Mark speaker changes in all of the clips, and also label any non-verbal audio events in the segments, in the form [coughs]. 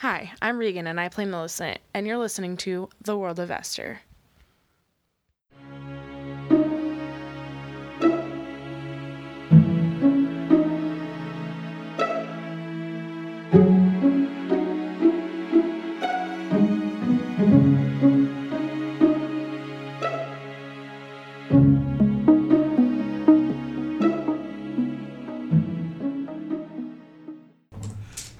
Speaker 1: Hi, I'm Regan and I play Millicent, and you're listening to The World of Esther.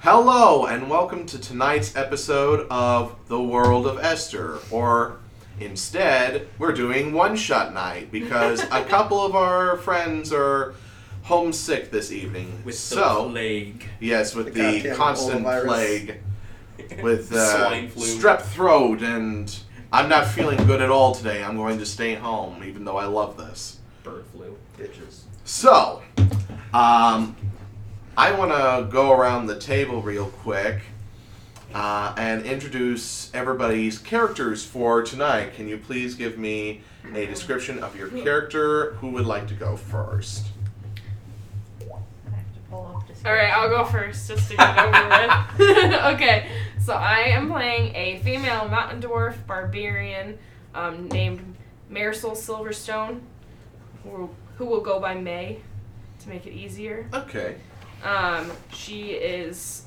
Speaker 2: Hello, and welcome to tonight's episode of The World of Esther. Or instead, we're doing one shot night because
Speaker 3: [laughs]
Speaker 2: a couple of our friends are homesick this evening.
Speaker 3: with
Speaker 2: so,
Speaker 3: the plague.
Speaker 2: yes, with
Speaker 4: The
Speaker 2: the,
Speaker 4: goddamn
Speaker 2: constant
Speaker 4: coronavirus.
Speaker 2: plague,
Speaker 3: [laughs]
Speaker 2: with uh,
Speaker 3: Swine flu.
Speaker 2: strep throat, and I'm not feeling good at all today. I'm going to stay home, even though I love this.
Speaker 3: Bird flu. Bitches.
Speaker 2: So, um, I want to go around the table real quick uh, and introduce everybody's characters for tonight. Can you please give me a description of your character? Who would like to go first?
Speaker 5: All right, I'll go first just to get it over with. [laughs] okay, so I am playing a female mountain dwarf barbarian um, named Marisol Silverstone, who, who will go by May to make it easier.
Speaker 2: Okay.
Speaker 5: Um, she is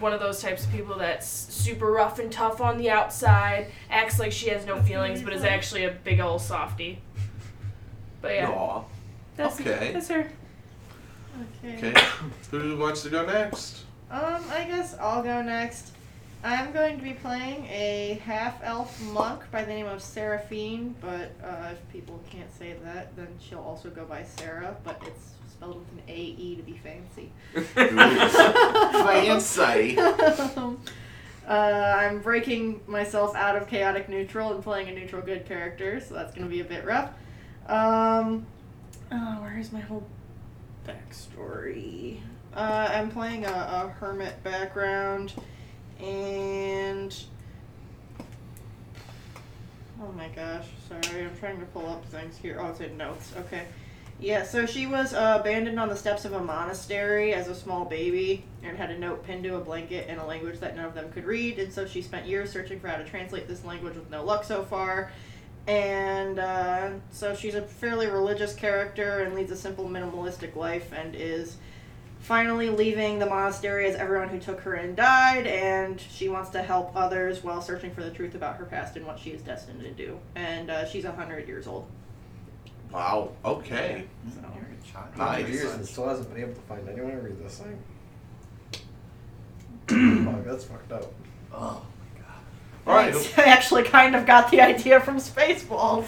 Speaker 5: one of those types of people that's super rough and tough on the outside, acts like she has no feelings, but is actually a big old softy. But yeah,
Speaker 2: Aw.
Speaker 5: that's,
Speaker 2: okay.
Speaker 5: that's her.
Speaker 6: Okay.
Speaker 2: Okay. Who wants to go next?
Speaker 6: Um, I guess I'll go next. I'm going to be playing a half elf monk by the name of Seraphine, but uh, if people can't say that, then she'll also go by Sarah, but it's spelled with an A E to be fancy.
Speaker 2: Fancy.
Speaker 6: Um, [laughs] uh, I'm breaking myself out of chaotic neutral and playing a neutral good character, so that's going to be a bit rough. Um, oh, where's my whole backstory? Uh, I'm playing a, a hermit background, and oh my gosh, sorry, I'm trying to pull up things here. Oh, it's in notes. Okay. Yeah, so she was uh, abandoned on the steps of a monastery as a small baby and had a note pinned to a blanket in a language that none of them could read. And so she spent years searching for how to translate this language with no luck so far. And uh, so she's a fairly religious character and leads a simple minimalistic life and is finally leaving the monastery as everyone who took her in died. And she wants to help others while searching for the truth about her past and what she is destined to do. And uh, she's 100 years old.
Speaker 2: Wow. Okay.
Speaker 6: So.
Speaker 3: Mm-hmm.
Speaker 2: Nice.
Speaker 4: Hundred years and still hasn't been able to find anyone to read this [clears throat] thing. Fuck, that's fucked up.
Speaker 2: Oh my god. All
Speaker 6: [laughs]
Speaker 2: right.
Speaker 6: I actually kind of got the idea from Spaceballs.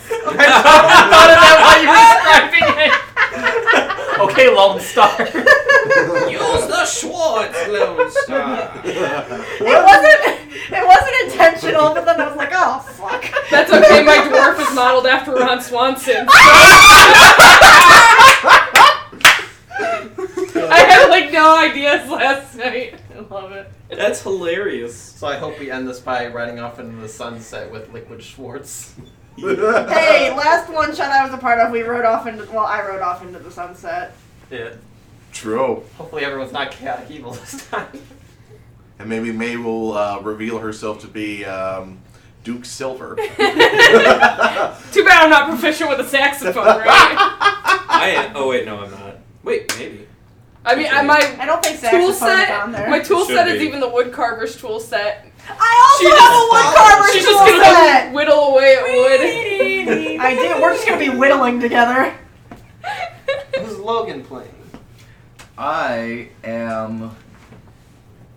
Speaker 7: okay, Lone Star.
Speaker 3: [laughs] Use
Speaker 2: [laughs]
Speaker 3: the Schwartz, Lone Star.
Speaker 6: It wasn't. It wasn't intentional, but then I was like, oh fuck.
Speaker 5: That's okay, my dwarf is modeled after Ron Swanson. I had like no ideas
Speaker 6: [laughs]
Speaker 5: last night. I love it.
Speaker 7: That's hilarious.
Speaker 4: So I hope we end this by riding off into the sunset with Liquid Schwartz.
Speaker 6: Hey, last one shot I was a part of, we rode off into. Well, I rode off into the sunset.
Speaker 7: Yeah.
Speaker 2: True.
Speaker 7: Hopefully everyone's not chaotic
Speaker 4: [laughs]
Speaker 7: evil this time.
Speaker 2: And maybe May will uh, reveal herself to be um, Duke
Speaker 3: [laughs]
Speaker 2: Silver.
Speaker 5: Too bad I'm not proficient with a saxophone, right?
Speaker 3: I am. Oh wait, no, I'm not. Wait, maybe.
Speaker 5: I mean, I, my
Speaker 6: I don't think
Speaker 5: tool
Speaker 6: saxophone's
Speaker 5: set,
Speaker 6: on there.
Speaker 5: my tool
Speaker 3: Should
Speaker 5: set is
Speaker 3: be.
Speaker 5: even the woodcarver's tool set.
Speaker 6: I also have a wood carver
Speaker 5: She She's just
Speaker 6: tool
Speaker 5: gonna
Speaker 6: set.
Speaker 5: whittle away at
Speaker 6: [laughs]
Speaker 5: wood.
Speaker 6: I do. We're just gonna be whittling together.
Speaker 4: Who's Logan playing?
Speaker 8: I am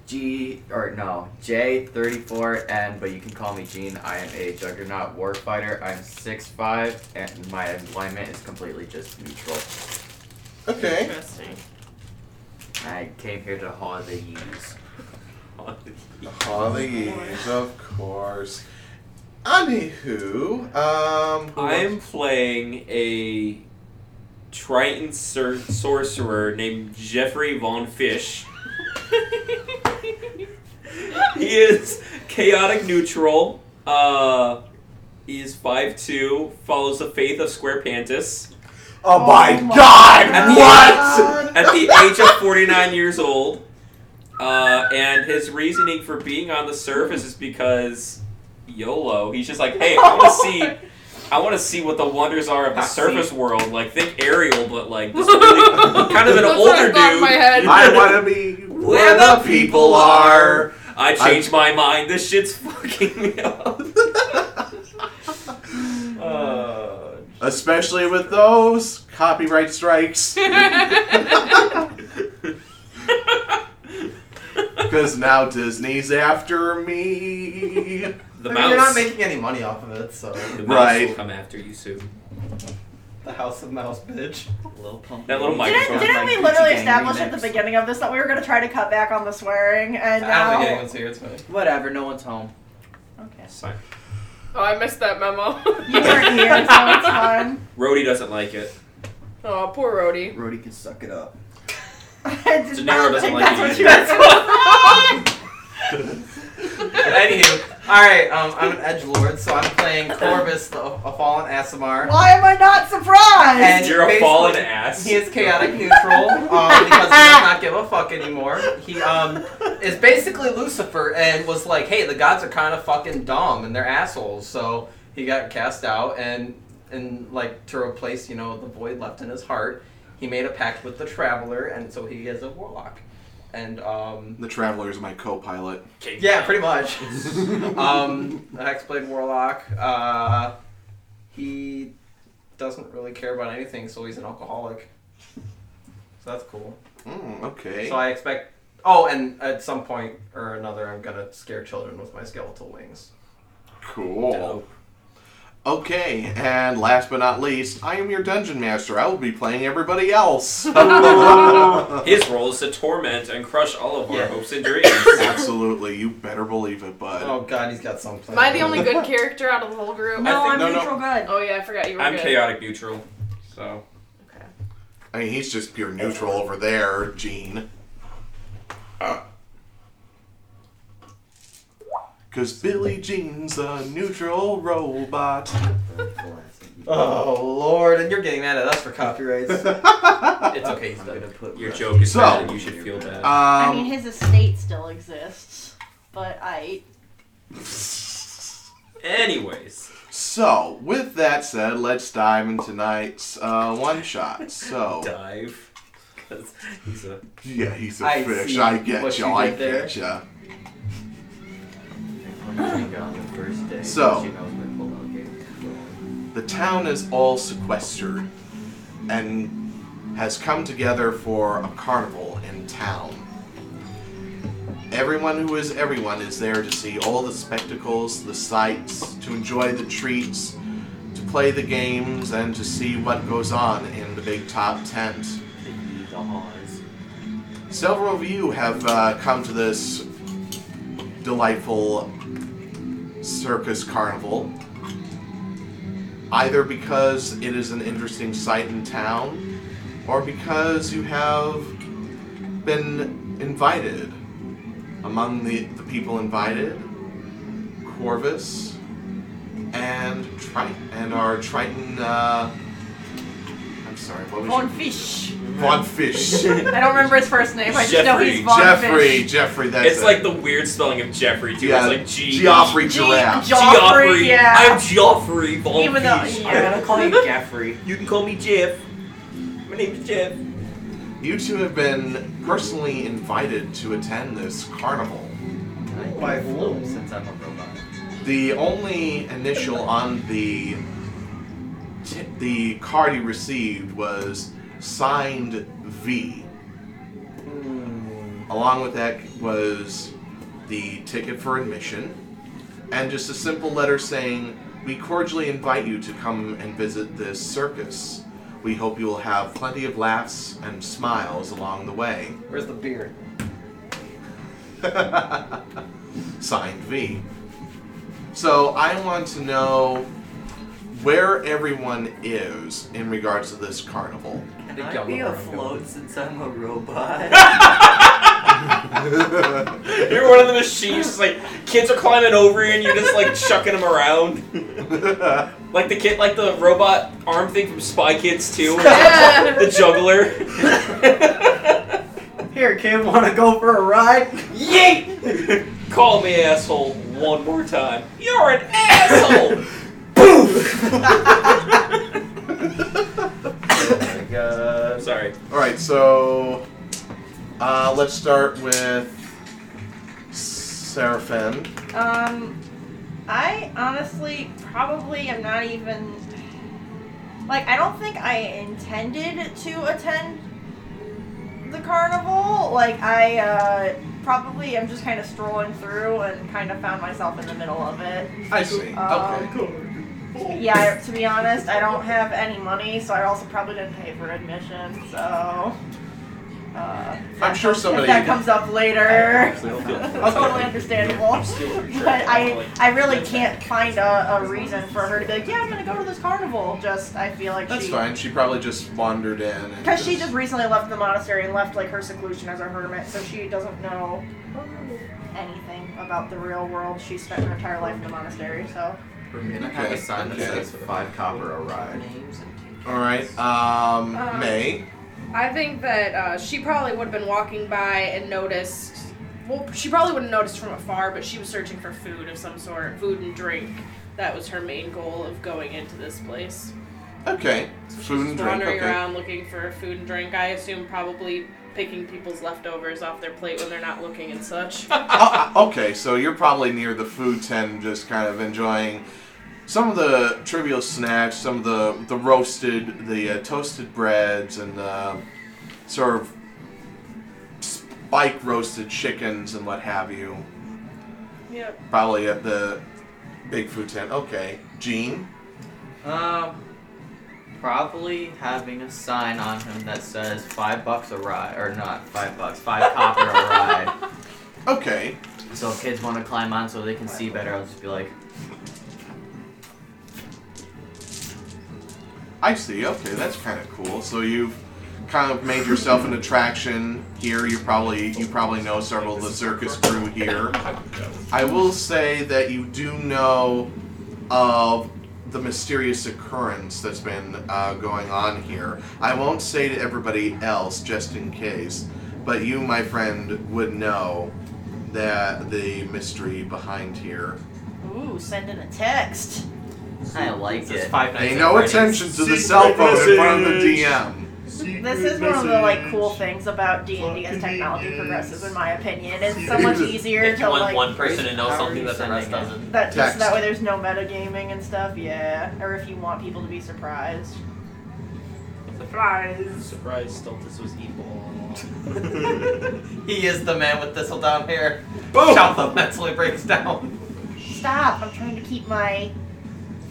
Speaker 8: G or no J thirty four N, but you can call me Gene. I am a Juggernaut warfighter. I'm six five, and my alignment is completely just neutral.
Speaker 2: okay.
Speaker 5: Interesting.
Speaker 8: I came here to haunt the yeast.
Speaker 2: Hollies, of course. Anywho, um, who
Speaker 3: I'm Oh playing a Triton sor- sorcerer named Jeffrey Von Fish. He is chaotic neutral. Uh, he is 5'2, follows the faith of Square Pantis.
Speaker 2: wants- oh my
Speaker 6: my
Speaker 2: God!
Speaker 3: At the,
Speaker 2: What?
Speaker 3: At the age of 49 years old. Uh, and his reasoning for being on the surface is because YOLO. He's just like, hey, I want to see, I want to see what the wonders are of the
Speaker 9: Ah,
Speaker 3: surface world. Like, think Ariel, but like this really, kind of an
Speaker 5: That's what I
Speaker 3: older
Speaker 5: thought in
Speaker 3: dude.
Speaker 5: my
Speaker 2: [laughs]
Speaker 5: head.
Speaker 2: I
Speaker 3: [laughs]
Speaker 2: want to be where the people are.
Speaker 3: I changed my mind. This shit's fucking me up. [laughs] uh,
Speaker 2: Especially with those copyright
Speaker 3: [laughs]
Speaker 2: strikes. [laughs] Because now Disney's after me.
Speaker 3: the
Speaker 8: I mean, you're not
Speaker 3: mouse.
Speaker 8: making any money off of it, so
Speaker 3: the mouse
Speaker 2: Right.
Speaker 3: will come after you soon.
Speaker 8: the house of mouse, bitch.
Speaker 9: Little pump.
Speaker 3: That little
Speaker 9: baby.
Speaker 3: microphone.
Speaker 6: Didn't, didn't we literally establish at the beginning of this that we were going to try to cut back on the swearing and
Speaker 8: I don't
Speaker 6: now?
Speaker 8: think anyone's here. It's fine.
Speaker 10: Whatever, no one's home.
Speaker 6: Okay.
Speaker 3: Sorry.
Speaker 5: Oh, I missed that memo.
Speaker 6: You weren't here, so it's fun.
Speaker 3: Rhodey doesn't like it.
Speaker 5: oh, poor Rhodey.
Speaker 10: Rhodey can suck it up.
Speaker 6: [laughs] I did
Speaker 3: Deniro
Speaker 6: not
Speaker 3: doesn't
Speaker 6: think
Speaker 3: like
Speaker 6: that's
Speaker 3: you.
Speaker 6: what you were
Speaker 5: [laughs]
Speaker 6: going to
Speaker 8: Anywho, alright, um, I'm an edge lord, so I'm playing Corvus, the, a fallen Asimar.
Speaker 6: Why am I not surprised?
Speaker 8: And
Speaker 3: You're a
Speaker 8: basically,
Speaker 3: fallen ass.
Speaker 8: He is chaotic neutral um, because he does not give a fuck anymore. He
Speaker 6: [laughs]
Speaker 8: um, is basically Lucifer and was like, hey, the gods are kind of fucking dumb and they're assholes. So he got cast out and and like to replace you know the void left in his heart, he made a pact with the Traveler and so he is a warlock. And um,
Speaker 2: The Traveler is my co pilot.
Speaker 8: yeah, pretty much. um, the Hexblade Warlock. Uh, he doesn't really care about anything, so he's an alcoholic. So that's cool.
Speaker 2: Mm, okay.
Speaker 8: So I expect. Oh, and at some point or another, I'm gonna scare children with my skeletal wings.
Speaker 2: Cool.
Speaker 3: Dope.
Speaker 10: Uh-huh.
Speaker 2: Okay, and last but not least, I am your dungeon master. I will be playing everybody else. Absolutely,
Speaker 3: His role is to torment and crush all of our
Speaker 8: Yeah.
Speaker 3: hopes and
Speaker 10: [laughs]
Speaker 3: dreams.
Speaker 2: you better believe it, bud.
Speaker 8: Oh God, he's got something.
Speaker 5: Am I the only good character out of the whole group?
Speaker 6: no,
Speaker 8: think-
Speaker 6: I'm
Speaker 2: no, no.
Speaker 6: neutral good.
Speaker 5: Oh yeah, I forgot you were
Speaker 3: I'm
Speaker 5: good.
Speaker 3: chaotic neutral, so
Speaker 5: Okay.
Speaker 2: I mean, he's just pure neutral over there, Gene. Uh. Cause Billy Jean's a neutral robot.
Speaker 8: [laughs] Oh Lord, and you're getting mad at us
Speaker 2: [laughs]
Speaker 8: for copyrights. it's okay, he's
Speaker 10: I'm
Speaker 8: done.
Speaker 10: gonna put
Speaker 3: your
Speaker 10: Rhodey-
Speaker 3: joke is
Speaker 2: So-
Speaker 3: bad. and You should feel bad.
Speaker 10: uh,
Speaker 6: I mean,
Speaker 2: Um,
Speaker 6: his estate still exists, but I.
Speaker 3: Anyways,
Speaker 2: so, with that said, let's dive into tonight's uh, one shot.
Speaker 3: [laughs]
Speaker 2: So,
Speaker 3: dive. 'Cause he's a
Speaker 2: yeah, he's a
Speaker 8: I
Speaker 2: fish.
Speaker 8: see
Speaker 2: I get
Speaker 8: what
Speaker 2: you.
Speaker 8: you
Speaker 2: I
Speaker 8: did there.
Speaker 2: get you.
Speaker 10: On the first day,
Speaker 2: So-
Speaker 10: she knows my pullout game.
Speaker 2: The town is all sequestered and has come together for a carnival in town. Everyone who is everyone is there to see all the spectacles, the sights, to enjoy the treats, to play the games, and to see what goes on in the big top tent.
Speaker 10: The Haws.
Speaker 2: Several of you have uh, come to this delightful circus carnival, either because it is an interesting sight in town, or because you have been invited. Among the, the people invited, Corvus and Triton, and our Triton. Uh, I'm sorry, what was
Speaker 6: Von
Speaker 2: your
Speaker 6: Fish.
Speaker 2: Von Fish?
Speaker 6: I don't remember his first name. I just know he's
Speaker 3: Jeffrey,
Speaker 6: Von
Speaker 2: Jeffrey,
Speaker 6: Fish.
Speaker 2: Jeffrey, that's
Speaker 3: It's
Speaker 2: it.
Speaker 3: like the weird spelling of Jeffrey too.
Speaker 2: yeah,
Speaker 3: It's like G.
Speaker 2: Geoffrey
Speaker 6: G-
Speaker 2: Giraffe.
Speaker 6: G- Joffrey, yeah.
Speaker 3: I'm Joffrey. Von
Speaker 6: Even though-
Speaker 3: Fish.
Speaker 6: yeah.
Speaker 10: I'm gonna call you Jeffrey.
Speaker 3: You can call me Jeff. My name's Jeff.
Speaker 2: you two have been personally invited to attend this carnival.
Speaker 10: Why flew since I'm a robot?
Speaker 2: The only initial on the t- the card you received was signed V. Along with that was the ticket for admission and just a simple letter saying, "We cordially invite you to come and visit this circus. We hope you will have plenty of laughs and smiles along the way."
Speaker 8: Where's the beard?
Speaker 2: signed V. So I want to know where everyone is in regards to this carnival.
Speaker 10: Can
Speaker 8: think
Speaker 10: I
Speaker 8: y'all
Speaker 10: be
Speaker 8: know where I'm
Speaker 10: afloat
Speaker 8: going.
Speaker 10: since I'm a robot?
Speaker 3: You're one of the machines. Just like kids are climbing over you, and you're just like chucking them around.
Speaker 11: [laughs]
Speaker 3: Like the kid, like the robot
Speaker 12: [laughs]
Speaker 3: arm thing from Spy Kids 2, the juggler.
Speaker 12: Here, kid, wanna go for a ride?
Speaker 3: Yeet! Call me asshole one more time. You're an
Speaker 11: [laughs]
Speaker 3: asshole!
Speaker 12: Oh my god.
Speaker 3: I'm sorry.
Speaker 2: All right, so uh, let's start with Seraphim.
Speaker 6: Um, I honestly probably am not even. Like, I don't think I intended to attend the carnival. Like, I uh, probably am just kind of strolling through and kind of found myself in the middle of it.
Speaker 8: I see.
Speaker 6: Um,
Speaker 8: okay.
Speaker 6: Yeah, I- to be honest, I don't have any money, so I also probably didn't pay for admission, so. Uh,
Speaker 2: I'm sure
Speaker 6: if
Speaker 2: somebody.
Speaker 6: that comes up [laughs] later. totally understandable. [laughs] But I, I really can't find a, a reason for her to be like, yeah, I'm gonna go to this carnival. Just I feel like
Speaker 2: That's
Speaker 6: she,
Speaker 2: fine. She probably just wandered in. and
Speaker 6: because she just recently left the monastery and left like her seclusion as a hermit, so she doesn't know anything about the real world. She spent her entire life in the monastery, so
Speaker 12: We're gonna have a
Speaker 2: Okay,
Speaker 12: sign that
Speaker 2: okay.
Speaker 12: says five copper a ride.
Speaker 2: All right, um,
Speaker 5: Um,
Speaker 2: May.
Speaker 5: I think that uh, she probably would have been walking by and noticed. Well, she probably would have noticed from afar, but she was searching for food of some sort, food and drink. That was her main goal of going into this place.
Speaker 2: Okay,
Speaker 5: So
Speaker 2: food
Speaker 5: she's
Speaker 2: and drink.
Speaker 5: wandering
Speaker 2: Okay.
Speaker 5: around looking for food and drink. I assume probably picking people's leftovers off their plate when they're not looking and such. [laughs]
Speaker 2: Oh, uh, okay, so you're probably near the food tent, just kind of enjoying some of the trivial snacks, some of the the roasted, the uh, toasted breads, and uh, sort of spike roasted chickens and what have you.
Speaker 5: yep.
Speaker 2: Probably at the big food tent. Okay, Gene.
Speaker 13: Um, probably having a sign on him that says five bucks a ride, or not five bucks, five copper a [laughs] ride.
Speaker 2: Okay,
Speaker 13: So if kids want to climb on so they can see better, I'll just be like,
Speaker 2: I see. Okay, that's kind of cool. So you've kind of made yourself an attraction here. You probably you probably know several of the circus crew here. I will say that you do know of the mysterious occurrence that's been uh, going on here. I won't say to everybody else just in case, but you, my friend, would know that the mystery behind here.
Speaker 6: ooh, send in a text.
Speaker 13: I like
Speaker 8: This is
Speaker 13: it.
Speaker 8: five nights
Speaker 2: Pay
Speaker 8: at
Speaker 2: no
Speaker 8: Freddy's.
Speaker 2: attention to the
Speaker 11: Secret
Speaker 2: cell phone in front of the
Speaker 11: message.
Speaker 2: DM.
Speaker 6: This is one of the like cool things about D and D as technology progresses, in my opinion. It's so much easier
Speaker 8: If you
Speaker 6: to
Speaker 8: want
Speaker 6: like
Speaker 8: one person to know
Speaker 13: How are
Speaker 8: something
Speaker 13: you
Speaker 8: that the rest
Speaker 13: sending it?
Speaker 8: doesn't.
Speaker 6: That just
Speaker 2: Text.
Speaker 6: that way there's no metagaming and stuff, yeah. Or if you want people to be surprised.
Speaker 5: Surprise.
Speaker 3: Surprise, Stultus was evil.
Speaker 8: He is the man with thistle down hair.
Speaker 3: Boom!
Speaker 8: Shalfa mentally breaks down.
Speaker 6: Stop! I'm trying to keep my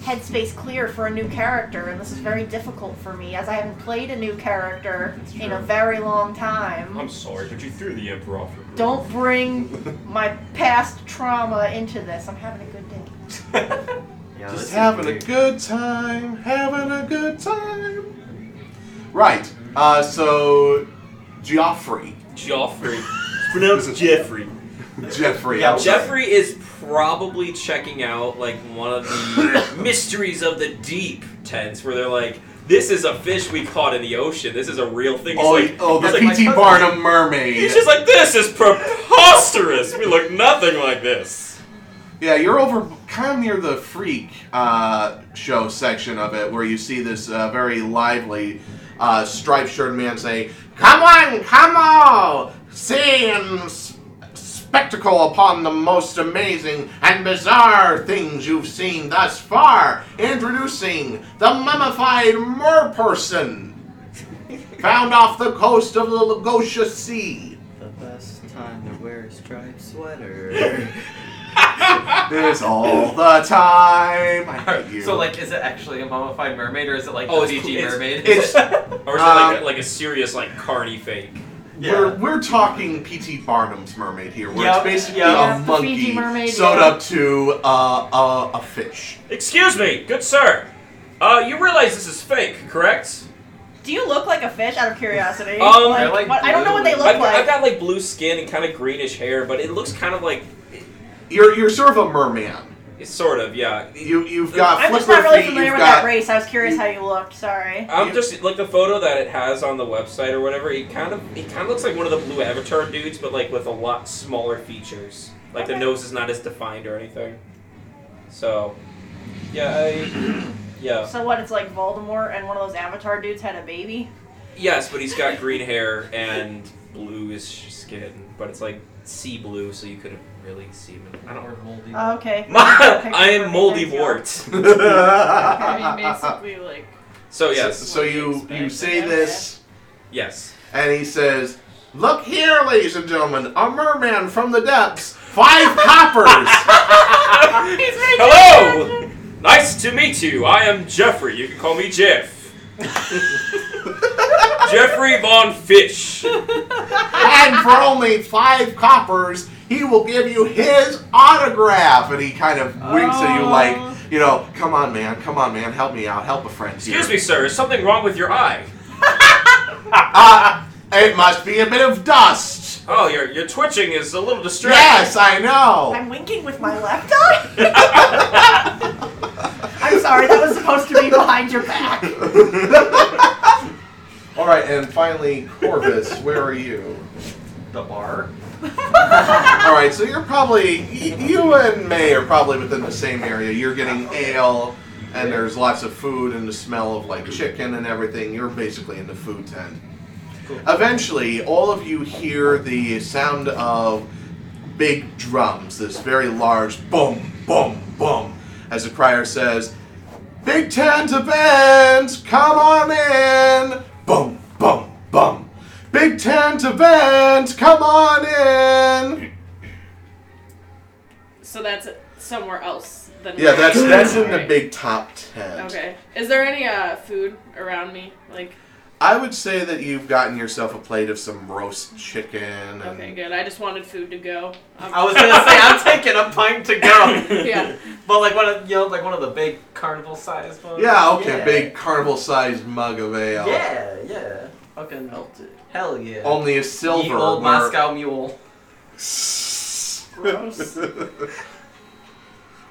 Speaker 6: headspace clear for a new character, and this is very difficult for me as I haven't played a new character
Speaker 11: That's
Speaker 6: in a
Speaker 11: true.
Speaker 6: very long time.
Speaker 11: I'm sorry, but you threw the emperor off. your roof.
Speaker 6: Don't bring my past trauma into this. I'm having a good day.
Speaker 13: Yeah, this
Speaker 2: Just
Speaker 13: is
Speaker 2: having a
Speaker 13: weird.
Speaker 2: good time, having a good time. Right. Uh, so, Geoffrey,
Speaker 3: Joffrey.
Speaker 11: It's pronounced Jeffrey.
Speaker 2: Jeffrey.
Speaker 8: Yeah,
Speaker 2: I'm sorry.
Speaker 3: Jeffrey is probably checking out like one of the
Speaker 2: [laughs]
Speaker 3: mysteries of the deep tents where they're like, this is a fish we caught in the ocean. This is a real thing. He's
Speaker 2: Oh,
Speaker 3: like,
Speaker 2: oh, the
Speaker 3: he's like,
Speaker 2: P.T.
Speaker 3: "My cousin."
Speaker 2: Barnum mermaid.
Speaker 3: He's just like, this is preposterous. We look nothing like this.
Speaker 2: yeah, you're over kind of near the freak uh, show section of it, where you see this uh, very lively, uh, striped-shirted man say, "Come on, come on, see and s- spectacle upon the most amazing and bizarre things you've seen thus far. Introducing the mummified mer person, found off the coast of the Lagotia Sea."
Speaker 13: The best time to wear a striped [laughs] sweater.
Speaker 2: This all the time. I hate you.
Speaker 8: So like, is it actually a mummified mermaid or is it like
Speaker 3: Oh,
Speaker 8: oh,
Speaker 3: it's-
Speaker 8: CG
Speaker 3: it's-
Speaker 8: mermaid? [laughs]
Speaker 2: it's
Speaker 3: Or is it like,
Speaker 2: Um,
Speaker 3: a, like a serious like carny fake?
Speaker 2: we're we're talking P.T. Barnum's mermaid here, where
Speaker 8: Yep,
Speaker 2: it's basically
Speaker 8: yep.
Speaker 6: Yeah,
Speaker 2: a
Speaker 6: the
Speaker 2: monkey
Speaker 6: Fiji mermaid,
Speaker 2: sewed
Speaker 6: yeah.
Speaker 2: up to uh, a a fish.
Speaker 3: Excuse me, good sir. Uh, you realize this is fake, correct?
Speaker 6: Do you look like a fish out of curiosity?
Speaker 3: Um,
Speaker 8: I like
Speaker 6: what- I don't know what they
Speaker 8: blue.
Speaker 6: look
Speaker 3: I've,
Speaker 6: like.
Speaker 3: I've got like blue skin and kind of greenish hair, but it looks kind of like
Speaker 2: You're you're sort of a merman.
Speaker 3: Sort of, yeah.
Speaker 2: You you've got
Speaker 6: I'm just
Speaker 2: flipper
Speaker 6: not really
Speaker 2: feet.
Speaker 6: familiar
Speaker 2: You've
Speaker 6: with
Speaker 2: got
Speaker 6: that race. I was curious how you looked. Sorry.
Speaker 3: I'm just like the photo that it has on the website or whatever. He kind of he kind of looks like one of the blue avatar dudes, but like with a lot smaller features. Like the
Speaker 6: Okay.
Speaker 3: nose is not as defined or anything. So, yeah, I, [clears throat] yeah,
Speaker 6: So what? It's like Voldemort and one of those Avatar dudes had a baby.
Speaker 3: yes, but he's got green hair and bluish skin, but it's like sea blue, so you couldn't really see him. I don't.
Speaker 8: moldy.
Speaker 6: Oh, okay.
Speaker 3: [laughs] My,
Speaker 6: Okay,
Speaker 3: I am
Speaker 6: perfect,
Speaker 3: moldy
Speaker 6: thank you.
Speaker 3: wart.
Speaker 5: I mean,
Speaker 2: [laughs]
Speaker 5: basically, like,
Speaker 2: So,
Speaker 3: So yes,
Speaker 2: so you you say this,
Speaker 3: yes.
Speaker 2: and he says, "Look here, ladies and gentlemen, a merman from the depths, five
Speaker 8: [laughs]
Speaker 2: coppers."
Speaker 3: Hello, nice to meet you. I am Jeffrey. You can call
Speaker 2: [laughs]
Speaker 3: me Jeff. Jeffrey Von Fish.
Speaker 2: and for only five coppers, he will give you his autograph. And he kind of winks at you, like, you know, come on, man, come on, man, help me out, help a friend. here."
Speaker 3: Excuse me, sir. Is something wrong with your eye?
Speaker 2: Uh, it must be a bit of dust.
Speaker 3: Oh, your your twitching is a little distracting.
Speaker 2: Yes, I know.
Speaker 6: I'm winking with my left eye. [laughs] I'm sorry. That was supposed to be behind your back.
Speaker 2: All right, and finally, Corvus, where are you?
Speaker 8: The bar.
Speaker 2: All right, so you're probably y- you and May are probably within the same area. You're getting ale, and there's lots of food and the smell of like chicken and everything. You're basically in the food tent. Eventually, all of you hear the sound of big drums. This very large boom, boom, boom, as the crier says, "Big tent events, come on in!" Boom, boom, boom. Big tent events, come on in.
Speaker 5: so that's somewhere else than.
Speaker 2: Yeah, that's that's in the
Speaker 5: Right.
Speaker 2: big top ten.
Speaker 5: Okay. Is there any uh, food around me? Like,
Speaker 2: I would say that you've gotten yourself a plate of some roast chicken. And
Speaker 3: Um,
Speaker 5: okay, good. I just wanted food
Speaker 3: [laughs]
Speaker 5: to go. Um,
Speaker 8: I was gonna say I'm taking a pint to go,
Speaker 5: [laughs] yeah.
Speaker 8: but like one of you know like one of the big carnival sized ones.
Speaker 2: Yeah, okay, big carnival-sized mug of ale.
Speaker 8: Yeah, yeah. Fucking Hell yeah.
Speaker 2: Only a
Speaker 8: Ye
Speaker 2: silver.
Speaker 8: old
Speaker 2: where- [laughs]
Speaker 8: Moscow Mule. [laughs]
Speaker 6: Gross.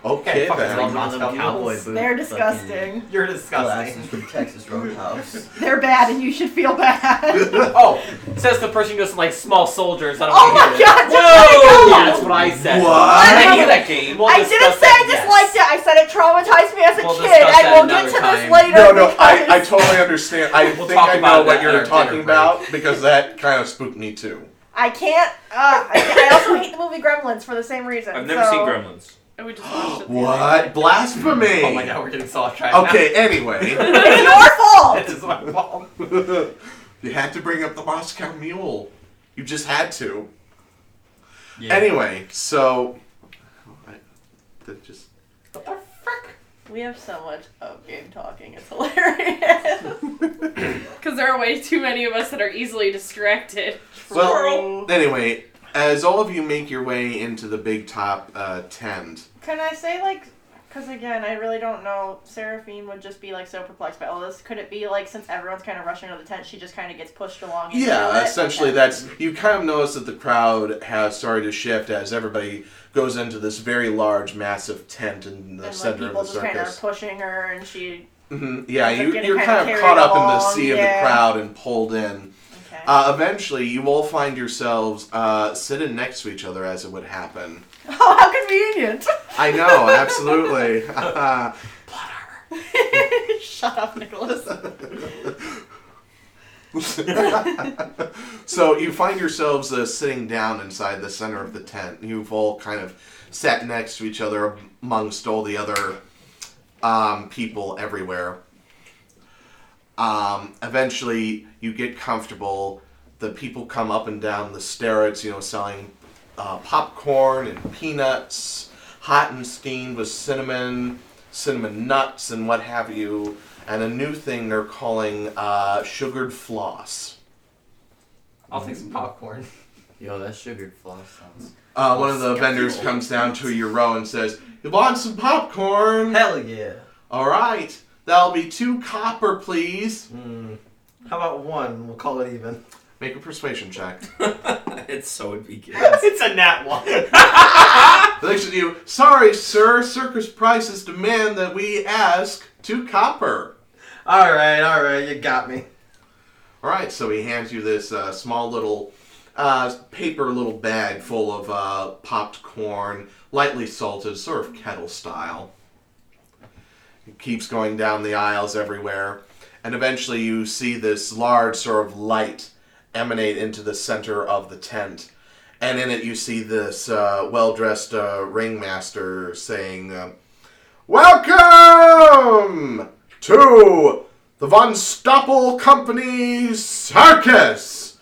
Speaker 2: okay,
Speaker 8: fuck
Speaker 2: then.
Speaker 8: it,
Speaker 13: Like one of them cowboy boots.
Speaker 6: They're disgusting.
Speaker 8: You're
Speaker 13: Glasses
Speaker 8: disgusting.
Speaker 13: from Texas Roadhouse.
Speaker 6: They're bad, and you should feel bad. [laughs]
Speaker 8: oh, says the person who goes to, like small soldiers. I don't
Speaker 6: Oh
Speaker 8: wanna
Speaker 6: my
Speaker 8: hear it.
Speaker 6: god!
Speaker 8: Whoa!
Speaker 6: Just
Speaker 8: Yeah, that's what I said.
Speaker 2: What?
Speaker 8: I didn't hear that game. We'll
Speaker 6: I
Speaker 8: discuss
Speaker 6: didn't say I
Speaker 8: it,
Speaker 6: disliked
Speaker 8: yes.
Speaker 6: it. I said it traumatized me as a
Speaker 8: We'll
Speaker 6: kid,
Speaker 8: discuss
Speaker 6: and
Speaker 8: that
Speaker 6: we'll get
Speaker 8: another
Speaker 6: to
Speaker 8: time.
Speaker 6: this later.
Speaker 2: No,
Speaker 8: [laughs]
Speaker 2: no, I,
Speaker 6: because-
Speaker 2: I totally understand. I
Speaker 8: We'll
Speaker 2: think
Speaker 8: talk
Speaker 2: I
Speaker 8: about
Speaker 2: know what
Speaker 8: that at
Speaker 2: you're
Speaker 8: our
Speaker 2: talking
Speaker 8: dinner break.
Speaker 2: about because that kind of spooked me too.
Speaker 6: I can't. Uh, I, I also hate the movie Gremlins for the same reason.
Speaker 3: I've never
Speaker 6: so-
Speaker 3: seen Gremlins.
Speaker 5: And
Speaker 3: [gasps]
Speaker 5: we just watched it the other
Speaker 2: What
Speaker 5: day.
Speaker 2: blasphemy?
Speaker 8: Oh my god, we're getting so off track.
Speaker 2: Okay, anyway,
Speaker 6: It's your
Speaker 8: Now.
Speaker 6: fault.
Speaker 8: [laughs] This is my fault.
Speaker 2: [laughs] you had to bring up the Moscow Mule. You just had to. Anyway, so I, that just
Speaker 6: What the frick? We have so much of game talking. It's hilarious.
Speaker 5: Because there are way too many of us that are easily distracted.
Speaker 2: well. Anyway, as all of you make your way into the big top uh, tent,
Speaker 6: [laughs] Can I say like? Because again, I really don't know. Seraphine would just be like so perplexed by all this. Could it be like since everyone's kind of rushing to the tent, she just kind of gets pushed along? into
Speaker 2: yeah,
Speaker 6: it?
Speaker 2: essentially
Speaker 6: Okay.
Speaker 2: that's you kind of notice that the crowd has started to shift as everybody goes into this very large, massive tent in the
Speaker 6: and like
Speaker 2: center
Speaker 6: people
Speaker 2: of the
Speaker 6: just kind of
Speaker 2: circus.
Speaker 6: pushing her, and she.
Speaker 2: hmm Yeah,
Speaker 6: They're
Speaker 2: you,
Speaker 6: getting
Speaker 2: you're
Speaker 6: kinda
Speaker 2: kind of
Speaker 6: carried
Speaker 2: caught up in the
Speaker 6: along,
Speaker 2: sea of
Speaker 6: yeah.
Speaker 2: the crowd and pulled in.
Speaker 6: Okay.
Speaker 2: Uh, eventually, you all find yourselves uh, sitting next to each other, as it would happen.
Speaker 6: oh, [laughs] how convenient!
Speaker 2: [laughs] I know, absolutely. [laughs] Uh,
Speaker 6: Shut up, Nicholas.
Speaker 2: so you find yourselves uh, sitting down inside the center of the tent. You've all kind of sat next to each other amongst all the other um, people everywhere. Um, eventually, you get comfortable. The people come up and down the stairs, you know, selling uh, popcorn and peanuts, hot and steamed with cinnamon, cinnamon nuts, and what have you. And a new thing they're calling uh, sugared floss.
Speaker 8: I'll take some popcorn.
Speaker 13: [laughs] Yo, that sugared floss sounds.
Speaker 2: Uh, one of the vendors comes down to your row and says, "You want some popcorn?
Speaker 8: Hell yeah.
Speaker 2: All right, that'll be two copper, please."
Speaker 8: Mm. How about one? We'll call it [laughs] even.
Speaker 2: Make a persuasion check.
Speaker 3: it's so
Speaker 8: it's a nat one.
Speaker 2: [laughs] They looked at you. Sorry, sir. Circus prices demand that we ask two copper.
Speaker 8: All right, all right, you got me.
Speaker 2: All right, so he hands you this uh, small little uh, paper little bag full of uh, popped corn, lightly salted, sort of kettle style. It keeps going down the aisles everywhere, and eventually you see this large sort of light emanate into the center of the tent. And in it, you see this uh, well dressed uh, ringmaster saying, uh, Welcome to the Von Stoppel Company Circus!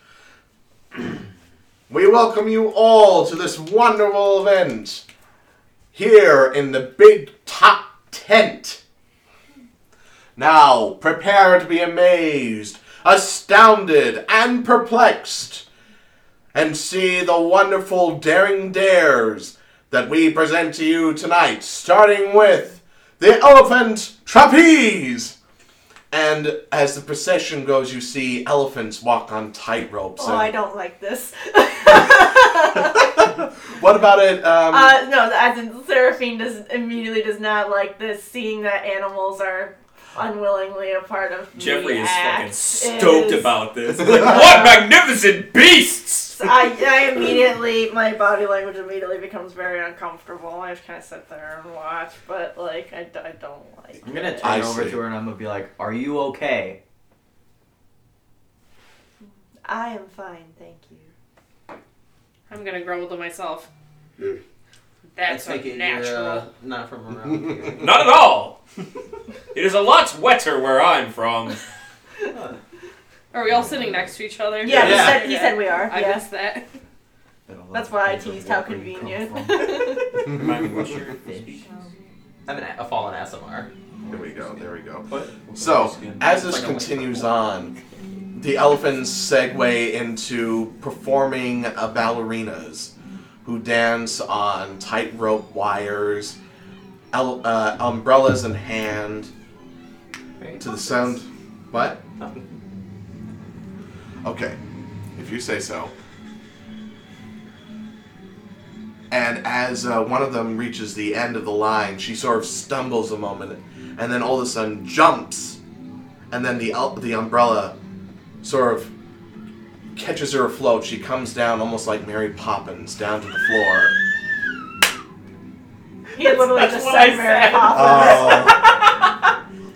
Speaker 2: we welcome you all to this wonderful event here in the Big Top Tent. Now, prepare to be amazed, astounded, and perplexed, and see the wonderful daring dares that we present to you tonight, starting with the Elephant Trapeze. And as the procession goes, you see elephants walk on tight ropes.
Speaker 14: Oh, I don't
Speaker 6: [laughs]
Speaker 14: like this.
Speaker 2: What about it? Um,
Speaker 14: Uh, no, as in Seraphine does immediately does not like this. Seeing that animals are unwillingly a part of the
Speaker 15: Jeffrey is fucking
Speaker 14: act
Speaker 15: stoked
Speaker 14: is-
Speaker 15: about
Speaker 2: [laughs]
Speaker 15: this. Like, what magnificent beasts!
Speaker 14: [laughs] I, I immediately my body language immediately becomes very uncomfortable. I just kind of sit there and watch, but like I, d- I don't like.
Speaker 13: I'm gonna turn
Speaker 14: it.
Speaker 2: I
Speaker 13: over
Speaker 2: see.
Speaker 13: to her and I'm gonna be like, "Are you okay?"
Speaker 14: I am fine, thank you.
Speaker 5: I'm gonna grumble to myself.
Speaker 3: Mm.
Speaker 8: Let's
Speaker 5: That's
Speaker 8: make it
Speaker 5: unnatural.
Speaker 8: Your, uh, not from around here. [laughs]
Speaker 15: Not at all! It is a lot wetter where I'm from.
Speaker 5: Are we all sitting next to each other?
Speaker 14: Yeah, he
Speaker 8: Yeah.
Speaker 14: said he said we are.
Speaker 5: I
Speaker 14: yeah.
Speaker 5: missed that.
Speaker 14: [laughs] That's why I teased how convenient.
Speaker 3: Remind me what you're speaking.
Speaker 8: I'm an, a a fallen SMR.
Speaker 2: Here we go. There we go.
Speaker 3: What?
Speaker 2: So, as
Speaker 8: It's
Speaker 2: this
Speaker 8: like a-
Speaker 2: continues on, the elephants segue into performing uh, ballerinas who dance on tightrope wires, el- uh, umbrellas in hand, to the sound. What? Okay, if you say so. And as uh, one of them reaches the end of the line, she sort of stumbles a moment, and then all of a sudden jumps, and then the el- the umbrella sort of catches her afloat. She comes down almost like Mary Poppins down to the floor.
Speaker 14: [laughs] He literally
Speaker 15: That's
Speaker 14: just
Speaker 15: what I
Speaker 14: said Mary
Speaker 15: said.
Speaker 3: Uh,
Speaker 14: Poppins.
Speaker 2: Oh.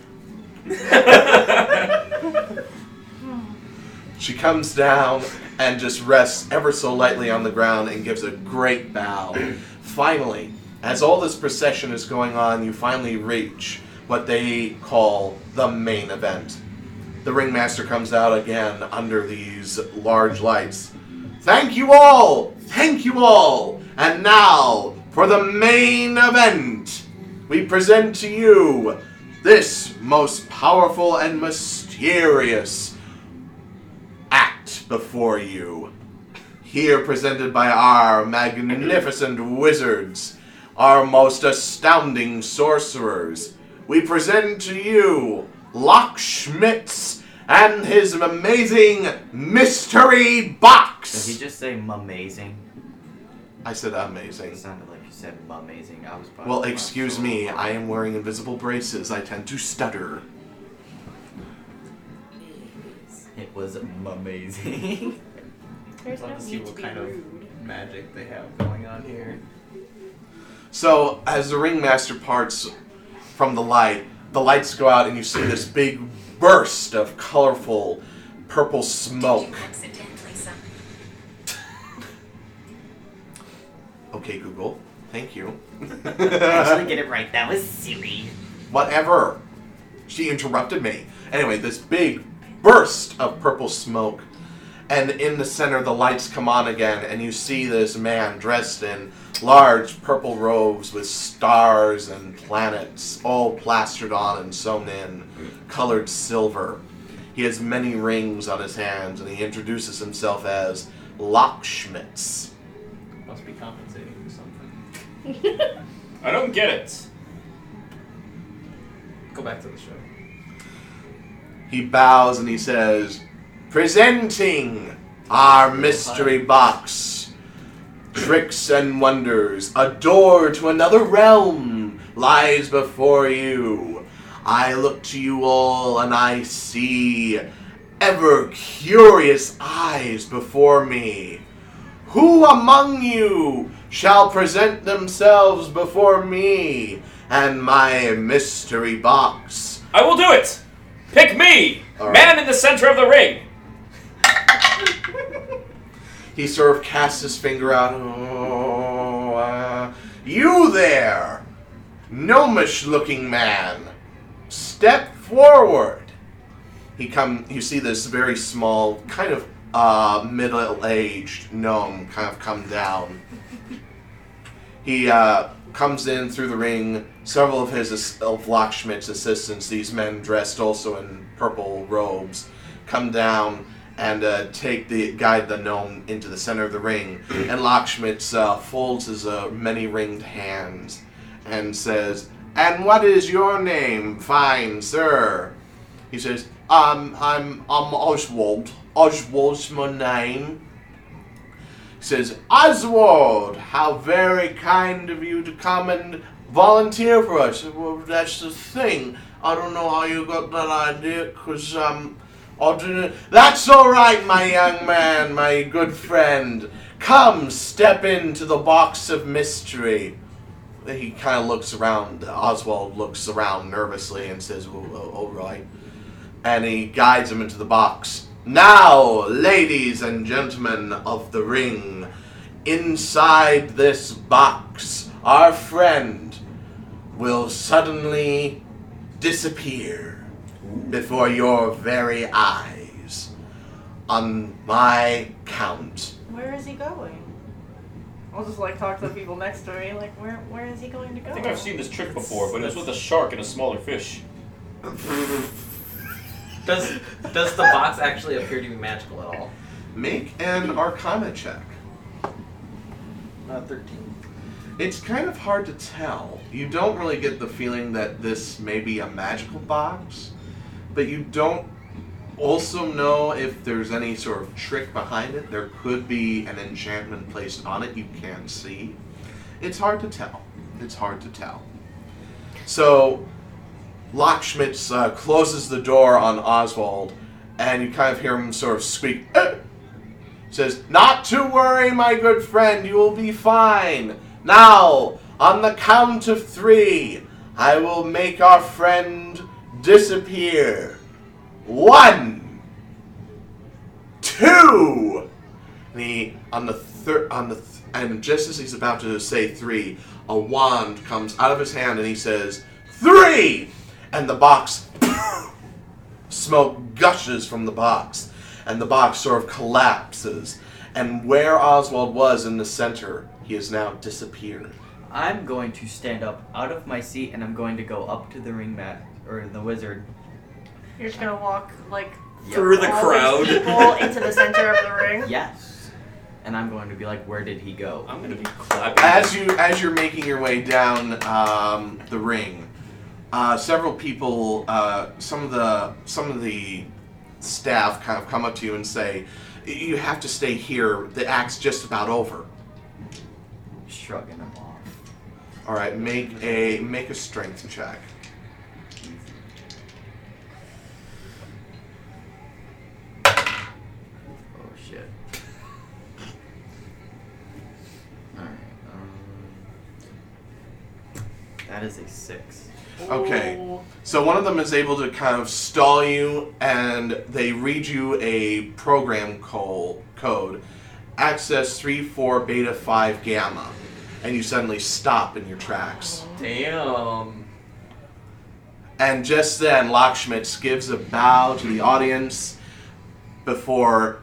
Speaker 2: she comes down and just rests ever so lightly on the ground and gives a great bow. finally, as all this procession is going on, you finally reach what they call the main event. The ringmaster comes out again under these large lights. Thank you all! Thank you all! And now for the main event! We present to you this most powerful and mysterious act before you. Here presented by our magnificent wizards, our most astounding sorcerers, we present to you Lock Schmitz and his amazing mystery
Speaker 13: Did
Speaker 2: box.
Speaker 13: he just say "amazing"?
Speaker 2: I said
Speaker 13: It
Speaker 2: amazing.
Speaker 13: sounded like you said "amazing." I was. probably
Speaker 2: Well,
Speaker 13: wrong.
Speaker 2: excuse me, I am wearing invisible braces. I tend to stutter.
Speaker 13: It
Speaker 2: [laughs]
Speaker 13: was amazing.
Speaker 5: There's
Speaker 8: Love to see what
Speaker 5: be
Speaker 8: kind
Speaker 5: rude.
Speaker 8: of magic they have going on here.
Speaker 2: So, as the ringmaster parts from the light, the lights go out, and you see this big burst of colorful purple smoke. [laughs] Okay, Google. Thank you.
Speaker 13: Actually, get it right. That was Siri.
Speaker 2: whatever. She interrupted me. Anyway, this big burst of purple smoke, and in the center, the lights come on again, and you see this man dressed in large purple robes with stars and planets all plastered on and sewn in, colored silver. He has many rings on his hands, and he introduces himself as Lockschmitz.
Speaker 8: Must be compensating for something.
Speaker 15: I don't get it.
Speaker 8: Go back to the show.
Speaker 2: He bows and he says, Presenting our mystery box. tricks and wonders, a door to another realm lies before you. I look to you all and I see ever curious eyes before me. Who among you shall present themselves before me and my mystery box?
Speaker 15: I will do it. Pick me,
Speaker 2: All right.
Speaker 15: man in the center of the ring.
Speaker 2: He sort of casts his finger out. Oh, uh, you there, gnomish looking man, step forward. He come. You see this very small, kind of uh, middle-aged gnome kind of come down. He uh, comes in through the ring. Several of his ass- of Lockschmidt's assistants, these men dressed also in purple robes, come down and uh, take the guide the gnome into the center of the ring. And Lockschmidt uh, folds his uh, many ringed hands and says, "And what is your name, fine sir?" He says, "Um, I'm I'm Oswald. Oswald's my name." says, Oswald, how very kind of you to come and volunteer for us. Well, that's the thing. I don't know how you got that idea, because, um, I didn't. That's all right, my young man, my good friend. Come, step into the box of mystery. He kind of looks around. Oswald looks around nervously and says, well, well, all right and he guides him into the box. Now, ladies and gentlemen of the ring, inside this box, our friend will suddenly disappear before your very eyes. On my count,
Speaker 14: Where is he going? I'll just like talk to the people next to me. Like, where where is he going to go?
Speaker 3: I think I've seen this trick before, but it's with a shark and a smaller fish.
Speaker 8: Does does the
Speaker 6: [laughs]
Speaker 8: box actually appear to be magical at all?
Speaker 2: make an arcana check.
Speaker 8: Uh, Thirteen.
Speaker 2: It's kind of hard to tell. You don't really get the feeling that this may be a magical box, but you don't also know if there's any sort of trick behind it. There could be an enchantment placed on it you can't see. It's hard to tell. It's hard to tell. So, Lockschmidt uh, closes the door on Oswald, and you kind of hear him sort of squeak. "Eh!" says, Not to worry, my good friend, you will be fine. Now, on the count of three, I will make our friend disappear. One, two, and he on the third on the th- and just as he's about to say three, a wand comes out of his hand and he says three, and the box smoke gushes from the box, and the box sort of collapses. And where Oswald was in the center, he has now disappeared.
Speaker 13: I'm going to stand up out of my seat and I'm going to go up to the ring mat or the wizard.
Speaker 14: You're just gonna walk like
Speaker 15: Through the
Speaker 14: all
Speaker 15: crowd.
Speaker 14: these people into the center of the
Speaker 15: [laughs]
Speaker 14: ring.
Speaker 13: Yes. And I'm going to be like, where did he go?
Speaker 15: I'm gonna be clapping.
Speaker 2: As you as you're making your way down um, the ring, uh, several people, uh, some of the some of the staff, kind of come up to you and say, "You have to stay here. The act's just about over."
Speaker 13: Shrugging him off.
Speaker 2: All right, make a make a strength check.
Speaker 13: Oh shit. Alright. Um, that is a six.
Speaker 2: Okay.
Speaker 14: Ooh.
Speaker 2: So one of them is able to kind of stall you, and they read you a program call code, access three four beta five gamma, and you suddenly stop in your tracks.
Speaker 8: Damn.
Speaker 2: And just then, Lockschmidt gives a bow to the audience before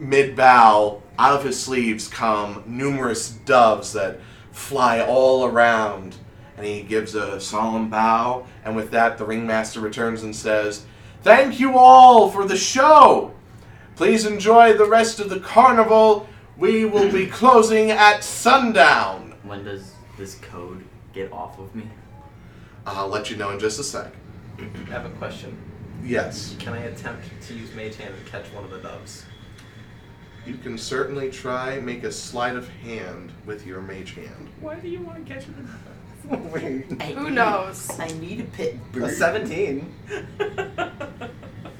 Speaker 2: mid bow, out of his sleeves come numerous doves that fly all around. And he gives a solemn bow, and with that, the ringmaster returns and says, Thank you all for the show! Please enjoy the rest of the carnival. We will be closing at sundown.
Speaker 13: When does this code get off of me?
Speaker 2: I'll let you know in just a sec.
Speaker 8: I have a question.
Speaker 2: Yes.
Speaker 16: [laughs]
Speaker 8: Can I attempt to use Mage Hand and catch one of the doves?
Speaker 2: You can certainly try make a sleight of hand with your mage hand.
Speaker 3: Why do you want to catch him?
Speaker 5: Who knows?
Speaker 16: I need a pit
Speaker 8: A 17.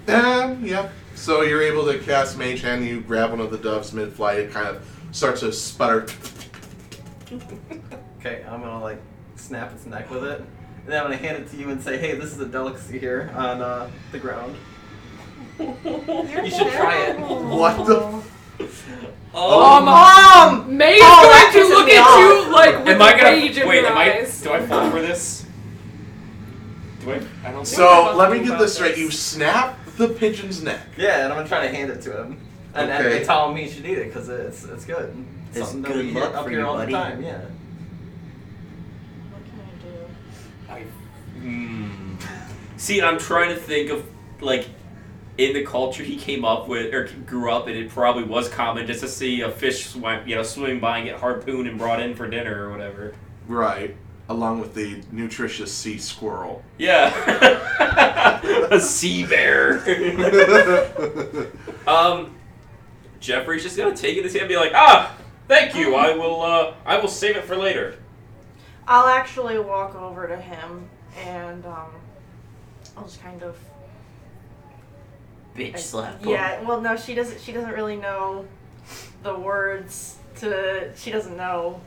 Speaker 2: Um, yeah. So you're able to cast Mage Hand. You grab one of the doves mid-flight. It kind of starts to sputter. [laughs]
Speaker 8: Okay, I'm gonna like snap its neck with it. And then I'm gonna hand it to you and say, hey, this is a delicacy here on uh, the ground. You should try it.
Speaker 2: What the? F-
Speaker 3: Oh,
Speaker 2: Oh,
Speaker 5: Mom! May's
Speaker 14: Oh,
Speaker 6: that
Speaker 5: going
Speaker 6: pisses
Speaker 5: to look
Speaker 6: me
Speaker 5: at
Speaker 6: off.
Speaker 5: you like with
Speaker 3: am I
Speaker 5: rage
Speaker 3: gonna
Speaker 5: in
Speaker 3: wait?
Speaker 5: her
Speaker 3: Am I?
Speaker 5: eyes.
Speaker 3: Do I fall for this? Do I? I don't. think-
Speaker 2: so let me get this straight. You snap the pigeon's neck.
Speaker 8: Yeah, and I'm gonna try to hand it to him. And, and
Speaker 2: Okay.
Speaker 8: they tell him he should eat it because it's it's good.
Speaker 16: It's
Speaker 8: Something that
Speaker 16: good
Speaker 8: we eat
Speaker 16: luck
Speaker 8: up
Speaker 16: for
Speaker 8: here
Speaker 16: you,
Speaker 8: all
Speaker 16: buddy.
Speaker 8: the time. Yeah.
Speaker 6: What can I do?
Speaker 3: I, mm. See, I'm trying to think of like in the culture he came up with or grew up in. It probably was common just to see a fish swim, you know, swimming by and get harpooned and brought in for dinner or whatever.
Speaker 2: Right. Along with the nutritious sea [laughs] squirrel.
Speaker 3: Yeah, [laughs] a sea [laughs] bear. um, Jeffrey's just gonna take it in his hand and be like, ah, thank you. I will. Uh, I will save it for later.
Speaker 6: I'll actually walk over to him and um, I'll just kind of
Speaker 13: Bitch slap.
Speaker 6: Yeah, well, no, she doesn't. She doesn't really know the words to. She doesn't know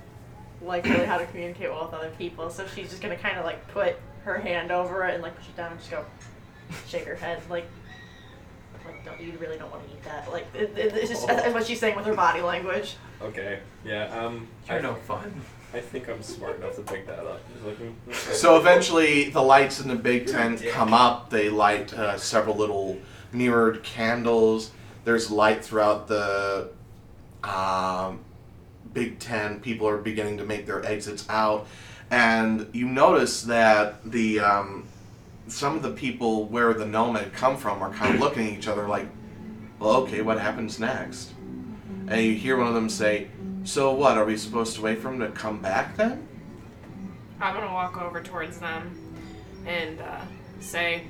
Speaker 6: like really how to communicate well with other people. So she's just gonna kind of like put her hand over it and like push it down and just go shake her head like. Like, don't, you really don't want to eat that. Like, it, it, it's just
Speaker 15: Oh.
Speaker 6: that's what she's saying with her body language.
Speaker 3: Okay. Yeah. Um.
Speaker 8: You're
Speaker 3: I,
Speaker 8: no fun.
Speaker 3: I think I'm smart enough to pick that up. Just like, mm, okay.
Speaker 2: So eventually, the lights in the big tent come up. They light uh, several little mirrored candles. There's light throughout the um, big tent. People are beginning to make their exits out, and you notice that the um, some of the people where the gnome had come from are kind of looking at each other like, "Well, okay, what happens next?" And you hear one of them say, "So what? Are we supposed to wait for him to come back then?"
Speaker 5: I'm gonna walk over towards them and uh, say,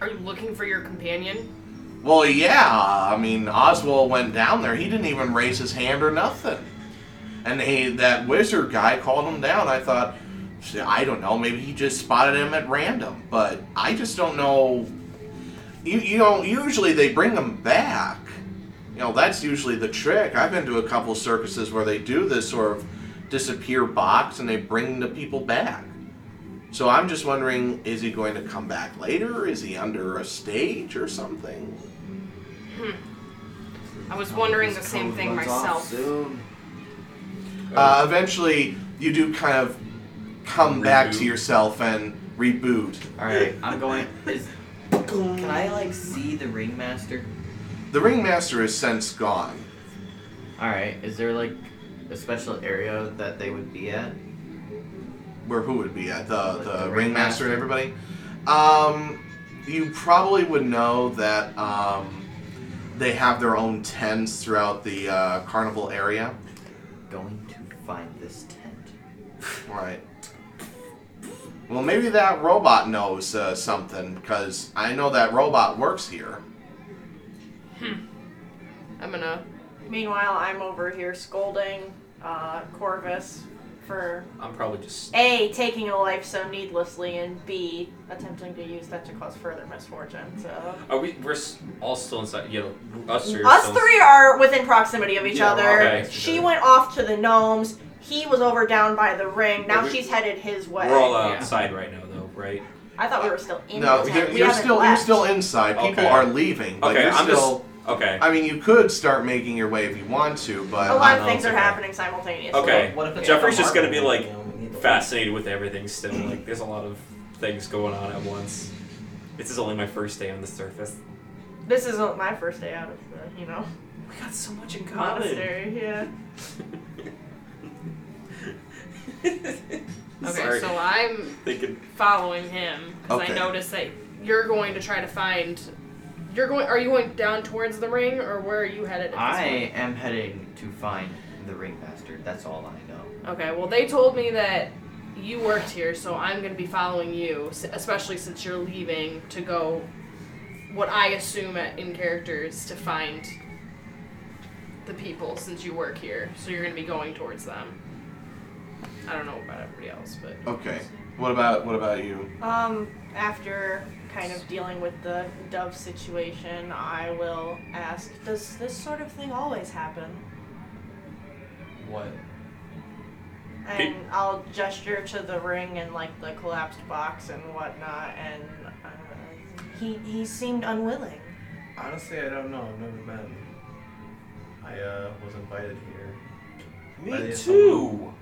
Speaker 5: "Are you looking for your companion?"
Speaker 2: Well, yeah. I mean, Oswald went down there. He didn't even raise his hand or nothing. And he, that wizard guy called him down. I thought, "Shit, I don't know. Maybe he just spotted him at random. But I just don't know. You, you know, usually they bring them back. You know, that's usually the trick. I've been to a couple circuses where they do this sort of disappear box and they bring the people back. So I'm just wondering, is he going to come back later? Is he under a stage or something?
Speaker 5: I was wondering the same thing myself.
Speaker 2: Uh, eventually, you do kind of come back to
Speaker 3: Reboot.
Speaker 2: yourself and reboot.
Speaker 13: Alright, I'm going. Is, can I,
Speaker 5: [laughs]
Speaker 13: like, see the ringmaster?
Speaker 2: The ringmaster is since gone.
Speaker 13: Alright, is there, like, a special area that they would be at?
Speaker 2: Where who would be at the
Speaker 13: Like
Speaker 2: the,
Speaker 13: the
Speaker 2: ringmaster
Speaker 13: ringmaster.
Speaker 2: and everybody? Um, you probably would know that um, they have their own tents throughout the uh, carnival area.
Speaker 13: Going to find this tent.
Speaker 2: Right. Well, maybe that robot knows uh, something because I know that robot works here.
Speaker 5: I'm gonna.
Speaker 6: Meanwhile, I'm over here scolding uh, Corvus for
Speaker 3: I'm probably just.
Speaker 6: A, taking a life so needlessly, and B, attempting to use that to cause further misfortune. So.
Speaker 3: Are we? We're s- all still inside. You know, us three. Are
Speaker 6: Us
Speaker 3: still
Speaker 6: three are within proximity of each
Speaker 8: Yeah, we're
Speaker 6: other.
Speaker 3: all next to each
Speaker 6: She
Speaker 3: other.
Speaker 6: went off to the gnomes. He was over down by the ring. Now
Speaker 3: Well, we-
Speaker 6: she's headed his way.
Speaker 3: We're all
Speaker 13: Yeah.
Speaker 3: outside right now, though, right?
Speaker 6: I thought we were still in.
Speaker 2: No,
Speaker 6: the tent.
Speaker 2: you're,
Speaker 6: We
Speaker 2: you're
Speaker 6: haven't
Speaker 2: still
Speaker 6: left.
Speaker 2: you're still inside. People
Speaker 3: Okay.
Speaker 2: are leaving, but
Speaker 3: Okay,
Speaker 2: you're
Speaker 3: I'm just-
Speaker 2: still.
Speaker 3: Okay.
Speaker 2: I mean, you could start making your way if you want to, but
Speaker 6: A lot
Speaker 2: I
Speaker 6: of
Speaker 2: don't
Speaker 6: things
Speaker 2: know.
Speaker 6: are happening simultaneously.
Speaker 3: Okay.
Speaker 8: What if it's
Speaker 3: Jeffrey's
Speaker 8: like a
Speaker 3: just gonna
Speaker 8: marble?
Speaker 3: be, like,
Speaker 8: You know, we need to-
Speaker 3: Fascinated with everything still. Like, there's a lot of things going on at once. This is only my first day on the surface.
Speaker 6: This isn't my first day out of the, you know,
Speaker 3: We got so much in common.
Speaker 6: monastery. Yeah.
Speaker 5: Okay,
Speaker 3: Sorry.
Speaker 5: so I'm
Speaker 3: Thinking.
Speaker 5: following him because
Speaker 2: Okay.
Speaker 5: I noticed that you're going to try to find. You're going. Are you going down towards the ring, or where are you headed? At this point?
Speaker 13: I am heading to find the ringmaster. That's all I know.
Speaker 5: Okay. Well, they told me that you worked here, so I'm going to be following you, s- especially since you're leaving to go what I assume at- in character is to find the people since you work here. So you're going to be going towards them. I don't know about everybody else, but.
Speaker 2: Okay. What about what about you?
Speaker 6: Um, after kind of dealing with the dove situation, I will ask, does this sort of thing always happen?
Speaker 8: What?
Speaker 6: And I'll gesture to the ring and like the collapsed box and whatnot, and uh, he he seemed unwilling.
Speaker 8: Honestly, I don't know. I've never been. I uh, was invited here. By
Speaker 17: Me
Speaker 8: the
Speaker 17: too.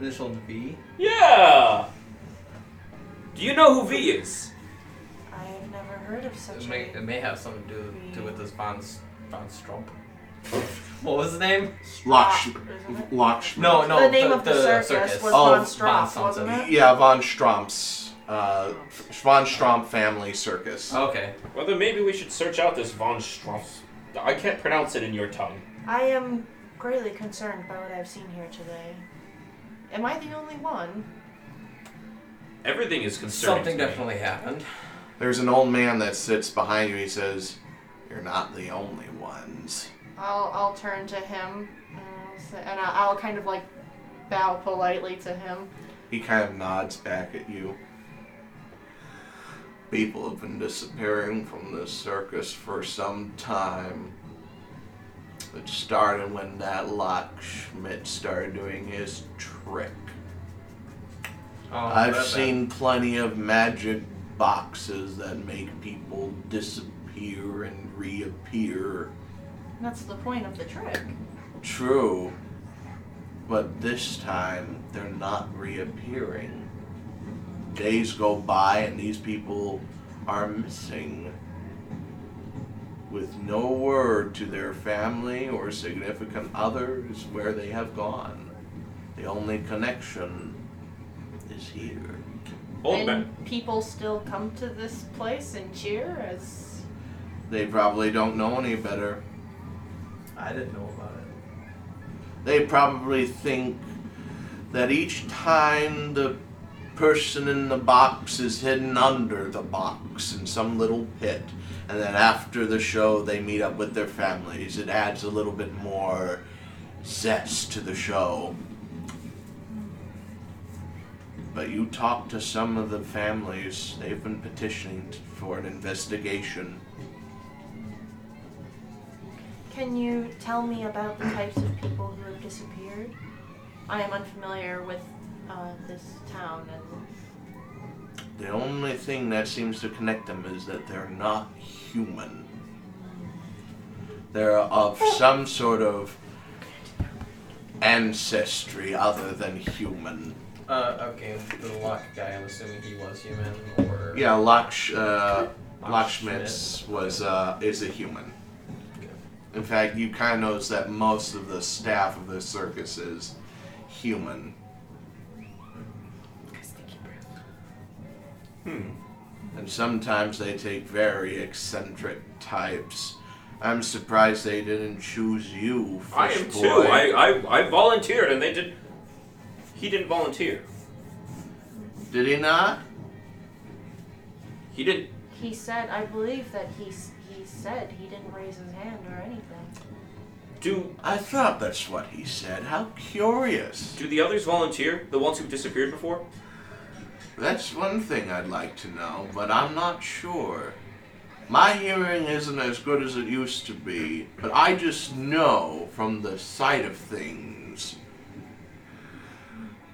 Speaker 8: Initial V.
Speaker 17: Yeah.
Speaker 3: Do you know who V is?
Speaker 6: I have never heard of such
Speaker 8: It
Speaker 6: a
Speaker 8: may, it may have something to do, do with this von S- von Strump. [laughs] what was his name?
Speaker 2: Laksh-
Speaker 6: isn't it?
Speaker 2: Lakshmi.
Speaker 8: No, no.
Speaker 6: The name of the circus was
Speaker 8: oh,
Speaker 6: von Strump,
Speaker 8: something.
Speaker 6: wasn't
Speaker 2: Yeah, von Stromp's uh, von Stromp family circus.
Speaker 8: Okay.
Speaker 17: Well, then maybe we should search out this von Strauss. I can't pronounce it in your tongue.
Speaker 6: I am greatly concerned by what I've seen here today. Am I the only one?
Speaker 3: Everything is concerning.
Speaker 8: Something
Speaker 3: to me.
Speaker 8: definitely happened.
Speaker 2: There's an old man that sits behind you. He says, "You're not the only ones."
Speaker 6: I'll I'll turn to him and I'll say- and I- I'll kind of like bow politely to him.
Speaker 2: He kind of nods back at you. People have been disappearing from this circus for some time. It started when that Lockschmidt started doing his trick.
Speaker 8: Oh,
Speaker 2: I've
Speaker 8: that-
Speaker 2: seen plenty of magic boxes that make people disappear and reappear.
Speaker 6: That's the point of the trick.
Speaker 2: True. But this time, they're not reappearing. Days go by and these people are missing. With no word to their family or significant others where they have gone. The only connection is here.
Speaker 3: Old
Speaker 6: and
Speaker 3: man.
Speaker 6: people still come to this place and cheer as
Speaker 2: They probably don't know any better.
Speaker 8: I didn't know about it.
Speaker 2: they probably think that each time the person in the box is hidden under the box in some little pit, and then after the show they meet up with their families. It adds a little bit more zest to the show. But you talk to some of the families, they've been petitioning t- for an investigation.
Speaker 6: Can you tell me about the types of people who have disappeared? I am unfamiliar with uh, this town and
Speaker 2: The only thing that seems to connect them is that they're not human. They're of some sort of ancestry other than human.
Speaker 8: Uh, okay. The luck guy. I'm assuming he was human or.
Speaker 2: Yeah, Laksh, uh,
Speaker 8: Lakshmit.
Speaker 2: Lakshmitz was uh, is a human. In fact, you kind of notice that most of the staff of the circus is human.
Speaker 17: Hmm.
Speaker 2: and sometimes they take very eccentric types. I'm surprised they didn't choose you, fish
Speaker 3: I am
Speaker 2: boy.
Speaker 3: too. I, I I volunteered and they did. He didn't volunteer.
Speaker 2: Did he not?
Speaker 3: He didn't.
Speaker 6: he said I believe that he s- he said he didn't raise his hand or anything.
Speaker 3: Do
Speaker 2: I thought that's what he said. How curious.
Speaker 3: do the others volunteer? The ones who disappeared before?
Speaker 2: That's one thing I'd like to know, but I'm not sure. My hearing isn't as good as it used to be, but I just know from the sight of things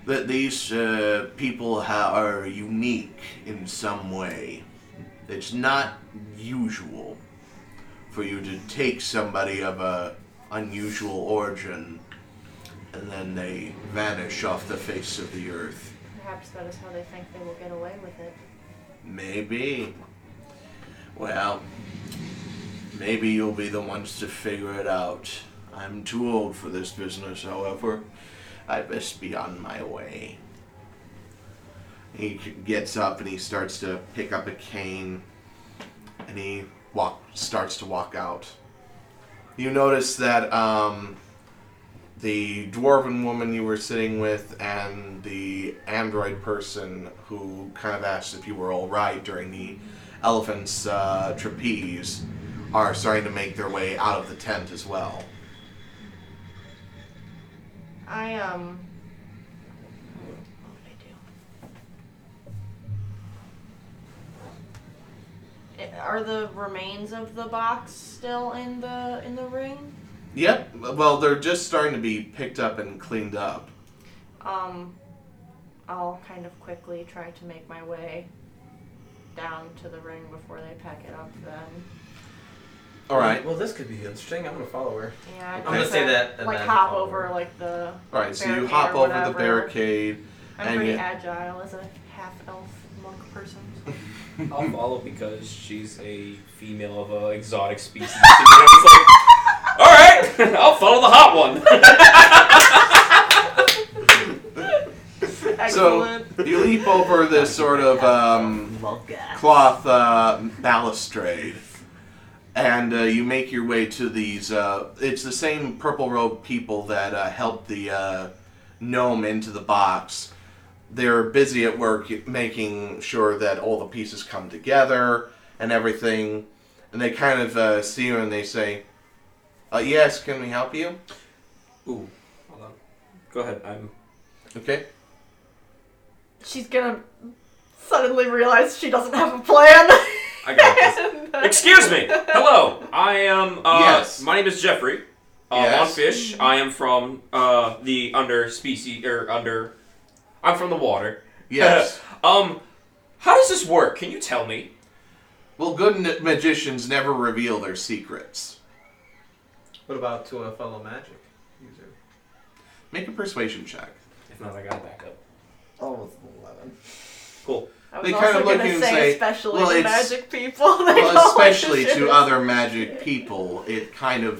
Speaker 2: that these uh, people ha- are unique in some way. It's not usual for you to take somebody of a unusual origin and then they vanish off the face of the earth.
Speaker 6: Perhaps that is how they think they will get away with it.
Speaker 2: Maybe. Well, maybe you'll be the ones to figure it out. I'm too old for this business, however. I best be on my way. He c- gets up and he starts to pick up a cane and he walk starts to walk out. You notice that um, the dwarven woman you were sitting with and the android person who kind of asked if you were all right during the elephant's uh, trapeze are starting to make their way out of the tent as well.
Speaker 6: I um. What would I do? Eh, Are the remains of the box still in the in the ring?
Speaker 2: Yep. Well, they're just starting to be picked up and cleaned up.
Speaker 6: Um, I'll kind of quickly try to make my way down to the ring before they pack it up. Then,
Speaker 2: All right.
Speaker 8: Well, this could be interesting. I'm gonna follow her.
Speaker 6: yeah, I
Speaker 8: I'm
Speaker 2: gonna
Speaker 6: guess
Speaker 8: say
Speaker 6: I,
Speaker 8: that and
Speaker 6: Like
Speaker 8: then
Speaker 6: hop
Speaker 8: follow
Speaker 6: over like the.
Speaker 2: All right. So you
Speaker 6: barricade
Speaker 2: hop
Speaker 6: or
Speaker 2: over the
Speaker 6: whatever.
Speaker 2: barricade.
Speaker 6: I'm
Speaker 2: And
Speaker 6: pretty
Speaker 2: you-
Speaker 6: agile as a half elf monk person.
Speaker 3: I'll follow because she's a female of an exotic species. [laughs] And I was like, all right, I'll follow the hot one.
Speaker 2: So you leap over this sort of um, cloth uh, balustrade, and uh, you make your way to these. Uh, it's the same purple robe people that uh, helped the uh, gnome into the box. They're busy at work making sure that all the pieces come together and everything. And they kind of uh, see you and they say, uh, "Yes, can we help you?"
Speaker 3: Ooh, hold on. Go ahead. I'm.
Speaker 2: Okay.
Speaker 6: She's gonna suddenly realize she doesn't have a [laughs] plan.
Speaker 3: I got this. Excuse me. Hello. I am. Uh,
Speaker 2: Yes.
Speaker 3: My name is Jeffrey. Uh,
Speaker 2: Yes.
Speaker 3: On fish. I am from uh, the under species or under. I'm from the water.
Speaker 2: Yes.
Speaker 3: um, how does this work? Can you tell me?
Speaker 2: well, good n- magicians never reveal their secrets.
Speaker 8: What about to a fellow magic user?
Speaker 2: Make a persuasion check.
Speaker 3: If not, I gotta back up.
Speaker 8: Oh, it's an eleven.
Speaker 3: Cool.
Speaker 6: I was
Speaker 2: They
Speaker 6: also
Speaker 2: kind of look at
Speaker 6: gonna
Speaker 2: you and
Speaker 6: say,
Speaker 2: say,
Speaker 6: especially
Speaker 2: well,
Speaker 6: to
Speaker 2: it's-
Speaker 6: magic people. [laughs] They don't
Speaker 2: Well,
Speaker 6: like
Speaker 2: especially
Speaker 6: this
Speaker 2: to
Speaker 6: shit.
Speaker 2: other magic people, it kind of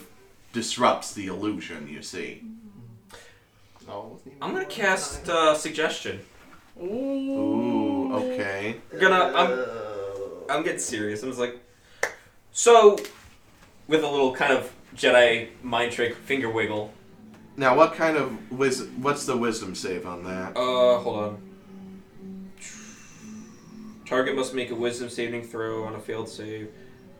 Speaker 2: disrupts the illusion, you see.
Speaker 8: No,
Speaker 3: I'm gonna cast uh, suggestion.
Speaker 2: Ooh, okay.
Speaker 3: I'm gonna. I'm. I'm getting serious. I was like, so, with a little kind of Jedi mind trick finger wiggle.
Speaker 2: Now, what kind of wis- what's the wisdom save on that?
Speaker 3: Uh, hold on. Target must make a wisdom saving throw on a failed save.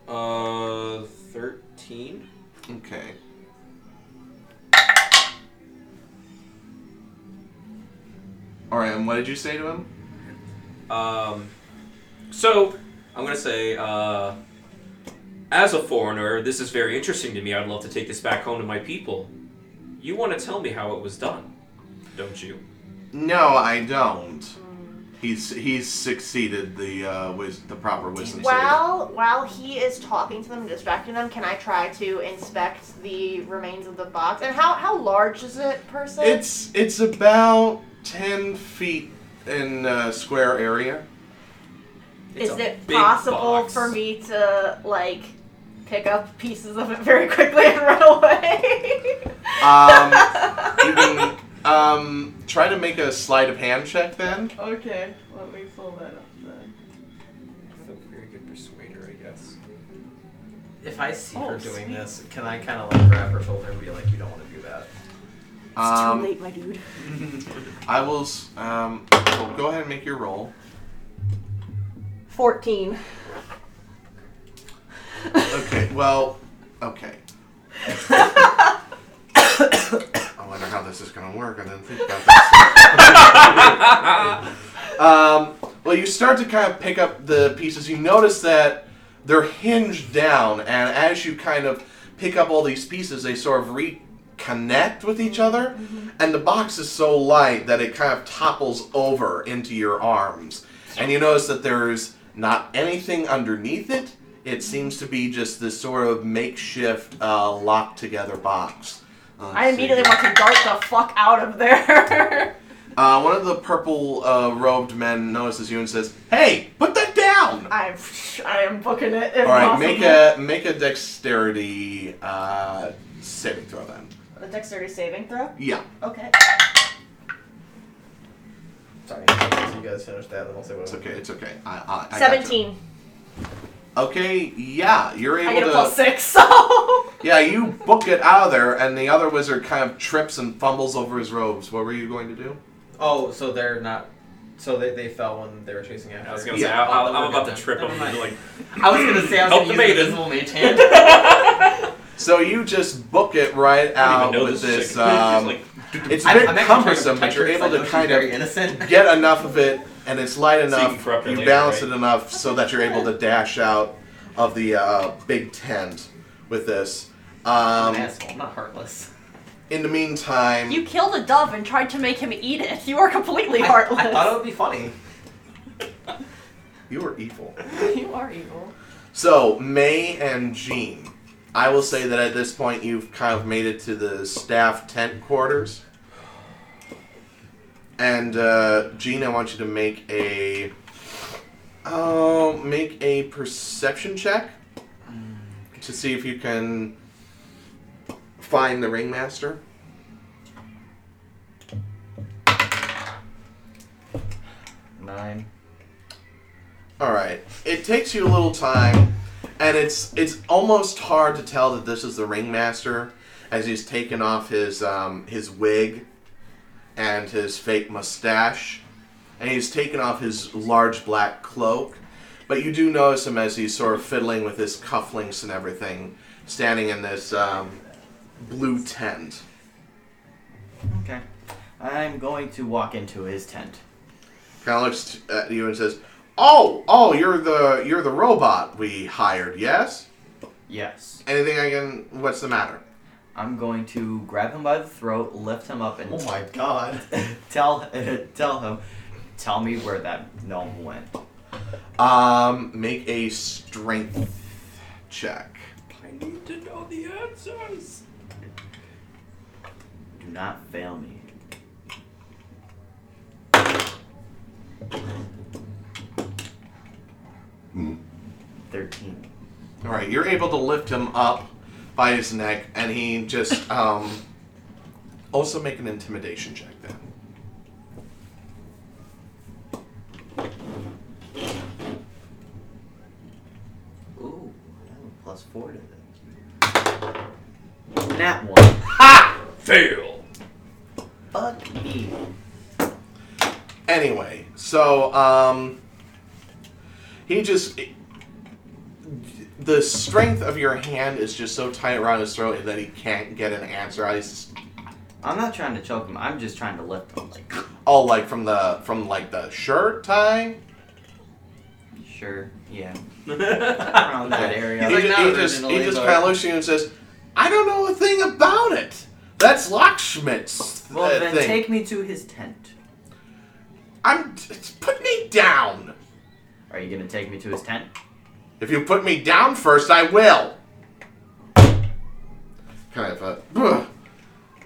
Speaker 3: Uh, 13?
Speaker 2: Okay. All right, and what did you say to him?
Speaker 3: Um, so, I'm gonna say, uh, as a foreigner, this is very interesting to me. I'd love to take this back home to my people. You want to tell me how it was done, don't you?
Speaker 2: No, I don't. He's he's succeeded the uh, wis- the proper wisdom save.
Speaker 6: While while he is talking to them, and distracting them, can I try to inspect the remains of the box? And how how large is it, per se?
Speaker 2: It's it's about ten feet in uh, square area.
Speaker 3: It's
Speaker 6: is
Speaker 3: a
Speaker 6: it
Speaker 3: big
Speaker 6: possible
Speaker 3: box.
Speaker 6: for me to like pick up pieces of it very quickly and [laughs] run away?
Speaker 2: Um, you can um, try to make a sleight of hand check then.
Speaker 18: Okay, let me pull that up then.
Speaker 3: I'm a very good persuader, I guess.
Speaker 8: If I see
Speaker 18: Oh,
Speaker 8: her doing
Speaker 18: sweet.
Speaker 8: this, can I kind of like grab her shoulder and be like, "You don't want to do that."
Speaker 2: Um,
Speaker 6: late, my dude.
Speaker 2: I will. s- Um, well, go ahead and make your roll.
Speaker 6: Fourteen.
Speaker 2: Okay. Well. Okay. I wonder how this is going to work. I didn't think about this. um, well, you start to kind of pick up the pieces. You notice that they're hinged down, and as you kind of pick up all these pieces, they sort of reconnect with each other. And the box is so light that it kind of topples over into your arms. And you notice that there's not anything underneath it. It seems to be just this sort of makeshift uh, locked together box. Uh,
Speaker 6: I
Speaker 2: let's see
Speaker 6: immediately
Speaker 2: here.
Speaker 6: want to dart the fuck out of there. [laughs]
Speaker 2: Uh, one of the purple uh, robed men notices you and says, "Hey, put that down!"
Speaker 6: I'm I am booking it. If
Speaker 2: All right,
Speaker 6: possible.
Speaker 2: make a make a dexterity uh, saving throw then.
Speaker 6: a dexterity saving throw.
Speaker 2: Yeah,
Speaker 6: Okay.
Speaker 8: Sorry, you guys finish that, and I'll say what.
Speaker 2: it's okay. It's okay. I, I, I got you.
Speaker 6: Seventeen.
Speaker 2: Okay, yeah, you're
Speaker 6: I get a
Speaker 2: able
Speaker 6: plus
Speaker 2: to.
Speaker 6: six, [laughs] so
Speaker 2: Yeah, you book it out of there, and the other wizard kind of trips and fumbles over his robes. What were you going to do?
Speaker 8: Oh, so they're not So they, they fell when they were chasing after.
Speaker 3: I was gonna
Speaker 8: her.
Speaker 3: say I, I,
Speaker 8: Oh,
Speaker 3: I'm
Speaker 8: we're
Speaker 3: about
Speaker 8: good
Speaker 3: to trip
Speaker 8: then.
Speaker 3: him.
Speaker 8: Never mind.
Speaker 3: Like,
Speaker 8: I was gonna say I was
Speaker 3: Help
Speaker 8: gonna
Speaker 3: the
Speaker 8: use
Speaker 3: maiden.
Speaker 8: invisible mage hand.
Speaker 2: So you just book it right
Speaker 3: I
Speaker 2: out
Speaker 3: don't even know
Speaker 2: with
Speaker 3: this. [laughs]
Speaker 2: this.
Speaker 3: chick. She's
Speaker 2: Um,
Speaker 3: like,
Speaker 2: it's a
Speaker 8: I'm-
Speaker 2: bit
Speaker 8: I'm actually trying to
Speaker 2: cumbersome, but
Speaker 8: protect
Speaker 2: you're
Speaker 8: her 'cause
Speaker 2: able
Speaker 8: I
Speaker 2: to
Speaker 8: know she's
Speaker 2: kind
Speaker 8: very
Speaker 2: of
Speaker 8: innocent. [laughs]
Speaker 2: get enough of it, and it's light
Speaker 3: So you can
Speaker 2: enough.
Speaker 3: prep it
Speaker 2: you
Speaker 3: later,
Speaker 2: balance
Speaker 3: right?
Speaker 2: it enough so that you're able to dash out of the uh, big tent with this.
Speaker 13: I'm an
Speaker 2: Um,
Speaker 13: asshole, I'm not heartless.
Speaker 2: in the meantime,
Speaker 6: You killed a dove and tried to make him eat it. You are completely heartless.
Speaker 8: I thought it would be funny.
Speaker 2: you were evil.
Speaker 6: [laughs] you are evil.
Speaker 2: So May and Jean, I will say that at this point you've kind of made it to the staff tent quarters, and uh, Jean, I want you to make a oh make a perception check to see if you can find the ringmaster.
Speaker 13: Nine.
Speaker 2: All right. It takes you a little time, and it's it's almost hard to tell that this is the ringmaster as he's taken off his um, his wig and his fake mustache, and he's taken off his large black cloak. But you do notice him as he's sort of fiddling with his cufflinks and everything, standing in this um, blue tent.
Speaker 13: Okay. I'm going to walk into his tent.
Speaker 2: Kind of looks at you and says, "Oh, oh, you're the you're the robot we hired, yes?
Speaker 13: Yes.
Speaker 2: Anything I can? What's the matter?"
Speaker 13: I'm going to grab him by the throat, lift him up, and
Speaker 2: Oh god.
Speaker 13: [laughs] tell tell him, tell me where that gnome went.
Speaker 2: Um, make a strength check.
Speaker 3: I need to know the answers.
Speaker 13: Do not fail me. Thirteen.
Speaker 2: All right, you're able to lift him up by his neck, and he [laughs] just um. Also, make an intimidation check then.
Speaker 13: Ooh, I have a plus four to this. That one.
Speaker 3: Fail.
Speaker 13: Fuck me.
Speaker 2: Anyway, so um, he just the strength of your hand is just so tight around his throat that he can't get an answer. I just
Speaker 13: I'm not trying to choke him. I'm just trying to lift him. Like,
Speaker 2: oh, like from the from like the shirt tie.
Speaker 13: sure,
Speaker 2: [laughs]
Speaker 13: yeah.
Speaker 3: That's
Speaker 13: Around that area.
Speaker 2: He,
Speaker 8: like,
Speaker 2: ju-
Speaker 8: not
Speaker 2: he just, he
Speaker 8: originally,
Speaker 2: just
Speaker 8: but-
Speaker 2: kind of looks at you and says, I don't know a thing about it. That's Locksmith's th-
Speaker 13: well, then
Speaker 2: Uh, thing.
Speaker 13: take me to his tent.
Speaker 2: I'm t- put me down.
Speaker 13: Are you gonna take me to his tent?
Speaker 2: If you put me down first, I will. Kind of uh, ugh,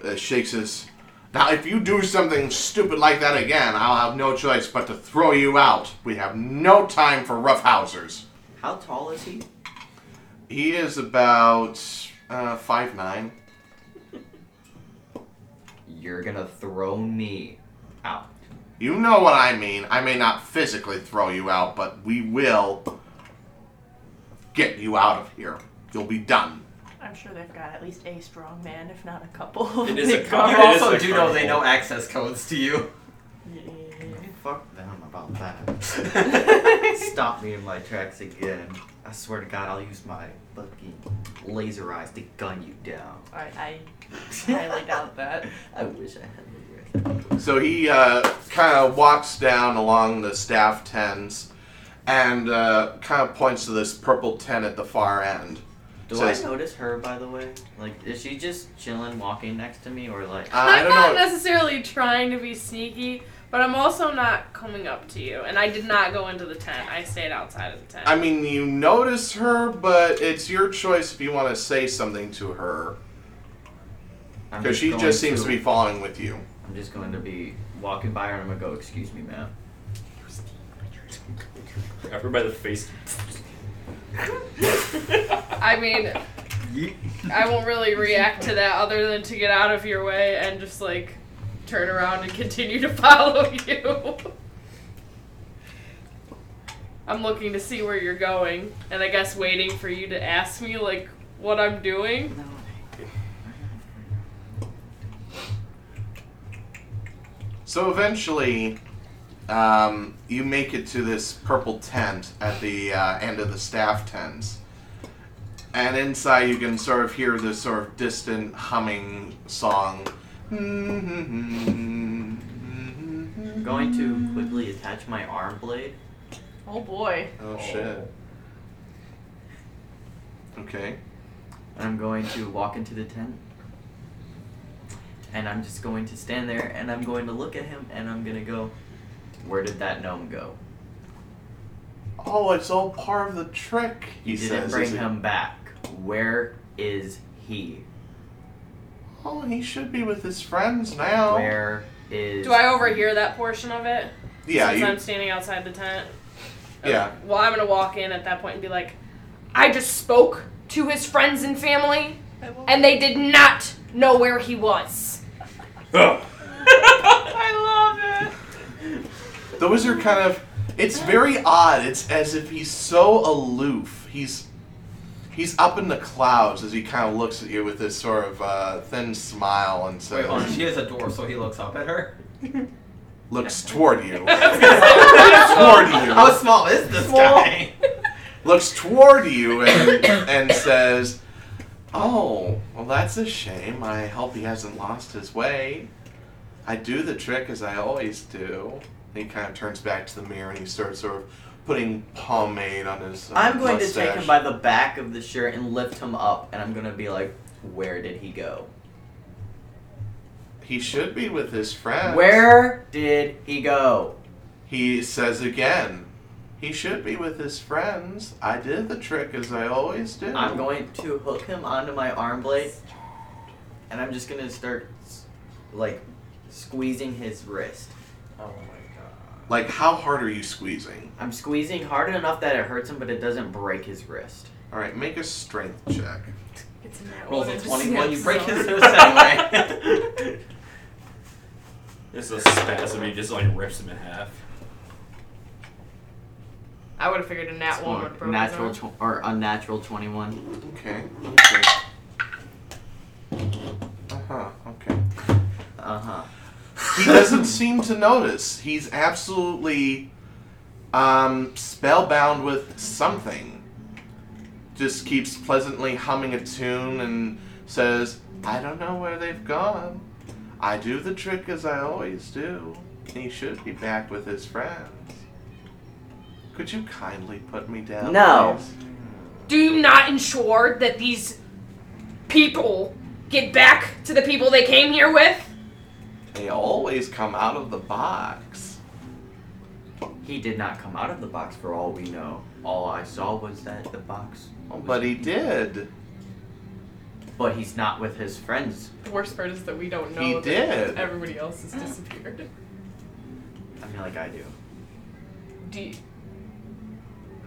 Speaker 2: uh, shakes his. Now, if you do something stupid like that again, I'll have no choice but to throw you out. We have no time for roughhousers.
Speaker 13: How tall is he?
Speaker 2: He is about uh, five nine.
Speaker 13: You're gonna throw me out.
Speaker 2: You know what I mean. I may not physically throw you out, but we will get you out of here. You'll be done.
Speaker 6: I'm sure they've got at least a strong man, if not a couple. [laughs]
Speaker 3: It is a
Speaker 6: They
Speaker 3: couple.
Speaker 6: cover-
Speaker 8: You
Speaker 3: It is
Speaker 8: also
Speaker 3: like
Speaker 8: do know they
Speaker 3: carnival.
Speaker 8: know
Speaker 13: [laughs]
Speaker 8: access codes to you.
Speaker 13: Fuck them about that. Stop me in my tracks again. I swear to God, I'll use my fucking laser eyes to gun you down.
Speaker 6: I, I highly doubt that.
Speaker 13: I wish I had laser eyes.
Speaker 2: So he uh, kind of walks down along the staff tens and uh, kind of points to this purple tent at the far end.
Speaker 13: Do
Speaker 2: Says-
Speaker 13: I notice her, by the way? Like, is she just chilling, walking next to me, or like?
Speaker 2: Uh, I
Speaker 5: I'm
Speaker 2: don't
Speaker 5: [laughs] not
Speaker 2: know.
Speaker 5: necessarily trying to be sneaky, but I'm also not coming up to you. And I did not go into the tent. I stayed outside of the tent.
Speaker 2: I mean, you notice her, but it's your choice if you want to say something to her.
Speaker 13: I'm
Speaker 2: Because she
Speaker 13: going
Speaker 2: just seems to be following with you.
Speaker 13: I'm just going to be walking by her, and I'm gonna go. Excuse me, ma'am.
Speaker 3: Grab her by the face. [laughs]
Speaker 5: I mean, I won't really react to that other than to get out of your way and just like turn around and continue to [laughs] follow you. I'm looking to see where you're going, and I guess waiting for you to ask me like what I'm doing.
Speaker 13: No.
Speaker 2: So eventually, um, you make it to this purple tent at the uh, end of the staff tents. And inside, you can sort of hear this sort of distant humming song.
Speaker 13: I'm going to quickly attach my arm blade.
Speaker 5: Oh boy.
Speaker 2: [laughs] Oh, shit. Okay.
Speaker 13: and I'm going to walk into the tent. And I'm just going to stand there and I'm going to look at him and I'm going to go, Where did that gnome go?
Speaker 2: Oh, it's all part of the trick.
Speaker 13: You
Speaker 2: He
Speaker 13: didn't
Speaker 2: says.
Speaker 13: bring
Speaker 2: as he-
Speaker 13: him back. Where is he?
Speaker 2: Oh, he should be with his friends now.
Speaker 13: Where is.
Speaker 5: Oh. Do I overhear that portion of it?
Speaker 2: Yeah,
Speaker 5: Since
Speaker 2: you,
Speaker 5: I'm standing outside the tent.
Speaker 2: yeah.
Speaker 5: Well, I'm gonna walk in at that point and be like, I just spoke to his friends and family, and they did not know where he was. I love it.
Speaker 2: The wizard kind of it's very odd. It's as if he's so aloof. He's he's up in the clouds as he kind of looks at you with this sort of uh, thin smile and
Speaker 8: Wait,
Speaker 2: says,
Speaker 8: hold on. She is a dwarf, so he looks up at her.
Speaker 2: looks toward you. [laughs] toward
Speaker 8: How
Speaker 2: you.
Speaker 8: small is this guy?
Speaker 2: Looks toward you and and says, "Oh, well that's a shame. I hope he hasn't lost his way. I do the trick as I always do." And he kind of turns back to the mirror and he starts sort of putting pomade on his. uh,
Speaker 13: I'm going to take
Speaker 2: mustache.
Speaker 13: him by the back of the shirt and lift him up and I'm going to be like, Where did he go?
Speaker 2: He should be with his friends.
Speaker 13: Where did he go?
Speaker 2: He says again, he should be with his friends. I did the trick as I always do.
Speaker 13: I'm going to hook him onto my arm blade, and I'm just gonna start like squeezing his wrist.
Speaker 8: Oh my
Speaker 2: Like, how hard are you squeezing?
Speaker 13: I'm squeezing hard enough that it hurts him, but it doesn't break his wrist.
Speaker 2: All right, make a strength check.
Speaker 5: It's in that
Speaker 8: god. Rolls a
Speaker 5: one. It just
Speaker 8: 21, you
Speaker 5: snaps
Speaker 8: break
Speaker 5: on.
Speaker 8: his wrist
Speaker 18: [laughs]
Speaker 8: anyway.
Speaker 3: This is a spasm. He just like rips him in half.
Speaker 5: I would have figured a nat one would have broken his
Speaker 13: natural
Speaker 5: arm.
Speaker 13: tw- or unnatural 21.
Speaker 2: Okay. Okay. Uh huh. Okay.
Speaker 13: Uh huh.
Speaker 2: He doesn't seem to notice. He's absolutely um, spellbound with something. Just keeps pleasantly humming a tune and says, I don't know where they've gone. I do the trick as I always do. He should be back with his friends. Could you kindly put me down?
Speaker 13: No.
Speaker 2: please?"
Speaker 5: Do you not ensure that these people get back to the people they came here with?
Speaker 2: They always come out of the box.
Speaker 13: He did not come out of the box for all we know. All I saw was that the box. was-
Speaker 2: Oh, But he did.
Speaker 13: But he's not with his friends.
Speaker 5: The worst part is that we don't know
Speaker 2: He
Speaker 5: that
Speaker 2: did.
Speaker 5: everybody else has disappeared.
Speaker 13: I mean, like I do.
Speaker 5: Do you,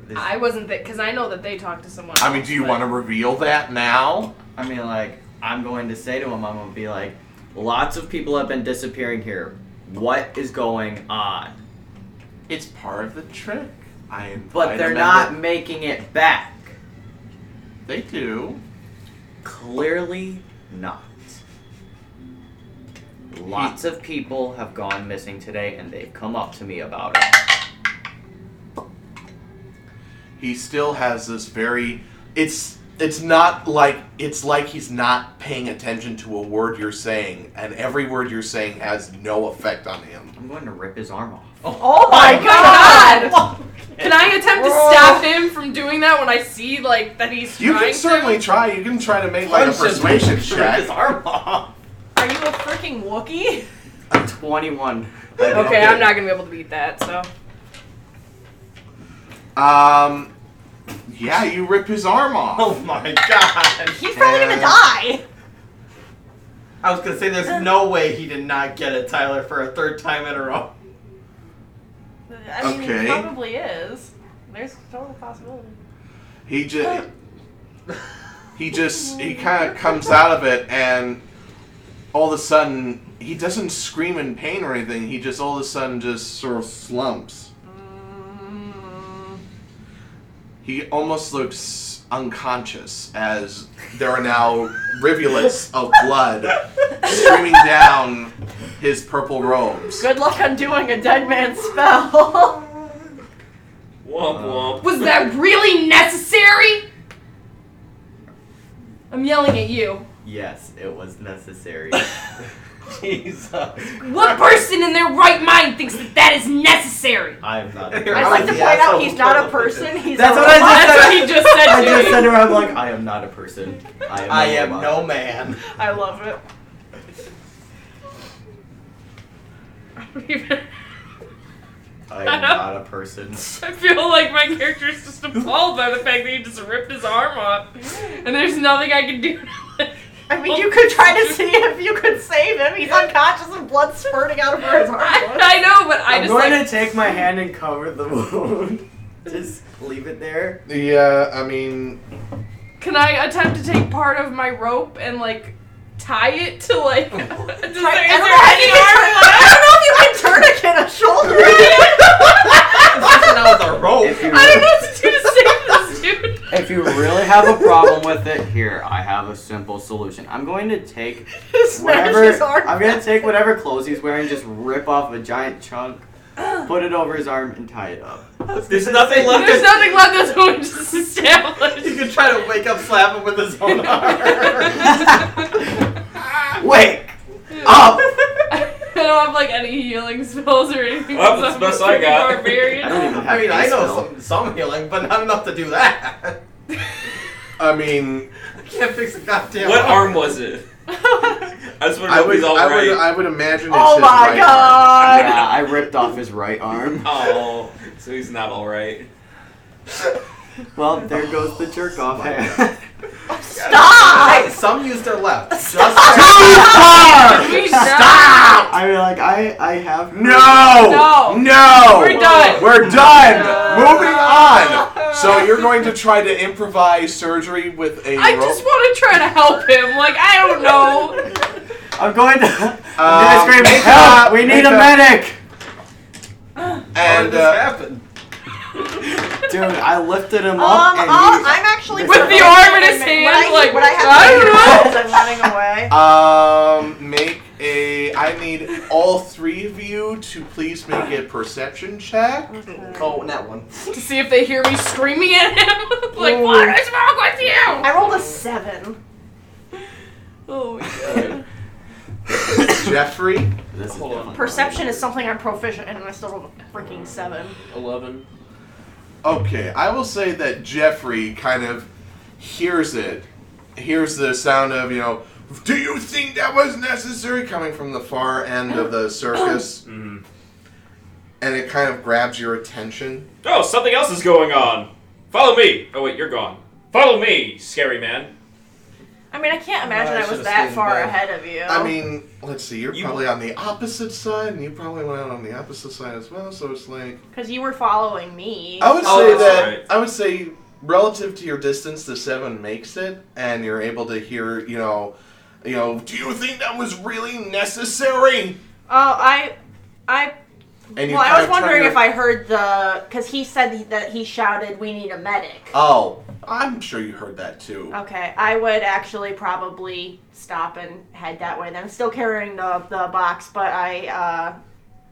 Speaker 13: This-
Speaker 5: I wasn't that because I know that they talked to someone.
Speaker 2: I mean, do you want to reveal that now?
Speaker 13: I mean, like, I'm going to say to him, I'm going to be like, lots of people have been disappearing here. What is going on?
Speaker 2: It's part of the trick. I invite
Speaker 13: But they're
Speaker 2: them
Speaker 13: not
Speaker 2: in
Speaker 13: making it back.
Speaker 2: the- They do.
Speaker 13: Clearly not. Lots of people have gone missing today and they've come up to me about it.
Speaker 2: He still has this very. It's it's not like it's like he's not paying attention to a word you're saying, and every word you're saying has no effect on him.
Speaker 13: I'm going to rip his arm off.
Speaker 5: Oh my god!
Speaker 2: [laughs]
Speaker 5: Can I attempt to stop him from doing that when I see like that he's
Speaker 2: You
Speaker 5: trying
Speaker 2: can certainly
Speaker 5: to?
Speaker 2: try. You can try to make like a
Speaker 13: Punch him.
Speaker 2: persuasion
Speaker 13: Rip his [laughs]
Speaker 2: check.
Speaker 13: arm off.
Speaker 6: Are you a freaking Wookiee?
Speaker 13: 21.
Speaker 5: Okay, I'm not gonna be able to beat that. So
Speaker 2: Um, yeah, you rip his arm off.
Speaker 8: [laughs] Oh my god.
Speaker 6: He's probably gonna
Speaker 2: Uh,
Speaker 6: die. [laughs]
Speaker 8: I was gonna say there's no way he did not get it, Tyler, for a third time in a row.
Speaker 6: I mean,
Speaker 2: okay.
Speaker 6: he probably is. There's a total possibility.
Speaker 2: He just he just he kind of comes out of it, and all of a sudden he doesn't scream in pain or anything. He just all of a sudden just sort of slumps. He almost looks unconscious as there are now rivulets of blood streaming down his purple robes.
Speaker 6: Good luck undoing a dead man's spell.
Speaker 3: Womp womp.
Speaker 5: Was that really necessary? I'm yelling at you.
Speaker 13: Yes, it was [laughs] necessary.
Speaker 8: Jesus.
Speaker 5: What person in their right mind thinks that that is necessary?
Speaker 13: I am [laughs] not.
Speaker 8: You're
Speaker 6: I'd
Speaker 8: I
Speaker 6: like
Speaker 8: was
Speaker 6: to
Speaker 8: the
Speaker 6: point out
Speaker 8: asshole
Speaker 6: he's
Speaker 8: who
Speaker 6: not a
Speaker 8: put up with
Speaker 6: [laughs] person.
Speaker 8: this.
Speaker 6: He's
Speaker 13: That's
Speaker 6: a
Speaker 13: what I
Speaker 6: robot.
Speaker 13: just
Speaker 5: That's what he just said
Speaker 13: [laughs] I
Speaker 5: to
Speaker 13: just
Speaker 5: me.
Speaker 13: said to her, I'm like, I am not a person. I am,
Speaker 8: I am
Speaker 13: robot."
Speaker 8: no man. [laughs]
Speaker 5: I love it. [laughs] I don't even.
Speaker 13: I am not a person.
Speaker 5: I feel like my character's just appalled by the fact that he just ripped his arm off, and there's nothing I can do. [laughs]
Speaker 6: I mean, you could try to see if you could save him. He's unconscious and blood spurting out of where his arm was.
Speaker 5: I know, but I
Speaker 13: am
Speaker 5: just
Speaker 13: going
Speaker 5: like
Speaker 13: to take my hand and cover the wound. just leave it there.
Speaker 2: The uh, I mean,
Speaker 5: Can I attempt to take part of my rope and like tie it to like? [laughs] Just like, is there
Speaker 6: I don't know how you can- I
Speaker 5: any arm left?
Speaker 6: don't know if you can tourniquet a shoulder.
Speaker 8: Listen out the rope.
Speaker 19: If you,
Speaker 5: I don't know what to do to save this
Speaker 19: [laughs]
Speaker 5: dude.
Speaker 19: if you really have a problem with it, here I have a simple solution. I'm going to take
Speaker 6: Smash
Speaker 19: whatever.
Speaker 6: his arm.
Speaker 19: I'm going to take whatever clothes he's wearing, just rip off a giant chunk, put it over his arm, and tie it up.
Speaker 8: There's nothing left.
Speaker 5: There's nothing left that's what we just established.
Speaker 8: You can try to wake up, slap him with his own arm.
Speaker 19: Wake
Speaker 5: [laughs]
Speaker 19: up!
Speaker 5: I don't have like any healing spells or anything.
Speaker 3: Well,
Speaker 5: because
Speaker 3: that's
Speaker 5: I'm
Speaker 3: the best I got.
Speaker 5: barbarian.
Speaker 19: I don't even have
Speaker 8: I mean, I
Speaker 19: a
Speaker 8: know
Speaker 19: spell.
Speaker 8: some, some healing, but not enough to do that.
Speaker 2: I mean,
Speaker 8: I can't fix a goddamn.
Speaker 3: What arm was it? I just want
Speaker 2: I
Speaker 3: to know if
Speaker 2: would,
Speaker 3: he's all
Speaker 2: I would,
Speaker 3: right.
Speaker 2: I would imagine. It's
Speaker 6: Oh
Speaker 2: his
Speaker 6: my
Speaker 2: right arm.
Speaker 6: god.
Speaker 19: Yeah, I [laughs] ripped off his right arm.
Speaker 3: Oh, so he's not all right.
Speaker 19: Well, there goes the jerk off hand.
Speaker 8: Hey,
Speaker 6: Stop!
Speaker 8: some use their left. Just
Speaker 5: We Stop!
Speaker 19: I mean, like, I, I have.
Speaker 2: No!
Speaker 5: No.
Speaker 2: No!
Speaker 5: We're done.
Speaker 2: We're done. Moving on. So you're going to try to improvise surgery with a
Speaker 5: I
Speaker 2: rope?
Speaker 5: just want to try to help him. Like I don't know.
Speaker 19: I'm going to.
Speaker 2: Um,
Speaker 19: I'm going to scream,
Speaker 2: make
Speaker 19: help!
Speaker 2: a-
Speaker 19: We need
Speaker 2: make
Speaker 19: Uh, a
Speaker 2: a-
Speaker 19: medic!
Speaker 8: How did
Speaker 2: and
Speaker 8: this
Speaker 2: uh,
Speaker 8: happen?
Speaker 19: Dude, I lifted him
Speaker 6: Um,
Speaker 19: up and
Speaker 6: I'll-
Speaker 19: he-
Speaker 6: I'm actually
Speaker 5: With the arm in his hand,
Speaker 6: What I,
Speaker 5: like,
Speaker 6: what I have
Speaker 5: I
Speaker 6: to do
Speaker 5: don't
Speaker 6: is I'm running away.
Speaker 2: um, make a. I need all three of you to please make a perception
Speaker 5: [laughs]
Speaker 2: check.
Speaker 8: Oh, that one.
Speaker 5: to see if they hear me screaming at him. [laughs] like what is wrong with you?
Speaker 6: I rolled a seven.
Speaker 5: Oh my
Speaker 2: Jeffrey,
Speaker 19: This is
Speaker 8: Hold on.
Speaker 19: definitely-
Speaker 6: Perception is something I'm proficient in, and I still rolled a freaking seven.
Speaker 8: Eleven.
Speaker 2: Okay, I will say that Jeffrey kind of hears it, hears the sound of you know. Do you think that was necessary? Coming from the far end of
Speaker 3: [coughs]
Speaker 2: the circus,
Speaker 3: Mhm.
Speaker 2: and it kind of grabs your attention.
Speaker 3: Oh, something else is going on. Follow me. Oh wait, you're gone. Follow me, scary man.
Speaker 6: I mean, I can't imagine
Speaker 8: I
Speaker 6: I, was
Speaker 8: should've
Speaker 6: that
Speaker 8: stayed
Speaker 6: far
Speaker 8: in bed.
Speaker 6: ahead of you.
Speaker 3: Oh.
Speaker 2: I mean, let's see. You're
Speaker 3: You-
Speaker 2: probably on the opposite side, and you probably went out on the opposite side as well. So it's like
Speaker 6: because you were following me.
Speaker 2: I would
Speaker 3: Oh,
Speaker 2: say
Speaker 3: that's
Speaker 2: that
Speaker 3: right.
Speaker 2: I would say relative to your distance, the seven makes it, and you're able to hear you know, you know. Do you think that was really necessary?
Speaker 6: Oh, I, I.
Speaker 2: And you
Speaker 6: well, I
Speaker 2: kind
Speaker 6: was
Speaker 2: of turn
Speaker 6: wondering
Speaker 2: your-
Speaker 6: if I heard the because he said that he shouted, "We need a medic."
Speaker 2: Oh, I'm sure you heard that too.
Speaker 6: Okay, I would actually probably stop and head that way. Then I'm still carrying the the box, but I uh,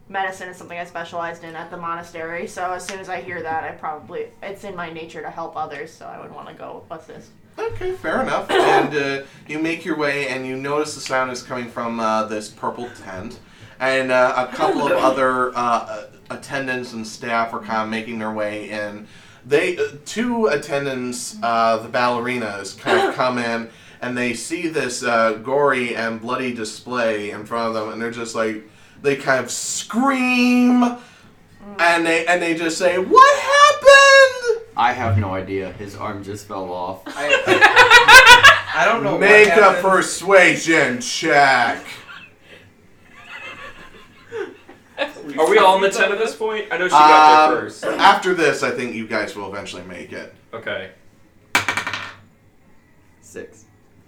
Speaker 6: medicine is something I specialized in at the monastery. So as soon as I hear that, I probably it's in my nature to help others, so I would want to go assist.
Speaker 2: Okay, fair enough. [coughs] and uh, you make your way, and you notice the sound is coming from uh, this purple tent, and uh, a couple of other uh, attendants and staff are kind of making their way in. They uh, two attendants, uh, the ballerinas, kind of come in, and they see this uh, gory and bloody display in front of them, and they're just like they kind of scream, and they and they just say, "What happened?"
Speaker 19: I have no idea. His arm just fell off.
Speaker 8: I, I don't know.
Speaker 2: Make
Speaker 8: what
Speaker 2: a
Speaker 8: happened.
Speaker 2: persuasion check.
Speaker 3: Are we [laughs] all in the tent at this point? I know she got
Speaker 2: Um,
Speaker 3: there first.
Speaker 2: after this, I think you guys will eventually make it.
Speaker 3: Okay.
Speaker 19: Six.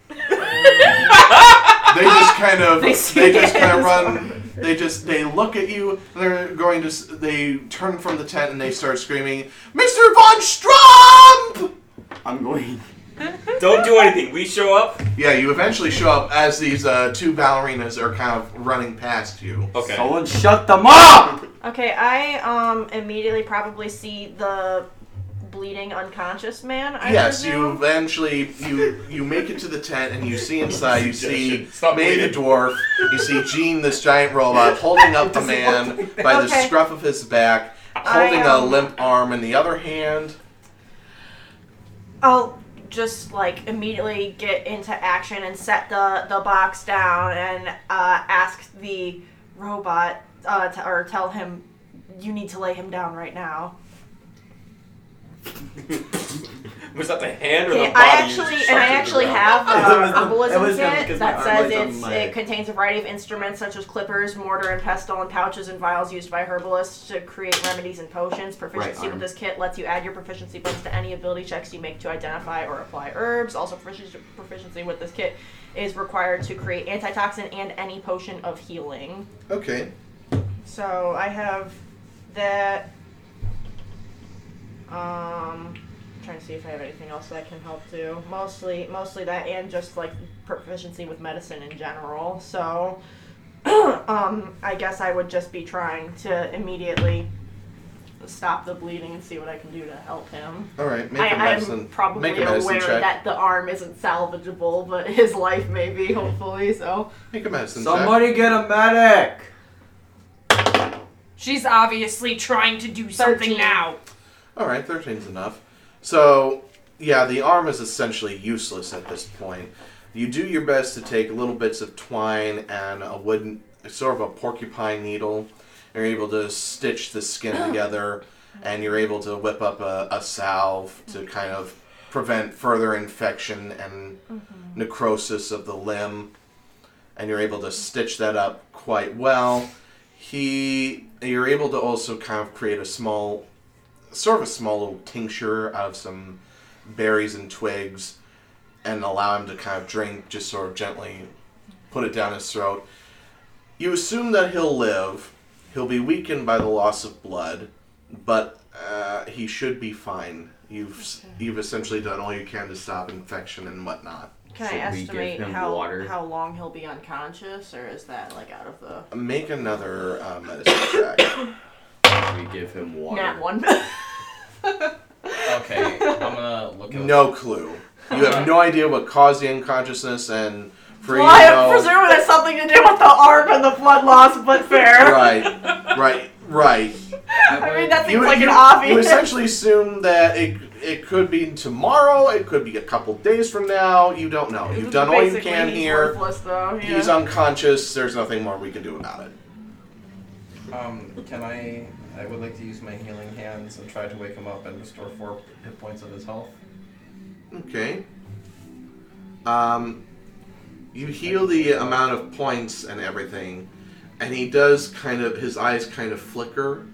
Speaker 2: They just kind of,
Speaker 6: They
Speaker 2: they,
Speaker 6: see
Speaker 2: just
Speaker 3: [laughs]
Speaker 6: it.
Speaker 2: kind of run They just they look at you. And they're going to. s- They turn from the tent and they start screaming, "Mr. von Stromp!"
Speaker 19: I'm going.
Speaker 3: Don't do anything. We show up.
Speaker 2: Yeah, you eventually show up as these uh, two ballerinas are kind of running past you.
Speaker 3: Okay.
Speaker 19: Someone shut them up!
Speaker 6: Okay, I um immediately probably see the bleeding unconscious man. I
Speaker 2: yes, you
Speaker 6: presume.
Speaker 2: eventually you you make it to the tent and you see inside. You see
Speaker 3: Stop
Speaker 2: May the
Speaker 3: bleeding.
Speaker 2: dwarf. You see Gene, this giant robot, holding up the man by the
Speaker 6: Okay.
Speaker 2: scruff of his back, holding
Speaker 6: I,
Speaker 2: a
Speaker 6: um,
Speaker 2: limp arm in the other hand.
Speaker 6: I'll just like immediately get into action and set the the box down and uh, ask the robot uh, to, or tell him you need to lay him down right now.
Speaker 3: Was that the hand or
Speaker 6: Okay,
Speaker 3: the body?
Speaker 6: I
Speaker 3: you
Speaker 6: actually
Speaker 3: just
Speaker 6: and I
Speaker 3: shoved into the
Speaker 6: actually
Speaker 19: [laughs]
Speaker 3: ground?
Speaker 6: have
Speaker 19: It was the-
Speaker 6: the
Speaker 19: it was
Speaker 6: herbalism
Speaker 19: them
Speaker 6: kit
Speaker 19: because
Speaker 6: that
Speaker 19: my
Speaker 6: says
Speaker 19: herbalism
Speaker 6: it's,
Speaker 19: might-
Speaker 6: it contains a variety of instruments such as clippers, mortar and pestle, and pouches and vials used by herbalists to create remedies and potions. Proficiency
Speaker 19: arm.
Speaker 6: with this kit lets you add your proficiency points to any ability checks you make to identify or apply herbs. Also, proficiency, proficiency with this kit is required to create antitoxin and any potion of healing.
Speaker 2: Okay.
Speaker 6: So I have that. Um, trying to see if I have anything else that can help do. Mostly, mostly that, and just like proficiency with medicine in general. So, [clears throat] um, I guess I would just be trying to immediately stop the bleeding and see what I can do to help him.
Speaker 2: All right. Make
Speaker 6: I,
Speaker 2: a medicine.
Speaker 6: I'm probably
Speaker 2: make a medicine
Speaker 6: aware
Speaker 2: check.
Speaker 6: that the arm isn't salvageable, but [laughs] his life may be, hopefully. So,
Speaker 2: Make a medicine
Speaker 19: Somebody get a medic!
Speaker 5: She's obviously trying to do something
Speaker 6: Thirteen.
Speaker 5: now.
Speaker 2: check. All right, thirteen's enough. So yeah, the arm is essentially useless at this point. You do your best to take little bits of twine and a wooden, sort of a porcupine needle. You're able to stitch the skin together, and you're able to whip up a, a salve to kind of prevent further infection and necrosis of the limb. And you're able to stitch that up quite well. He, you're able to also kind of create a small, sort of a small little tincture out of some berries and twigs, and allow him to kind of drink, just sort of gently put it down his throat. You assume that he'll live. He'll be weakened by the loss of blood, but uh, he should be fine. You've s you've essentially done all you can to stop infection and whatnot.
Speaker 6: can I
Speaker 19: Should we give
Speaker 6: estimate
Speaker 19: him
Speaker 6: how
Speaker 19: water?
Speaker 6: how long he'll be unconscious, or is that like out of the
Speaker 2: Make another uh, medicine check.
Speaker 19: We give him water.
Speaker 6: Nat one. [laughs]
Speaker 8: Okay, I'm gonna look at
Speaker 2: No clue. You have no idea what caused the unconsciousness, and for
Speaker 6: well, I
Speaker 2: you know,
Speaker 6: presume it has something to do with the arc and the blood loss,
Speaker 2: [laughs]
Speaker 6: but fair.
Speaker 2: right, right,
Speaker 6: [laughs]
Speaker 2: right.
Speaker 6: I mean, that seems
Speaker 2: you,
Speaker 6: like
Speaker 2: you-
Speaker 6: an
Speaker 2: you
Speaker 6: obvious. [laughs]
Speaker 2: essentially assume that it it could be tomorrow, it could be a couple days from now. You don't know. You've done all you
Speaker 6: Basically,
Speaker 2: can
Speaker 6: he's
Speaker 2: here.
Speaker 6: Worthless, though. Yeah.
Speaker 2: He's unconscious. There's nothing more we can do about it.
Speaker 8: Um, can I? I would like to use my healing hands and try to wake him up and restore four hit points of his health.
Speaker 2: Okay. Um, you heal the amount of points and everything, and he does kind of his eyes kind of flicker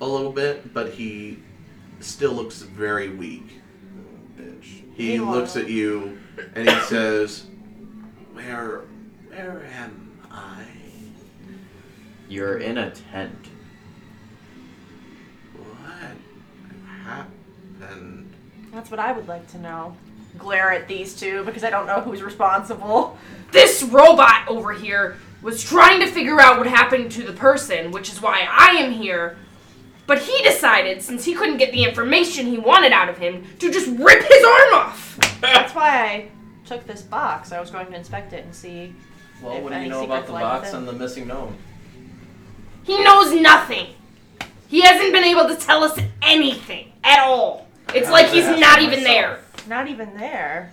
Speaker 2: a little bit, but he still looks very weak.
Speaker 8: Bitch.
Speaker 2: He
Speaker 6: Meanwhile-
Speaker 2: looks at you and he says, "Where, where am I?
Speaker 19: You're in a tent.
Speaker 2: What happened?"
Speaker 6: That's what I would like to know. Glare at these two because I don't know who's responsible.
Speaker 5: This robot over here was trying to figure out what happened to the person, which is why I am here. But he decided, since he couldn't get the information he wanted out of him, to just rip his arm off.
Speaker 6: [laughs] That's why I took this box. I was going to inspect it and see.
Speaker 8: Well,
Speaker 6: If
Speaker 8: what do
Speaker 6: any
Speaker 8: you know about
Speaker 6: secrets
Speaker 8: the
Speaker 6: lie
Speaker 8: box
Speaker 6: within.
Speaker 8: and the missing gnome?
Speaker 5: He knows nothing. He hasn't been able to tell us anything at all. It's
Speaker 8: I'm
Speaker 5: like
Speaker 8: gonna
Speaker 5: he's
Speaker 8: ask
Speaker 5: not
Speaker 8: him
Speaker 5: even
Speaker 8: myself.
Speaker 5: there.
Speaker 6: Not even there.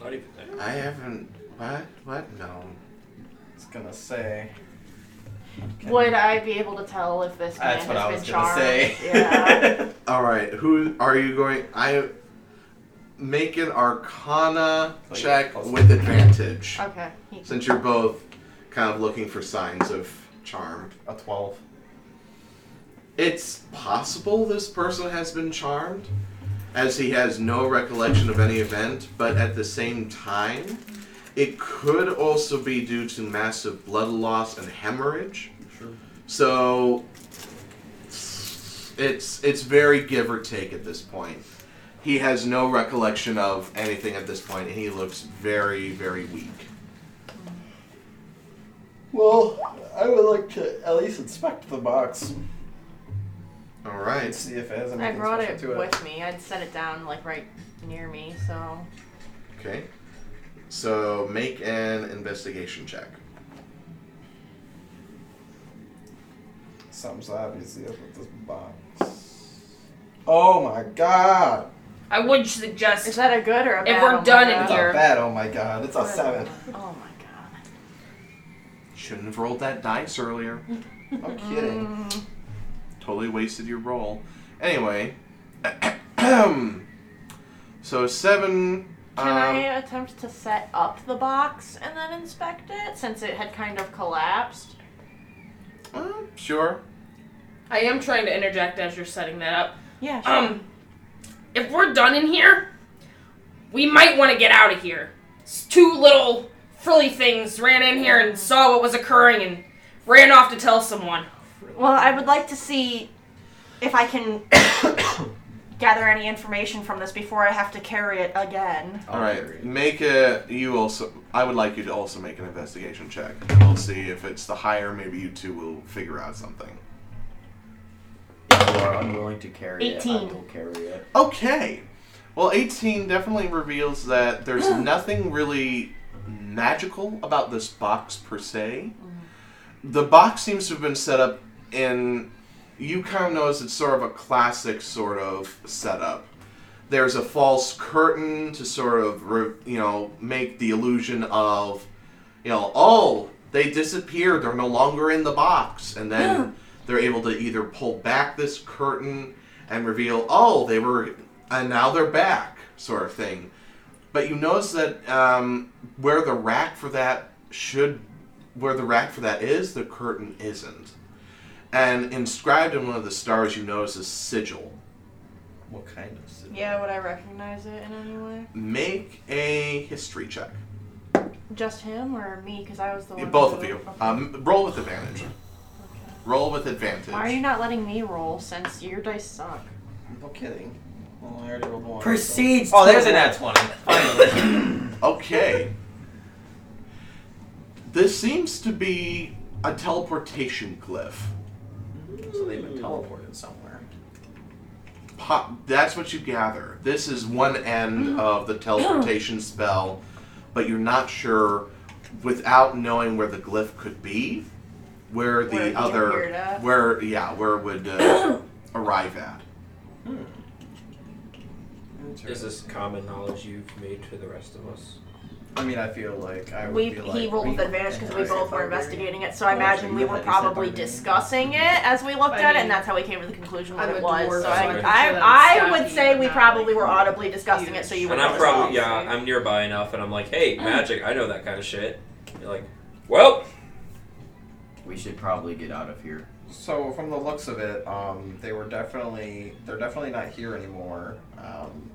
Speaker 3: Not even there.
Speaker 2: I haven't. What? What? No.
Speaker 8: It's gonna say. Can-
Speaker 6: Would I be able to tell if this man
Speaker 8: That's what
Speaker 6: has
Speaker 8: I
Speaker 6: been
Speaker 8: was gonna
Speaker 6: charmed?
Speaker 8: say.
Speaker 6: Yeah.
Speaker 2: [laughs] All right. Who are you going? I make an Arcana
Speaker 8: Like,
Speaker 2: check
Speaker 8: plus-
Speaker 2: with advantage
Speaker 6: okay. He-
Speaker 2: since you're both kind of looking for signs of charm.
Speaker 8: [laughs] A twelve.
Speaker 2: It's possible this person has been charmed, as he has no recollection of any event, but at the same time, It could also be due to massive blood loss and hemorrhage. So it's it's very give or take at this point. He has no recollection of anything at this point, and he looks very, very weak.
Speaker 20: Well, I would like to at least inspect the box
Speaker 2: All
Speaker 20: and
Speaker 2: right.
Speaker 20: see if it has
Speaker 6: I
Speaker 20: anything
Speaker 6: brought
Speaker 20: special
Speaker 6: it
Speaker 20: to it.
Speaker 6: with me. I'd set it down like right near me, so
Speaker 2: Okay. So make an investigation check.
Speaker 20: Something's obviously up with this box. Oh my god!
Speaker 5: I would suggest
Speaker 6: is that a good or a bad?
Speaker 5: If we're
Speaker 6: oh my
Speaker 5: done in
Speaker 6: God?
Speaker 20: It's a
Speaker 5: Here.
Speaker 20: bad, oh my god. It's a
Speaker 6: Good.
Speaker 20: seven.
Speaker 6: Oh my
Speaker 2: Shouldn't have rolled that dice earlier.
Speaker 6: Mm-hmm.
Speaker 20: No kidding.
Speaker 6: god. Mm,
Speaker 2: Totally wasted your roll. Anyway. [clears throat] so seven.
Speaker 6: Can
Speaker 2: um,
Speaker 6: I attempt to set up the box and then inspect it since it had kind of collapsed?
Speaker 2: uh, sure.
Speaker 5: I am trying to interject as you're setting that up.
Speaker 6: Yeah. Sure.
Speaker 5: Um, if we're done in here, we might want to get out of here. S- Two little frilly things ran in here and saw what was occurring and ran off to tell someone.
Speaker 6: Well, I would like to see if I can [coughs] gather any information from this before I have to carry it again.
Speaker 2: All right. Make a. You also. I would like you to also make an investigation check. And we'll see if it's the higher. Maybe you two will figure out something.
Speaker 19: If you are unwilling to carry it, I
Speaker 6: 18.
Speaker 19: will carry it.
Speaker 2: Okay. Well, 18 definitely reveals that there's nothing really magical about this box per se. The box seems to have been set up in. You kind of notice it's sort of a classic sort of setup. There's a false curtain to sort of, re, you know, make the illusion of, you know, oh, they disappeared. They're no longer in the box. And then they're able to either pull back this curtain and reveal, oh, they were, and now they're back, sort of thing. But you notice that um, where the rack for that should, where the rack for that is, the curtain isn't. And inscribed in one of the stars, you notice a sigil.
Speaker 20: What kind of soup?
Speaker 6: Yeah, would I recognize it in any way?
Speaker 2: Make a history check.
Speaker 6: Just him or me? Because I was the one.
Speaker 2: Both
Speaker 6: who-
Speaker 2: of you.
Speaker 6: Okay.
Speaker 2: Um, roll with advantage. Roll with advantage.
Speaker 6: Why are you not letting me roll since your dice suck?
Speaker 20: No kidding. Well, I already rolled one. so-
Speaker 13: Proceeds.
Speaker 8: Oh,
Speaker 13: to-
Speaker 8: there's an ad 20. Finally.
Speaker 2: Okay. This seems to be a teleportation glyph.
Speaker 8: so they've been teleported somewhere.
Speaker 2: pop, that's what you gather. This is one
Speaker 6: Hmm.
Speaker 2: end of the teleportation spell, but you're not sure without knowing where the glyph could be, where the
Speaker 6: Where it appeared
Speaker 2: other
Speaker 6: at.
Speaker 2: where yeah, where it would
Speaker 6: [coughs]
Speaker 2: uh, arrive at.
Speaker 3: Is this common knowledge you've made to the rest of us?
Speaker 20: I mean, I feel like I would
Speaker 6: We,
Speaker 20: be like.
Speaker 6: he rolled with advantage because we both were investigating it, so I
Speaker 20: Well,
Speaker 6: imagine
Speaker 20: you
Speaker 6: we
Speaker 20: had
Speaker 6: were
Speaker 20: to say
Speaker 6: probably
Speaker 20: barbarian.
Speaker 6: discussing it as we looked
Speaker 5: I
Speaker 6: at it,
Speaker 5: mean,
Speaker 6: and that's how we came to the conclusion what
Speaker 5: I'm
Speaker 6: it
Speaker 5: a
Speaker 6: was. So
Speaker 5: dwarf, so
Speaker 6: I,
Speaker 5: I'm sure that
Speaker 6: I, I
Speaker 5: it's
Speaker 6: would
Speaker 5: snappy
Speaker 6: say
Speaker 5: and
Speaker 6: we
Speaker 5: not,
Speaker 6: probably
Speaker 5: like,
Speaker 6: were audibly discussing it, so you
Speaker 5: huge.
Speaker 6: would
Speaker 3: And
Speaker 5: Right.
Speaker 3: I'm
Speaker 6: know.
Speaker 3: probably yeah,
Speaker 5: Right.
Speaker 3: I'm nearby enough, and I'm like, hey, magic, I know that kind of shit. You're like, well,
Speaker 19: We should probably get out of here.
Speaker 20: So from the looks of it, um, they were definitely they're definitely not here anymore. Um,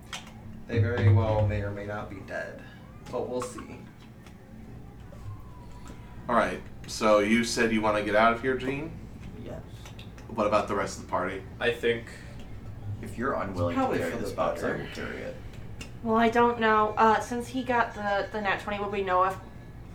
Speaker 20: they very well may or may not be dead, but we'll see.
Speaker 2: All right. So you said you want to get out of here, Gene.
Speaker 20: Yes.
Speaker 2: What about the rest of the party?
Speaker 3: I think
Speaker 19: If you're unwilling to
Speaker 20: Probably
Speaker 19: carry
Speaker 20: for
Speaker 19: this
Speaker 20: the
Speaker 19: box, I
Speaker 20: better.
Speaker 19: will carry it.
Speaker 6: Well, I don't know. Uh, since he got the, the nat 20, would we know if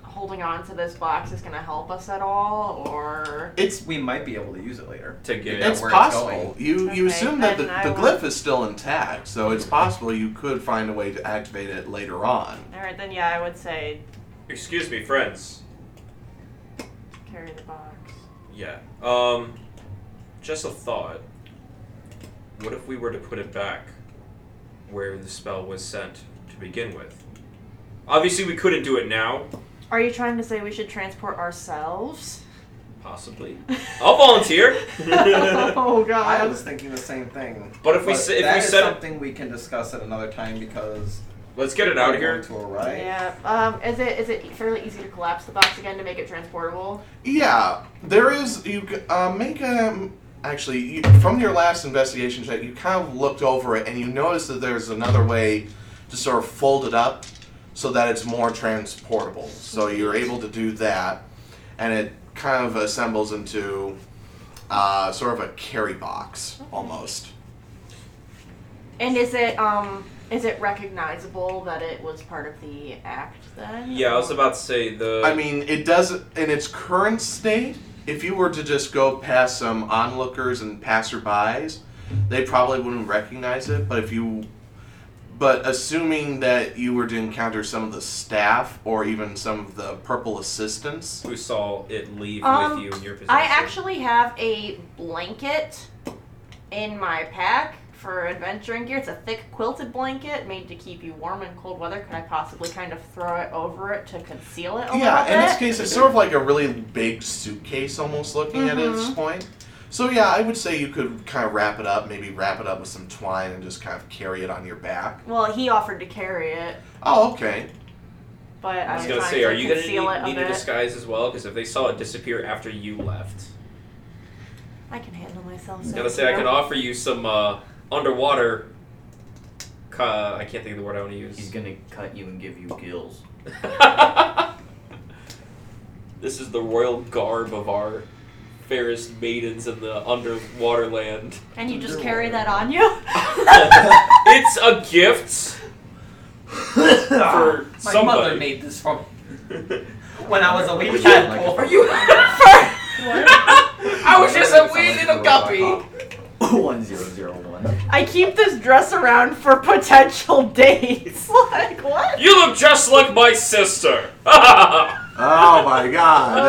Speaker 6: holding on to this box is going to help us at all? Or.
Speaker 2: It's
Speaker 20: We might be able to use it later.
Speaker 3: to get
Speaker 20: Yeah,
Speaker 2: it's
Speaker 20: where it's
Speaker 2: possible. you you
Speaker 6: Okay,
Speaker 2: assume that the,
Speaker 6: then I
Speaker 2: the
Speaker 6: will-
Speaker 2: glyph is still intact, so it's possible you could find a way to activate it later on.
Speaker 6: Alright, then yeah, I would say
Speaker 3: Excuse me, friends.
Speaker 6: carry the box.
Speaker 3: Yeah. Um, just a thought. What if we were to put it back where the spell was sent to begin with? Obviously, we couldn't do it now.
Speaker 6: Are you trying to say we should transport [laughs] ourselves?
Speaker 3: Possibly. [laughs] I'll volunteer.
Speaker 6: [laughs] oh,
Speaker 20: I
Speaker 6: God.
Speaker 20: was thinking the same thing.
Speaker 3: But if we se- if
Speaker 20: that
Speaker 3: we
Speaker 20: is
Speaker 3: set-
Speaker 20: something we can discuss at another time because
Speaker 3: Let's get it out of
Speaker 20: we're
Speaker 3: here.
Speaker 20: going To arrive.
Speaker 6: Yeah. Um, is it is it fairly easy to collapse the box again to make it transportable?
Speaker 2: Yeah, there is. You g- uh, make a. Actually, you, from your last investigation check, you kind of looked over it and you noticed that there's another way to sort of fold it up so that it's more transportable.
Speaker 6: Mm-hmm.
Speaker 2: So you're able to do that, and it kind of assembles into uh, sort of a carry box almost.
Speaker 6: And is it um is it recognizable that it was part of the act then?
Speaker 3: Yeah, I was about to say the.
Speaker 2: I mean, it does in its current state. If you were to just go past some onlookers and passerbys, they probably wouldn't recognize it. But if you, but assuming that you were to encounter some of the staff or even some of the purple assistants,
Speaker 3: who saw it leave with you in your position.
Speaker 6: I actually have a blanket in my pack for adventuring gear. It's a thick quilted blanket made to keep you warm in cold weather. Could I possibly kind of throw it over it to conceal it a
Speaker 2: yeah.
Speaker 6: little
Speaker 2: In this
Speaker 6: bit?
Speaker 2: case, it's sort of like a really big suitcase, almost looking at it at this
Speaker 6: Mhm.
Speaker 2: point. So yeah, I would say you could kind of wrap it up, maybe wrap it up with some twine and just kind of carry it on your back.
Speaker 6: well, he offered to carry it,
Speaker 2: Oh, okay.
Speaker 6: but I,
Speaker 3: I was
Speaker 6: going
Speaker 3: gonna
Speaker 6: to
Speaker 3: say, are you
Speaker 6: conceal
Speaker 3: gonna
Speaker 6: it
Speaker 3: need,
Speaker 6: a
Speaker 3: need a
Speaker 6: bit.
Speaker 3: disguise as well? Because if they saw it disappear after you left,
Speaker 6: I can handle myself.
Speaker 3: I was
Speaker 6: so
Speaker 3: gonna say I
Speaker 6: here.
Speaker 3: can offer you some uh, underwater. Ca- I can't think of the word I want to
Speaker 19: He's
Speaker 3: use.
Speaker 19: gonna cut you and give you [laughs] gills.
Speaker 3: [laughs] this is the royal garb of our fairest maidens in the underwater land. [laughs]
Speaker 6: Can you just carry that on you? [laughs]
Speaker 3: it's a gift
Speaker 13: Ah,
Speaker 3: for
Speaker 8: My mother
Speaker 3: [laughs] somebody.
Speaker 8: made this for me when I was a wee
Speaker 13: Would you
Speaker 8: cat
Speaker 13: like
Speaker 8: boy.
Speaker 13: a-
Speaker 3: [laughs]
Speaker 8: you? I was just a wee little guppy.
Speaker 19: [laughs] One zero zero one.
Speaker 6: I keep this dress around for potential [laughs]
Speaker 2: [laughs]
Speaker 6: dates. like what?
Speaker 3: You look just like my [laughs] sister.
Speaker 6: Uh,
Speaker 2: Oh my god,
Speaker 8: Oh,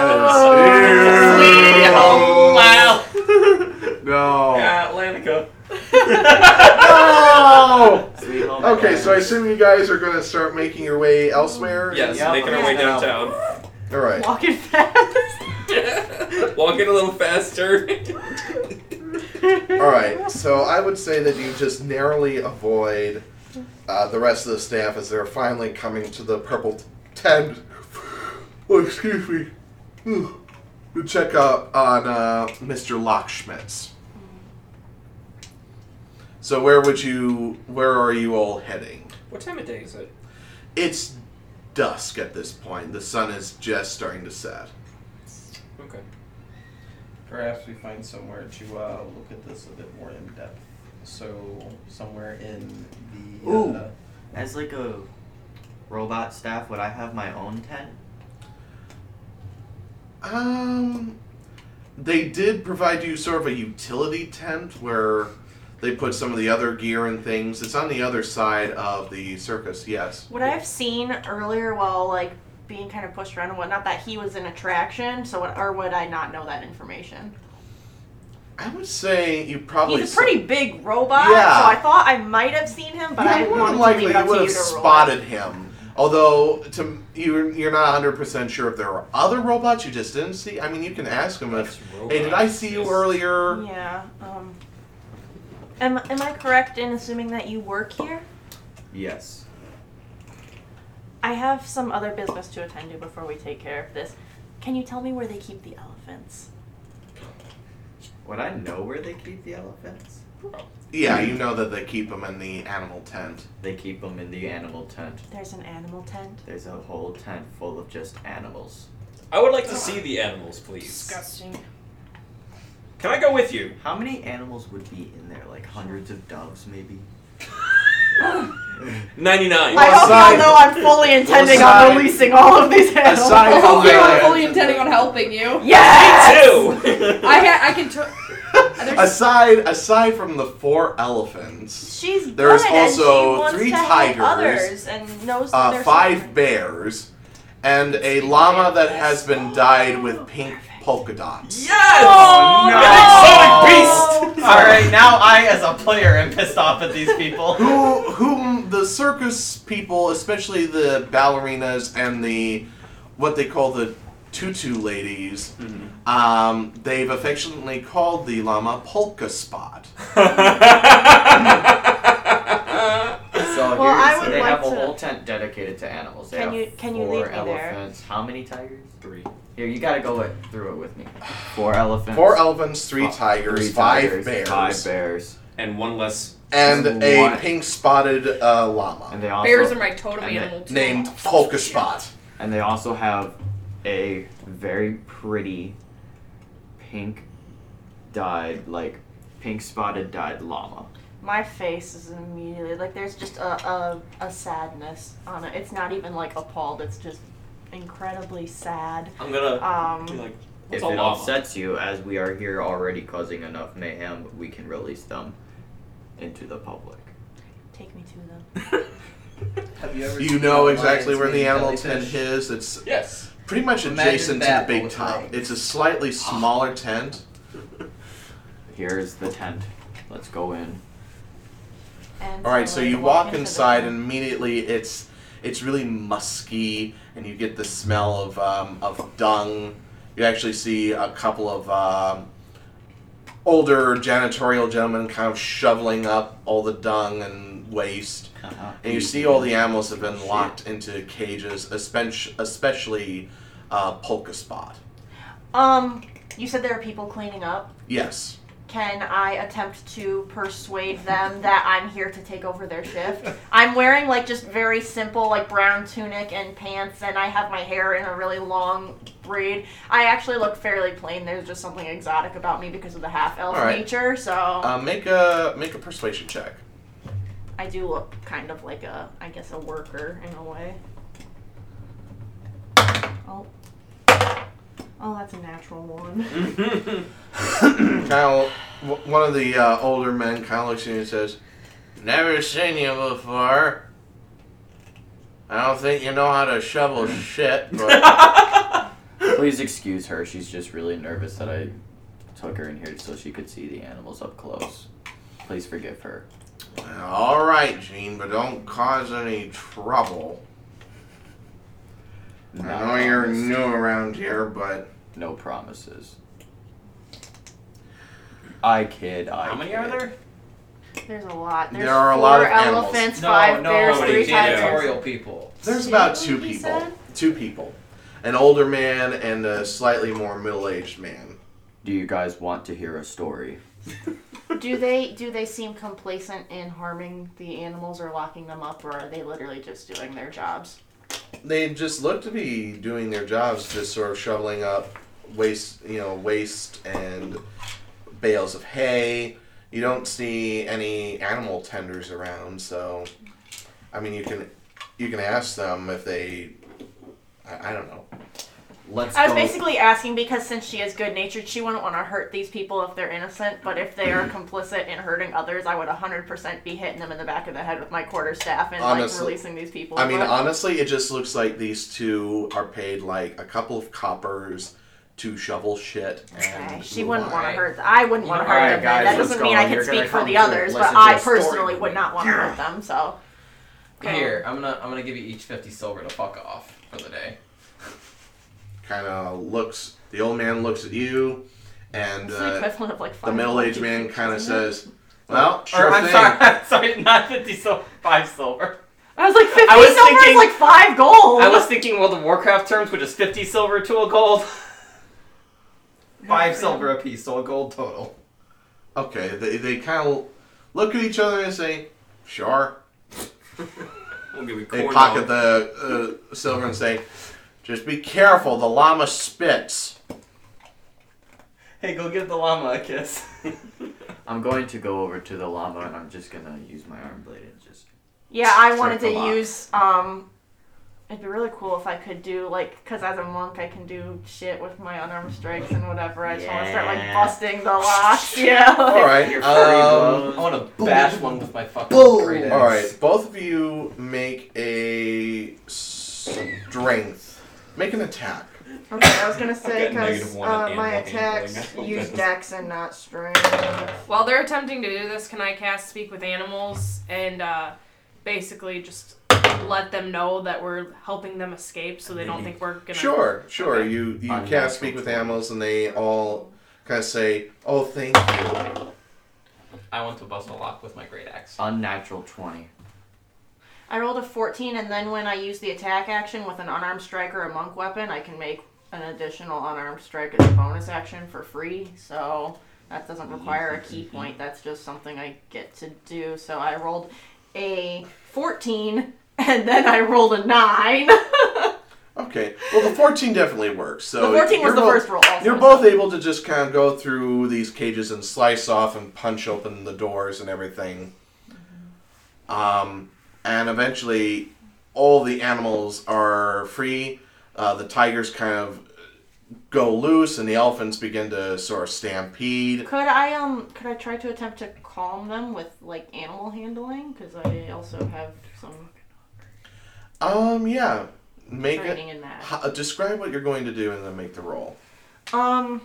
Speaker 2: Oh, that is Sweet No.
Speaker 8: Atlantica.
Speaker 2: No!
Speaker 19: Sweet home.
Speaker 2: Okay, so I assume you guys are gonna start making your way elsewhere?
Speaker 3: yes,
Speaker 8: Yeah,
Speaker 3: making our way
Speaker 8: yeah.
Speaker 3: downtown.
Speaker 2: Alright.
Speaker 6: Walking fast.
Speaker 3: Walking a little faster.
Speaker 2: Alright, so I would say that you just narrowly avoid uh, the rest of the staff as they're finally coming to the purple tent. Oh, excuse me. Whew. To check up on uh, Mr. Lockschmitz. So where would you, where are you all heading?
Speaker 3: what time of day is it?
Speaker 2: It's dusk at this point. The sun is just starting to set.
Speaker 3: Okay.
Speaker 20: Perhaps we find somewhere to uh, look at this a bit more in depth. So somewhere in the
Speaker 13: Ooh.
Speaker 20: uh,
Speaker 13: As like a robot staff, would I have my own tent?
Speaker 2: Um, they did provide you sort of a utility tent where they put some of the other gear and things. It's on the other side of the circus. Yes.
Speaker 6: What I've seen earlier while like being kind of pushed around and whatnot, that he was an attraction. So what, or would I not know that information?
Speaker 2: I would say you probably.
Speaker 6: He's a pretty big robot,
Speaker 2: Yeah.
Speaker 6: so I thought I might have seen him, but
Speaker 2: Yeah,
Speaker 6: I
Speaker 2: more than
Speaker 6: wanted to
Speaker 2: likely
Speaker 6: leave it up
Speaker 2: you would
Speaker 6: to you
Speaker 2: have
Speaker 6: to roll.
Speaker 2: spotted him. Although to you're you're not hundred percent sure if there are other robots you just didn't see. I mean, you can ask him if, "Hey, did I see you earlier?"
Speaker 6: Yeah. Um, am am I correct in assuming that you work here?
Speaker 19: Yes.
Speaker 6: I have some other business to attend to before we take care of this. Can you tell me where they keep the elephants?
Speaker 13: Would I know where they keep the elephants?
Speaker 2: Yeah, you know that they keep them in the animal
Speaker 6: [laughs]
Speaker 2: tent.
Speaker 19: They keep them in the animal tent.
Speaker 6: There's an animal tent.
Speaker 19: There's a whole tent full of just animals.
Speaker 3: I would like to see the animals, please.
Speaker 5: Disgusting.
Speaker 3: Can I go with you?
Speaker 13: How many animals would be in there? Like hundreds of doves, maybe?
Speaker 3: 99.
Speaker 6: I hope
Speaker 2: Aside-
Speaker 6: y'all know I'm fully intending
Speaker 2: aside-
Speaker 6: on releasing all of these animals.
Speaker 2: Aside from
Speaker 5: Okay, Oh I'm
Speaker 2: that,
Speaker 5: fully intending on helping you.
Speaker 6: Yes!
Speaker 3: Two! [laughs]
Speaker 5: I ha- I can. T-
Speaker 2: aside aside from the four elephants,
Speaker 6: She's
Speaker 2: There's
Speaker 6: good,
Speaker 2: also
Speaker 6: and she wants
Speaker 2: three
Speaker 6: to
Speaker 2: tigers,
Speaker 6: help others and knows that
Speaker 2: uh,
Speaker 6: there's
Speaker 2: five
Speaker 6: something-
Speaker 2: bears, and a llama that has been dyed with pink polka dots.
Speaker 3: yes!
Speaker 6: Oh,
Speaker 8: no.
Speaker 3: An exotic beast!
Speaker 8: All right, now I, as a player, am pissed off at these people.
Speaker 2: [laughs] Who, whom the circus people, especially the ballerinas and the what they call the tutu ladies, um, they've affectionately called the llama polka spot.
Speaker 6: [laughs]
Speaker 19: So
Speaker 6: Well, I
Speaker 19: here's-
Speaker 6: would
Speaker 19: they
Speaker 6: like
Speaker 19: have a
Speaker 6: to-
Speaker 19: whole tent dedicated to animals. They
Speaker 6: Can
Speaker 19: have
Speaker 6: you- can you
Speaker 19: four
Speaker 6: lead me there?
Speaker 19: elephants. How many tigers?
Speaker 3: [laughs] Three.
Speaker 19: Here, you gotta go with, through it with me.
Speaker 2: [sighs]
Speaker 19: Four elephants.
Speaker 2: Four elephants, three
Speaker 19: fi-
Speaker 2: tigers,
Speaker 19: three
Speaker 2: five
Speaker 19: tigers,
Speaker 2: bears.
Speaker 19: Five bears.
Speaker 3: And one less
Speaker 2: and a
Speaker 19: What?
Speaker 2: pink spotted uh, llama
Speaker 19: And they also
Speaker 5: Bears are my totem
Speaker 19: and they-
Speaker 5: animal too.
Speaker 2: named Polkaspot.
Speaker 19: And they also have a very pretty pink dyed, like pink spotted dyed llama.
Speaker 6: My face is immediately like there's just a, a, a sadness on it. It's not even like appalled. It's just incredibly sad.
Speaker 15: I'm gonna be
Speaker 6: Um,
Speaker 15: like, what's
Speaker 19: if
Speaker 15: a
Speaker 19: it
Speaker 15: llama?
Speaker 19: upsets you, as we are here already causing enough mayhem, we can release them into the public.
Speaker 6: take me to them.
Speaker 8: Have you ever
Speaker 2: You
Speaker 8: seen
Speaker 2: know
Speaker 8: a
Speaker 2: exactly
Speaker 8: lion's
Speaker 2: where the
Speaker 8: mane
Speaker 2: animal tent
Speaker 8: jellyfish?
Speaker 2: is. It's
Speaker 15: [laughs]
Speaker 3: [laughs]
Speaker 15: yes.
Speaker 2: pretty much
Speaker 8: Imagine
Speaker 2: adjacent to the
Speaker 8: that, but
Speaker 2: big
Speaker 8: with
Speaker 2: top.
Speaker 8: legs.
Speaker 2: It's a slightly smaller tent.
Speaker 19: Here is the tent. Let's go in.
Speaker 6: And
Speaker 2: All right, so
Speaker 6: I
Speaker 2: you walk
Speaker 6: into the
Speaker 2: inside, and
Speaker 6: room.
Speaker 2: immediately it's it's really musky, and you get the smell of um, of dung. You actually see a couple of um, older janitorial gentlemen kind of shoveling up all the dung and waste,
Speaker 19: Uh-huh.
Speaker 2: and you see all the animals have been locked into cages, especially especially uh, Polka Spot.
Speaker 6: Um, you said there are people cleaning up.
Speaker 2: Yes.
Speaker 6: Can I attempt to persuade them that I'm here to take over their
Speaker 2: [laughs]
Speaker 6: shift? I'm wearing like just very simple like brown tunic and pants, and I have my hair in a really long braid. I actually look fairly plain. There's just something exotic about me because of the half elf
Speaker 2: All right.
Speaker 6: nature. So
Speaker 2: Uh, make a make a persuasion check.
Speaker 6: I do look kind of like a, I guess, a worker in a way. Oh, oh, that's a natural one. [laughs]
Speaker 2: Kyle, w- one of the uh, older men, Kyle looks at you and says, "Never seen you before. I don't think you know how to shovel shit." But
Speaker 19: Please excuse her. She's just really nervous that I took her in here so she could see the animals up close. Please forgive her.
Speaker 2: all right, Gene, but don't cause any trouble.
Speaker 19: No
Speaker 2: I know you're
Speaker 19: promise.
Speaker 2: new around here, but
Speaker 19: No promises. I kid. I
Speaker 8: How many are
Speaker 19: kid.
Speaker 8: there?
Speaker 6: There's a lot. There's
Speaker 2: There are a
Speaker 6: four
Speaker 2: lot of animals.
Speaker 6: elephants,
Speaker 8: No,
Speaker 6: five
Speaker 8: no,
Speaker 6: bears,
Speaker 8: no,
Speaker 6: three Oh.
Speaker 8: the
Speaker 15: yeah.
Speaker 6: tigers.
Speaker 8: janitorial people.
Speaker 2: there's about
Speaker 6: Six,
Speaker 2: two
Speaker 6: he
Speaker 2: people.
Speaker 6: said?
Speaker 2: Two people, an older man and a slightly more middle-aged man.
Speaker 19: Do you guys want to hear a story?
Speaker 6: Do they do they seem complacent in harming the animals or locking them up, or are they literally just doing their jobs?
Speaker 2: They just look to be doing their jobs, just sort of shoveling up waste, you know, waste and bales of hay. You don't see any animal tenders around, so I mean, you can you can ask them if they. I, I don't know.
Speaker 19: Let's
Speaker 6: I was
Speaker 19: go.
Speaker 6: basically asking because since she is good natured, she wouldn't want to hurt these people if they're innocent. But
Speaker 2: [clears throat]
Speaker 6: if they are complicit in hurting others, I would 100% be hitting them in the back of the head with my quarter staff and
Speaker 2: Honestly-
Speaker 6: like releasing these people.
Speaker 2: I mean,
Speaker 6: But-
Speaker 2: honestly, it just looks like these two are paid like a couple of coppers to shovel shit. And
Speaker 6: Okay, she wouldn't want to
Speaker 8: Alright.
Speaker 6: hurt. Th- I wouldn't want to
Speaker 8: You
Speaker 6: hurt
Speaker 8: know-
Speaker 6: them.
Speaker 8: alright, guys,
Speaker 6: that
Speaker 8: let's
Speaker 6: doesn't
Speaker 19: go.
Speaker 6: mean I can
Speaker 19: You're gonna
Speaker 6: speak for
Speaker 19: come
Speaker 6: the
Speaker 19: to
Speaker 6: others, but
Speaker 19: listen to
Speaker 6: I
Speaker 19: a story
Speaker 6: personally
Speaker 19: with
Speaker 6: would
Speaker 19: me.
Speaker 6: not want to hurt them. So,
Speaker 8: Here, I'm gonna I'm gonna give you each fifty silver to fuck off for the day.
Speaker 2: Kind of looks. The old man looks at you, and.
Speaker 6: it's the
Speaker 2: Uh,
Speaker 6: equivalent of like
Speaker 2: The
Speaker 6: five
Speaker 2: middle aged
Speaker 6: monkeys,
Speaker 2: man kind of
Speaker 6: isn't it?
Speaker 2: says, Well, sure
Speaker 8: or I'm
Speaker 20: [laughs]
Speaker 2: thing.
Speaker 8: sorry, I'm sorry, not fifty silver, five silver.
Speaker 6: I was like, 50
Speaker 8: I was
Speaker 6: silver is
Speaker 8: thinking-
Speaker 6: like five gold.
Speaker 8: I was thinking World of Warcraft terms, which is fifty silver to a gold.
Speaker 20: Five silver apiece, so a gold total.
Speaker 2: Okay, they, they kind of look at each other and say, Sure.
Speaker 15: We'll give you
Speaker 2: They
Speaker 15: corn dog.
Speaker 2: pocket the uh, silver and say, Just be careful, the llama spits.
Speaker 8: Hey, go give the llama a [laughs] kiss.
Speaker 15: [laughs]
Speaker 19: I'm going to go over to the llama and I'm just gonna use my arm blade and just.
Speaker 6: Yeah, I wanted to
Speaker 19: Circle lock.
Speaker 6: use. um It'd be really cool if I could do like, cause as a monk I can do shit with my unarmed strikes and whatever. I just want to start like
Speaker 19: Yeah.
Speaker 6: busting the
Speaker 15: [laughs]
Speaker 6: locks. Yeah. like-
Speaker 2: Alright,
Speaker 19: Your furry
Speaker 2: um,
Speaker 19: blows.
Speaker 8: I want to bash one with my fucking great
Speaker 2: Alright, both of you make a strength. Make an attack.
Speaker 6: [laughs] Okay, I was gonna say
Speaker 15: I've got
Speaker 6: because
Speaker 15: negative one on
Speaker 6: uh, my
Speaker 15: animal handling. [laughs]
Speaker 6: attacks
Speaker 15: I hope
Speaker 6: use
Speaker 15: that
Speaker 6: dex and not strength.
Speaker 5: While they're attempting to do this, can I cast Speak with Animals and uh, basically just let them know that we're helping them escape so they don't think we're gonna.
Speaker 2: Sure, sure. You you
Speaker 19: Unnatural
Speaker 2: can't speak with
Speaker 19: twenty.
Speaker 2: animals, and they all kind of say, "Oh, thank you."
Speaker 8: I want to bust a lock with my great axe.
Speaker 19: Unnatural 20.
Speaker 6: I rolled a 14, and then when I use the attack action with an unarmed strike or a monk weapon, I can make an additional unarmed strike as a bonus action for free. So That doesn't require a key point. That's just something I get to do. So I rolled a 14 and then I rolled a [laughs] 9.
Speaker 2: Okay. Well, the 14 definitely works. So
Speaker 6: The 14
Speaker 2: Oh,
Speaker 6: was
Speaker 2: you're
Speaker 6: the
Speaker 2: both-
Speaker 6: first roll also.
Speaker 2: You're both able to just kind of go through these cages and slice off and punch open the doors and everything. Um, and eventually, all the animals are free. Uh, the tigers kind of go loose, and the elephants begin to sort of stampede.
Speaker 6: could I um could I try to attempt to calm them with like animal handling cuz I also have some
Speaker 2: Um, yeah. Make it.
Speaker 6: training in that.
Speaker 2: ho- Describe what you're going to do, and then make the roll.
Speaker 6: Um,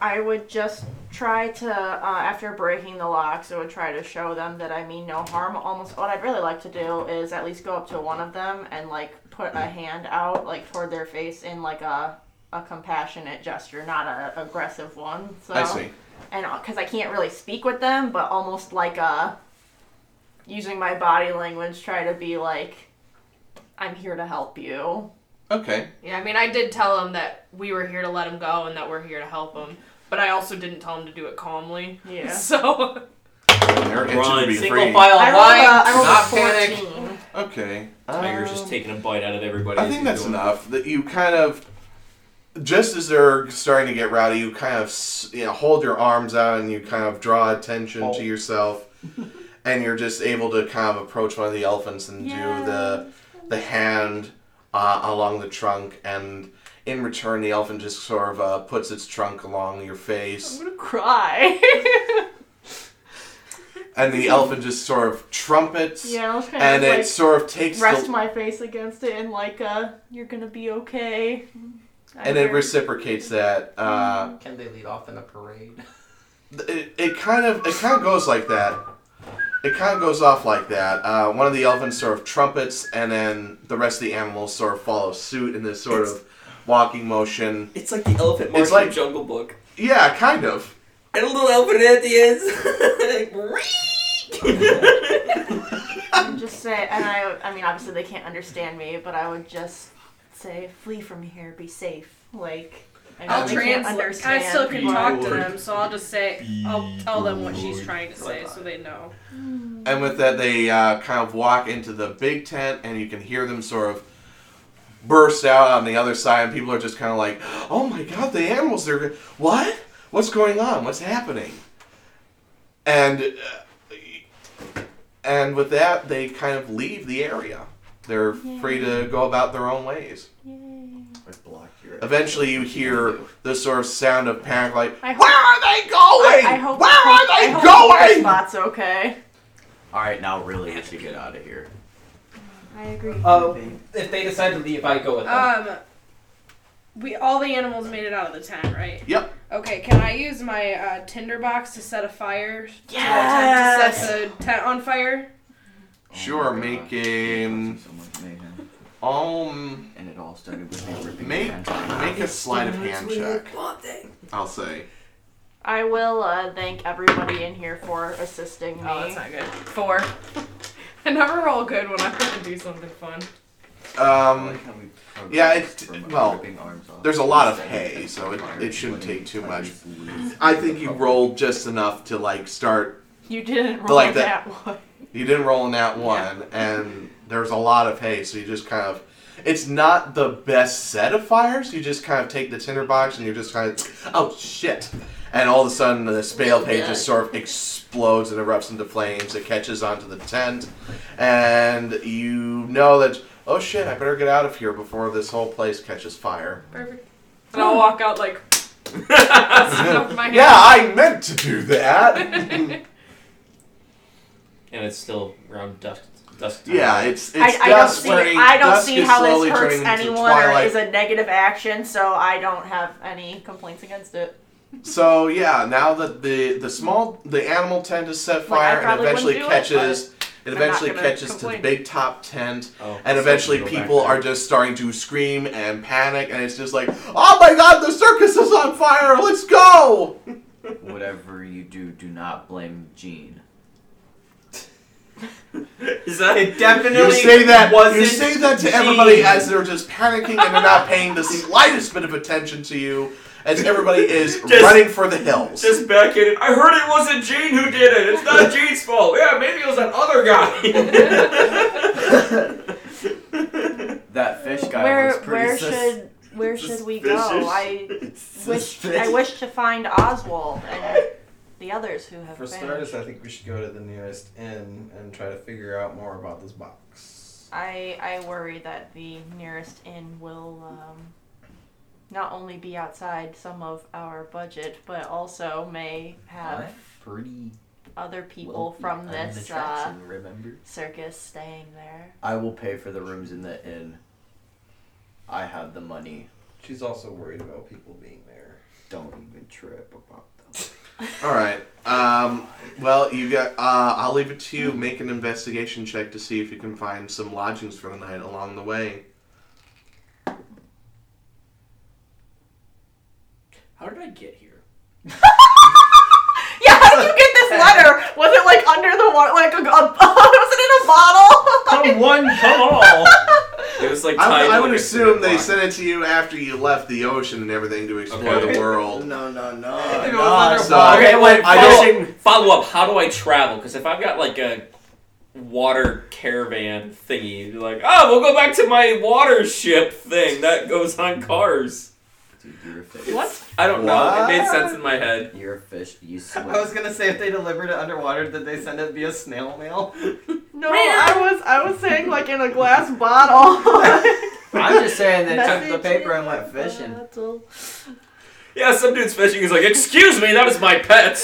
Speaker 6: I would just try to, uh, after breaking the locks, I would try to show them that I mean no harm. Almost what I'd really like to do is at least go up to one of them and like put a hand out like toward their face in like a a compassionate gesture, not a aggressive one. So
Speaker 2: I see.
Speaker 6: and because I can't really speak with them, but almost like a using my body language, try to be like, I'm here to help you.
Speaker 2: Okay.
Speaker 5: Yeah, I mean, I did tell him that we were here to let him go and that we're here to help him, but I also didn't tell him to do it calmly.
Speaker 6: Yeah.
Speaker 5: [laughs] So
Speaker 2: And they're itching to
Speaker 3: Run.
Speaker 2: be
Speaker 8: Single
Speaker 2: free.
Speaker 8: file
Speaker 6: I rolled
Speaker 8: line.
Speaker 6: a, I rolled
Speaker 8: not
Speaker 6: a
Speaker 8: panic.
Speaker 6: 14.
Speaker 2: Okay.
Speaker 3: Tiger's
Speaker 2: Um,
Speaker 3: just taking a bite out of everybody.
Speaker 2: I
Speaker 3: as
Speaker 2: think
Speaker 3: he's
Speaker 2: that's
Speaker 3: doing it.
Speaker 2: enough. That you kind of, just as they're starting to get rowdy, you kind of s- you know hold your arms out and you kind of draw attention to
Speaker 3: [laughs]
Speaker 2: yourself, and you're just able to kind of approach one of the elephants and do the the hand uh, along the trunk, and in return the elephant just sort of uh, puts its trunk along your face.
Speaker 6: I'm gonna cry. [laughs]
Speaker 2: and the elephant just sort of trumpets,
Speaker 6: yeah, I was kind
Speaker 2: and
Speaker 6: of
Speaker 2: it
Speaker 6: like
Speaker 2: sort of takes
Speaker 6: rest
Speaker 2: the,
Speaker 6: my face against it and like, uh, you're gonna be okay. I
Speaker 2: and it
Speaker 6: very-
Speaker 2: reciprocates that. Uh,
Speaker 6: Mm-hmm.
Speaker 8: Can they lead off in a [laughs] parade?
Speaker 2: it, it kind of it kind of goes like that. It kind of goes off like that. Uh, one of the elephants sort of trumpets, and then the rest of the animals sort of follow suit in this sort of walking motion.
Speaker 3: It's like the elephant
Speaker 2: It's
Speaker 3: march
Speaker 2: like-
Speaker 3: from Jungle
Speaker 2: [laughs]
Speaker 3: Book.
Speaker 2: Yeah, kind of.
Speaker 3: And a little elephant at the
Speaker 8: [laughs]
Speaker 3: end.
Speaker 6: and just say, and I, I mean, obviously they can't understand me, but I would just say, flee from here, be safe. Like, I know
Speaker 5: I'll
Speaker 6: they can't
Speaker 5: translate. I
Speaker 6: understand.
Speaker 5: still can
Speaker 6: but-
Speaker 5: talk to them, so I'll just say I'll tell them what she's trying to say so they know.
Speaker 2: And with that, they uh, kind of walk into the big tent, and you can hear them sort of burst out on the other side. And people are just kind of like, "Oh my god, the animals! They're what? What's going on? What's happening?" And uh, and with that, they kind of leave the area. They're free to go about their own ways.
Speaker 13: I blocked your.
Speaker 2: Eventually, you hear the sort of sound of panic, like,
Speaker 6: I hope-
Speaker 2: "Where are they going?
Speaker 6: I hope.
Speaker 2: Where are
Speaker 6: I
Speaker 2: they
Speaker 6: hope the
Speaker 2: going?"
Speaker 6: spot's okay.
Speaker 19: Alright, now really we should get out of here.
Speaker 6: I agree.
Speaker 8: Uh, if they decide to leave, I go with them.
Speaker 5: Um, we all the animals made it out of the tent, right?
Speaker 2: Yep.
Speaker 5: Okay, can I use my uh, tinder box to set a fire?
Speaker 6: Yes.
Speaker 5: To set the tent on fire.
Speaker 2: Sure, make a um.
Speaker 19: And it all started with me ripping
Speaker 2: Make
Speaker 19: my pants off.
Speaker 2: make a sleight of hand check. I'll say.
Speaker 6: I will uh, thank everybody in here for assisting me.
Speaker 5: Oh, that's not good. Four. [laughs] I never roll good when I have to do something fun.
Speaker 19: I
Speaker 2: Um,
Speaker 19: like how we progressed
Speaker 2: yeah, it's-
Speaker 19: from
Speaker 2: well,
Speaker 19: ripping arms off
Speaker 2: there's a lot of
Speaker 19: to
Speaker 2: hay, so it, it shouldn't take too much.
Speaker 19: just lose
Speaker 2: I think you
Speaker 19: the
Speaker 2: rolled just enough to like start.
Speaker 6: You didn't roll
Speaker 2: like
Speaker 6: that.
Speaker 2: that.
Speaker 6: one.
Speaker 2: You didn't roll in that one, and there's a lot of hay, so you just kind of. It's not the best set of fires. You just kind of take the tinderbox and you're just kind of, oh shit. And all of a sudden, the spale hay just sort of explodes and erupts into flames. It catches onto the tent. And you know that, oh shit, I better get out of here before this whole place catches fire.
Speaker 5: Perfect. And I'll walk out
Speaker 13: [laughs]
Speaker 5: like. stuff my hand.
Speaker 2: Yeah, I meant to do
Speaker 6: [laughs]
Speaker 2: that.
Speaker 3: [laughs] and it's still around dusk. dusk time.
Speaker 2: yeah, it's it's
Speaker 6: I, I don't
Speaker 2: dusk
Speaker 6: see.
Speaker 2: turning.
Speaker 6: I don't
Speaker 2: dusk
Speaker 6: see
Speaker 2: is
Speaker 6: how
Speaker 2: slowly
Speaker 6: this hurts
Speaker 2: turning into
Speaker 6: anyone or
Speaker 2: twilight.
Speaker 6: is a negative action, so I don't have any complaints against it.
Speaker 2: So yeah, now that the the small the animal tent is set
Speaker 6: Like, I
Speaker 2: fire and
Speaker 6: probably
Speaker 2: eventually
Speaker 6: wouldn't do it,
Speaker 2: catches it
Speaker 6: I'm not
Speaker 2: eventually
Speaker 6: gonna
Speaker 2: catches to
Speaker 6: complain.
Speaker 2: the big top tent
Speaker 3: Oh,
Speaker 2: and
Speaker 3: so
Speaker 2: eventually
Speaker 3: we go back
Speaker 2: people
Speaker 3: there.
Speaker 2: are just starting to scream and panic and it's just like, "Oh my god, the circus is on fire. Let's go."
Speaker 19: Whatever you do, do not blame
Speaker 13: [laughs]
Speaker 19: Gene.
Speaker 3: Is that
Speaker 13: It definitely
Speaker 2: You say that
Speaker 13: wasn't.
Speaker 2: you say that to
Speaker 13: Gene.
Speaker 2: everybody as they're just panicking and they're not paying the slightest bit of attention to you as everybody is
Speaker 6: [laughs]
Speaker 3: Just-
Speaker 2: running for the hills.
Speaker 3: Just back in it. I heard it wasn't Gene who did it.
Speaker 2: [laughs]
Speaker 3: It's not Gene's fault. Yeah, maybe it was that other [laughs] guy.
Speaker 13: That fish guy
Speaker 6: where
Speaker 13: was pretty
Speaker 6: where
Speaker 13: sus-
Speaker 6: should where should we go?
Speaker 21: Suspicious.
Speaker 6: I [laughs] wish
Speaker 13: [laughs] Suspicious.
Speaker 6: I wish to find Oswald and the others who have
Speaker 8: For
Speaker 6: been.
Speaker 8: starters, I think we should go to the nearest inn and try to figure out more about this box.
Speaker 6: I I worry that the nearest inn will um, not only be outside some of our budget, but also may have
Speaker 13: I'm pretty
Speaker 6: other people
Speaker 13: wealthy.
Speaker 6: from
Speaker 13: I'm an
Speaker 6: this uh,
Speaker 13: attraction, remember?
Speaker 6: circus staying there.
Speaker 13: I will pay for the rooms in the inn. I have the money.
Speaker 8: She's also worried about people being there.
Speaker 13: Don't even trip about that.
Speaker 2: All right. Um, well, you got. Uh, I'll leave it to you. Make an investigation check to see if you can find some lodgings for the night along the way.
Speaker 3: How did I get here?
Speaker 6: Yeah, how did you get this letter? Was it like under the water? Like a, a was it in a bottle?
Speaker 3: Come one, come all. It was like tied
Speaker 2: I,
Speaker 3: to
Speaker 2: I
Speaker 3: like
Speaker 2: would
Speaker 3: a
Speaker 2: assume they
Speaker 3: block.
Speaker 2: sent it to you after you left the ocean and everything to explore
Speaker 3: Okay.
Speaker 2: the
Speaker 8: [laughs]
Speaker 2: world.
Speaker 13: No,
Speaker 8: Uh,
Speaker 13: no, no.
Speaker 8: Maybe
Speaker 13: no,
Speaker 8: I'll let her
Speaker 13: so-
Speaker 8: walk.
Speaker 13: okay, wait.
Speaker 2: I
Speaker 13: follow-
Speaker 2: just-
Speaker 3: Follow up. How do I travel? Because if I've got like a water caravan thingy, like oh, we'll go back to my water ship thing that goes on cars.
Speaker 13: Dude, you're a fish.
Speaker 3: I don't know. It made
Speaker 8: What?
Speaker 3: sense in my head.
Speaker 13: You're a fish. You swim.
Speaker 22: I was gonna say if they delivered it underwater, did they send it via snail mail?
Speaker 6: no, I was I was saying like in a glass bottle. [laughs]
Speaker 13: I'm just saying they took the
Speaker 6: Message
Speaker 13: paper and
Speaker 6: in
Speaker 13: went
Speaker 6: a
Speaker 13: fishing.
Speaker 6: bottle.
Speaker 3: Yeah, some dude's fishing. He's like, "Excuse me, that is my pet."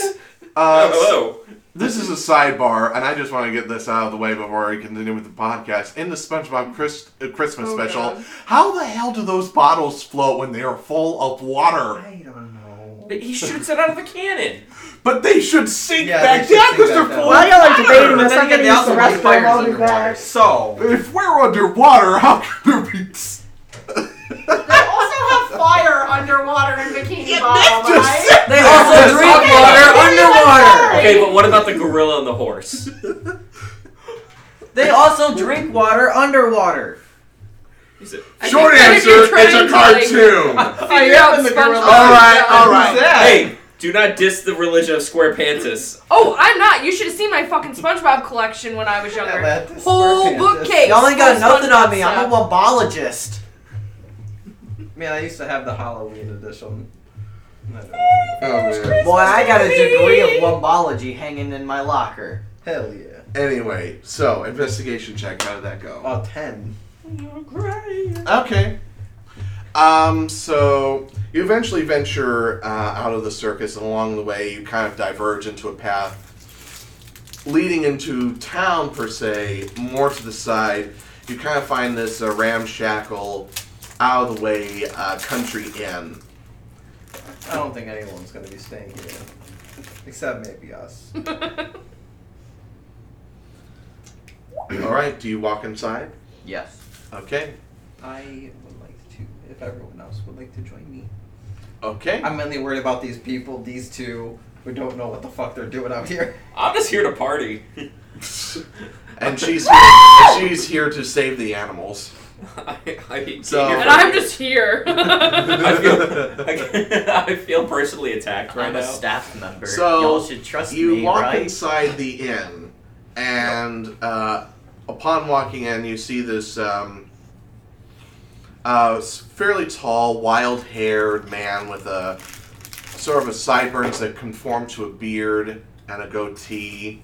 Speaker 2: Uh,
Speaker 3: Uh, hello.
Speaker 2: This is a sidebar, and I just want to get this out of the way before we continue with the podcast. In the SpongeBob Christ- uh, Christmas
Speaker 8: Oh,
Speaker 2: special, how the hell do those bottles float when they are full of water?
Speaker 8: I don't know.
Speaker 3: He shoots it out of a cannon.
Speaker 2: But they should sink
Speaker 8: Yeah,
Speaker 2: back
Speaker 8: they should
Speaker 2: down because
Speaker 8: sink
Speaker 2: they're
Speaker 8: back
Speaker 2: full
Speaker 8: down.
Speaker 2: of
Speaker 8: Why
Speaker 2: water.
Speaker 8: But then again, they also make fires
Speaker 6: I'll be
Speaker 8: underwater.
Speaker 6: back.
Speaker 8: So
Speaker 2: If we're underwater, how can there be? s-
Speaker 6: They also have fire underwater in Bikini Bottom,
Speaker 2: Just
Speaker 6: right?
Speaker 2: sit
Speaker 13: They
Speaker 2: there.
Speaker 13: also drink water underwater.
Speaker 3: Okay, but what about the gorilla and the
Speaker 5: [laughs]
Speaker 3: horse?
Speaker 13: They also drink water underwater.
Speaker 3: He's a-
Speaker 2: Short
Speaker 5: I think
Speaker 2: answer,
Speaker 5: you're
Speaker 2: it's a
Speaker 5: trying
Speaker 2: cartoon.
Speaker 5: [laughs]
Speaker 22: Oh, you're out in the gorilla.
Speaker 2: All right, all right.
Speaker 22: Who's that?
Speaker 3: hey, do not diss the religion of SquarePants.
Speaker 5: Oh, I'm not. You should have seen my fucking SpongeBob collection when I was
Speaker 8: Yeah,
Speaker 5: younger.
Speaker 8: that is
Speaker 5: Whole
Speaker 8: SquarePants.
Speaker 5: bookcase.
Speaker 13: Y'all ain't got
Speaker 5: full of
Speaker 13: nothing on me.
Speaker 5: SpongeBob
Speaker 13: I'm a
Speaker 5: stuff.
Speaker 13: wombologist.
Speaker 8: Man, I used to have the Halloween edition. I don't know.
Speaker 2: Oh, man.
Speaker 13: Boy, I got a degree of wombology hanging in my locker.
Speaker 8: Hell yeah.
Speaker 2: Anyway, so investigation check. How did that go?
Speaker 8: Oh, 10.
Speaker 2: Uh, Okay. Um, so you eventually venture uh, out of the circus, and along the way, you kind of diverge into a path leading into town per se, more to the side. You kind of find this uh, ramshackle, out of the way uh, country inn.
Speaker 8: I don't think anyone's gonna be staying here. Except maybe us.
Speaker 2: All right. Do you walk inside?
Speaker 13: Yes.
Speaker 2: Okay.
Speaker 8: I would like to, if everyone else would like to join me.
Speaker 2: Okay.
Speaker 8: I'm mainly worried about these people, these two, who don't know what the fuck they're doing out [laughs] here.
Speaker 3: I'm just here to party. [laughs]
Speaker 2: And she's here, she's here to save the animals.
Speaker 3: I, I,
Speaker 2: So-
Speaker 5: [laughs] And I'm just here. [laughs]
Speaker 3: I feel, [laughs] I, I feel personally attacked right
Speaker 13: I'm
Speaker 3: now.
Speaker 13: a staff member.
Speaker 2: So,
Speaker 13: Y'all should trust
Speaker 2: You
Speaker 13: me,
Speaker 2: walk
Speaker 13: right?
Speaker 2: inside the inn, and uh, upon walking in, you see this um, uh, s- fairly tall, wild-haired man with a sort of a sideburns that conform to a beard and a goatee.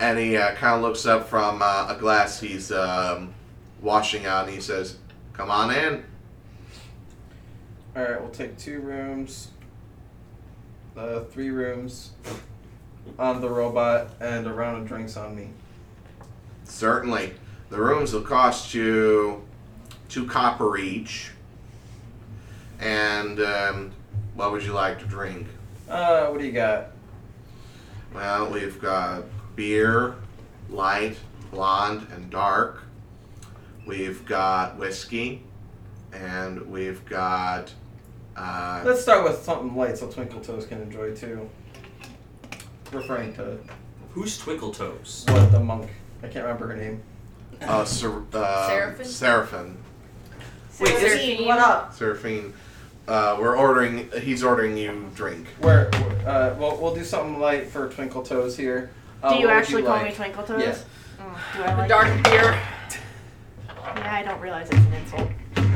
Speaker 2: And he uh, kind of looks up from uh, a glass he's um, washing out, and he says, "Come on in."
Speaker 8: Alright, we'll take two rooms, uh, three rooms on the robot, and a round of drinks on me.
Speaker 2: Certainly, the rooms will cost you two copper each. And um, what would you like to drink?
Speaker 8: Uh, what do you got?
Speaker 2: Well, we've got beer, light, blonde, and dark. We've got whiskey, and we've got uh,
Speaker 8: Let's start with something light so Twinkle Toes can enjoy too. Referring to
Speaker 3: Who's Twinkle Toes?
Speaker 8: what the monk. I can't remember her name.
Speaker 2: uh, ser- uh,
Speaker 5: Seraphim?
Speaker 2: Seraphim.
Speaker 6: Wait,
Speaker 5: Seraphine,
Speaker 6: what up?
Speaker 2: Seraphine. Uh, we're ordering. He's ordering you drink.
Speaker 20: Where, uh, well, we'll do something light for Twinkle Toes here. Uh,
Speaker 6: Do
Speaker 3: Oh,
Speaker 6: you
Speaker 20: what would
Speaker 6: actually call me
Speaker 20: like?
Speaker 6: Twinkle Toes?
Speaker 20: Yeah.
Speaker 6: Mm, do I like
Speaker 5: Dark beer.
Speaker 6: Yeah, I don't realize it's an insult.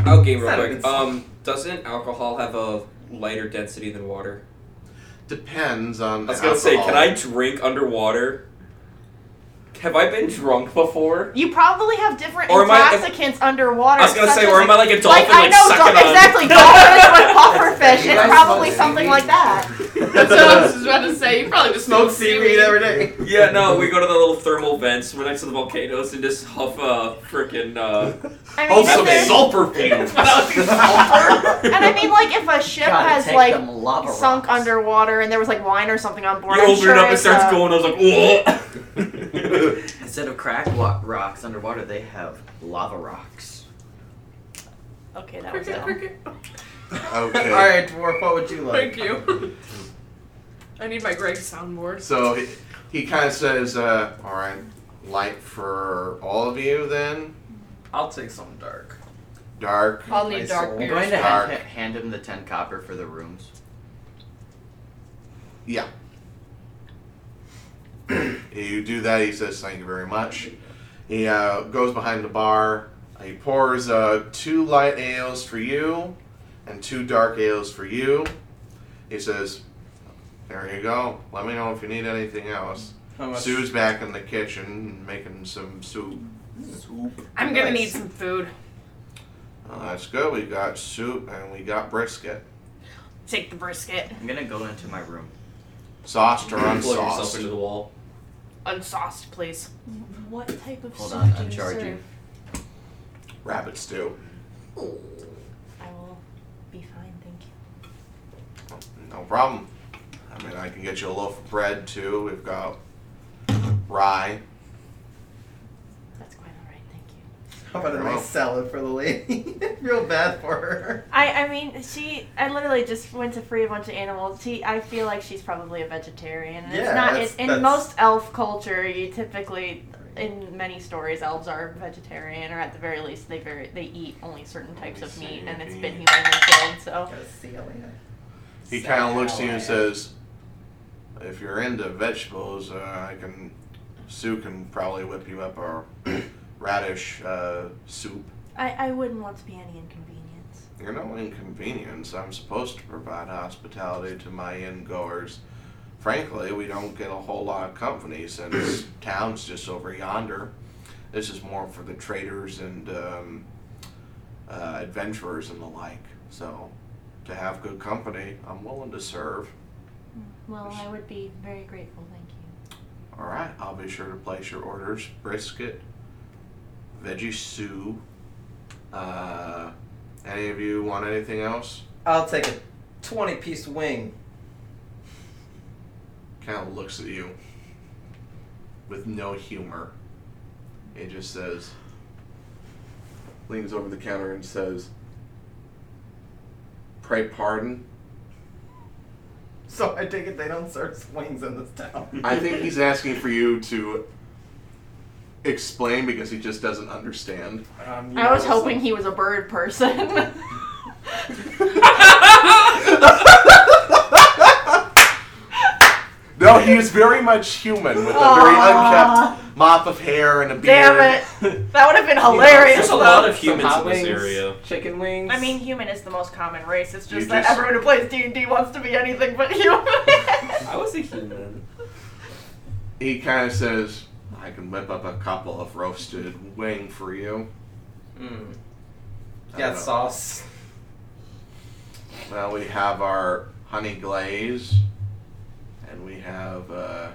Speaker 3: I'll game real
Speaker 20: Son of
Speaker 3: quick.
Speaker 20: a-
Speaker 3: Um, doesn't alcohol have a lighter density than water?
Speaker 2: Depends on.
Speaker 3: I was gonna say, can
Speaker 2: [laughs]
Speaker 3: I drink underwater? Have I been drunk before?
Speaker 6: You probably have different
Speaker 3: Or am I-
Speaker 6: intoxicants underwater.
Speaker 3: I was gonna
Speaker 6: such
Speaker 3: say,
Speaker 6: as
Speaker 3: or am I like a dolphin,
Speaker 6: I
Speaker 3: like,
Speaker 6: know
Speaker 3: sucking
Speaker 6: dol-
Speaker 3: on- [laughs]
Speaker 6: exactly dolphins with pufferfish.
Speaker 13: You guys
Speaker 6: It's probably
Speaker 13: smoke
Speaker 6: something
Speaker 13: seaweed?
Speaker 6: like that.
Speaker 5: That's what I [laughs] was just about to say. You probably just
Speaker 13: Smoke seaweed every day.
Speaker 3: [laughs] Yeah, no, we go to the little thermal vents. We're next to the volcanoes and just huff, uh, frickin', [laughs] uh,
Speaker 6: I mean,
Speaker 2: Also,
Speaker 6: if there's-
Speaker 2: sulfur
Speaker 3: [laughs]
Speaker 2: fumes.
Speaker 6: and I mean, like if a ship
Speaker 13: Gotta
Speaker 6: has
Speaker 13: take
Speaker 6: like
Speaker 13: them lava
Speaker 6: sunk
Speaker 13: rocks.
Speaker 6: underwater and there was like wine or something on board,
Speaker 3: you
Speaker 6: I'm
Speaker 3: open
Speaker 6: sure
Speaker 3: it up, it
Speaker 6: it's,
Speaker 3: starts
Speaker 6: uh,
Speaker 3: going, I was like, uh, whoa! [laughs]
Speaker 13: Instead of crack wa- rocks underwater, they have lava rocks.
Speaker 6: Okay, that was dumb.
Speaker 2: okay.
Speaker 5: Thank
Speaker 20: All right, dwarf. What would you like?
Speaker 5: you. [laughs] I need my Greg soundboard.
Speaker 2: So he, he kind of says, uh, "All right, light for all of you then.
Speaker 20: I'll take some dark.
Speaker 2: Dark.
Speaker 5: I'll
Speaker 20: My
Speaker 5: need dark
Speaker 20: soul.
Speaker 5: beer.
Speaker 19: I'm going to
Speaker 2: Dark.
Speaker 19: hand, hand him the 10 copper for the rooms.
Speaker 2: Yeah. [clears throat] you do that. He says, "Thank you very much." He uh, goes behind the bar. He pours uh, two light ales for you and two dark ales for you. He says, "There you go. Let me know if you need anything else."
Speaker 20: How much?
Speaker 2: Sue's back in the kitchen making some soup.
Speaker 5: I'm gonna
Speaker 20: Nice.
Speaker 5: need some food.
Speaker 2: Uh, that's good. We got soup and we got brisket.
Speaker 5: Take the brisket.
Speaker 19: I'm gonna go into my room.
Speaker 3: [clears throat]
Speaker 2: Sauced or
Speaker 3: Plug yourself into
Speaker 2: unsauced.
Speaker 3: the wall.
Speaker 5: Unsauced,
Speaker 13: [laughs]
Speaker 5: please.
Speaker 6: What type of
Speaker 19: Hold
Speaker 6: soup
Speaker 19: on,
Speaker 6: do
Speaker 19: I'm
Speaker 6: you
Speaker 19: charging.
Speaker 6: serve?
Speaker 2: Rabbit stew.
Speaker 6: I will be fine, thank you.
Speaker 2: No problem. I mean, I can get you a loaf of bread too. We've got rye.
Speaker 6: That's quite all right, thank you.
Speaker 20: How about a nice salad for the lady? [laughs] Real bad for her.
Speaker 6: I I mean, she I literally just went to free a bunch of animals. She I feel like she's probably a vegetarian. And
Speaker 20: Yeah,
Speaker 6: it's not
Speaker 20: that's-
Speaker 6: it's, in
Speaker 20: that's-
Speaker 6: most elf culture, you typically in many stories elves are vegetarian or at the very least they very they eat only certain types of meat and it's been humanly killed, so
Speaker 20: Gotta see a lady.
Speaker 2: He kind of looks to you and says, "If you're into vegetables, uh, I can. Sue can probably whip you up a [coughs] radish uh, soup.
Speaker 6: I, I wouldn't want to be any inconvenience.
Speaker 2: You're no inconvenience. I'm supposed to provide hospitality to my inn goers. Frankly, we don't get a whole lot of company since town's just over yonder. This is more for the traders and um, uh, adventurers and the like. So, to have good company, I'm willing to serve.
Speaker 6: Well, I would be very grateful, thank you.
Speaker 2: All right, I'll be sure to place your orders: brisket, veggie stew. Uh, any of you want anything else?
Speaker 20: I'll take a twenty-piece wing.
Speaker 2: Kind of looks at you with no humor. It just says, leans over the counter and says, "Pray pardon."
Speaker 20: So I take it they don't serve wings in this
Speaker 2: [laughs]
Speaker 20: town.
Speaker 2: I
Speaker 6: [laughs]
Speaker 2: think he's asking for you to explain because he just doesn't understand.
Speaker 20: Um,
Speaker 6: I was hoping he was a
Speaker 19: [laughs]
Speaker 6: bird person.
Speaker 2: No, he is very much human with a very unkempt mop of hair and a beard.
Speaker 6: Damn it. [laughs] That would have been hilarious.
Speaker 3: There's a
Speaker 6: though.
Speaker 3: lot of
Speaker 20: Some
Speaker 3: humans
Speaker 20: hot
Speaker 3: in this
Speaker 20: wings,
Speaker 3: area.
Speaker 20: Chicken wings.
Speaker 6: I mean, human is the most common race. It's
Speaker 2: You
Speaker 6: just that
Speaker 2: just-
Speaker 6: everyone who plays D&D wants to be anything but human.
Speaker 3: I was a human.
Speaker 2: He kind of says, I can whip up a couple of roasted wing for you.
Speaker 20: Mm.
Speaker 2: I
Speaker 20: Got
Speaker 2: don't know.
Speaker 20: sauce.
Speaker 2: Well, we have our honey glaze, and we have uh,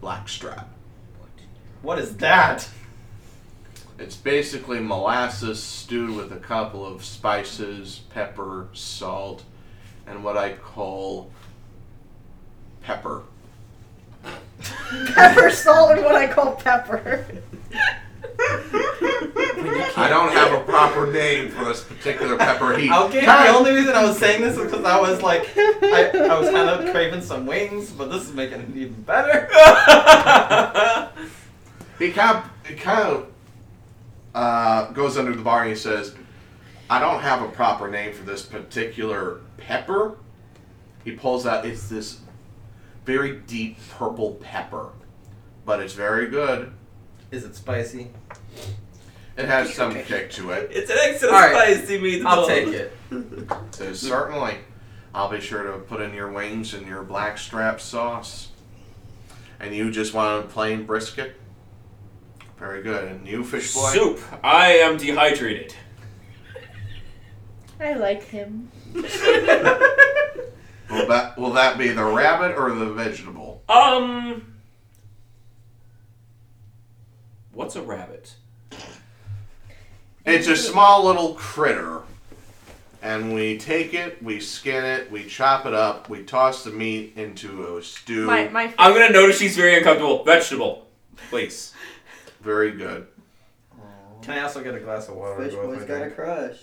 Speaker 2: blackstrap.
Speaker 20: What is that?
Speaker 2: It's basically molasses stewed with a couple of spices, pepper, salt, and what I call pepper.
Speaker 6: pepper, salt, and what I call pepper.
Speaker 2: I don't have a proper name for this particular pepper. He
Speaker 20: Okay,
Speaker 2: kinda-
Speaker 20: the only reason I was saying this is because I was like, I, I was kind of craving some wings, but this is making it even
Speaker 3: [laughs]
Speaker 20: better.
Speaker 2: He kind of, he kind of uh, goes under the bar and he says, I don't have a proper name for this particular pepper. He pulls out, it's this very deep purple pepper, but it's very good.
Speaker 8: Is it spicy?
Speaker 2: It has some kick to it.
Speaker 3: It's an excellent
Speaker 8: All right.
Speaker 3: spice to me. the
Speaker 8: I'll
Speaker 3: dog.
Speaker 8: take it.
Speaker 2: So certainly, I'll be sure to put in your wings and your black strap sauce. And you just want a plain brisket? Very good. And you, fish boy?
Speaker 3: Soup. I am dehydrated.
Speaker 14: I like him.
Speaker 2: Will that, will that be the rabbit or the vegetable?
Speaker 3: Um. What's a rabbit?
Speaker 2: It's a small little critter. And we take it, we skin it, we chop it up, we toss the meat into a stew.
Speaker 5: My my
Speaker 3: I'm gonna notice she's very uncomfortable. Vegetable, please.
Speaker 2: Very good.
Speaker 8: Can I also get a glass of water? to
Speaker 13: Fish
Speaker 8: go with
Speaker 13: boy's
Speaker 8: my
Speaker 13: got a
Speaker 8: drink?
Speaker 13: crush.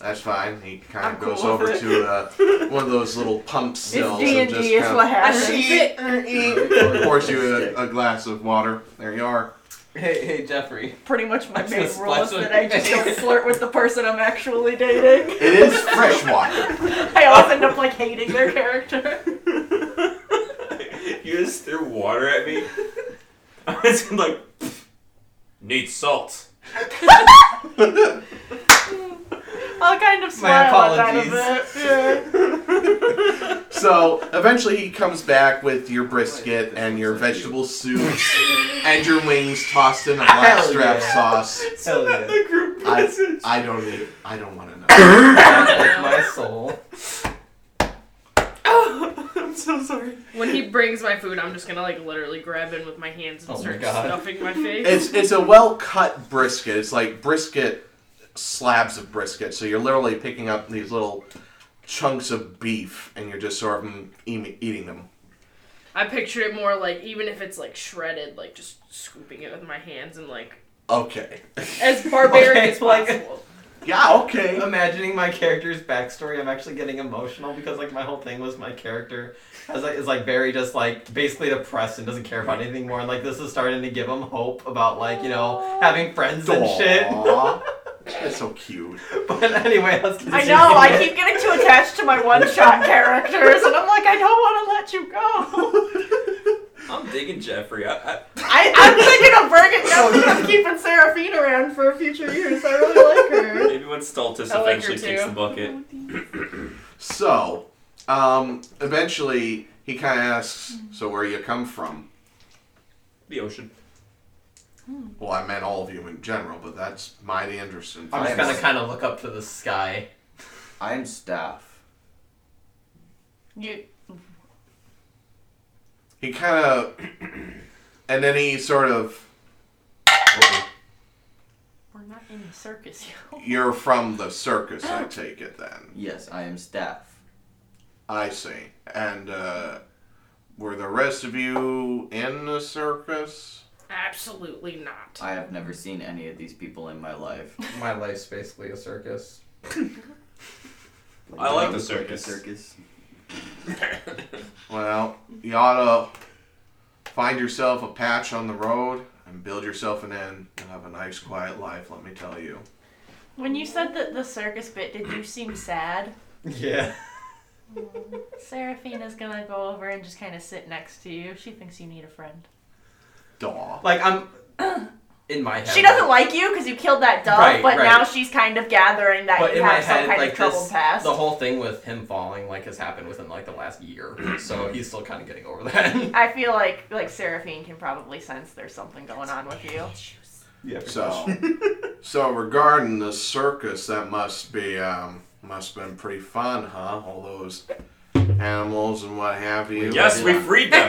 Speaker 2: That's fine. He kind
Speaker 5: I'm
Speaker 2: of
Speaker 5: cool
Speaker 2: goes
Speaker 5: with
Speaker 2: over
Speaker 5: it.
Speaker 2: to uh, one of those little pump
Speaker 6: It's
Speaker 2: stills
Speaker 6: D
Speaker 2: and
Speaker 6: and
Speaker 2: just
Speaker 6: D. It's
Speaker 2: kind
Speaker 6: what
Speaker 2: of
Speaker 6: happens.
Speaker 2: pours you a, a glass of water. There you are.
Speaker 8: Hey, hey, Jeffrey.
Speaker 6: Pretty much my
Speaker 8: I'm
Speaker 6: main
Speaker 8: just
Speaker 6: rule is
Speaker 8: splashing.
Speaker 6: that I just [laughs] don't flirt with the person I'm actually dating. [laughs]
Speaker 2: It is fresh water.
Speaker 6: I always end up like hating their character.
Speaker 3: [laughs] you just threw water at [laughs] me. I was like, need salt.
Speaker 6: I'll kind of
Speaker 8: My
Speaker 6: smile at that
Speaker 8: apologies.
Speaker 6: [laughs] a bit.
Speaker 3: [laughs]
Speaker 6: Yeah.
Speaker 2: So eventually he comes back with your brisket and your vegetable soup and your wings tossed in a black
Speaker 8: Hell
Speaker 2: strap
Speaker 8: yeah.
Speaker 2: sauce.
Speaker 8: Hell yeah.
Speaker 2: I, I don't need. I don't want to know.
Speaker 8: With my soul.
Speaker 5: when he brings my food, I'm just gonna like literally grab in with my hands and
Speaker 8: Oh my
Speaker 5: start
Speaker 8: God.
Speaker 5: stuffing [laughs] my face.
Speaker 2: It's it's a well cut brisket. It's like brisket slabs of brisket. So you're literally picking up these little chunks of beef and you're just sort of eating eating them.
Speaker 5: I pictured it more like even if it's like shredded, like just scooping it with my hands and like
Speaker 2: Okay.
Speaker 5: as barbaric
Speaker 8: Okay,
Speaker 5: as
Speaker 8: like-
Speaker 5: possible.
Speaker 2: [laughs] Yeah. Okay.
Speaker 8: [laughs] Imagining my character's backstory, I'm actually getting emotional because like my whole thing was my character has like is like very just like basically depressed and doesn't care about anything more. And like this is starting to give him hope about like you know having friends and shit. [laughs]
Speaker 2: Aw. That's so cute.
Speaker 8: but anyway, let's
Speaker 6: I know.
Speaker 8: [laughs]
Speaker 6: I
Speaker 8: continue.
Speaker 6: keep getting too attached to my [laughs] one-shot characters, and I'm like, I don't want to let you go.
Speaker 3: I'm digging Jeffrey. I, I,
Speaker 6: I, I'm thinking of [laughs] Bergen Jones. I'm keeping Seraphine around for future years. I really like her.
Speaker 3: maybe when Stultus
Speaker 5: I like her
Speaker 3: eventually kicks
Speaker 5: too.
Speaker 3: the bucket.
Speaker 2: So, um, eventually he kind of asks, "So where you come from?"
Speaker 3: The ocean.
Speaker 2: Well, I meant all of you in general, but that's mighty interesting.
Speaker 8: I'm just gonna kind of look up to the sky.
Speaker 19: I'm staff.
Speaker 6: You,
Speaker 2: He kind of, [clears throat] and then he sort of,
Speaker 6: we're not in the circus, [laughs] you.
Speaker 2: "You're from the circus, I take it then."
Speaker 19: Yes, I am staff.
Speaker 2: I see. And uh, were the rest of you in the circus?
Speaker 5: Absolutely not.
Speaker 19: I have never seen any of these people in my life.
Speaker 8: My life's basically a circus.
Speaker 3: I like the
Speaker 19: Looks like a
Speaker 3: circus.
Speaker 19: circus.
Speaker 2: Well, you ought to find yourself a patch on the road and build yourself an inn. You'll have a nice, quiet life. Let me tell you.
Speaker 6: When you said that the circus bit, did you seem sad?
Speaker 8: Yeah.
Speaker 6: Seraphine is gonna go over and just kind of sit next to you. She thinks you need a friend.
Speaker 2: Daw.
Speaker 8: Like
Speaker 6: [clears throat]
Speaker 8: I'm in my head.
Speaker 6: She doesn't like you because you killed that dove,
Speaker 8: Right,
Speaker 6: but
Speaker 8: right.
Speaker 6: now she's kind of gathering that
Speaker 8: But
Speaker 6: you
Speaker 8: in my
Speaker 6: have some
Speaker 8: head,
Speaker 6: kind
Speaker 8: like
Speaker 6: of troubled
Speaker 8: this,
Speaker 6: past.
Speaker 8: the whole thing with him falling like has happened within like the last year,
Speaker 6: Mm-hmm.
Speaker 8: so he's still kind of getting over that. [laughs]
Speaker 6: I feel like like Seraphine can probably sense there's something going on with you. [laughs]
Speaker 8: yeah.
Speaker 2: So, so regarding the circus, that must be um, must have been pretty fun, huh? All those animals and what have you.
Speaker 3: Yes, we freed [laughs] them.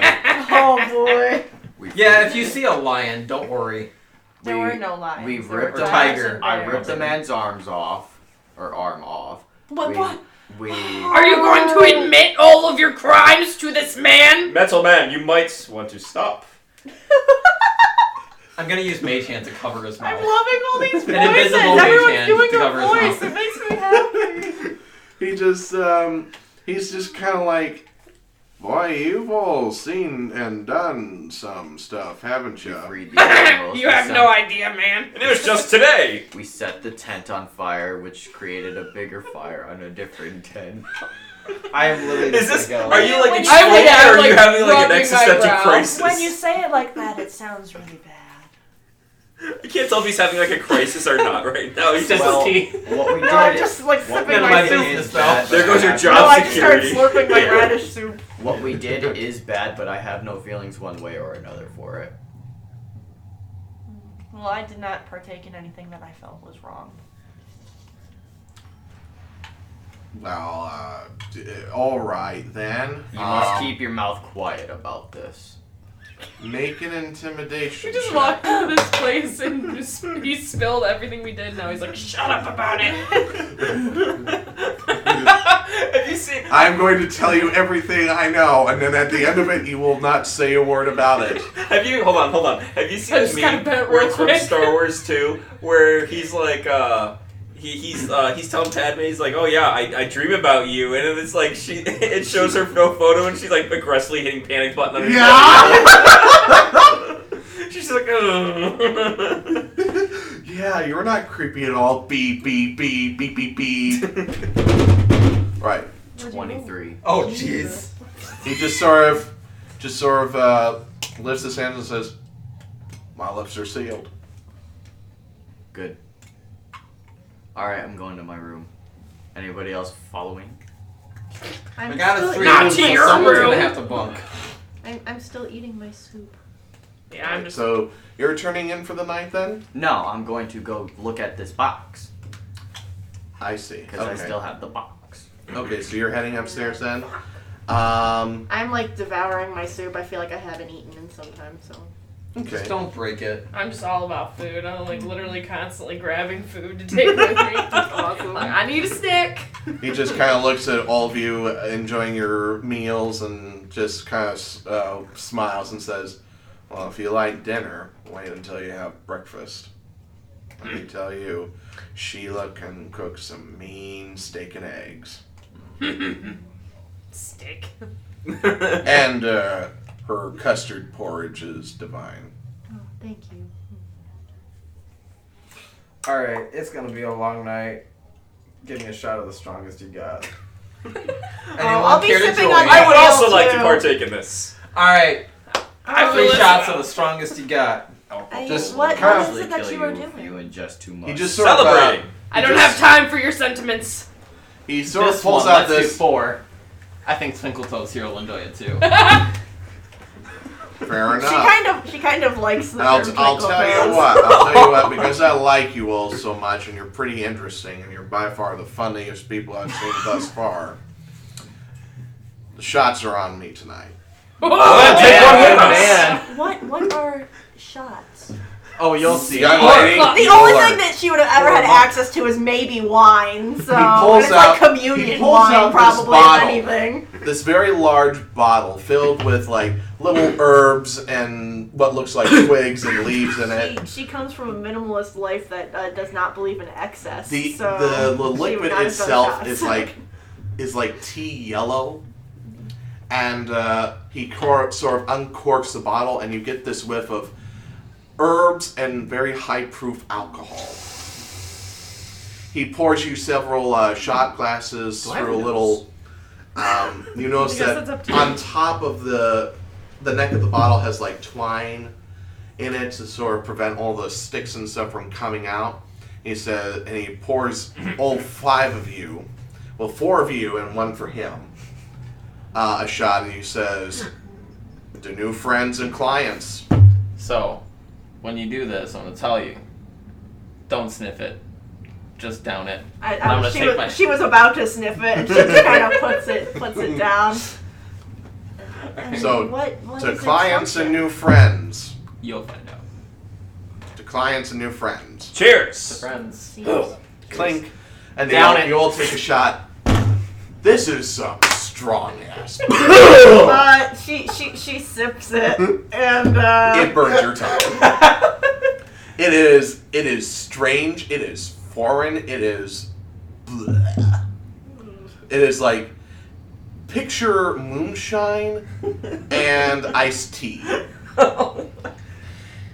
Speaker 6: Oh boy.
Speaker 19: We
Speaker 8: Yeah, if you see a lion, don't worry.
Speaker 6: There
Speaker 19: We-
Speaker 6: were no lions.
Speaker 19: we
Speaker 6: There were
Speaker 19: ripped
Speaker 8: a
Speaker 6: dogs
Speaker 8: tiger.
Speaker 6: in
Speaker 19: I
Speaker 6: there.
Speaker 19: ripped the man's arms off, or arm off.
Speaker 6: But
Speaker 19: we,
Speaker 6: what?
Speaker 19: We.
Speaker 5: Are you going to admit all of your crimes to
Speaker 8: [laughs]
Speaker 5: this man?
Speaker 3: Metal man, you might want to stop.
Speaker 8: I'm gonna use Mage Hand to cover his
Speaker 6: I'm
Speaker 8: mouth.
Speaker 6: loving all these
Speaker 8: An
Speaker 6: voices.
Speaker 8: invisible Mage
Speaker 6: Everyone's
Speaker 8: Hand
Speaker 6: doing
Speaker 8: to
Speaker 6: a
Speaker 8: cover his
Speaker 6: voice.
Speaker 8: mouth.
Speaker 6: It makes me happy.
Speaker 2: He just um, he's just kind of like Boy, you've all seen and done some stuff, haven't you?
Speaker 19: Read the animals.
Speaker 5: you
Speaker 19: We
Speaker 5: have
Speaker 19: set-
Speaker 5: no idea, man.
Speaker 3: And it was just today.
Speaker 19: We set the tent on fire, which created a bigger fire on a different tent.
Speaker 20: I am literally.
Speaker 3: Is
Speaker 20: just
Speaker 3: this?
Speaker 20: gonna
Speaker 3: Are you like
Speaker 5: I would
Speaker 3: exploding,
Speaker 5: have,
Speaker 3: or are you
Speaker 5: like,
Speaker 3: having like an
Speaker 5: rubbing my
Speaker 3: existential
Speaker 5: brow.
Speaker 3: crisis?
Speaker 6: When you say it like that, it sounds really bad.
Speaker 3: I can't tell if he's having like a crisis or not right now. He's just
Speaker 13: Well,
Speaker 6: [laughs]
Speaker 13: what we
Speaker 6: No,
Speaker 13: did.
Speaker 6: I'm just like
Speaker 13: what
Speaker 6: sipping
Speaker 13: we
Speaker 8: none of
Speaker 6: my
Speaker 8: my
Speaker 6: soup.
Speaker 8: business,
Speaker 13: is
Speaker 8: though.
Speaker 13: bad,
Speaker 3: There
Speaker 13: but
Speaker 3: goes your
Speaker 13: happened.
Speaker 3: job
Speaker 6: No, I just started
Speaker 3: security.
Speaker 6: slurping my
Speaker 3: [laughs] Yeah.
Speaker 6: radish soup.
Speaker 19: What we did is bad, but I have no feelings one way or another for it.
Speaker 6: Well, I did not partake in anything that I felt was wrong.
Speaker 2: Well, uh, d- all right then.
Speaker 19: You must
Speaker 2: Um,
Speaker 19: keep your mouth quiet about this.
Speaker 2: Make an intimidation.
Speaker 5: We just
Speaker 2: check.
Speaker 5: walked into this place and just, he spilled everything we did. Now he's like, shut up about
Speaker 8: [laughs]
Speaker 5: it.
Speaker 3: Have you seen?
Speaker 2: I'm going to tell you everything I know, and then at the end of it, you will not say a word about it.
Speaker 3: Have you hold on, hold on. Have you seen
Speaker 5: I
Speaker 3: the
Speaker 5: just gotta
Speaker 3: meme
Speaker 5: bet
Speaker 3: where
Speaker 5: real
Speaker 3: it's from
Speaker 5: quick.
Speaker 3: Star Wars 2 where he's like uh he, he's uh, he's telling Padme he's like oh yeah I, I dream about you and then it's like she [laughs] it shows her no photo and she's like aggressively hitting panic button on her [laughs] she's like Ugh.
Speaker 2: [laughs] yeah, you're not creepy at all. Beep, beep, beep, beep, beep, beep. Right.
Speaker 19: Twenty-three.
Speaker 8: Oh jeez.
Speaker 2: He just sort of, just sort of uh, lifts his hands and says, "My lips are sealed."
Speaker 19: Good. All right, I'm going to my room. Anybody else following?
Speaker 14: I'm
Speaker 8: I got a
Speaker 14: still
Speaker 8: three.
Speaker 5: Not
Speaker 14: eating-
Speaker 5: to your
Speaker 8: Someone's
Speaker 5: room.
Speaker 8: gonna have to bunk.
Speaker 14: I'm, I'm still eating my soup.
Speaker 5: [laughs] yeah, I'm just.
Speaker 2: So you're turning in for the night then?
Speaker 19: No, I'm going to go look at this box
Speaker 2: I see.
Speaker 19: because
Speaker 2: Okay.
Speaker 19: I still have the box.
Speaker 2: okay, so you're heading upstairs then. Um.
Speaker 14: I'm like devouring my soup. I feel like I haven't eaten in some time,
Speaker 6: [laughs]
Speaker 14: so.
Speaker 2: Okay.
Speaker 8: Just don't break it.
Speaker 5: I'm just all about food. I'm like literally constantly grabbing food to take with me. Like,
Speaker 6: [laughs]
Speaker 5: I need a snack.
Speaker 2: He just kind of looks at all of you enjoying your meals and just kind of uh, smiles and says, Well, if you like dinner, wait until you have breakfast. Let me tell you, Sheila can cook some mean steak and eggs.
Speaker 5: Steak.
Speaker 2: And uh, her custard porridge is divine.
Speaker 14: Oh, thank you.
Speaker 20: All right, it's gonna be a long night. Give me a shot of the strongest you
Speaker 6: [laughs]
Speaker 20: got. Anyone
Speaker 6: I'll be
Speaker 20: care to
Speaker 6: sipping
Speaker 20: join?
Speaker 6: on
Speaker 3: I would
Speaker 6: feel
Speaker 3: also like to
Speaker 6: too.
Speaker 3: partake in this
Speaker 8: All right,
Speaker 5: I
Speaker 8: three
Speaker 6: Oh,
Speaker 5: will
Speaker 8: shots
Speaker 5: listen.
Speaker 8: of the strongest you got.
Speaker 14: I,
Speaker 2: Just
Speaker 6: what,
Speaker 2: kind
Speaker 6: what
Speaker 2: of
Speaker 6: is
Speaker 19: Usually
Speaker 6: it that
Speaker 19: kill
Speaker 6: you were
Speaker 19: if You
Speaker 6: doing?
Speaker 19: ingest too much.
Speaker 2: He just sort of.
Speaker 3: celebrating
Speaker 2: uh,
Speaker 5: I don't
Speaker 2: Just-
Speaker 5: have time for your sentiments.
Speaker 2: he sort of
Speaker 8: This
Speaker 2: pulls
Speaker 8: one,
Speaker 2: out
Speaker 8: let's do
Speaker 2: this.
Speaker 8: four. I think Twinkletoes here will enjoy
Speaker 19: [laughs]
Speaker 8: it too.
Speaker 2: Fair
Speaker 6: She
Speaker 2: enough.
Speaker 6: kind of she kind of likes the
Speaker 2: I'll,
Speaker 6: term
Speaker 2: I'll
Speaker 6: twinkle
Speaker 2: tell you
Speaker 6: toes.
Speaker 2: what. I'll tell you
Speaker 6: [laughs]
Speaker 2: what. Because I like you all so much, and you're pretty interesting, and you're by far the funniest people I've
Speaker 6: [laughs]
Speaker 2: seen thus far. The shots are on me tonight. [laughs]
Speaker 6: What what are shots?
Speaker 19: Oh, you'll see.
Speaker 2: Young
Speaker 5: Or
Speaker 2: lady,
Speaker 5: fuck.
Speaker 6: The
Speaker 2: you
Speaker 6: only
Speaker 2: all are-
Speaker 6: thing that she would have ever had access to is maybe wine. So and
Speaker 2: pulls
Speaker 6: it's
Speaker 2: out-
Speaker 6: like
Speaker 2: he
Speaker 6: communion
Speaker 2: pulls
Speaker 6: wine,
Speaker 2: out this
Speaker 6: probably
Speaker 2: bottle.
Speaker 6: if anything.
Speaker 2: this very large bottle filled with like little herbs and what looks like twigs and leaves in it.
Speaker 6: She, she comes from a minimalist life that uh, does not believe in excess.
Speaker 2: The
Speaker 6: so
Speaker 2: the,
Speaker 6: she
Speaker 2: the
Speaker 6: would
Speaker 2: liquid
Speaker 6: not have done
Speaker 2: itself
Speaker 6: shots.
Speaker 2: is like is like tea yellow, and uh, he cor- sort of uncorks the bottle, and you get this whiff of herbs and very high proof alcohol. He pours you several uh, shot glasses
Speaker 8: I have
Speaker 2: through a
Speaker 8: notes?
Speaker 2: little. Um,
Speaker 5: [laughs]
Speaker 2: you notice
Speaker 5: guess that's
Speaker 2: that
Speaker 5: up to
Speaker 2: on top of the the neck of the bottle has like twine in it to sort of prevent all the sticks and stuff from coming out. He says, and he
Speaker 8: [clears throat]
Speaker 2: pours all five of you, well, four of you and one for him, uh, a shot, and he says, "To new friends and clients."
Speaker 19: So, when you do this, I'm gonna tell you. Don't sniff it. Just down it.
Speaker 6: I,
Speaker 19: I'm
Speaker 6: I,
Speaker 19: gonna
Speaker 6: she,
Speaker 19: take
Speaker 6: was,
Speaker 19: my-
Speaker 6: she was about to sniff
Speaker 2: [laughs]
Speaker 6: it, and she kind of puts it puts it down. And
Speaker 2: So,
Speaker 6: what, what
Speaker 2: to
Speaker 6: is its
Speaker 2: clients and
Speaker 6: function?
Speaker 2: new friends.
Speaker 8: You'll find out.
Speaker 2: To clients and new friends. [laughs]
Speaker 8: The
Speaker 3: cheers
Speaker 8: friends.
Speaker 2: Clink, and they
Speaker 8: Down
Speaker 2: all,
Speaker 8: it.
Speaker 2: you all take a shot. This is some strong
Speaker 8: [laughs]
Speaker 2: ass.
Speaker 6: But Uh, she she she sips it, and uh,
Speaker 2: [laughs] it burns your tongue. It is. It is strange. It is foreign. It is. bleh. It is like picture moonshine and iced tea.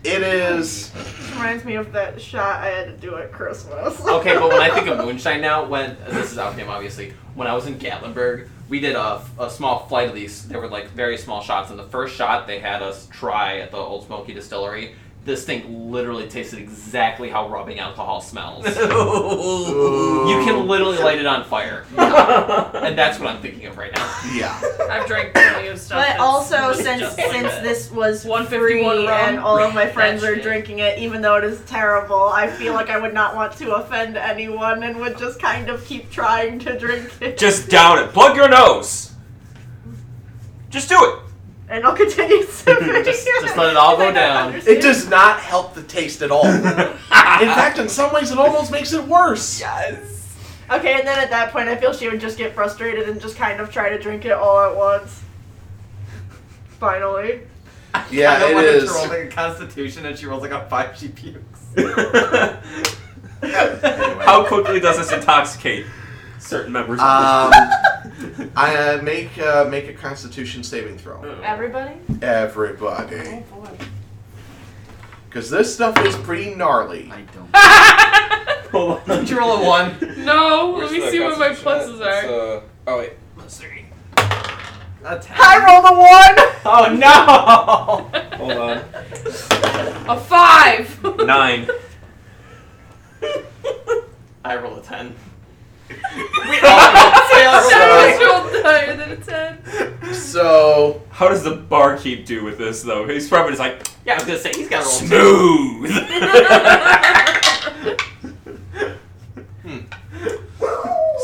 Speaker 2: It is.
Speaker 14: This reminds me of that shot I had to do at Christmas.
Speaker 8: Okay, but when I think of moonshine now, when this is out game obviously, when I was in Gatlinburg, we did a, a small flight of these. There were like very small shots, and the first shot they had us try at the Old Smoky Distillery. This thing literally tasted exactly how rubbing alcohol [laughs] smells.
Speaker 19: [laughs]
Speaker 8: You can literally light it on [laughs] fire, and that's what I'm thinking of right now.
Speaker 2: Yeah.
Speaker 5: I've drank plenty of stuff.
Speaker 14: But
Speaker 5: that's
Speaker 14: also,
Speaker 5: really [laughs]
Speaker 14: since
Speaker 5: just like
Speaker 14: since
Speaker 5: that.
Speaker 14: this was
Speaker 5: 151
Speaker 14: free
Speaker 5: rum.
Speaker 14: and all of my
Speaker 5: That
Speaker 14: friends are
Speaker 5: shit.
Speaker 14: drinking it, even though it is terrible, I feel like I would not want to offend anyone and would just kind of keep trying to drink it.
Speaker 3: Just down it. Plug your nose. Just do it.
Speaker 14: and I'll continue sipping.
Speaker 8: Just- just let it all go
Speaker 14: [laughs] I don't
Speaker 8: down.
Speaker 14: understand.
Speaker 2: It does not help the taste at all. In fact, in some ways, it almost makes it worse.
Speaker 14: Okay, and then at that point, I feel she would just get frustrated and just kind of try to drink it all at once. Finally.
Speaker 2: [laughs] Yeah,
Speaker 13: I
Speaker 2: it
Speaker 13: don't want her
Speaker 2: is.
Speaker 13: to roll like a constitution and she rolls like a five,
Speaker 2: [laughs]
Speaker 13: she pukes.
Speaker 8: [laughs]
Speaker 3: How quickly does this intoxicate certain members?
Speaker 19: Uh,
Speaker 2: Um, I uh, make uh, make a Constitution saving throw.
Speaker 5: Everybody?
Speaker 14: Oh,
Speaker 2: Everybody,
Speaker 5: boy.
Speaker 2: because this stuff is pretty
Speaker 13: [laughs]
Speaker 2: gnarly.
Speaker 13: I don't.
Speaker 3: Hold on.
Speaker 8: Did you roll a one?
Speaker 5: [laughs] No,
Speaker 3: Where's
Speaker 5: let me
Speaker 3: the
Speaker 5: see what my
Speaker 3: constitution
Speaker 5: pluses
Speaker 3: at?
Speaker 5: are.
Speaker 20: Uh, oh wait.
Speaker 8: A ten.
Speaker 14: I rolled a one!
Speaker 8: Oh no!
Speaker 13: Oh,
Speaker 3: Hold on.
Speaker 5: A five! [laughs]
Speaker 3: Nine.
Speaker 8: I roll a ten.
Speaker 5: I just rolled higher than a ten.
Speaker 2: So
Speaker 3: How does the barkeep do with this though? He's probably just like
Speaker 8: Yeah, I was gonna say he's got a roll.
Speaker 3: smooth.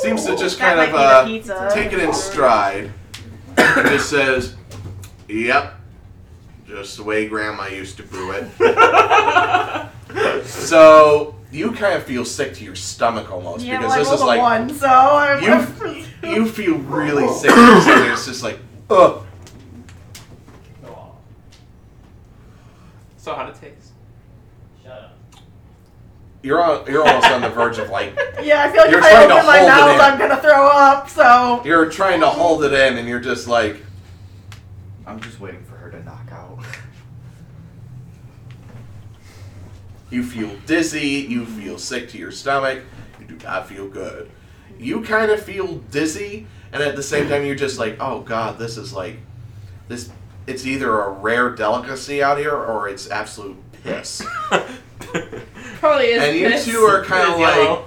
Speaker 2: seems to just
Speaker 14: That
Speaker 2: kind
Speaker 14: might
Speaker 2: of
Speaker 14: be the
Speaker 2: uh,
Speaker 14: pizza.
Speaker 2: take it in stride. And just says, "Yep, just the way Grandma used to brew it." so you kind of feel sick to your stomach almost
Speaker 14: Yeah,
Speaker 2: because
Speaker 14: well, I
Speaker 2: this
Speaker 14: rolled
Speaker 2: is
Speaker 14: a
Speaker 2: like
Speaker 14: one, so I'm.
Speaker 2: you you feel really sick. to your stomach. It's just like, ugh.
Speaker 8: So how would it taste?
Speaker 2: You're on, you're almost on the verge of like
Speaker 14: yeah, I feel [laughs] like
Speaker 2: You're
Speaker 14: if I
Speaker 2: trying to
Speaker 14: open my
Speaker 2: hold it in.
Speaker 14: mouth, I'm gonna throw up, so.
Speaker 2: you're trying to hold it in, and you're just like,
Speaker 13: [laughs] I'm just waiting for her to knock out.
Speaker 2: You feel dizzy, you feel sick to your stomach, you do not feel good. You kind of feel dizzy, and at the same time, you're just like, oh god, this is like, this, it's either a rare delicacy out here or it's absolute
Speaker 8: [laughs]
Speaker 2: piss.
Speaker 5: Probably is
Speaker 2: and you
Speaker 5: piss.
Speaker 2: two are kind of like,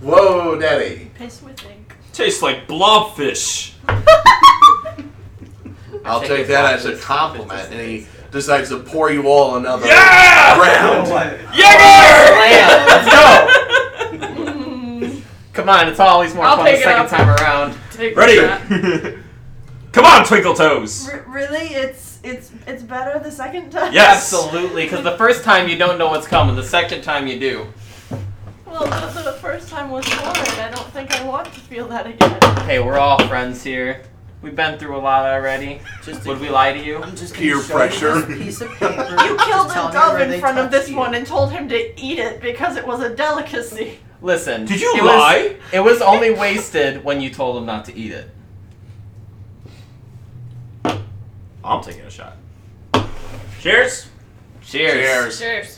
Speaker 2: whoa, Daddy.
Speaker 14: Piss with ink.
Speaker 3: Tastes like blobfish.
Speaker 2: I'll
Speaker 8: take
Speaker 2: take
Speaker 8: it
Speaker 2: that
Speaker 8: back.
Speaker 2: as a
Speaker 8: It's-
Speaker 2: compliment.
Speaker 8: it's-
Speaker 2: And he decides to pour you all another
Speaker 3: Yeah!
Speaker 2: round.
Speaker 8: Slam! Let's go! [laughs] Come on, it's always more
Speaker 5: I'll
Speaker 8: fun the
Speaker 5: pick it
Speaker 8: second
Speaker 5: up.
Speaker 8: time around.
Speaker 5: Take
Speaker 8: [laughs]
Speaker 5: that.
Speaker 3: Ready? Come on, Twinkle Toes.
Speaker 14: R- really, it's it's it's better the second time.
Speaker 3: Yes.
Speaker 8: Absolutely, because the first time you don't know what's coming, the second time you do.
Speaker 14: Well, the, the first time was hard. I don't think I want to feel that again.
Speaker 8: Hey, we're all friends here. We've been through a lot already.
Speaker 13: Just
Speaker 8: Would we lie to you?
Speaker 13: I'm just
Speaker 2: Peer
Speaker 13: gonna show you
Speaker 2: pressure.
Speaker 13: this piece of paper.
Speaker 14: [laughs] You killed a dove in front of this one and told him to eat it because it was a delicacy.
Speaker 8: Listen.
Speaker 3: Did you
Speaker 8: it was-
Speaker 3: lie?
Speaker 8: it was only wasted when you told him not to eat it.
Speaker 3: I'm taking a shot. Cheers.
Speaker 8: Cheers.
Speaker 5: Cheers.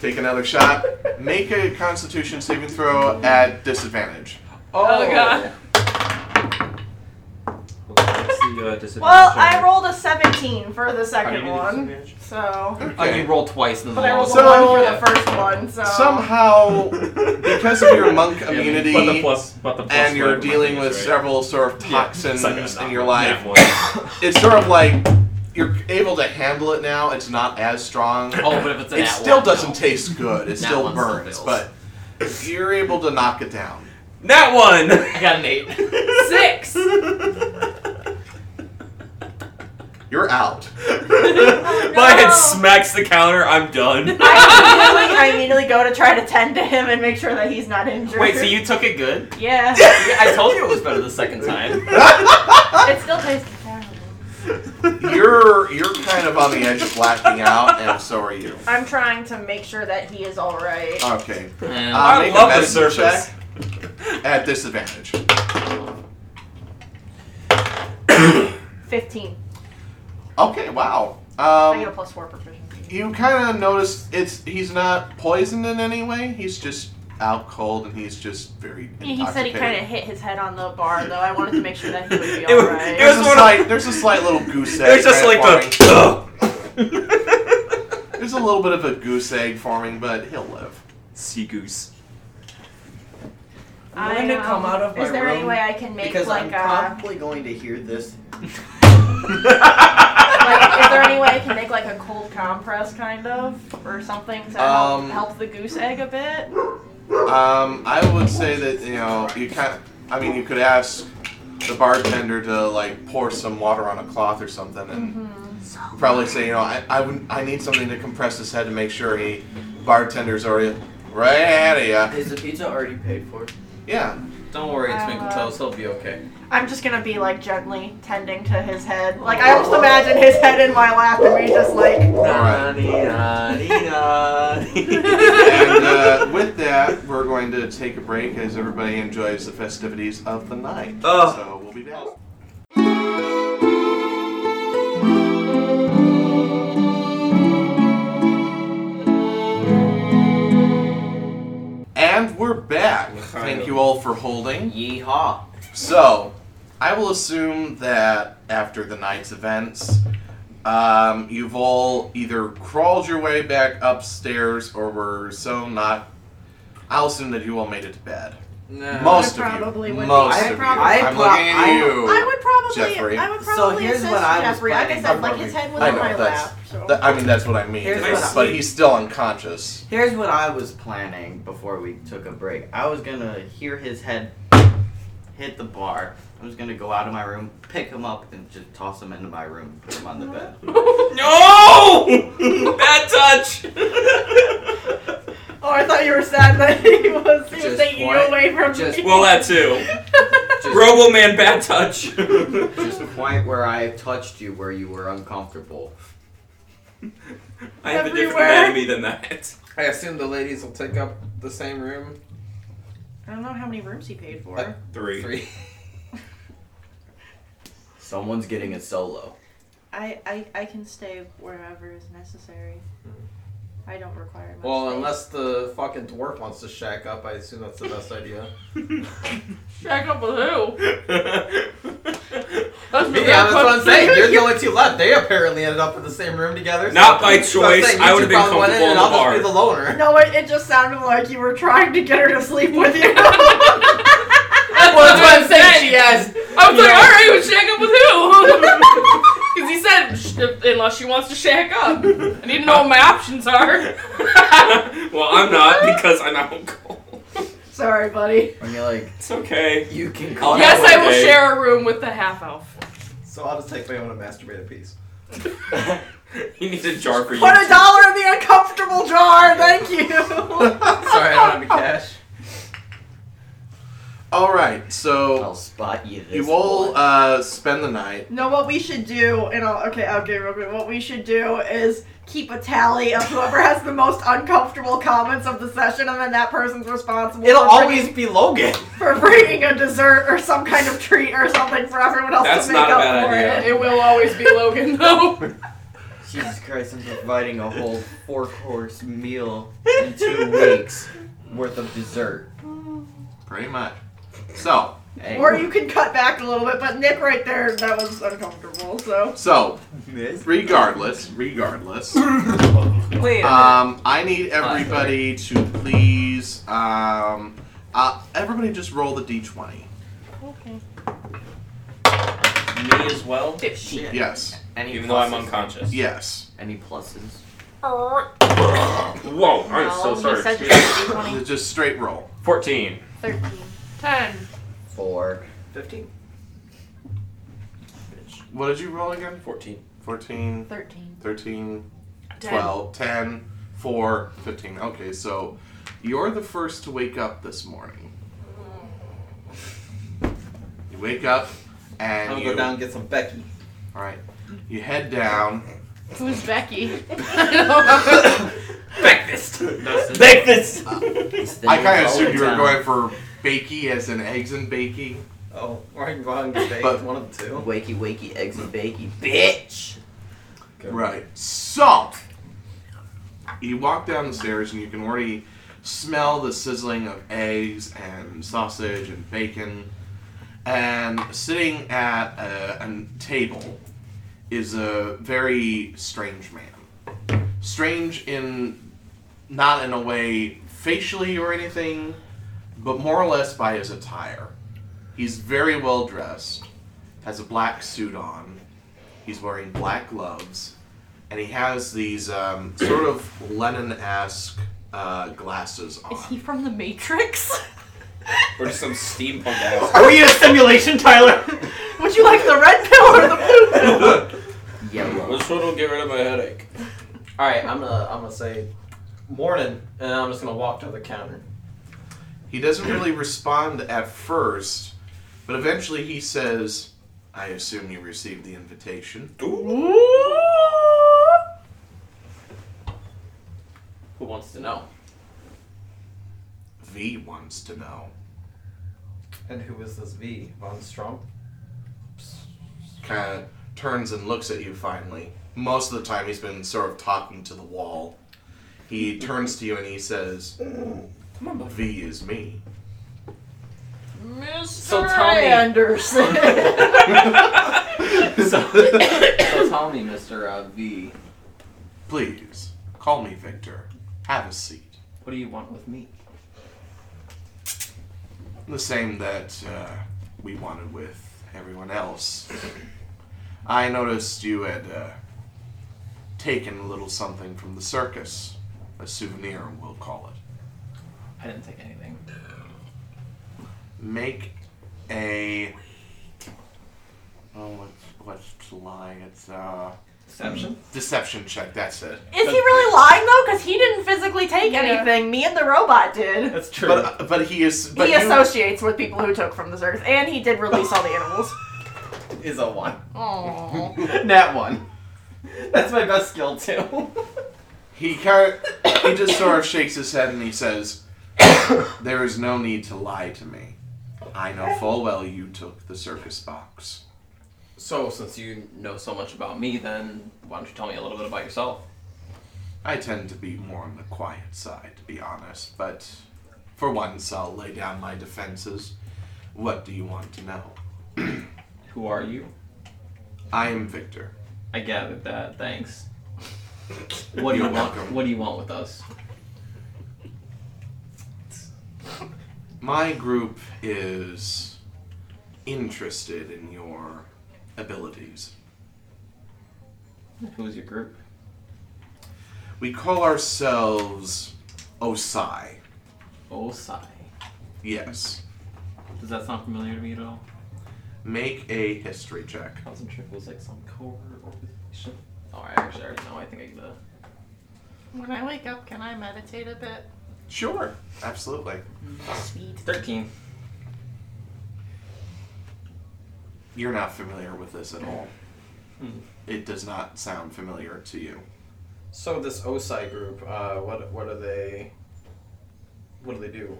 Speaker 2: Take another shot. Make a constitution saving throw at disadvantage.
Speaker 5: Oh, God.
Speaker 14: Well, I rolled a 17 for the second one, so.
Speaker 8: Oh, you roll twice in the
Speaker 14: But I rolled
Speaker 8: lowest.
Speaker 2: So-
Speaker 14: a 1 for the first one, so.
Speaker 2: somehow because of your
Speaker 3: [laughs]
Speaker 2: monk immunity
Speaker 3: But the plus, but the plus
Speaker 2: and you're
Speaker 3: whatever my
Speaker 2: dealing
Speaker 3: thing
Speaker 2: with
Speaker 3: is, right?
Speaker 2: several sort of
Speaker 3: Yeah,
Speaker 2: toxins
Speaker 3: it's not gonna
Speaker 2: in
Speaker 3: knock
Speaker 2: your
Speaker 3: me.
Speaker 2: life,
Speaker 3: Yeah, well.
Speaker 2: [laughs] it's sort of like you're able to handle it now. It's not as strong.
Speaker 8: Oh, but if it's an
Speaker 2: it
Speaker 8: at
Speaker 2: still
Speaker 8: one, no.
Speaker 2: doesn't taste good. It
Speaker 13: That
Speaker 2: still
Speaker 13: one still
Speaker 2: burns,
Speaker 13: fails.
Speaker 2: but you're able to knock it down.
Speaker 3: That
Speaker 8: [laughs]
Speaker 3: one.
Speaker 8: I got an eight.
Speaker 5: Six.
Speaker 2: You're out.
Speaker 14: Oh,
Speaker 3: My head smacks the counter. I'm done.
Speaker 14: I immediately, I immediately go to try to tend to him and make sure that he's not injured.
Speaker 8: Wait, so you took it good?
Speaker 14: Yeah.
Speaker 8: Yeah, I told you it was better the [laughs] second time.
Speaker 14: it still tastes terrible.
Speaker 2: You're you're kind of on the edge of blacking out, and so are you.
Speaker 14: I'm trying to make sure that he is alright.
Speaker 2: Okay.
Speaker 8: And-
Speaker 2: Uh,
Speaker 3: I
Speaker 2: make
Speaker 3: love
Speaker 2: a
Speaker 3: the
Speaker 2: medicine
Speaker 3: surface.
Speaker 2: check at disadvantage.
Speaker 6: Fifteen.
Speaker 2: Okay, wow.
Speaker 6: I get a
Speaker 2: Um,
Speaker 6: plus four proficiency.
Speaker 2: you kind of notice it's he's not poisoned in any way. He's just out cold, and he's just very.
Speaker 6: Yeah, he said he
Speaker 2: intoxicated.
Speaker 6: kind of hit his head on the bar, though. I wanted to make sure that he would be
Speaker 15: It was-
Speaker 6: alright.
Speaker 15: it was
Speaker 2: There's a
Speaker 15: one of-
Speaker 2: slight, there's a slight little goose egg.
Speaker 15: It's just like
Speaker 2: forming.
Speaker 15: the.
Speaker 2: There's a little bit of a goose egg forming, but he'll live.
Speaker 15: Sea goose.
Speaker 6: I,
Speaker 8: going to come
Speaker 6: um,
Speaker 8: out of my
Speaker 6: Is there any
Speaker 8: room
Speaker 6: way I can make
Speaker 13: because
Speaker 6: like uh,
Speaker 13: I'm
Speaker 6: a
Speaker 13: probably going to hear this.
Speaker 6: like, is there any way I can make like a cold compress kind of or something to help,
Speaker 2: Um,
Speaker 6: help the goose egg a bit?
Speaker 2: Um, I would say that you know you can I mean, you could ask the bartender to like pour some water on a cloth or something, and probably say, you know, I I, would, I need something to compress his head to make sure he bartender's already right out of ya.
Speaker 19: Is the pizza already paid for?
Speaker 2: Yeah.
Speaker 8: Don't worry, it's
Speaker 6: Uh,
Speaker 8: Twinkletoes. He'll be okay.
Speaker 6: I'm just gonna be like gently tending to his head. Like I
Speaker 13: Oh.
Speaker 6: almost imagine his head in my lap and me just
Speaker 2: [laughs]
Speaker 6: like
Speaker 2: And uh, with that, we're going to take a break as everybody enjoys the festivities of the night.
Speaker 15: Oh.
Speaker 2: So we'll be back. And we're back. Thank you all for holding.
Speaker 13: Yeehaw!
Speaker 2: So, I will assume that after the night's events, um, you've all either crawled your way back upstairs or were so not. I'll assume that you all made it to bed.
Speaker 8: No.
Speaker 2: Most
Speaker 14: Uh, I
Speaker 2: of
Speaker 14: probably
Speaker 2: you.
Speaker 14: would.
Speaker 2: Most
Speaker 14: I
Speaker 2: of you.
Speaker 14: prob-
Speaker 13: I
Speaker 2: I'm
Speaker 13: pro-
Speaker 2: looking at
Speaker 13: I-
Speaker 2: you.
Speaker 14: I would probably.
Speaker 2: Jeffrey.
Speaker 14: I would
Speaker 13: So
Speaker 14: probably
Speaker 13: here's
Speaker 14: assist
Speaker 13: what I was
Speaker 14: Jeffrey. Like I
Speaker 13: planning
Speaker 14: said,
Speaker 13: on
Speaker 14: like
Speaker 13: doing.
Speaker 14: his head was
Speaker 2: I
Speaker 14: on
Speaker 2: know,
Speaker 14: my
Speaker 2: that's-
Speaker 14: lap. So.
Speaker 2: Th- I mean, that's what I mean.
Speaker 13: Here's
Speaker 2: It's-
Speaker 13: what I-
Speaker 2: but he's still unconscious.
Speaker 13: Here's what I was planning before we took a break. I was gonna hear his head hit the bar. I was gonna go out of my room, pick him up, and just toss him into my room, put him on the bed.
Speaker 15: No! [laughs] Bad touch!
Speaker 14: oh, I thought you were sad that he [laughs] was, he was
Speaker 19: Just
Speaker 14: taking you
Speaker 19: what?
Speaker 14: away from
Speaker 19: Just-
Speaker 14: me.
Speaker 15: Well, that
Speaker 14: [laughs]
Speaker 15: too.
Speaker 19: Just-
Speaker 15: Robo Man bad touch.
Speaker 19: Just the point where I touched you where you were uncomfortable.
Speaker 15: I have a different
Speaker 14: Everywhere.
Speaker 15: anatomy than that.
Speaker 8: I assume the ladies will take up the same room.
Speaker 14: I don't know how many rooms he paid for.
Speaker 8: Like-
Speaker 15: Three.
Speaker 8: Three.
Speaker 19: Someone's getting a solo.
Speaker 14: I, I I can stay wherever is necessary. I don't require much.
Speaker 8: Hmm. Well,
Speaker 14: space.
Speaker 8: unless the fucking dwarf wants to shack up, I assume that's the best [laughs] idea.
Speaker 5: Check up with who? That's
Speaker 8: Yeah, that's what I'm saying. You're the only two left. They apparently ended up in the same room together.
Speaker 15: Not by
Speaker 8: So I'm
Speaker 15: choice.
Speaker 8: saying you
Speaker 15: I
Speaker 8: two
Speaker 15: would have been
Speaker 8: probably went
Speaker 15: comfortable in
Speaker 8: and
Speaker 15: the
Speaker 8: I'll
Speaker 15: bar.
Speaker 8: just be the [laughs] loner.
Speaker 14: No, it, it just sounded like you were trying to get her to sleep with
Speaker 8: [laughs] Well,
Speaker 14: you.
Speaker 8: that's what I'm saying. She has.
Speaker 5: I was like, all right, well, shack up with who? [laughs] Because he said, "Sh- if- unless she wants to shack up. I need to know what my
Speaker 8: [laughs]
Speaker 5: options are.
Speaker 15: [laughs] well, I'm not because I'm out cold.
Speaker 14: Sorry, buddy.
Speaker 19: When you're like,
Speaker 15: It's okay.
Speaker 19: you can call
Speaker 15: I'll
Speaker 5: yes, I
Speaker 15: have one
Speaker 5: will
Speaker 15: day.
Speaker 5: share a room with the half elf.
Speaker 20: So I'll just take my own and masturbate a piece.
Speaker 15: He needs a jar for you.
Speaker 14: Put a dollar in the uncomfortable jar. Thank you.
Speaker 8: [laughs] Sorry, I don't have any cash.
Speaker 2: All right, so
Speaker 19: I'll spot you this
Speaker 2: Oh. you all
Speaker 19: boy.
Speaker 2: uh, spend the night.
Speaker 14: no, what we should do, and I'll okay, I'll get real quick. What we should do is keep a tally of whoever has the most uncomfortable comments of the session, and then that person's responsible.
Speaker 8: It'll
Speaker 14: for bringing-
Speaker 8: always be Logan.
Speaker 14: for bringing a dessert or some kind of treat or something for everyone else
Speaker 15: That's
Speaker 14: to make
Speaker 15: not a
Speaker 14: up
Speaker 15: bad
Speaker 14: for
Speaker 15: idea.
Speaker 14: it.
Speaker 5: It will always be Logan, [laughs] though.
Speaker 13: Jesus Christ, I'm providing a whole four course meal in two weeks worth of dessert.
Speaker 2: Pretty much. So,
Speaker 13: Hey.
Speaker 14: Or you can cut back a little bit, but Nick right there, that was uncomfortable. So
Speaker 2: so
Speaker 13: Miss?
Speaker 2: regardless, regardless.
Speaker 8: Wait.
Speaker 2: Um, I need everybody to please. Um, uh, everybody just roll the d20.
Speaker 15: Me as well?
Speaker 13: Shit.
Speaker 2: Yes.
Speaker 19: Any
Speaker 15: Even though I'm
Speaker 19: pluses?
Speaker 15: unconscious.
Speaker 2: Yes.
Speaker 19: Any pluses?
Speaker 15: Whoa, I'm so
Speaker 6: he
Speaker 15: sorry.
Speaker 6: said
Speaker 15: Shit.
Speaker 6: that he wanted-
Speaker 2: Just straight roll.
Speaker 15: 14.
Speaker 14: [laughs]
Speaker 6: Thirteen.
Speaker 5: Ten.
Speaker 19: Four.
Speaker 8: 15.
Speaker 2: What did you roll again?
Speaker 15: 14.
Speaker 2: 14,
Speaker 6: Thirteen.
Speaker 2: 13,
Speaker 5: Ten.
Speaker 2: 12, 10, 4, 15. Okay, so you're the first to wake up this morning. You wake up
Speaker 8: I'm
Speaker 2: and
Speaker 8: gonna
Speaker 2: you.
Speaker 8: go down and get some Becky.
Speaker 2: All right. You head down.
Speaker 5: Who's Becky? I
Speaker 15: Breakfast!
Speaker 13: [laughs] Nothing.
Speaker 2: Uh,
Speaker 15: Breakfast!
Speaker 2: I kind of assumed you were going for bakey as in eggs and bakey.
Speaker 8: Oh, or I can go out
Speaker 15: [laughs]
Speaker 8: and get baked.
Speaker 2: But-
Speaker 8: one of the two.
Speaker 19: Wakey, wakey, eggsy, bakey, bitch.
Speaker 2: Right. So, you walk down the stairs and you can already smell the sizzling of eggs and sausage and bacon. And sitting at a, a table is a very strange man. Strange in not in a way facially or anything, but more or less by his attire. He's very well dressed, has a black suit on, He's wearing black gloves, and he has these um, sort of Lennon-esque uh, glasses on.
Speaker 6: Is he from the Matrix?
Speaker 3: Or just some steampunk ass. [laughs]
Speaker 13: Are we in a Oh, simulation, Tyler?
Speaker 6: [laughs] Would you like the red pill or the blue pill?
Speaker 19: Yellow.
Speaker 3: This one will get rid of my headache.
Speaker 8: All right, I'm gonna I'm gonna say morning, and I'm just gonna walk to the counter.
Speaker 2: [laughs] He doesn't really respond at first, but eventually he says, "I assume you received the invitation."
Speaker 8: Who wants to know?
Speaker 2: V wants to know.
Speaker 8: And who is this V? Von Strom?
Speaker 2: Kind of turns and looks at you finally. Most of the time, he's been sort of talking to the wall. He turns to you and he says, "V is me."
Speaker 5: Mr.
Speaker 8: So tell me-
Speaker 5: Anderson.
Speaker 8: [coughs] so tell me, Mister uh, V,
Speaker 2: Please call me Victor. Have a seat.
Speaker 8: what do you want with me?
Speaker 2: the same that uh, we wanted with everyone else. I noticed you had uh, taken a little something from the circus, a souvenir, we'll call it.
Speaker 8: I didn't take anything.
Speaker 2: Make a oh, what's what's the lie? It's uh,
Speaker 8: Deception.
Speaker 2: deception check. That's it.
Speaker 6: Is he really lying though? Because he didn't physically take
Speaker 5: Yeah.
Speaker 6: anything. Me and the robot did.
Speaker 8: That's true.
Speaker 2: But Uh, but he is. But
Speaker 6: he
Speaker 2: you-
Speaker 6: associates with people who took from the circus, and he did release all the [laughs] animals.
Speaker 8: Hmm. is a one.
Speaker 6: Aww.
Speaker 13: uh,
Speaker 8: Nat
Speaker 13: [laughs]
Speaker 8: one. That's my best skill too.
Speaker 2: He kind of, he just sort of shakes his head and he says, "There is no need to lie to me. I know full well you took the circus box.
Speaker 8: So since you know so much about me, then why don't you tell me a little bit about yourself?
Speaker 2: I tend to be more on the quiet side, to be honest. But for once, I'll lay down my defenses. What do you want to know?
Speaker 8: Who are you?
Speaker 2: I am Victor.
Speaker 8: I gathered that. Thanks. What do you
Speaker 2: You're
Speaker 8: want?
Speaker 2: welcome.
Speaker 8: What do you want with us?
Speaker 2: My group is interested in your abilities."
Speaker 8: Who's your group?
Speaker 2: We call ourselves Osai.
Speaker 8: Osai.
Speaker 2: Yes.
Speaker 8: Does that sound familiar to me at all?
Speaker 2: Make a history check.
Speaker 8: I wasn't sure if it was like some core organization. Oh, I actually already know. I think I get a.
Speaker 6: When I wake up, can I meditate a bit?
Speaker 2: Sure, absolutely.
Speaker 6: Sweet.
Speaker 8: 13.
Speaker 2: You're not familiar with this at all.
Speaker 8: Hmm.
Speaker 2: It does not sound familiar to you.
Speaker 20: So this Osai group, uh, what what are they? What do they do?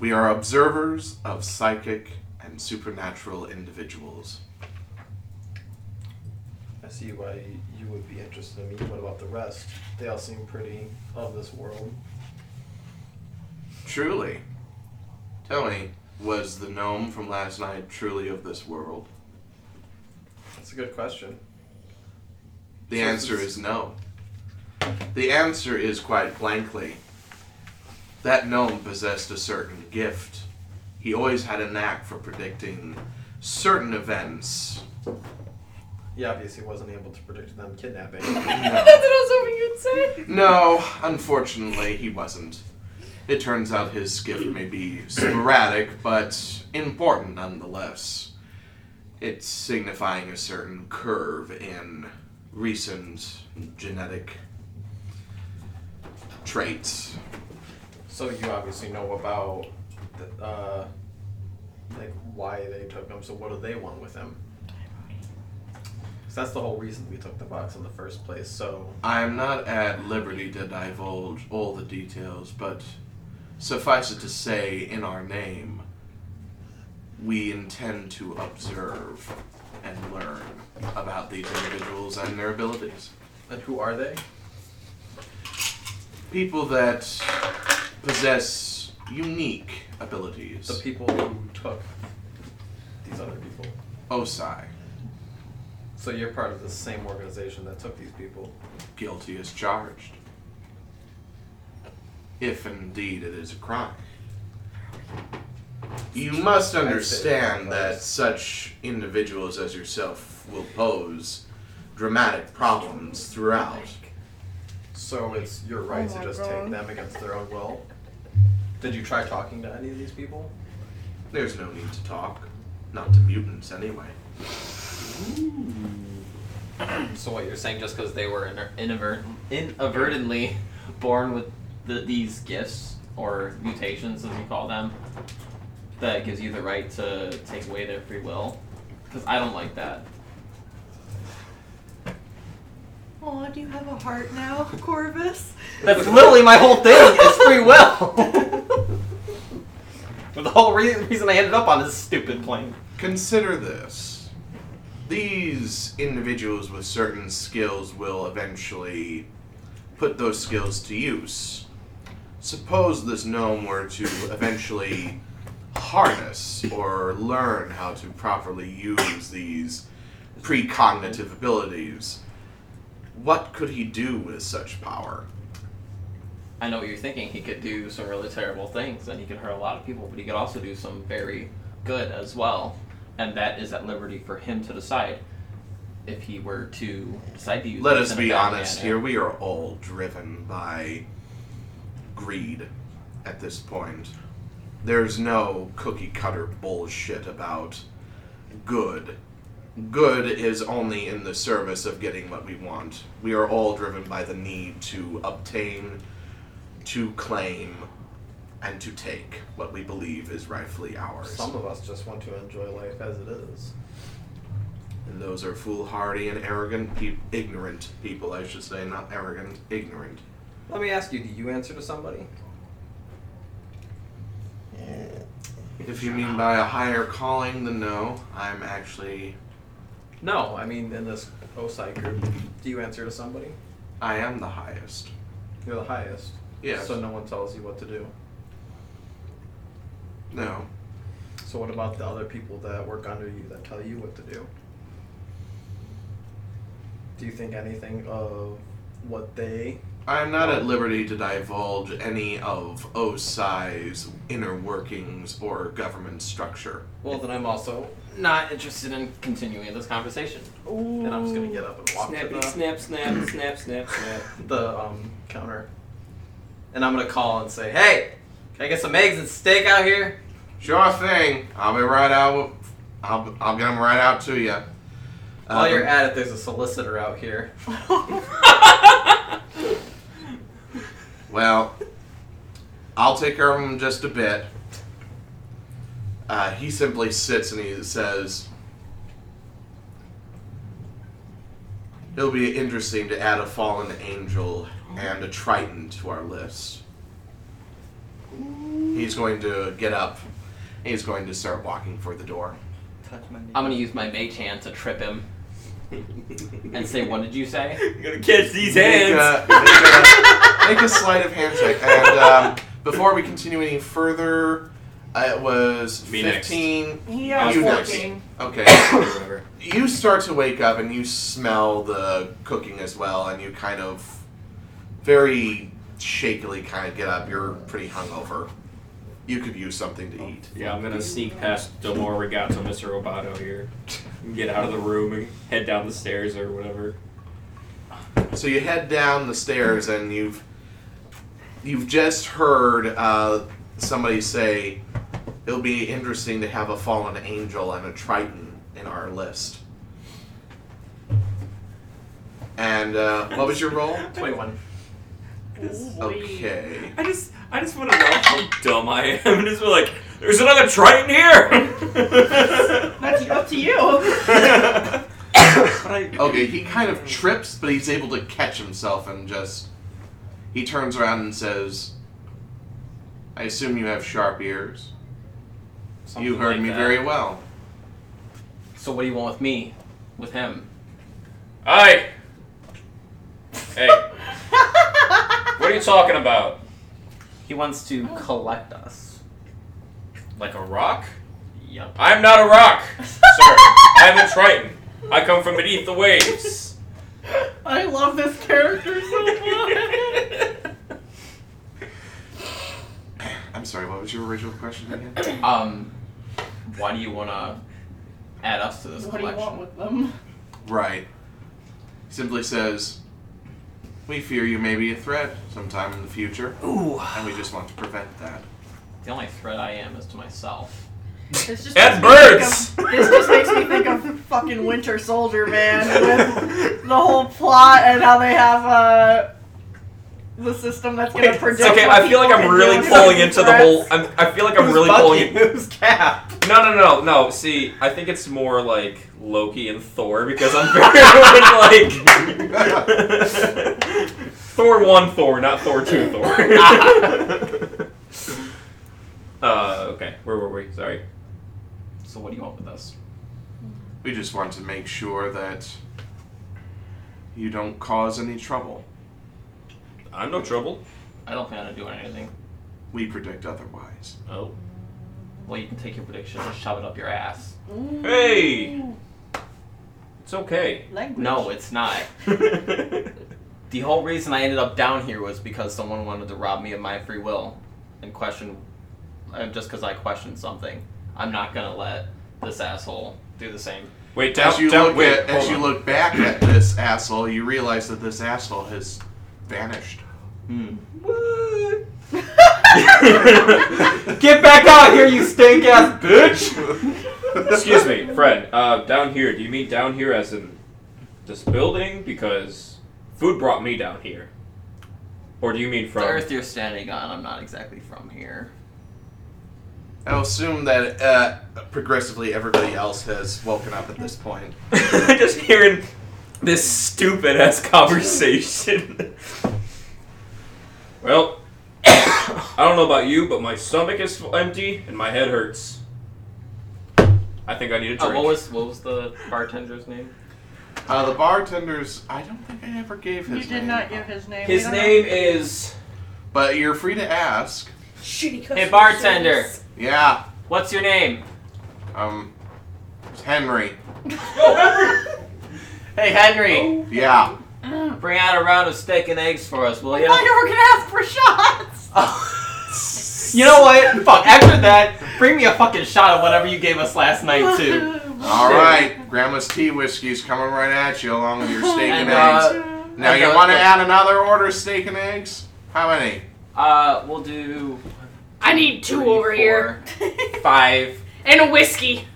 Speaker 2: We are observers of psychic and supernatural individuals.
Speaker 20: I see why you would be interested in me. What about the rest? They all seem pretty of this world.
Speaker 2: Truly. Tell me, was the gnome from last night truly of this world?
Speaker 20: That's a good question.
Speaker 2: The answer is no. The answer is quite blankly. That gnome possessed a certain gift. He always had a knack for predicting certain events.
Speaker 20: He obviously wasn't able to predict them kidnapping.
Speaker 2: [laughs]
Speaker 5: That's what I was hoping you'd say.
Speaker 2: No, unfortunately, he wasn't. It turns out his gift may be sporadic, but important nonetheless. It's signifying a certain curve in recent genetic traits.
Speaker 20: so you obviously know about, the, uh, like why they took him. So what do they want with him? 'Cause that's the whole reason we took the box in the first place. So
Speaker 2: I'm not at liberty to divulge all the details, but suffice it to say, in our name, we intend to observe and learn about these individuals and their abilities.
Speaker 20: And who are they?
Speaker 2: People that possess unique abilities.
Speaker 20: The people who took these other people.
Speaker 2: Osai,
Speaker 20: So you're part of the same organization that took these people.
Speaker 2: guilty as charged. If indeed it is a crime. You must understand that such individuals as yourself will pose dramatic problems throughout.
Speaker 20: So it's your right
Speaker 14: Oh
Speaker 20: to
Speaker 14: my
Speaker 20: just
Speaker 14: God.
Speaker 20: take them against their own will. Did you try talking to any of these people?
Speaker 2: There's no need to talk. Not to mutants, anyway.
Speaker 8: So what you're saying, just because they were iner- inadvertent, inadvertently [laughs] born with the, these gifts or mutations, as you call them, that gives you the right to take away their free will? Because I don't like that.
Speaker 14: Oh, do you have a heart now, [laughs] Corvus?
Speaker 8: That's literally my whole thing. It's free
Speaker 14: [laughs]
Speaker 8: will. [laughs] but the whole re- reason I ended up on this stupid plane.
Speaker 2: Consider this. These individuals with certain skills will eventually put those skills to use. Suppose this gnome were to eventually harness or learn how to properly use these precognitive abilities. What could he do with such power?
Speaker 8: I know what you're thinking. He could do some really terrible things, and he could hurt a lot of people, but he could also do some very good as well. And that is at liberty for him to decide if he were to decide to use.
Speaker 2: Let
Speaker 8: this
Speaker 2: us
Speaker 8: in a
Speaker 2: be
Speaker 8: bad
Speaker 2: honest
Speaker 8: manner.
Speaker 2: here. We are all driven by greed at this point. There's no cookie cutter bullshit about good. Good is only in the service of getting what we want. We are all driven by the need to obtain, to claim, and to take what we believe is rightfully ours.
Speaker 20: Some of us just want to enjoy life as it is.
Speaker 2: And those are foolhardy and arrogant, peop ignorant people, I should say, not arrogant, ignorant.
Speaker 20: Let me ask you, do you answer to somebody?
Speaker 2: If you mean by a higher calling, then no. I'm actually,
Speaker 20: No, I mean in this OSI group, do you answer to somebody?
Speaker 2: I am the highest.
Speaker 20: You're the highest.
Speaker 2: Yes.
Speaker 20: So no one tells you what to do.
Speaker 2: No.
Speaker 20: So what about the other people that work under you that tell you what to do? Do you think anything of what they?
Speaker 2: I am not at liberty to divulge any of OSI's inner workings or government structure.
Speaker 20: Well, then I'm also.
Speaker 8: Not interested in continuing this conversation.
Speaker 20: Then I'm just gonna get up and walk to
Speaker 15: Snappity,
Speaker 20: the,
Speaker 15: snap, snap, snap, snap, snap.
Speaker 20: the um counter.
Speaker 8: And I'm gonna call and say, "Hey, can I get some eggs and steak out here?"
Speaker 2: Sure thing. I'll be right out. I'll, I'll get 'em right out to Um, you.
Speaker 8: While you're at it, there's a solicitor out here.
Speaker 2: Well, I'll take care of him in just a bit. Uh, he simply sits and he says, It'll be interesting to add a fallen angel and a triton to our list. He's going to get up and he's going to start walking for the door.
Speaker 13: Touch my knee.
Speaker 8: I'm gonna use my mage hand to trip him and say, "What did you say?" [laughs]
Speaker 15: You're gonna catch these
Speaker 2: Make
Speaker 15: hands.
Speaker 2: a, make a, make a sleight of hand check. And um, before we continue any further, uh, it was
Speaker 3: Me next.
Speaker 2: 15.
Speaker 14: Yeah,
Speaker 2: You
Speaker 14: I'm
Speaker 2: next.
Speaker 14: working.
Speaker 2: Okay.
Speaker 3: Whatever.
Speaker 2: you start to wake up and you smell the cooking as well, and you kind of very shakily kind of get up. You're pretty hungover. You could use something to eat.
Speaker 3: [laughs] Yeah, I'm gonna sneak past Delmore Regatta, Mr. Roboto here, and get out of the room and head down the stairs or whatever.
Speaker 2: So you head down the stairs and you've you've just heard uh, somebody say it'll be interesting to have a fallen angel and a triton in our list. And uh, what was your
Speaker 8: [laughs]
Speaker 2: role?
Speaker 20: Twenty-one.
Speaker 2: Okay.
Speaker 3: I just, I just want to know how dumb I am. And just be like, there's another Triton [laughs] here.
Speaker 14: That's up to you.
Speaker 3: [laughs] But I-
Speaker 2: Okay, he kind of trips, but he's able to catch himself and just. He turns around and says, I assume you have sharp ears.
Speaker 8: Something
Speaker 2: you heard
Speaker 8: like
Speaker 2: me
Speaker 8: that.
Speaker 2: very well.
Speaker 8: So what do you want with me? With him?
Speaker 3: Hey! Hey. what are you talking about?
Speaker 8: He wants to
Speaker 14: Oh.
Speaker 8: collect us.
Speaker 3: Like a rock?
Speaker 8: Yup.
Speaker 3: I'm not a rock, sir. I'm a triton. I come from beneath the waves.
Speaker 14: I love this character so much.
Speaker 2: I'm sorry, what was your original question again? [coughs]
Speaker 8: Um, why do you want to add us to this
Speaker 14: what do you
Speaker 8: collection?
Speaker 14: want with them?
Speaker 2: right. Simply says, We fear you may be a threat sometime in the future,
Speaker 14: [laughs]
Speaker 8: Ooh.
Speaker 2: and we just want to prevent that.
Speaker 8: The only threat I am is to myself.
Speaker 14: This just
Speaker 3: And
Speaker 14: makes me
Speaker 3: birds!
Speaker 14: think of- this just makes me think of fucking Winter Soldier, man,
Speaker 8: [laughs]
Speaker 14: with the whole plot and how they have uh, the system that's gonna predict.
Speaker 3: okay,
Speaker 14: what
Speaker 3: I feel like
Speaker 14: people
Speaker 3: I'm
Speaker 14: can
Speaker 3: really
Speaker 14: do
Speaker 3: pulling
Speaker 14: and
Speaker 3: into the
Speaker 14: threats.
Speaker 3: whole. I'm, I feel like I'm
Speaker 13: Who's
Speaker 3: really
Speaker 13: Bucky?
Speaker 14: [laughs]
Speaker 3: pulling. In,
Speaker 13: Who's Cap?
Speaker 3: no, no, no, no. See, I think it's more like Loki and Thor because I'm [laughs] very like [laughs] Thor one Thor, not
Speaker 2: [laughs]
Speaker 3: Thor two Thor. [laughs] uh, okay, where were we? Sorry.
Speaker 8: So what do you want with us?
Speaker 2: We just want to make sure that you don't cause any trouble.
Speaker 3: I'm no trouble.
Speaker 8: I don't plan on doing anything.
Speaker 2: We predict otherwise.
Speaker 3: Oh.
Speaker 8: Well, you can take your prediction and shove it up your ass.
Speaker 14: Ooh,
Speaker 3: Hey! It's okay. [laughs]
Speaker 14: language.
Speaker 8: No, it's not. The whole reason I ended up down here was because someone wanted to rob me of my free will and question uh, just because I questioned something. I'm not going to let this asshole do the same.
Speaker 3: wait, down,
Speaker 2: As you
Speaker 3: down,
Speaker 2: look
Speaker 3: wait,
Speaker 2: at, as
Speaker 3: hold
Speaker 2: you
Speaker 3: on.
Speaker 2: look back at this asshole, you realize that this asshole has vanished.
Speaker 8: Get back out here, you stink [laughs] ass bitch!
Speaker 3: [laughs] Excuse me, Fred. Uh, down here. Do you mean down here as in this building? Because food brought me down here. Or do you mean
Speaker 8: The
Speaker 3: from?
Speaker 8: earth you're standing on, I'm not exactly from here.
Speaker 2: I'll assume that uh, progressively everybody else has woken up at this point.
Speaker 13: [laughs]
Speaker 3: Just hearing this stupid ass conversation. well, [coughs] I don't know about you, but my stomach is empty and my head hurts. I think I need a
Speaker 8: Oh,
Speaker 3: drink.
Speaker 8: what was what was the bartender's name?
Speaker 2: Uh, the bartender's. I don't think I ever gave
Speaker 14: You
Speaker 2: his
Speaker 14: did
Speaker 2: name.
Speaker 14: not give his name.
Speaker 8: His
Speaker 14: We don't
Speaker 8: name is.
Speaker 2: But you're free to ask.
Speaker 8: Hey, bartender,
Speaker 2: Yeah.
Speaker 8: what's your name?
Speaker 2: Um. Henry.
Speaker 8: Hey, Henry,
Speaker 2: Yeah.
Speaker 8: bring out a round of steak and eggs for us, will
Speaker 14: Know. I
Speaker 8: you?
Speaker 14: never can ask for
Speaker 8: [laughs]
Speaker 14: shots.
Speaker 8: you know what? Fuck. After that, bring me a fucking shot of whatever you gave us last night [laughs] too.
Speaker 2: All right. Grandma's tea whiskey's coming right at you along with your
Speaker 14: [laughs]
Speaker 2: steak and,
Speaker 8: And,
Speaker 2: eggs.
Speaker 8: uh,
Speaker 2: now
Speaker 8: and,
Speaker 2: you
Speaker 8: uh,
Speaker 2: want to
Speaker 8: look.
Speaker 2: add another order, of steak and eggs? How many?
Speaker 8: Uh, we'll do
Speaker 5: [laughs] I need two over here.
Speaker 8: five,
Speaker 5: and a whiskey.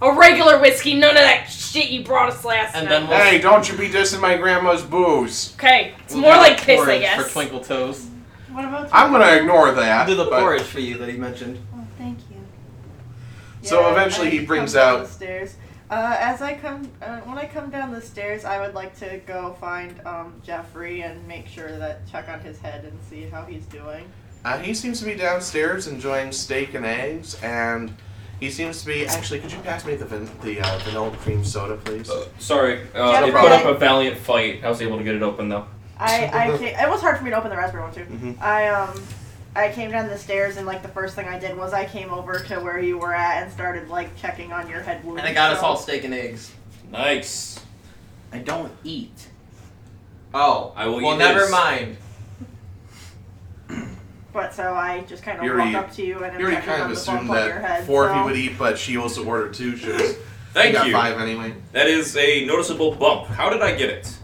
Speaker 5: A regular whiskey, none of that shit you brought us last
Speaker 8: and
Speaker 5: night.
Speaker 8: then we'll.
Speaker 2: Hey, don't you be dissing my grandma's booze.
Speaker 5: okay, it's
Speaker 8: we'll
Speaker 5: more
Speaker 8: do
Speaker 5: like
Speaker 8: the
Speaker 5: piss, I
Speaker 8: porridge
Speaker 5: guess.
Speaker 8: For Twinkle Toes,
Speaker 14: What about?
Speaker 2: I'm gonna ignore
Speaker 8: I'll
Speaker 2: that.
Speaker 8: do the
Speaker 2: but-
Speaker 8: porridge for you that he mentioned.
Speaker 14: Oh, thank you.
Speaker 2: So
Speaker 14: Yeah,
Speaker 2: eventually
Speaker 14: I
Speaker 2: he
Speaker 14: come
Speaker 2: brings
Speaker 14: down
Speaker 2: out-
Speaker 14: the stairs. Uh, as I come, uh, when I come down the stairs, I would like to go find um, Jeffrey and make sure that check on his head and see how he's doing.
Speaker 2: Uh, he seems to be downstairs enjoying steak and eggs, and he seems to be. Actually, could you pass me the van- the uh, vanilla cream soda, please?
Speaker 3: Uh, sorry,
Speaker 14: Yeah,
Speaker 3: uh, they
Speaker 14: no
Speaker 3: put up
Speaker 14: problem.
Speaker 3: a valiant fight. I was able to get it open though.
Speaker 14: I,
Speaker 2: [laughs]
Speaker 14: I came, it was hard for me to open the raspberry one too.
Speaker 2: Mhm.
Speaker 14: I um I came down the stairs and like the first thing I did was I came over to where you were at and started like checking on your head wound.
Speaker 8: And it got us
Speaker 14: so-
Speaker 8: all steak and eggs.
Speaker 3: Nice.
Speaker 13: I don't eat.
Speaker 8: Oh,
Speaker 3: I will
Speaker 8: Well,
Speaker 3: eat
Speaker 8: never
Speaker 3: this.
Speaker 8: mind.
Speaker 14: But so I just kind of
Speaker 2: You
Speaker 14: walked
Speaker 2: already-
Speaker 14: up to you and I'm
Speaker 2: You already
Speaker 14: checking
Speaker 2: kind
Speaker 14: on
Speaker 2: of
Speaker 14: the
Speaker 2: assumed
Speaker 14: bump on your
Speaker 2: that
Speaker 14: head,
Speaker 2: four
Speaker 14: so.
Speaker 2: he would eat, but she also ordered two. She
Speaker 8: [laughs]
Speaker 2: was. she
Speaker 3: Thank
Speaker 2: got
Speaker 3: you.
Speaker 2: Five anyway.
Speaker 3: That is a noticeable bump. How did I get it?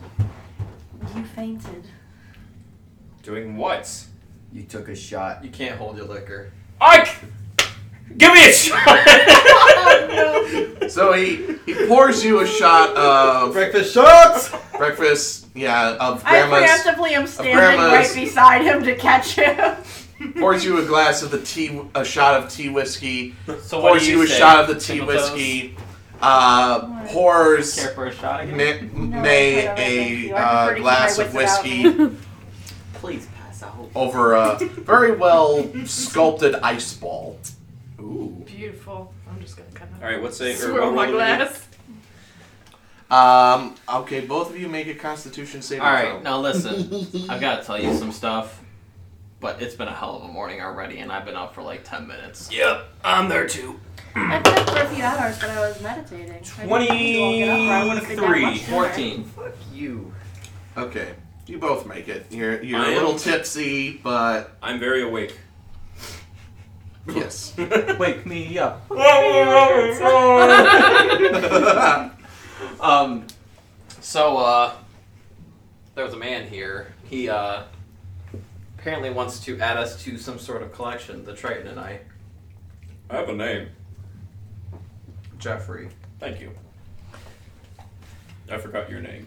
Speaker 14: You fainted.
Speaker 3: Doing what?
Speaker 19: You took a shot.
Speaker 8: You can't hold your liquor.
Speaker 3: I. c- Give me a
Speaker 5: [laughs] Oh,
Speaker 3: shot.
Speaker 2: So he he pours you a shot of
Speaker 8: Breakfast shots.
Speaker 2: breakfast. Yeah, of
Speaker 14: I
Speaker 2: grandma's.
Speaker 14: preemptively am standing
Speaker 2: grandma's-
Speaker 14: right beside him to catch him.
Speaker 6: [laughs]
Speaker 14: [laughs]
Speaker 2: Pours you a glass of the tea, a shot of tea whiskey.
Speaker 8: So what
Speaker 2: pours
Speaker 8: do
Speaker 2: you,
Speaker 8: you
Speaker 2: a
Speaker 8: say?
Speaker 2: shot of the tea
Speaker 8: Twinkle Toes?
Speaker 2: whiskey. Uh, pours.
Speaker 8: Care for a shot again?
Speaker 2: May,
Speaker 14: No,
Speaker 2: May
Speaker 14: I don't think
Speaker 2: a
Speaker 14: you. I prefer to
Speaker 2: uh,
Speaker 14: keep
Speaker 2: glass
Speaker 14: my
Speaker 2: of
Speaker 14: wits about
Speaker 2: whiskey
Speaker 13: Please pass out.
Speaker 14: [laughs]
Speaker 2: over a very well sculpted ice ball.
Speaker 13: Ooh.
Speaker 5: beautiful. I'm just gonna cut that.
Speaker 3: All right, what's a- or
Speaker 5: Swirl
Speaker 3: what
Speaker 5: my
Speaker 3: roll do we do?
Speaker 5: glass.
Speaker 2: Um, okay, both of you make a Constitution saving
Speaker 8: All
Speaker 2: throw.
Speaker 8: right, now listen.
Speaker 13: [laughs]
Speaker 8: I've got to tell you some stuff, but it's been a hell of a morning already, and I've been up for like ten minutes.
Speaker 3: Yep, I'm there too.
Speaker 14: I've been up for a few hours, but I was meditating. I didn't think you all get up, or I would've been down much sooner.
Speaker 8: 14.
Speaker 13: Fuck you.
Speaker 2: Okay, you both make it. You're you're
Speaker 3: I
Speaker 2: a
Speaker 3: am-
Speaker 2: little tipsy, but
Speaker 3: I'm very [laughs] awake.
Speaker 2: yes.
Speaker 8: [laughs] Wake me up. Um, so uh, there was a man here. He uh, apparently wants to add us to some sort of collection. The Triton and I,
Speaker 3: I have a name.
Speaker 8: Jeffrey.
Speaker 3: Thank you. I forgot your name.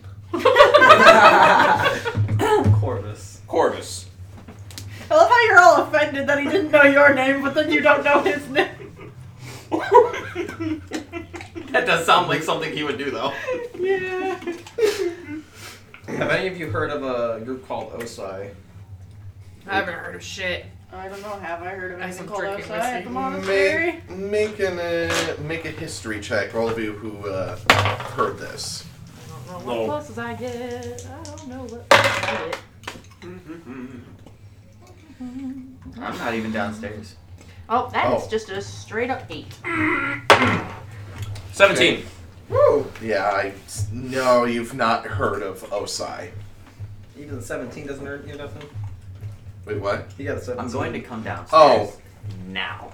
Speaker 8: Corvus.
Speaker 3: Corvus.
Speaker 14: I love how you're all offended that he didn't know your name, but then you don't know his
Speaker 2: [laughs]
Speaker 14: name. [laughs]
Speaker 8: That does sound like something he would do, though.
Speaker 14: yeah.
Speaker 8: Have any of you heard of a group called Osai?
Speaker 5: I haven't heard of shit.
Speaker 14: I don't know. Have I heard of
Speaker 5: I
Speaker 14: anything
Speaker 5: think
Speaker 14: called
Speaker 5: drinking
Speaker 14: outside at the
Speaker 5: whiskey.
Speaker 14: monastery?
Speaker 2: Make, make an uh, make a history check, all of you who uh, heard this.
Speaker 5: I don't know
Speaker 3: No.
Speaker 5: what pluses I get. I don't know what I get.
Speaker 23: I'm not even downstairs.
Speaker 24: Oh, that is
Speaker 2: Oh.
Speaker 24: just a straight up eight.
Speaker 3: 17.
Speaker 8: Woo!
Speaker 2: Yeah, I no, you've not heard of Osai.
Speaker 8: Even 17 doesn't earn you nothing.
Speaker 2: Wait, what?
Speaker 8: He got a 17.
Speaker 13: I'm going to come downstairs.
Speaker 2: Oh.
Speaker 13: Now.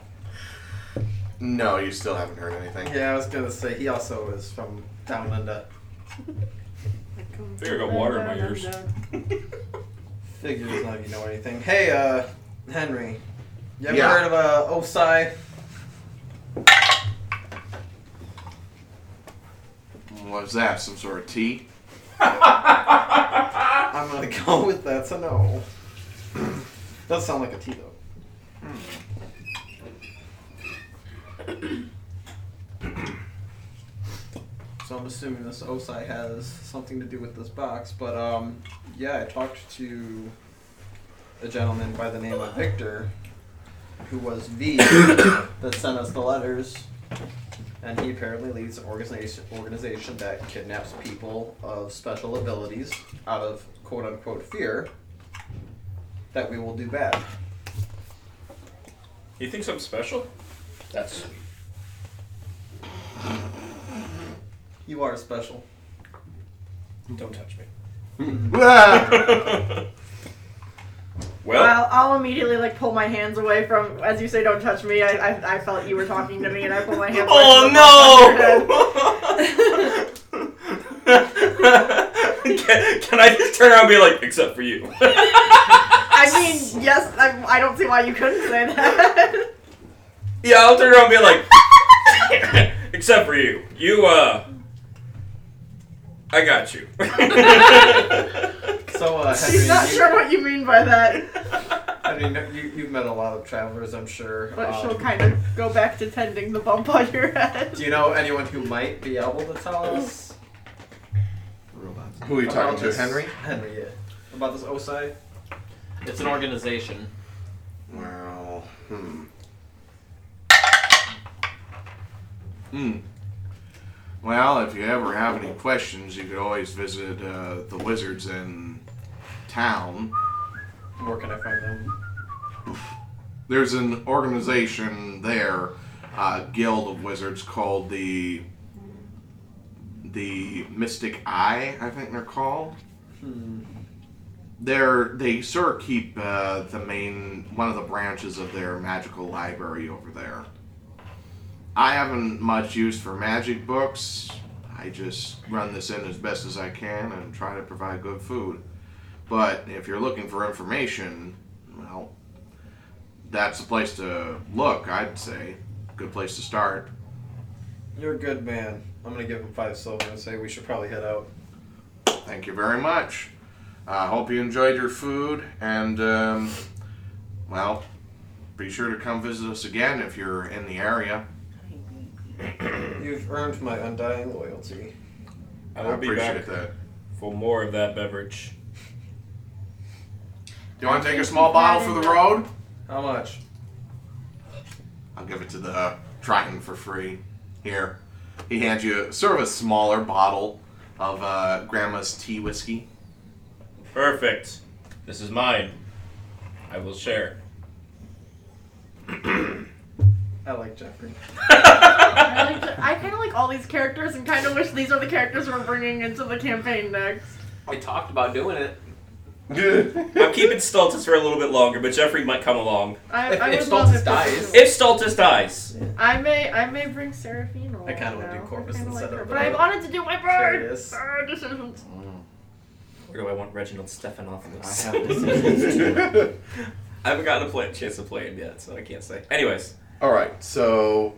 Speaker 2: No, you still haven't heard anything.
Speaker 8: Yeah, I was gonna say he also is from down under.
Speaker 3: There you go, water in my ears.
Speaker 8: Figures not if you know anything. Hey, uh, Henry, you ever
Speaker 2: Yeah.
Speaker 8: heard of uh, Osai?
Speaker 2: What's that? Some sort of [laughs] tea?
Speaker 8: I'm gonna [laughs] go with that's a no. [clears throat] Does sound like a T though. Hmm. [clears throat] So I'm assuming this Osai has something to do with this box, but um, yeah, I talked to a gentleman by the name of Victor, who was V [coughs] that sent us the letters, and he apparently leads an organization organization that kidnaps people of special abilities out of quote unquote fear that we will do bad.
Speaker 3: He thinks I'm special? That's.
Speaker 8: You are special.
Speaker 3: Don't touch
Speaker 5: [laughs]
Speaker 3: me.
Speaker 2: Ah!
Speaker 3: well,
Speaker 14: Well, I'll immediately like pull my hands away from. As you say, don't touch me. I, I, I felt you were talking to me, and I pull my hands.
Speaker 3: Oh,
Speaker 14: away from the
Speaker 3: [laughs] can, can I just turn around and be like, except for you? [laughs]
Speaker 14: I mean, yes, I, I don't see why you couldn't say that. [laughs]
Speaker 3: yeah, I'll turn around and be like, [laughs] except for you. You, uh. I got you. [laughs]
Speaker 8: So
Speaker 14: [laughs]
Speaker 8: uh, Henry,
Speaker 14: She's not
Speaker 8: you,
Speaker 14: sure what you mean by that,
Speaker 8: Henry, you, you've met a lot of travelers, I'm sure.
Speaker 14: but
Speaker 8: Um,
Speaker 14: she'll kind of go back to tending the bump on your head.
Speaker 8: Do you know anyone who might be able to tell us?
Speaker 13: Robots.
Speaker 2: Who are you talking to,
Speaker 8: this-
Speaker 2: Henry?
Speaker 8: Henry, yeah. About this Osai?
Speaker 25: It's an organization.
Speaker 2: Well, hmm. Hmm. Well, if you ever have any questions, you could always visit uh, the wizards in town.
Speaker 8: Where can I find them?
Speaker 2: There's an organization there, uh, guild of wizards called the the Mystic Eye, I think they're called. They're they sort of keep uh, the main one of the branches of their magical library over there. I haven't much use for magic books. I just run this in as best as I can and try to provide good food. But if you're looking for information, well, that's the place to look. I'd say good place to start.
Speaker 8: You're a good man. I'm gonna give him five silver and say we should probably head out.
Speaker 2: [clears throat] Thank you very much. I hope you enjoyed your food, and um, well, be sure to come visit us again if you're in the area.
Speaker 8: You've earned my undying loyalty.
Speaker 3: I will be
Speaker 2: appreciate
Speaker 3: back
Speaker 2: that.
Speaker 3: for more of that beverage.
Speaker 2: Do you want to take a small bottle for the road?
Speaker 8: How much?
Speaker 2: I'll give it to the trying for free. Here. He hands you sort of a smaller bottle of uh, Grandma's tea whiskey.
Speaker 3: Perfect. This is mine. I will share.
Speaker 8: I like
Speaker 14: [laughs]
Speaker 8: Jeffrey.
Speaker 14: I, like to- I kind of like all these characters and kind of wish these are the characters we're bringing into the campaign next.
Speaker 13: We talked about doing it.
Speaker 3: I'm keeping Stultus for a little bit longer, but Jeffrey might come along.
Speaker 14: I,
Speaker 8: If-
Speaker 14: I
Speaker 8: if
Speaker 14: would love
Speaker 8: Stoltz
Speaker 14: if
Speaker 8: dies-
Speaker 3: If Stultus dies,
Speaker 14: I may I may bring Seraphine along.
Speaker 8: I kinda wanna
Speaker 14: now.
Speaker 8: do Corpus
Speaker 14: I kinda
Speaker 8: instead
Speaker 14: her,
Speaker 8: of,
Speaker 14: But
Speaker 8: uh,
Speaker 14: I wanted to do my bird.
Speaker 8: Curious.
Speaker 14: Bird decisions.
Speaker 3: where do I want Reginald Stephanopoulos?
Speaker 26: I have
Speaker 3: [laughs]
Speaker 26: decisions too.
Speaker 3: I haven't gotten a play, chance to play it yet, so I can't say. Anyways, [laughs]
Speaker 2: All right, so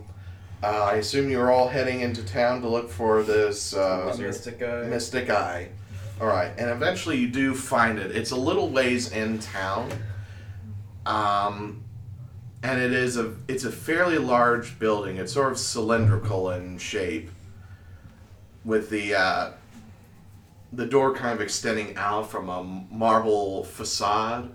Speaker 2: uh, I assume you're all heading into town to look for this
Speaker 3: Oh,
Speaker 2: uh,
Speaker 8: Mystic guy.
Speaker 2: Mystic Eye. All right, and eventually you do find it. It's a little ways in town, um, and it is a it's a fairly large building. It's sort of cylindrical in shape, with the uh, the door kind of extending out from a marble facade.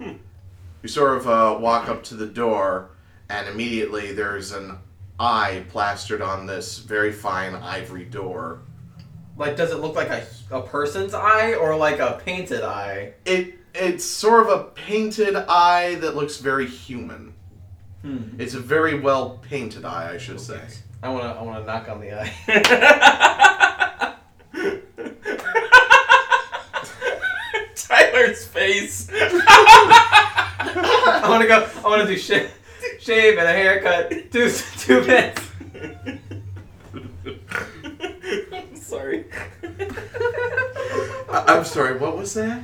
Speaker 2: You sort of uh, walk up to the door, and immediately there's an eye plastered on this very fine ivory door.
Speaker 8: Like, does it look like a, a person's eye or like a painted eye?
Speaker 2: It it's sort of a painted eye that looks very human.
Speaker 8: Hmm.
Speaker 2: It's a very well painted eye, I should say.
Speaker 8: I wanna I wanna knock on the eye. [laughs]
Speaker 3: Tyler's face. [laughs]
Speaker 8: I wanna go. I wanna do shave, shave and a haircut. [laughs] Two two minutes.
Speaker 3: Sorry.
Speaker 2: I- am sorry, what was that?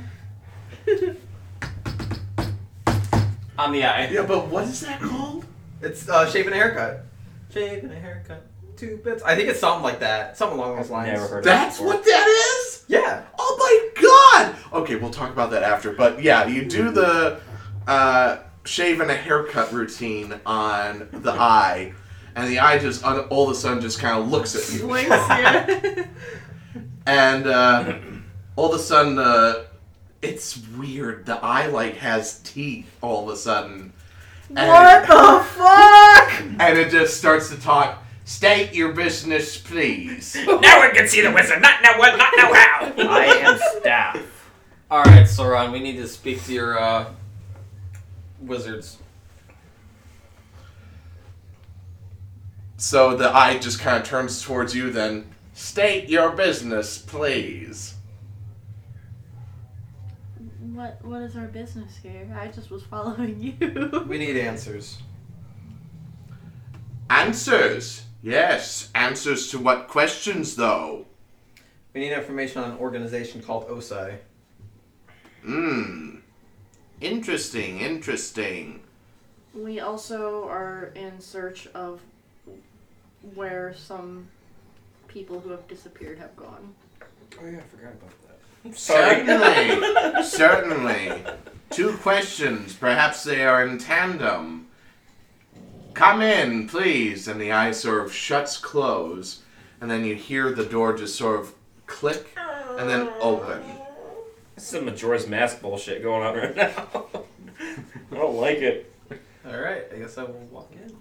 Speaker 13: On the eye.
Speaker 2: Yeah, but what is that called?
Speaker 8: It's uh, shave and a haircut. Shave and a haircut. Two bits. I think it's something like that. Something along those lines.
Speaker 3: Never heard
Speaker 2: That's
Speaker 3: of it.
Speaker 2: what that is.
Speaker 8: Yeah.
Speaker 2: Oh my god! Okay, we'll talk about that after. But yeah, you do the uh, shave and a haircut routine on the eye, and the eye just on, all of a sudden just kind of looks at you,
Speaker 8: [laughs]
Speaker 14: Blinks. Yeah.
Speaker 2: and uh, all of a sudden uh, it's weird. The eye like has teeth all of a sudden. And what the fuck? And it just starts to talk. State your business, please.
Speaker 3: No one can see the wizard. Not no one. Not no how.
Speaker 26: I am staff.
Speaker 13: All right, Sauron. We need to speak to your uh, wizards.
Speaker 2: So the eye just kind of turns towards you, then state your business, please.
Speaker 14: What what is our business here? I just was following you.
Speaker 8: We need answers.
Speaker 2: Answers. Yes, answers to what questions, though?
Speaker 8: We need information on an organization called OSI.
Speaker 2: Hmm. Interesting, interesting.
Speaker 14: We also are in search of where some people who have disappeared have gone.
Speaker 3: Oh yeah, I forgot about that. Sorry.
Speaker 2: Certainly, certainly. Two questions, perhaps they are in tandem. Come in, please. And the eye sort of shuts close, and then you hear the door just sort of click and then open.
Speaker 3: This is some Majora's Mask bullshit going on right now. [laughs] I don't like it.
Speaker 8: All right. I guess I will walk in.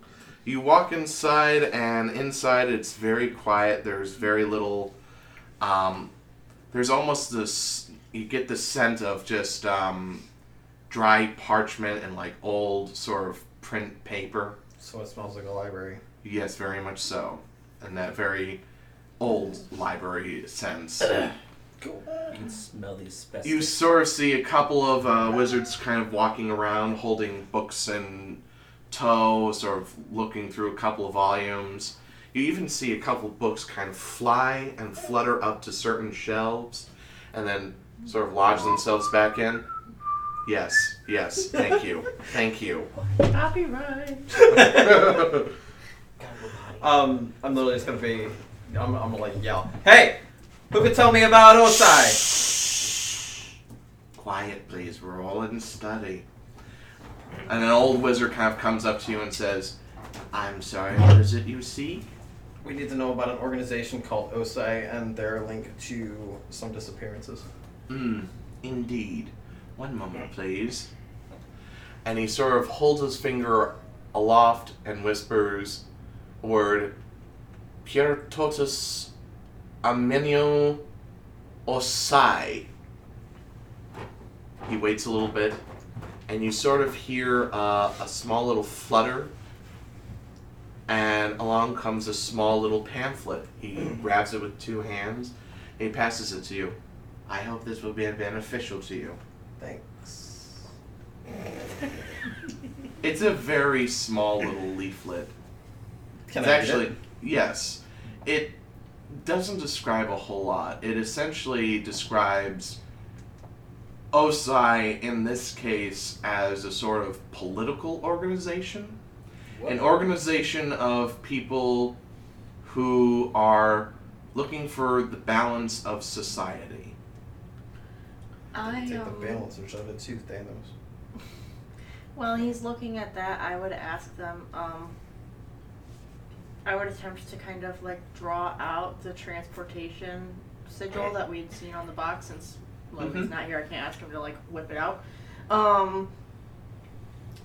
Speaker 2: You walk inside, and inside it's very quiet. There's very little. Um, there's almost this. You get the scent of just um, dry parchment and like old sort of print paper.
Speaker 8: So it smells like a library.
Speaker 2: Yes, very much so. And that very old library sense.
Speaker 3: You can smell these specimens.
Speaker 2: You sort of see a couple of uh, wizards kind of walking around holding books in tow, sort of looking through a couple of volumes. You even see a couple of books kind of fly and flutter up to certain shelves and then sort of lodge themselves back in. Yes, yes, thank you. Thank you.
Speaker 14: Copyright.
Speaker 8: [laughs] Um, I'm literally just gonna be. I'm, I'm gonna like yell. Hey, who could tell me about OSI?
Speaker 2: Quiet, please. We're all in study. And an old wizard kind of comes up to you and says, I'm sorry, what is it you seek?
Speaker 8: We need to know about an organization called OSI and their link to some disappearances.
Speaker 2: Mm, indeed. One moment, please. And he sort of holds his finger aloft and whispers a word Pier totus amenio osai. He waits a little bit, and you sort of hear uh, a small little flutter, and along comes a small little pamphlet. He grabs it with two hands, and he passes it to you. I hope this will be beneficial to you.
Speaker 20: Thanks.
Speaker 2: It's a very small
Speaker 20: [laughs]
Speaker 2: little leaflet.
Speaker 20: Can
Speaker 2: it's
Speaker 20: I read
Speaker 2: actually
Speaker 20: it?
Speaker 2: yes. It doesn't describe a whole lot. It essentially describes Osai in this case as a sort of political organization. An organization of people who are looking for the balance of society.
Speaker 6: I
Speaker 20: Take the
Speaker 6: um,
Speaker 20: balancers out of two Thanos.
Speaker 14: While he's looking at that, I would ask them. Um, I would attempt to kind of like draw out the transportation sigil that we'd seen on the box. Since Logan's
Speaker 20: Mhm.
Speaker 14: not here, I can't ask him to like whip it out. Um,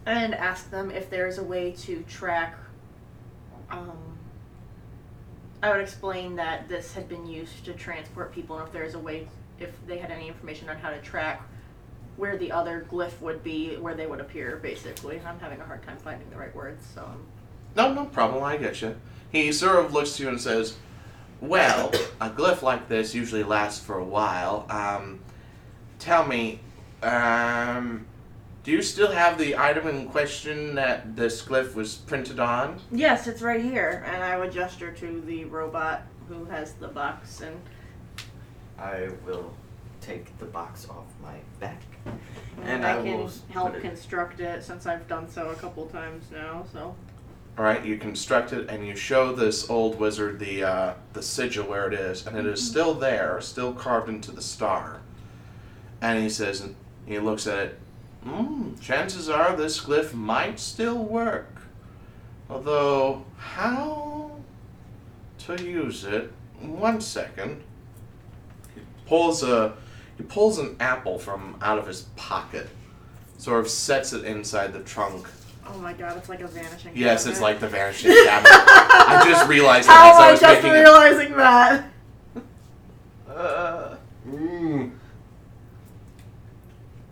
Speaker 14: and ask them if there's a way to track. Um, I would explain that this had been used to transport people, and if there's a way, if they had any information on how to track where the other glyph would be, where they would appear, basically. I'm having a hard time finding the right words, so um,
Speaker 2: No, no problem. I get you. He sort of looks to you and says, "Well, a glyph like this usually lasts for a while. Um, tell me, um, do you still have the item in question that this glyph was printed on?
Speaker 14: yes, it's right here. And I would gesture to the robot who has the box, and
Speaker 13: I will take the box off my back.
Speaker 14: and
Speaker 13: And
Speaker 14: I,
Speaker 13: I
Speaker 14: can
Speaker 13: will
Speaker 14: help
Speaker 13: put it-
Speaker 14: construct it since I've done so a couple times now. So
Speaker 2: All right, you construct it and you show this old wizard the uh, the sigil where it is, and it is still there, still carved into the star. And he says, and he looks at it. Mm, chances are this glyph might still work, although how to use it? One second. He pulls a he pulls an apple from out of his pocket, sort of sets it inside the trunk.
Speaker 14: oh my god, it's like a vanishing.
Speaker 2: Yes,
Speaker 14: cabinet.
Speaker 2: it's like the vanishing cabinet. I just realized that
Speaker 14: [laughs] How
Speaker 2: as
Speaker 14: am
Speaker 2: I
Speaker 14: I
Speaker 2: was
Speaker 14: just
Speaker 2: making it.
Speaker 14: realizing that?
Speaker 2: Uh, mm.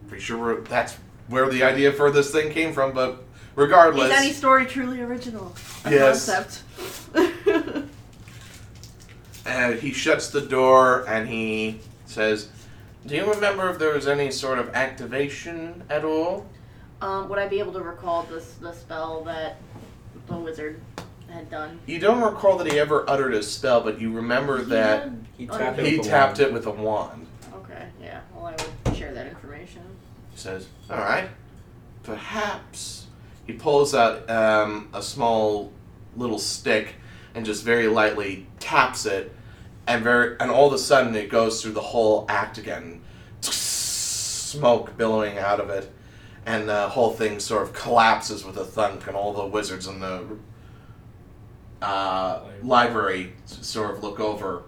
Speaker 2: Pretty sure we're- that's where the idea for this thing came from, but
Speaker 14: Is
Speaker 2: regardless,
Speaker 14: any story truly original? A
Speaker 2: Yes.
Speaker 14: Concept.
Speaker 2: and uh, he shuts the door and he says, "Do you remember if there was any sort of activation at all?"
Speaker 14: [laughs] um, would I be able to recall this the spell that the wizard had done?
Speaker 2: You don't recall that he ever uttered a spell, but you remember that
Speaker 20: He
Speaker 14: Oh,
Speaker 20: tapped it.
Speaker 2: he
Speaker 20: with a
Speaker 2: tapped
Speaker 20: wand.
Speaker 2: it with a wand.
Speaker 14: Okay, yeah. Well, I would share that information.
Speaker 2: He says, "All right, perhaps." He pulls out um, a small little stick and just very lightly taps it, and very and all of a sudden it goes through the whole act again, smoke billowing out of it, and the whole thing sort of collapses with a thunk, and all the wizards in the uh, library s- sort of look over,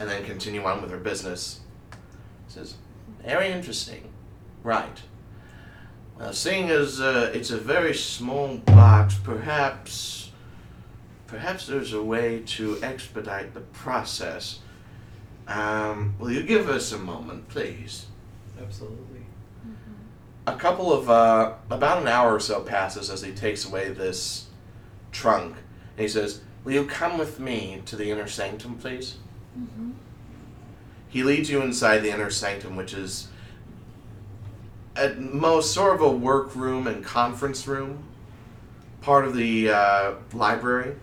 Speaker 2: and then continue on with their business. Says, very interesting. Right. Well, seeing as uh, it's a very small box, perhaps, perhaps there's a way to expedite the process. Um, will you give us a moment, please?
Speaker 20: Absolutely.
Speaker 2: A couple of uh, about an hour or so passes as he takes away this trunk, and he says, "Will you come with me to the inner sanctum, please?" He leads you inside the inner sanctum, which is at most sort of a workroom and conference room, part of the uh, library.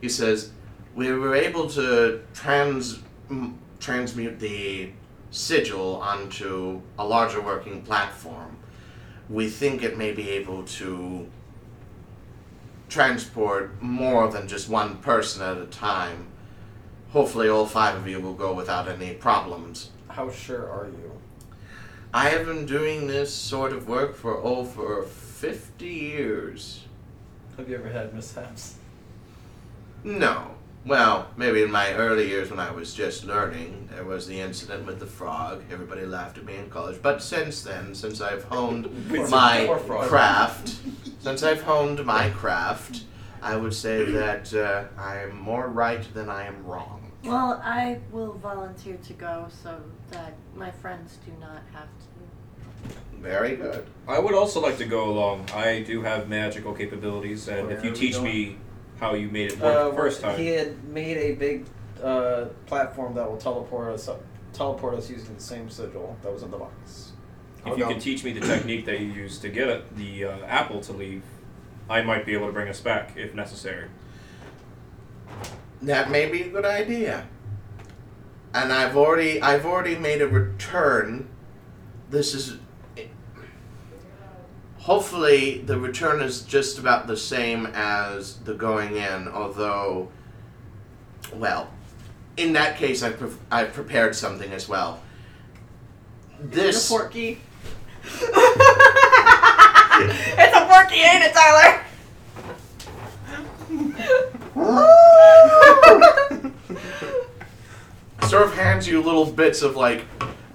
Speaker 2: He says, "We were able to trans m- transmute the sigil onto a larger working platform. We think it may be able to transport more than just one person at a time." Hopefully, all five of you will go without any problems.
Speaker 20: How sure are you?
Speaker 2: I have been doing this sort of work for over 50 years.
Speaker 20: Have you ever had mishaps?
Speaker 2: No. Well, maybe in my early years when I was just learning, there was the incident with the frog. Everybody laughed at me in college. But since then, since I've honed
Speaker 20: [laughs] With [laughs]
Speaker 2: my
Speaker 20: your frog.
Speaker 2: craft, Since I've honed my craft, I would say that uh, I am more right than I am wrong.
Speaker 14: Well, I will volunteer to go so that my friends do not have to.
Speaker 2: Very good.
Speaker 3: I would also like to go along. I do have magical capabilities, and if you teach me how you made it work
Speaker 8: Uh,
Speaker 3: the first time,
Speaker 8: He had made a big uh, platform that will teleport us up, teleport us using the same sigil that was in the box.
Speaker 3: if you can teach me the technique that you used to get it, the uh, apple to leave, I might be able to bring us back if necessary.
Speaker 2: That may be a good idea. And I've already I've already made a return. This is hopefully the return is just about the same as the going in, although well, in that case I've pre- I've prepared something as well. This
Speaker 14: Porky.
Speaker 6: [laughs] It's a porky, ain't it, Tyler?
Speaker 2: [laughs] sort of hands you little bits of like,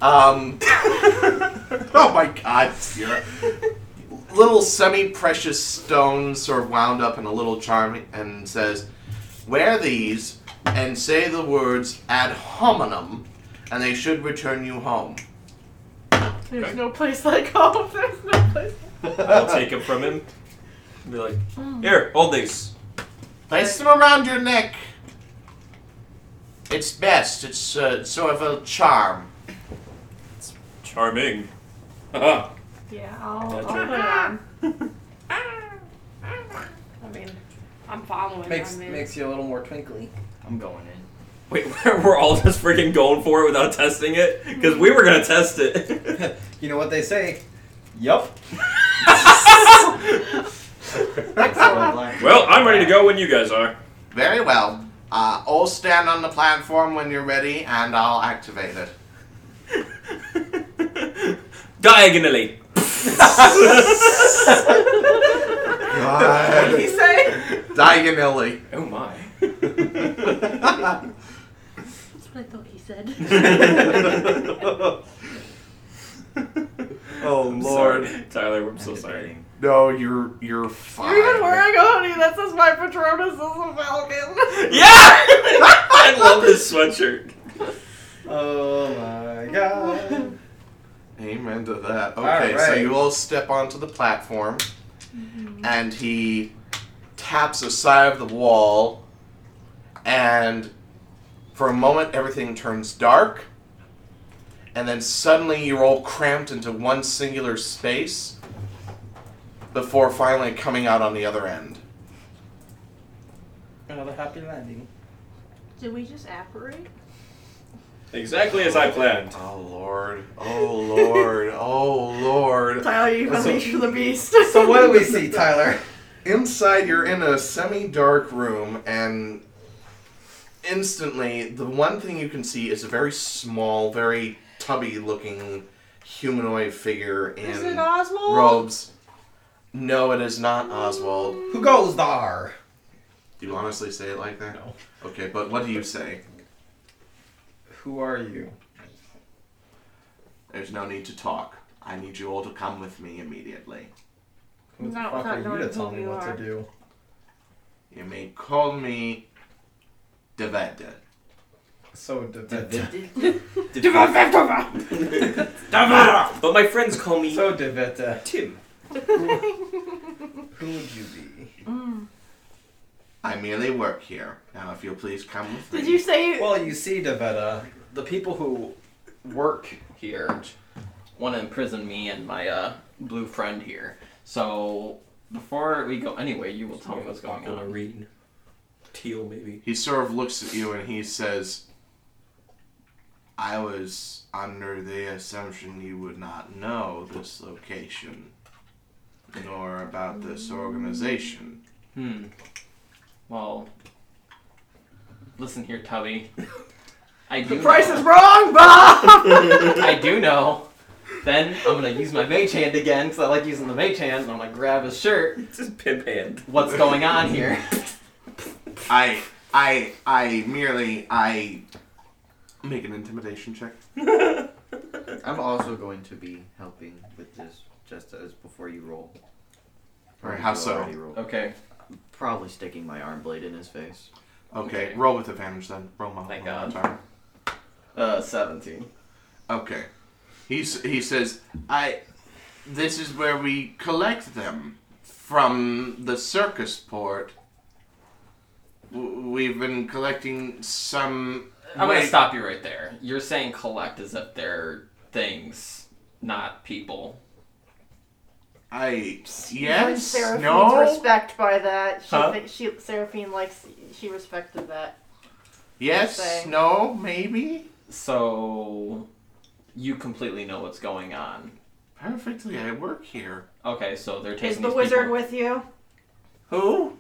Speaker 2: um, oh my god, Sierra. little semi-precious stones sort of wound up in a little charm and says, wear these and say the words ad hominem, and they should return you home.
Speaker 14: There's
Speaker 3: Okay.
Speaker 14: no place like home. There's no place.
Speaker 3: I'll take it from him.
Speaker 2: [laughs]
Speaker 3: Be like, here, hold these.
Speaker 2: Place them around your neck. It's best. It's uh, sort of a charm.
Speaker 3: [laughs] Charming. Haha.
Speaker 5: Yeah, I'll,
Speaker 3: That's
Speaker 5: I'll
Speaker 3: right.
Speaker 5: put it on. Ah.
Speaker 14: [laughs]
Speaker 5: I mean, I'm following.
Speaker 8: Makes
Speaker 5: I mean,
Speaker 8: makes you a little more twinkly.
Speaker 13: I'm going in.
Speaker 3: Wait, [laughs] we're all just freaking going for it without testing it? Because we were gonna test it.
Speaker 8: You know what they say? Yup.
Speaker 3: [laughs] well, I'm ready to go when you guys are.
Speaker 2: Very well. Uh, all stand on the platform when you're ready, and I'll activate it.
Speaker 3: [laughs] Diagonally.
Speaker 2: God.
Speaker 27: He say?
Speaker 2: [laughs] Diagonally.
Speaker 3: [laughs] Oh [laughs] my.
Speaker 14: That's what I thought
Speaker 6: [laughs]
Speaker 14: he said.
Speaker 8: [laughs]
Speaker 2: oh
Speaker 3: I'm sorry. Tyler, I'm so sorry.
Speaker 2: No, you're you're fine.
Speaker 14: You're even wearing a hoodie that says my Patronus is a
Speaker 8: [laughs]
Speaker 14: falcon.
Speaker 3: Yeah! I [laughs] love this sweatshirt.
Speaker 8: Oh my
Speaker 5: [laughs]
Speaker 8: god.
Speaker 2: Amen to that.
Speaker 8: All
Speaker 2: Okay, so
Speaker 8: right.
Speaker 2: you all step onto the platform, and he taps the side of the wall, and for a moment everything turns dark, and then suddenly you're all cramped into one singular space before finally coming out on the other end.
Speaker 8: Another happy landing.
Speaker 6: [laughs] Did we just apparate?
Speaker 3: Exactly as I planned.
Speaker 2: Oh lord. Oh lord. oh lord.
Speaker 14: Tyler, you
Speaker 8: have Leash
Speaker 14: unleash the beast.
Speaker 8: [laughs] So what do we see, Tyler?
Speaker 2: Inside, you're in a semi dark room, and instantly, the one thing you can see is a very small, very tubby looking humanoid figure in
Speaker 6: Is it Oswald?
Speaker 2: robes. No, it is not Oswald.
Speaker 8: Who goes there?
Speaker 2: Do you honestly say it like that? No. Okay, but what do you say?
Speaker 8: Who are you?
Speaker 2: There's no need to talk. I need you all to come with me immediately.
Speaker 8: Who the
Speaker 5: Not
Speaker 8: fuck
Speaker 5: without
Speaker 8: are you
Speaker 5: knowing
Speaker 8: to
Speaker 5: who
Speaker 8: tell me
Speaker 5: you
Speaker 8: what
Speaker 5: are.
Speaker 8: to do?
Speaker 2: You may call me Deveda.
Speaker 8: So Deveta.
Speaker 3: But my friends call me
Speaker 8: So Deveta.
Speaker 3: Tim.
Speaker 8: Who would you be?
Speaker 2: I merely work here. Now, if you'll please come with me.
Speaker 6: [laughs] Did you say
Speaker 8: Well, you see, Deveta, the people who work here want to imprison me and my uh, blue friend here. So before we go, anyway, you will tell me what's going on.
Speaker 3: read. Teal, maybe.
Speaker 2: he sort of looks at you and he says, I was under the assumption you would not know this location, nor about this organization.
Speaker 8: Hmm. Well, listen here, Tubby. I do. The price is wrong, Bob. I do know. Then I'm gonna use my mage hand again because I like using the mage hand, and I'm gonna grab his shirt.
Speaker 3: It's his pimp hand.
Speaker 8: What's going on here?
Speaker 2: I, I, I merely, I make an intimidation check.
Speaker 13: I'm also going to be helping with this just as before you roll.
Speaker 2: Or how so?
Speaker 13: Already rolled.
Speaker 20: Okay.
Speaker 13: Probably sticking my arm blade in his face.
Speaker 2: Okay, roll with advantage then. Roll my
Speaker 13: Thank
Speaker 2: roll my
Speaker 13: God.
Speaker 2: time.
Speaker 20: Uh, 17.
Speaker 2: Okay. He's, he says, I. This is where we collect them from the circus port. W- We've been collecting some.
Speaker 8: I'm
Speaker 2: way-
Speaker 8: gonna stop you right there. You're saying collect as if they're things, not people.
Speaker 2: I.
Speaker 6: Showed
Speaker 2: Yes?
Speaker 6: Seraphine's
Speaker 2: No?
Speaker 6: respect by that. She,
Speaker 20: Huh?
Speaker 6: thi- she Seraphine likes. She respected that.
Speaker 2: Yes?
Speaker 6: say.
Speaker 2: No? Maybe?
Speaker 8: So you completely know what's going on.
Speaker 2: Perfectly, I work here.
Speaker 8: Okay, so they're taking
Speaker 6: Is the
Speaker 8: these
Speaker 6: wizard
Speaker 8: people-
Speaker 6: with you?
Speaker 8: who?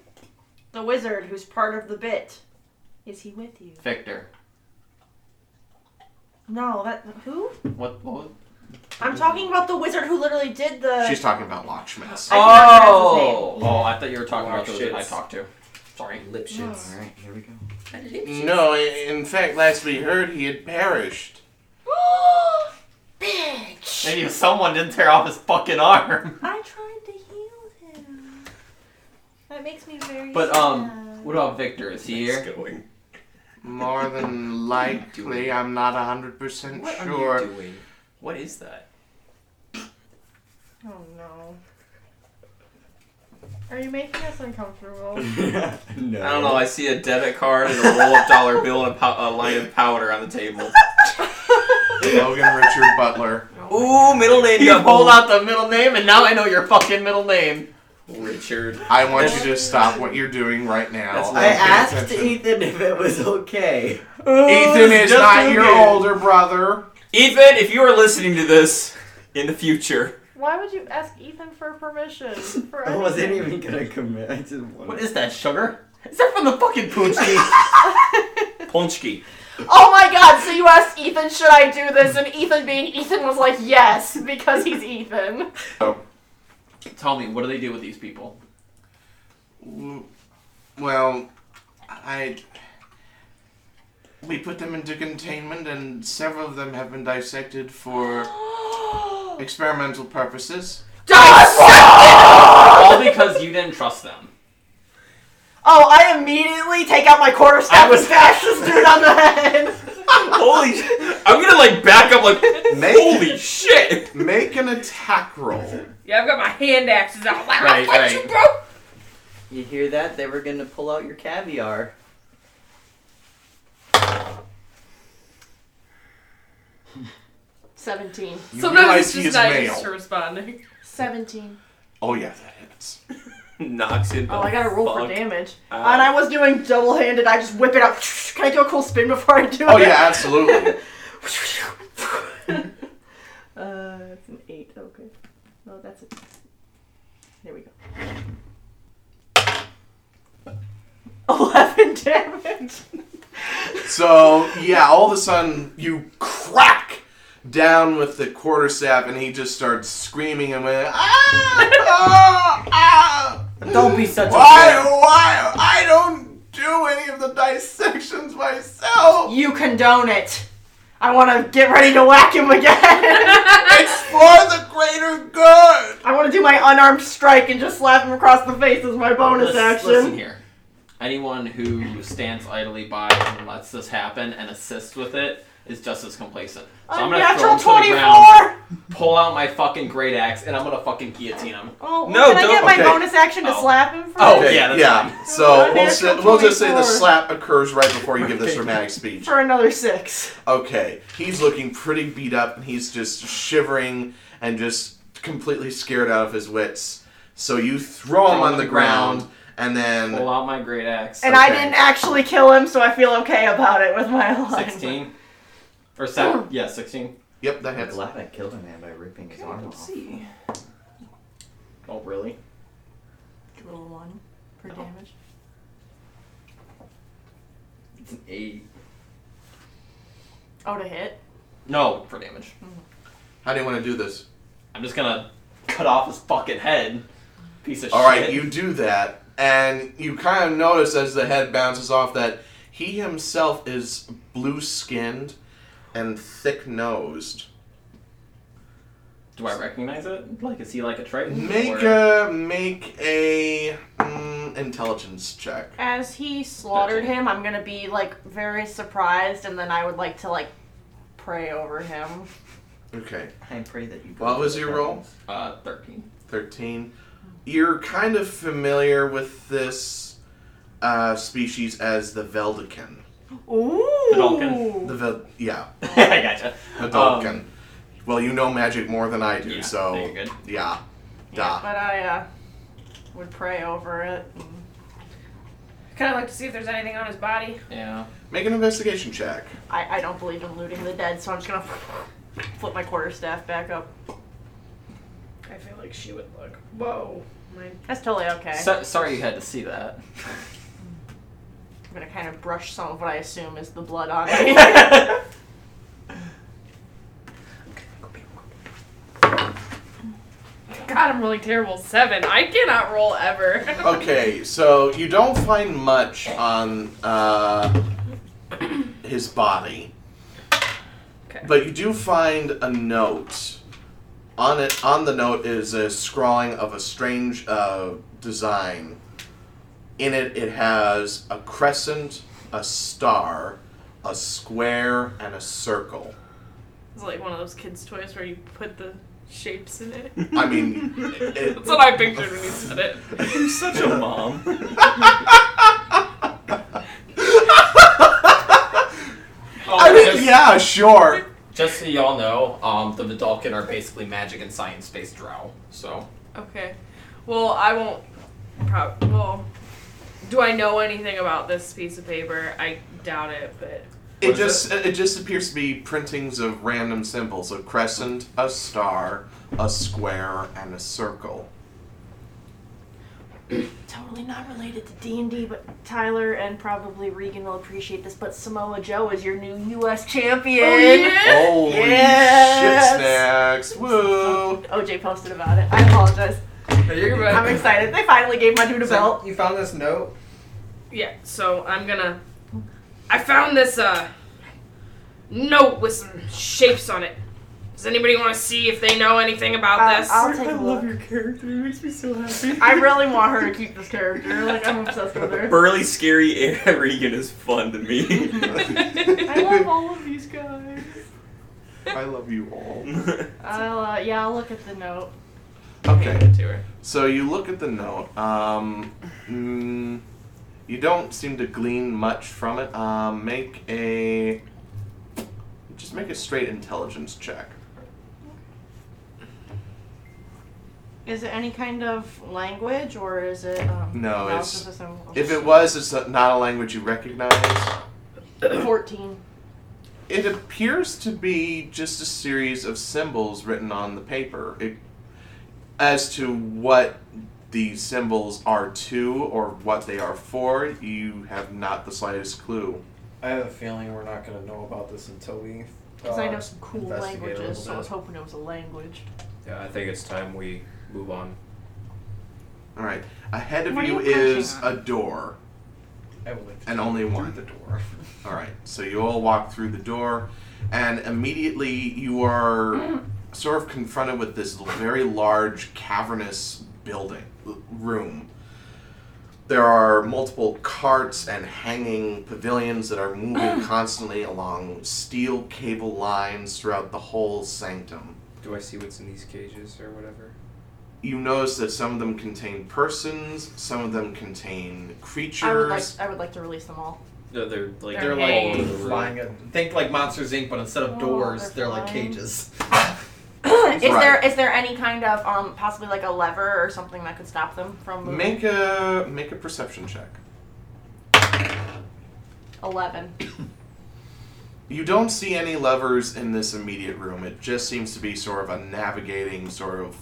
Speaker 6: The wizard, who's part of the bit, is he with you?
Speaker 8: Victor.
Speaker 6: No, that who?
Speaker 8: What? what was-
Speaker 6: I'm talking about the wizard who literally did
Speaker 14: Uh,
Speaker 6: the. [laughs]
Speaker 2: She's talking about Lakshman's.
Speaker 6: I forgot his name.
Speaker 8: oh, oh! I thought you were talking about the wizard I
Speaker 3: Shits.
Speaker 8: talked to. Sorry.
Speaker 3: Lip shits.
Speaker 13: Alright, here we go.
Speaker 2: No, i- in fact, last we heard, he had perished.
Speaker 6: [gasps]
Speaker 8: [laughs]
Speaker 6: Bitch!
Speaker 8: Maybe someone didn't tear off his fucking [laughs] arm.
Speaker 6: I tried to heal him. That makes me very.
Speaker 8: But um,
Speaker 6: sad.
Speaker 8: what about Victor? Is he here?
Speaker 3: going.
Speaker 2: More than likely, I'm not 100%
Speaker 3: What
Speaker 2: sure.
Speaker 3: are you doing? What
Speaker 2: [laughs]
Speaker 3: is that?
Speaker 6: Oh no. Are you making
Speaker 8: [laughs]
Speaker 6: us uncomfortable?
Speaker 3: no.
Speaker 8: I don't know. I see a debit card and a roll-up dollar bill and a, pow- a line of powder on the table.
Speaker 2: Logan Richard Butler. Oh
Speaker 8: Ooh, middle name. You
Speaker 3: double.
Speaker 8: pulled out the middle name, and now I know your fucking middle name.
Speaker 3: Richard.
Speaker 2: I want you to stop what you're doing right now.
Speaker 3: That's
Speaker 2: and
Speaker 3: not-
Speaker 13: I
Speaker 2: pay
Speaker 13: asked
Speaker 2: attention.
Speaker 13: Ethan if it was okay.
Speaker 2: Ethan is
Speaker 3: Just
Speaker 2: not your
Speaker 3: Logan.
Speaker 2: older brother.
Speaker 3: Ethan, if you are listening to this in the future,
Speaker 6: Why would you ask Ethan for
Speaker 8: [laughs]
Speaker 6: permission? For
Speaker 13: I wasn't
Speaker 6: anything?
Speaker 13: even gonna commit. I just wanted.
Speaker 8: What is that, sugar? Is that from the fucking
Speaker 6: [laughs]
Speaker 8: Poochie?
Speaker 3: Punchki.
Speaker 6: Oh my god, so you asked Ethan, should I do this? And Ethan, being Ethan, was like, yes, because he's Ethan.
Speaker 8: Tell me, what do they do with these people?
Speaker 2: W- Well, I. We put them into containment, and several of them have been dissected
Speaker 3: [gasps]
Speaker 2: for experimental purposes.
Speaker 8: All because you didn't trust them.
Speaker 6: Oh, I immediately take out my quarterstaff and smash this dude on the head.
Speaker 3: Holy sh- I'm gonna like back up like
Speaker 2: Make, [laughs]
Speaker 3: holy shit.
Speaker 2: make an attack roll.
Speaker 5: Yeah, I've got my hand axes out. Like,
Speaker 8: Right,
Speaker 5: what
Speaker 8: right.
Speaker 5: you broke?
Speaker 13: [laughs] You hear that? They were gonna pull out your caviar.
Speaker 6: [laughs] Seventeen.
Speaker 2: You
Speaker 5: Sometimes
Speaker 2: realize
Speaker 5: it's
Speaker 2: he
Speaker 5: just
Speaker 2: is
Speaker 5: not
Speaker 2: male.
Speaker 5: used to responding.
Speaker 6: Seventeen.
Speaker 2: Oh, yeah, that hits.
Speaker 3: Knocks in.
Speaker 6: Oh, I gotta roll for damage.
Speaker 14: Uh,
Speaker 3: out.
Speaker 6: and I was doing double handed, I just whip it up. Can I do a cool spin before I do
Speaker 2: Oh,
Speaker 6: it?
Speaker 2: yeah, absolutely.
Speaker 6: uh, it's an eight. Okay. No, that's it. There we go. Eleven damage.
Speaker 2: So yeah, all of a sudden you crack down with the quarterstaff, and he just starts screaming and went, ah, ah, ah.
Speaker 13: Don't be such
Speaker 2: Why,
Speaker 13: a.
Speaker 2: why? I don't do any of the dissections myself.
Speaker 6: You condone it. I want to get ready to whack him [laughs] again.
Speaker 2: It's for the greater good.
Speaker 6: I want to do my unarmed strike and just slap him across the face as my bonus
Speaker 8: Listen-
Speaker 6: action.
Speaker 8: Listen here. Anyone who stands idly by and lets this happen and assists with it is just as complacent. So I'm gonna
Speaker 6: Unnatural
Speaker 8: throw him to the ground, pull out my fucking great axe, and I'm gonna fucking guillotine him.
Speaker 6: Oh,
Speaker 8: No,
Speaker 6: can I
Speaker 8: don't-
Speaker 6: get my
Speaker 2: okay.
Speaker 6: bonus action to
Speaker 8: Oh.
Speaker 6: slap him first?
Speaker 8: Oh, yeah, that's
Speaker 2: yeah. So we'll, say,
Speaker 6: Unnatural
Speaker 2: we'll just say the
Speaker 6: 24.
Speaker 2: slap occurs right before you give this dramatic speech.
Speaker 6: For another six.
Speaker 2: Okay, he's looking pretty beat up and he's just shivering and just completely scared out of his wits. So you throw him on the ground and
Speaker 8: Pull
Speaker 2: then
Speaker 8: out my great axe.
Speaker 6: And I
Speaker 2: Okay.
Speaker 6: didn't actually kill him, so I feel okay about it with my [laughs] line.
Speaker 8: Sixteen. Or seven? Yeah, sixteen.
Speaker 2: yep, that
Speaker 13: I'm
Speaker 2: hits.
Speaker 13: glad I killed a man by ripping his arm off.
Speaker 8: see. Oh really?
Speaker 6: Little one for damage.
Speaker 8: It's an eight.
Speaker 6: Oh, to hit.
Speaker 8: No, for damage.
Speaker 2: How do you want to do this?
Speaker 8: I'm just gonna cut off his fucking head. Piece of
Speaker 2: All right,
Speaker 8: shit.
Speaker 2: you do that and you kind of notice as the head bounces off that he himself is blue-skinned and thick-nosed.
Speaker 20: Do I recognize it? Like, is he like a Triton?
Speaker 2: Make
Speaker 20: or-
Speaker 2: a make a mm, intelligence check.
Speaker 6: As he slaughtered him, I'm gonna be like very surprised, and then I would like to like pray over him.
Speaker 2: Okay.
Speaker 13: I pray that you. go
Speaker 2: What
Speaker 13: to
Speaker 2: was
Speaker 13: the
Speaker 2: your
Speaker 13: heavens.
Speaker 2: roll?
Speaker 20: Uh,
Speaker 13: [laughs]
Speaker 8: [laughs]
Speaker 20: thirteen.
Speaker 2: 13. You're kind of familiar with this uh, species as the Veldican.
Speaker 6: Ooh.
Speaker 3: The Dolphin.
Speaker 2: The Vel- yeah,
Speaker 3: I gotcha.
Speaker 2: the
Speaker 3: Um,
Speaker 2: Veldican. well, you know magic more than I do,
Speaker 3: Yeah,
Speaker 2: so
Speaker 3: no, you're good.
Speaker 2: yeah,
Speaker 6: Yeah,
Speaker 2: duh.
Speaker 6: but I uh, would pray over it.
Speaker 5: Kind of like to see if there's anything on his body.
Speaker 20: Yeah.
Speaker 2: Make an investigation check.
Speaker 6: I, I don't believe in looting the dead, so I'm just gonna [laughs] flip my quarterstaff back up.
Speaker 5: I feel like she would look. Whoa. My
Speaker 6: That's totally okay.
Speaker 20: So- sorry you had to see that.
Speaker 8: [laughs]
Speaker 6: I'm gonna kind of brush some of what I assume is the blood
Speaker 2: [laughs]
Speaker 6: on me.
Speaker 5: God, I'm rolling terrible. Seven. I cannot roll ever. [laughs]
Speaker 2: Okay, so you don't find much on uh, his body,
Speaker 5: Okay.
Speaker 2: but you do find a note. On it, on the note is a scrawling of a strange uh, design. In it, it has a crescent, a star, a square, and a circle.
Speaker 5: It's like one of those kids' toys where you put the shapes in it.
Speaker 2: I mean, it,
Speaker 5: That's what I pictured when you said it.
Speaker 20: I'm such a mom.
Speaker 8: Oh,
Speaker 2: I mean,
Speaker 8: just,
Speaker 2: yeah, sure.
Speaker 8: just so y'all know, um, the Vidalkin are basically magic and science based drow. So
Speaker 5: Okay. Well, I won't. Prob- well, do I know anything about this piece of paper? I doubt it, but.
Speaker 2: It
Speaker 8: What is
Speaker 2: just it? just appears to be printings of random symbols: a crescent, a star, a square, and a circle.
Speaker 6: totally not related to D&D, but Tyler and probably Regan will appreciate this, but Samoa Joe is your new U.S. champion.
Speaker 2: Holy
Speaker 6: Yes.
Speaker 2: shit snacks! Woo!
Speaker 6: OJ Oh, posted about it. I apologize.
Speaker 8: you're
Speaker 5: right.
Speaker 8: [laughs]
Speaker 6: I'm excited. They finally gave my dude a belt.
Speaker 8: you found this note.
Speaker 5: Yeah, so I'm gonna. I found this uh note with some shapes on it. Does anybody want to see if they know anything about
Speaker 6: Uh,
Speaker 5: this?
Speaker 6: I'll take a look.
Speaker 20: your character. It makes me so happy. [laughs]
Speaker 6: I really want her to keep this character. Like, I'm obsessed with her.
Speaker 3: Burly, scary Regan is fun to me.
Speaker 6: I love all of these guys.
Speaker 2: I love you
Speaker 6: [laughs]
Speaker 2: all.
Speaker 6: I'll, uh, yeah, I'll look at the note.
Speaker 2: Okay,
Speaker 5: To her.
Speaker 2: so you look at the note. Um, mm, you don't seem to glean much from it. Um, make a just make a straight intelligence check.
Speaker 6: Is it any kind of language, or is it... Um,
Speaker 2: No,
Speaker 6: analysis
Speaker 2: it's-
Speaker 6: of symbols?
Speaker 2: If it was, it's not a language you recognize.
Speaker 6: 14.
Speaker 2: It appears to be just a series of symbols written on the paper. It, as to what these symbols are to or what they are for, you have not the slightest clue.
Speaker 20: I have a feeling we're not gonna know about this until we. uh,
Speaker 6: Because I know some cool
Speaker 20: investigate a
Speaker 6: languages,
Speaker 20: little
Speaker 6: so I was
Speaker 20: bit.
Speaker 6: hoping it was a language.
Speaker 3: yeah, I think it's time we move on.
Speaker 2: All right, ahead of
Speaker 6: What are
Speaker 2: you,
Speaker 6: you punching
Speaker 2: is a door,
Speaker 20: I would like to
Speaker 2: and only
Speaker 20: through
Speaker 2: one.
Speaker 20: the door.
Speaker 2: All right, so you all walk through the door, and immediately you are sort of confronted with this very large, cavernous building l- room. There are multiple carts and hanging pavilions that are
Speaker 6: [clears throat]
Speaker 2: moving constantly along steel cable lines throughout the whole sanctum.
Speaker 3: Do I see what's in these cages or whatever?
Speaker 2: You notice that some of them contain persons, some of them contain creatures.
Speaker 6: I would, like, I would like to release them all.
Speaker 3: No, they're like
Speaker 5: They're
Speaker 20: They're
Speaker 5: hanging.
Speaker 20: like flying. At, think like Monsters Inc., but instead of
Speaker 6: Oh,
Speaker 20: doors,
Speaker 6: they're
Speaker 20: they're, like
Speaker 6: flying.
Speaker 20: cages.
Speaker 6: is there
Speaker 2: Right.
Speaker 6: is there any kind of um possibly like a lever or something that could stop them from moving?
Speaker 2: Make a make a perception check.
Speaker 6: Eleven.
Speaker 2: You don't see any levers in this immediate room. It just seems to be sort of a navigating sort of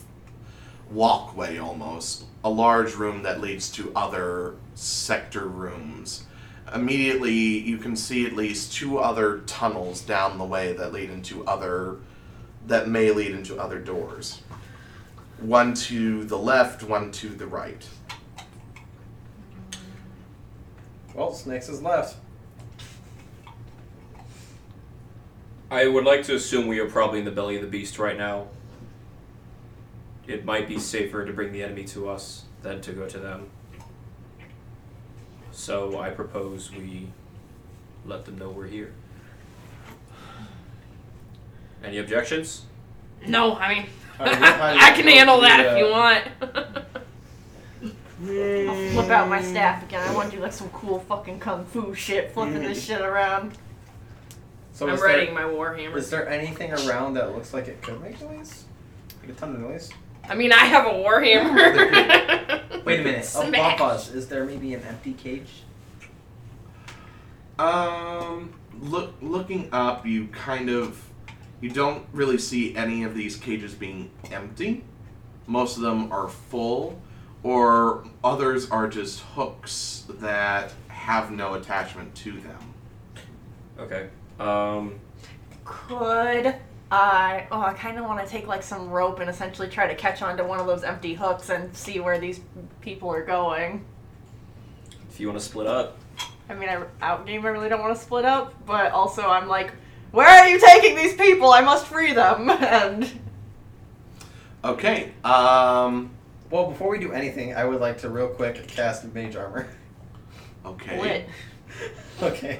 Speaker 2: walkway almost. A large room that leads to other sector rooms. Immediately, you can see at least two other tunnels down the way that lead into other. that may lead into other doors. One to the left, one to the right.
Speaker 20: Well, Snakes is left.
Speaker 3: I would like to assume we are probably in the belly of the beast right now. it might be safer to bring the enemy to us than to go to them. So I propose we let them know we're here. Any objections?
Speaker 5: No, I mean,
Speaker 20: Alright,
Speaker 5: [laughs]
Speaker 20: we're hiding
Speaker 5: I can handle that
Speaker 20: the,
Speaker 5: if you
Speaker 20: uh,
Speaker 5: want.
Speaker 6: I'll flip out Oh, my staff again. I want to do like some cool fucking kung fu shit, flipping this shit around.
Speaker 20: So
Speaker 5: I'm
Speaker 20: is
Speaker 5: readying
Speaker 20: there,
Speaker 5: my warhammer.
Speaker 20: is there anything around that looks like it could make noise? Like a ton of noise?
Speaker 5: I mean, I have
Speaker 8: [laughs]
Speaker 5: a warhammer.
Speaker 8: Wait a
Speaker 5: [laughs]
Speaker 8: minute.
Speaker 20: Oh,
Speaker 5: Smack.
Speaker 8: Above us, is there maybe an empty cage?
Speaker 2: Um, look, looking up, you kind of, you don't really see any of these cages being empty. Most of them are full, or others are just hooks that have no attachment to them.
Speaker 3: Okay. Um,
Speaker 6: Could I? Oh, I kind of want to take like some rope and essentially try to catch onto one of those empty hooks and see where these people are going.
Speaker 3: if you want to split up,
Speaker 6: I mean, I outgame. I really don't want to split up, but also I'm like, where are you taking these people? I must free them. [laughs] And
Speaker 2: Okay. Um.
Speaker 20: Well, before we do anything, I would like to real quick cast mage armor. [laughs]
Speaker 2: Okay.
Speaker 6: lit.
Speaker 20: okay.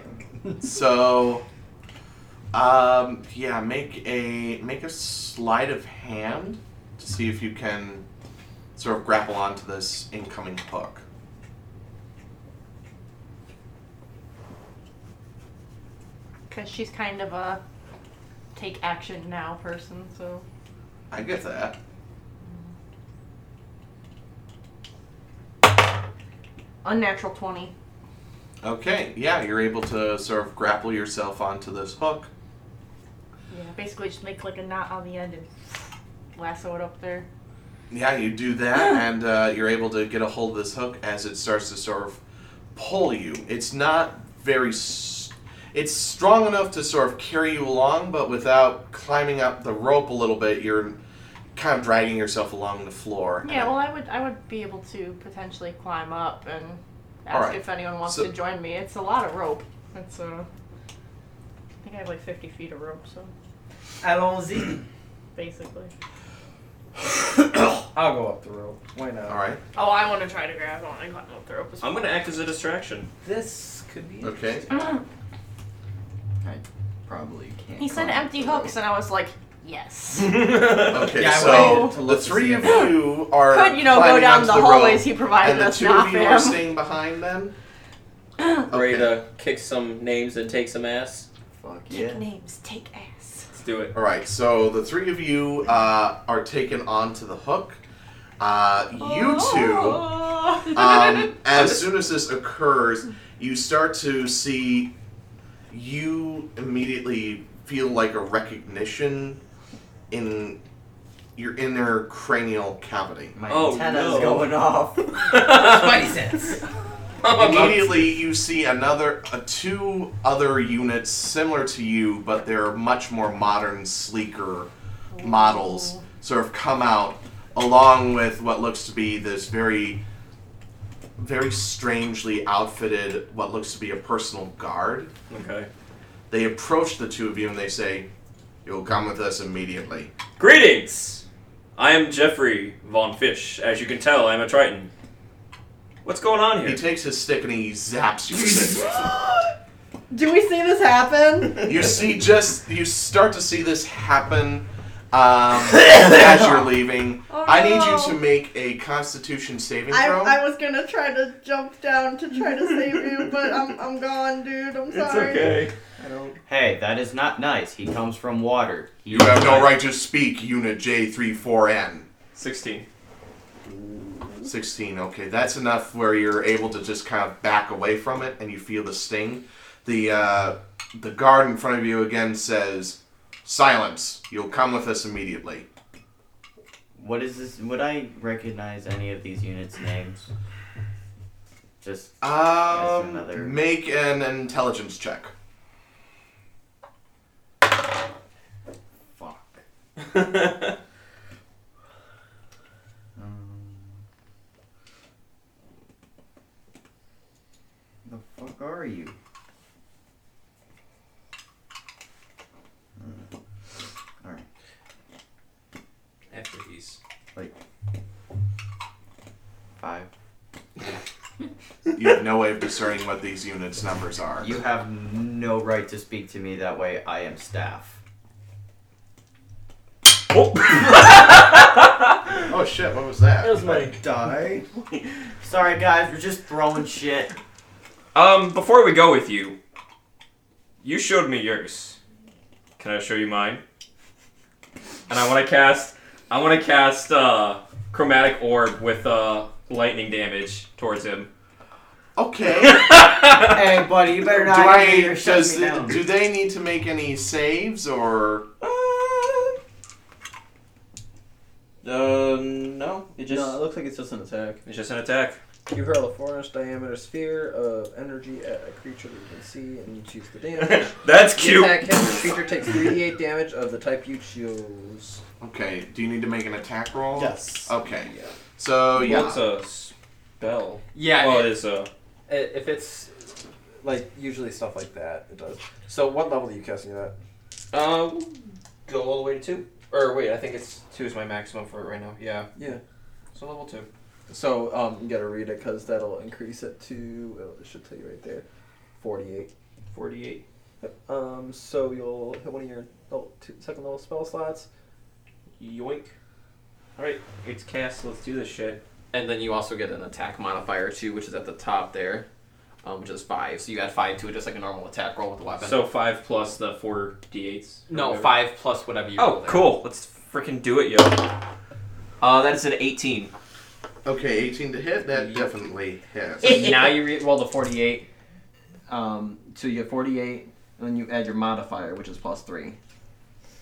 Speaker 2: So, um, yeah, make a make a sleight of hand to see if you can sort of grapple onto this incoming hook.
Speaker 6: Because she's kind of a take action now person, so.
Speaker 2: I get that.
Speaker 6: Unnatural 20.
Speaker 2: Okay, yeah, you're able to sort of grapple yourself onto this hook.
Speaker 6: Yeah. Basically, just make like a knot on the end and lasso it up there.
Speaker 2: Yeah, you do that,
Speaker 6: [clears throat]
Speaker 2: and uh, you're able to get a hold of this hook as it starts to sort of pull you. It's not very. S- it's strong enough to sort of carry you along, but without climbing up the rope a little bit, you're kind of dragging yourself along the floor.
Speaker 6: Yeah, well, I would I would be able to potentially climb up and ask
Speaker 2: Alright.
Speaker 6: if anyone wants
Speaker 2: So-
Speaker 6: to join me. It's a lot of rope. It's uh, I think I have like 50 feet of rope, so
Speaker 8: Allons-y.
Speaker 6: basically.
Speaker 20: I'll go up the rope. Why not?
Speaker 2: All right.
Speaker 5: Oh, I want to try to grab on and climb up the rope as
Speaker 3: I'm going to act as a distraction.
Speaker 8: This could be.
Speaker 6: [laughs]
Speaker 2: Okay.
Speaker 19: Probably can't.
Speaker 6: He said
Speaker 19: climb.
Speaker 6: empty hooks, and I was like, yes.
Speaker 2: Okay.
Speaker 8: Yeah, I
Speaker 2: so
Speaker 8: waited to
Speaker 2: the
Speaker 8: look to
Speaker 2: three
Speaker 8: see
Speaker 2: of
Speaker 8: it.
Speaker 2: you are
Speaker 6: Could you know go
Speaker 2: climbing
Speaker 6: down
Speaker 2: onto
Speaker 6: the
Speaker 2: rope,
Speaker 6: hallways he provided
Speaker 2: and the
Speaker 6: us,
Speaker 2: two of
Speaker 6: not
Speaker 2: you are
Speaker 6: him?
Speaker 2: staying behind
Speaker 6: [clears throat]
Speaker 2: them.
Speaker 15: ready
Speaker 2: Okay.
Speaker 15: to kick some names and take some ass.
Speaker 19: Fuck
Speaker 6: Take
Speaker 19: yeah.
Speaker 6: names, take ass.
Speaker 15: Let's do it.
Speaker 2: All right, so the three of you uh, are taken onto the hook. Uh, you
Speaker 6: Oh.
Speaker 2: two,
Speaker 6: [laughs]
Speaker 2: um, as soon as this occurs, you start to see. You immediately feel like a recognition in your inner cranial cavity.
Speaker 19: My
Speaker 15: Oh,
Speaker 19: antenna's
Speaker 15: no.
Speaker 19: going off.
Speaker 3: [laughs]
Speaker 8: Spidey sense.
Speaker 2: Immediately, you see another uh, two other units similar to you, but they're much more modern, sleeker models. Sort of come out along with what looks to be this very, very strangely outfitted, what looks to be a personal guard.
Speaker 3: Okay.
Speaker 2: They approach the two of you and they say, "You'll come with us immediately."
Speaker 3: Greetings! I am Jeffrey Von Fish. As you can tell, I'm a Triton. What's going on
Speaker 2: He [laughs]
Speaker 3: here?
Speaker 2: takes his stick and he zaps you. with
Speaker 3: [laughs]
Speaker 2: it.
Speaker 6: Do we see this happen?
Speaker 2: you see just you start to see this happen um, as you're leaving.
Speaker 6: Oh,
Speaker 2: I need
Speaker 6: no.
Speaker 2: you to make a Constitution saving
Speaker 14: I,
Speaker 2: throw.
Speaker 14: I was gonna try to jump down to try to save you, but I'm, I'm gone, dude. I'm sorry.
Speaker 20: I don't.
Speaker 19: Hey, that is not nice. He comes from water. He
Speaker 2: you have no right to speak, Unit J34N.
Speaker 3: [laughs] 16.
Speaker 2: 16, okay. That's enough where you're able to just kind of back away from it and you feel the sting. The, uh, the guard in front of you again says, Silence. You'll come with us immediately.
Speaker 19: What is this? Would I recognize any of these units' names? Just
Speaker 2: Um,
Speaker 19: another-
Speaker 2: Make an intelligence check.
Speaker 19: fuck. Um, the fuck are you? Alright,
Speaker 13: Hmm.
Speaker 3: After these.
Speaker 19: like
Speaker 2: you have no way of discerning what these units' numbers are.
Speaker 13: You have no right to speak to me that way. I am staff.
Speaker 2: Oh shit! What was that?
Speaker 13: die. [laughs] Sorry, guys. We're just throwing shit.
Speaker 3: Um, before we go with you, you showed me yours. Can I show you mine? And I want to cast. I want to cast uh, chromatic orb with uh, lightning damage towards him.
Speaker 2: Okay.
Speaker 13: hey, buddy, [laughs] you better
Speaker 2: do
Speaker 13: not.
Speaker 2: I?
Speaker 13: you're shutting
Speaker 2: Does,
Speaker 13: me down.
Speaker 2: do they need to make any saves or?
Speaker 3: uh,
Speaker 8: Uh, no. It
Speaker 3: just-
Speaker 8: no, it looks like it's just an attack.
Speaker 3: It's just an attack.
Speaker 8: You hurl a four-inch diameter sphere of energy at a creature that you can see, and you choose the damage.
Speaker 2: [laughs]
Speaker 3: That's
Speaker 8: The
Speaker 3: cute.
Speaker 8: Attack hits. The creature takes 3d8 damage of the type you choose.
Speaker 2: Okay. Do you need to make an attack roll?
Speaker 8: Yes.
Speaker 2: Okay.
Speaker 8: Yeah.
Speaker 2: So yeah.
Speaker 3: What's a spell?
Speaker 8: Yeah.
Speaker 3: Oh,
Speaker 8: it-
Speaker 3: it is a.
Speaker 8: i- if it's like usually stuff like that, it does. So what level are you casting it at?
Speaker 3: Uh, we'll go all the way to two. Or wait, I think it's two is my maximum for it right now. Yeah.
Speaker 8: Yeah.
Speaker 3: So level two.
Speaker 8: So um, you gotta read it because that'll increase it to. It should tell you right there, forty-eight.
Speaker 3: Forty-eight.
Speaker 8: Yep. Um, so you'll hit one of your level two, second level spell slots.
Speaker 3: Yoink. All right, it's cast. Let's do this shit.
Speaker 28: And then you also get an attack modifier too, which is at the top there, um, which is five. So you add five to it, just like a normal attack roll with a weapon.
Speaker 3: So five plus the four d8s. or
Speaker 28: no,
Speaker 3: whatever.
Speaker 28: five plus whatever you. roll
Speaker 3: Oh,
Speaker 28: there.
Speaker 3: cool. Let's freaking do it, yo. Uh, that is an 18.
Speaker 2: Okay. Eighteen to hit. That definitely hits.
Speaker 28: So
Speaker 2: [laughs]
Speaker 28: now you re- roll the forty-eight. Um, so you get forty-eight, and then you add your modifier, which is plus three.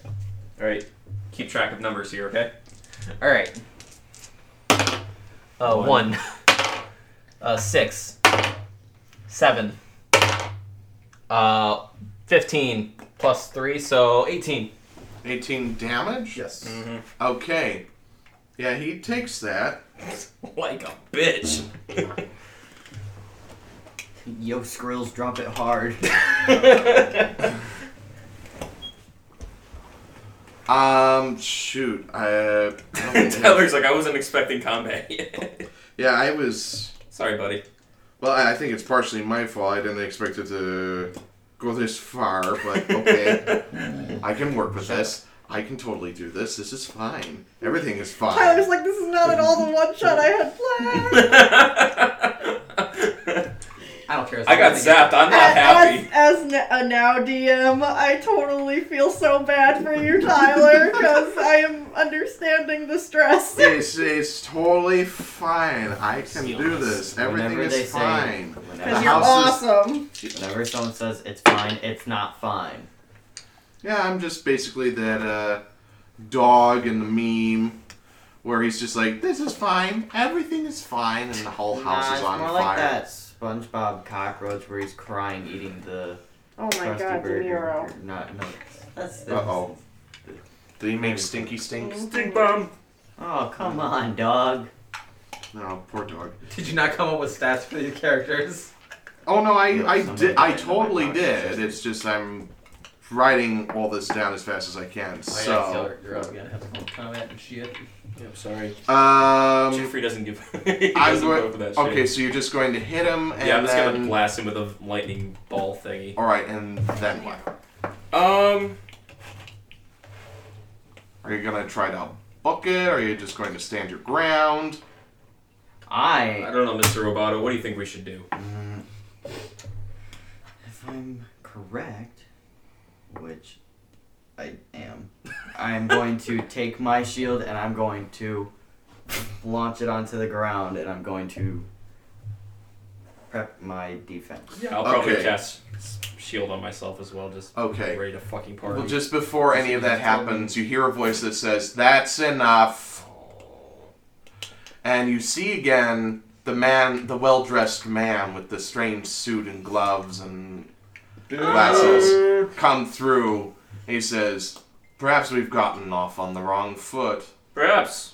Speaker 3: All right, keep track of numbers here, okay?
Speaker 28: All right. Uh, one. [laughs] Uh, six. Seven. Uh, fifteen plus three, so eighteen.
Speaker 2: 18 damage?
Speaker 8: Yes.
Speaker 2: Okay. Yeah, he takes that.
Speaker 3: Like a [laughs] bitch.
Speaker 13: Yo, Skrills, drop it hard.
Speaker 2: Um, shoot. I, I don't think I-
Speaker 3: [laughs] Tyler's like, I wasn't expecting combat.
Speaker 2: yeah, I was.
Speaker 3: [laughs] Sorry, buddy.
Speaker 2: Well, I I think it's partially my fault. I didn't expect it to go this far, but
Speaker 3: [laughs]
Speaker 2: okay. I can work with this. I can totally do this. This is fine. Everything is
Speaker 6: I was
Speaker 2: fine.
Speaker 6: like, this is not at all the one shot I had planned.
Speaker 28: [laughs] I don't care.
Speaker 3: I got zapped. I'm not
Speaker 6: As,
Speaker 3: happy.
Speaker 6: as n- a now DM, I totally feel so bad for
Speaker 2: [laughs]
Speaker 6: you, Tyler, because I am understanding the stress.
Speaker 2: It's, it's totally fine. I can do this. Everything
Speaker 13: Whenever they
Speaker 2: is
Speaker 13: say-
Speaker 2: fine.
Speaker 13: whenever,
Speaker 6: Because
Speaker 2: The
Speaker 6: you're
Speaker 2: house
Speaker 6: awesome.
Speaker 13: whenever someone says it's fine, it's not fine.
Speaker 2: Yeah, I'm just basically that uh, dog in the meme where he's just like, this is fine, everything is fine, and the whole house is
Speaker 13: nah, it's
Speaker 2: on
Speaker 13: more
Speaker 2: fire.
Speaker 13: like that SpongeBob cockroach where he's crying eating the
Speaker 6: Oh my
Speaker 13: crusty
Speaker 6: god, De
Speaker 13: burger.
Speaker 6: Niro.
Speaker 13: Not no. That's
Speaker 2: Uh oh. Did he make stinky stinks?
Speaker 6: Stink
Speaker 3: bomb.
Speaker 13: Oh come on, dog.
Speaker 2: No, poor dog.
Speaker 28: Did you not come up with stats for your characters?
Speaker 2: Oh no, I,
Speaker 13: Yeah,
Speaker 2: I
Speaker 13: somebody
Speaker 2: did. I
Speaker 13: did.
Speaker 2: totally did. It's just I'm writing all this down as fast as Oh, I can. So,
Speaker 28: you're up again. Have fun combat and shit.
Speaker 3: I'm sorry.
Speaker 2: um,
Speaker 3: Jeffrey doesn't give. [laughs] he
Speaker 2: I'm
Speaker 3: doesn't go for
Speaker 2: going.
Speaker 3: that shit.
Speaker 2: Okay, so you're just going to hit him, and
Speaker 3: Yeah, I'm just
Speaker 2: then.
Speaker 3: gonna blast him with a lightning ball thingy.
Speaker 2: all right, and then what?
Speaker 3: Um,
Speaker 2: Are you gonna try to book it? Or are you just going to stand your ground?
Speaker 3: I
Speaker 13: I
Speaker 3: don't know, Mr. Roboto. What do you think we should do?
Speaker 13: Uh, if I'm correct, which I am, I'm going to take my shield and I'm going to launch it onto the ground and I'm going to prep my defense.
Speaker 3: Yeah, I'll probably
Speaker 2: Okay.
Speaker 3: cast s- shield on myself as well, just
Speaker 2: Okay.
Speaker 3: ready to fucking party.
Speaker 2: Well, just before any of that happens, you hear a voice that says, That's enough. And you see again the man, the well dressed man with the strange suit and gloves and glasses come through. He says, Perhaps we've gotten off on the wrong foot.
Speaker 3: Perhaps.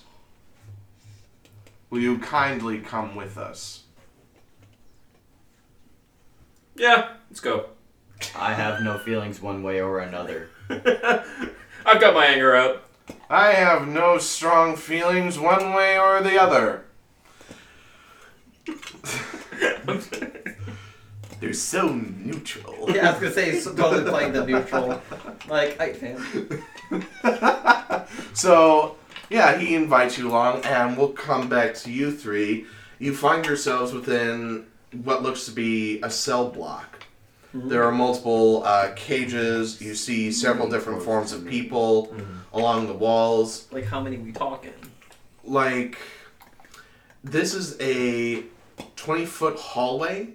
Speaker 2: Will you kindly come with us?
Speaker 3: Yeah, let's go. [laughs]
Speaker 13: I have no feelings one way or another.
Speaker 3: I've got my
Speaker 2: [laughs]
Speaker 3: anger out.
Speaker 2: I have no strong feelings one way or the other. They're so neutral.
Speaker 8: [laughs] [laughs] Yeah, I was gonna say he's totally playing the neutral. Like, I fam.
Speaker 2: So, yeah, he invites you along, and we'll come back to you three. You find yourselves within what looks to be a cell block. There are multiple uh, cages. You see several different forms of people along the walls.
Speaker 8: Like, how many we talking?
Speaker 2: Like, this is a 20 foot hallway,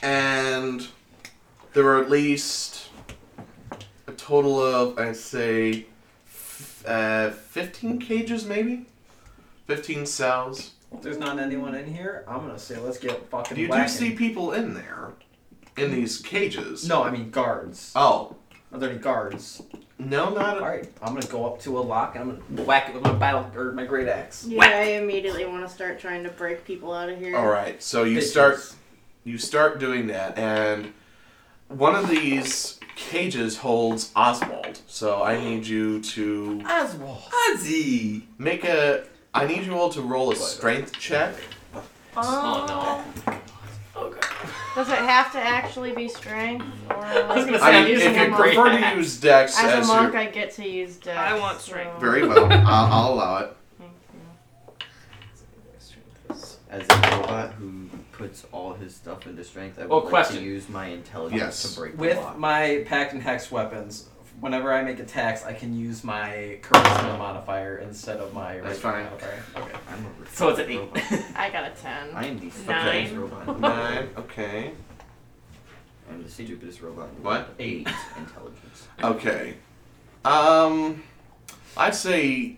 Speaker 2: and there are at least a total of, I'd say, f- uh, 15 cages, maybe? 15 cells.
Speaker 8: If there's not anyone in here, I'm gonna say let's get fucking.
Speaker 2: You do
Speaker 8: whacking.
Speaker 2: see people in there, in these cages.
Speaker 8: No, I mean guards.
Speaker 2: Oh,
Speaker 8: Are there any guards?
Speaker 2: no, not
Speaker 8: All right, I'm gonna go up to a lock and I'm gonna whack it with my battle or my great axe.
Speaker 14: Yeah, I immediately want to start trying to break people out of here.
Speaker 2: All right, so you
Speaker 8: Bitches.
Speaker 2: start you start doing that, and one of these cages holds Oswald. So I need you to
Speaker 8: Oswald.
Speaker 13: Ozzy!
Speaker 2: make a. I need you all to roll a strength check.
Speaker 6: Oh, no. Does it have to actually be strength? Or I
Speaker 15: was gonna say,
Speaker 2: I
Speaker 15: I'm
Speaker 2: mean, if
Speaker 15: using a
Speaker 2: you
Speaker 15: monk.
Speaker 2: prefer to use Dex as,
Speaker 6: As a monk,
Speaker 2: your,
Speaker 6: I get to use dex.
Speaker 5: I want
Speaker 6: so-
Speaker 5: strength.
Speaker 2: very well, I'll, I'll allow it.
Speaker 13: As a robot who puts all his stuff into strength, I would
Speaker 8: Well,
Speaker 13: like
Speaker 8: question.
Speaker 13: to use my intelligence
Speaker 2: Yes.
Speaker 13: to break the
Speaker 8: With
Speaker 13: lock.
Speaker 8: my packed and hex weapons, whenever I make attacks, I can use my charisma modifier instead of my
Speaker 2: That's
Speaker 8: regular
Speaker 2: fine.
Speaker 8: modifier. Okay.
Speaker 13: I'm a
Speaker 15: So it's an eight.
Speaker 13: robot.
Speaker 6: I got a 10.
Speaker 13: I am the
Speaker 6: Nine.
Speaker 13: stupidest robot.
Speaker 2: Nine. Okay.
Speaker 13: I'm the stupidest robot. in the
Speaker 2: What?
Speaker 13: world. Eight intelligence.
Speaker 2: Okay. Um, I'd say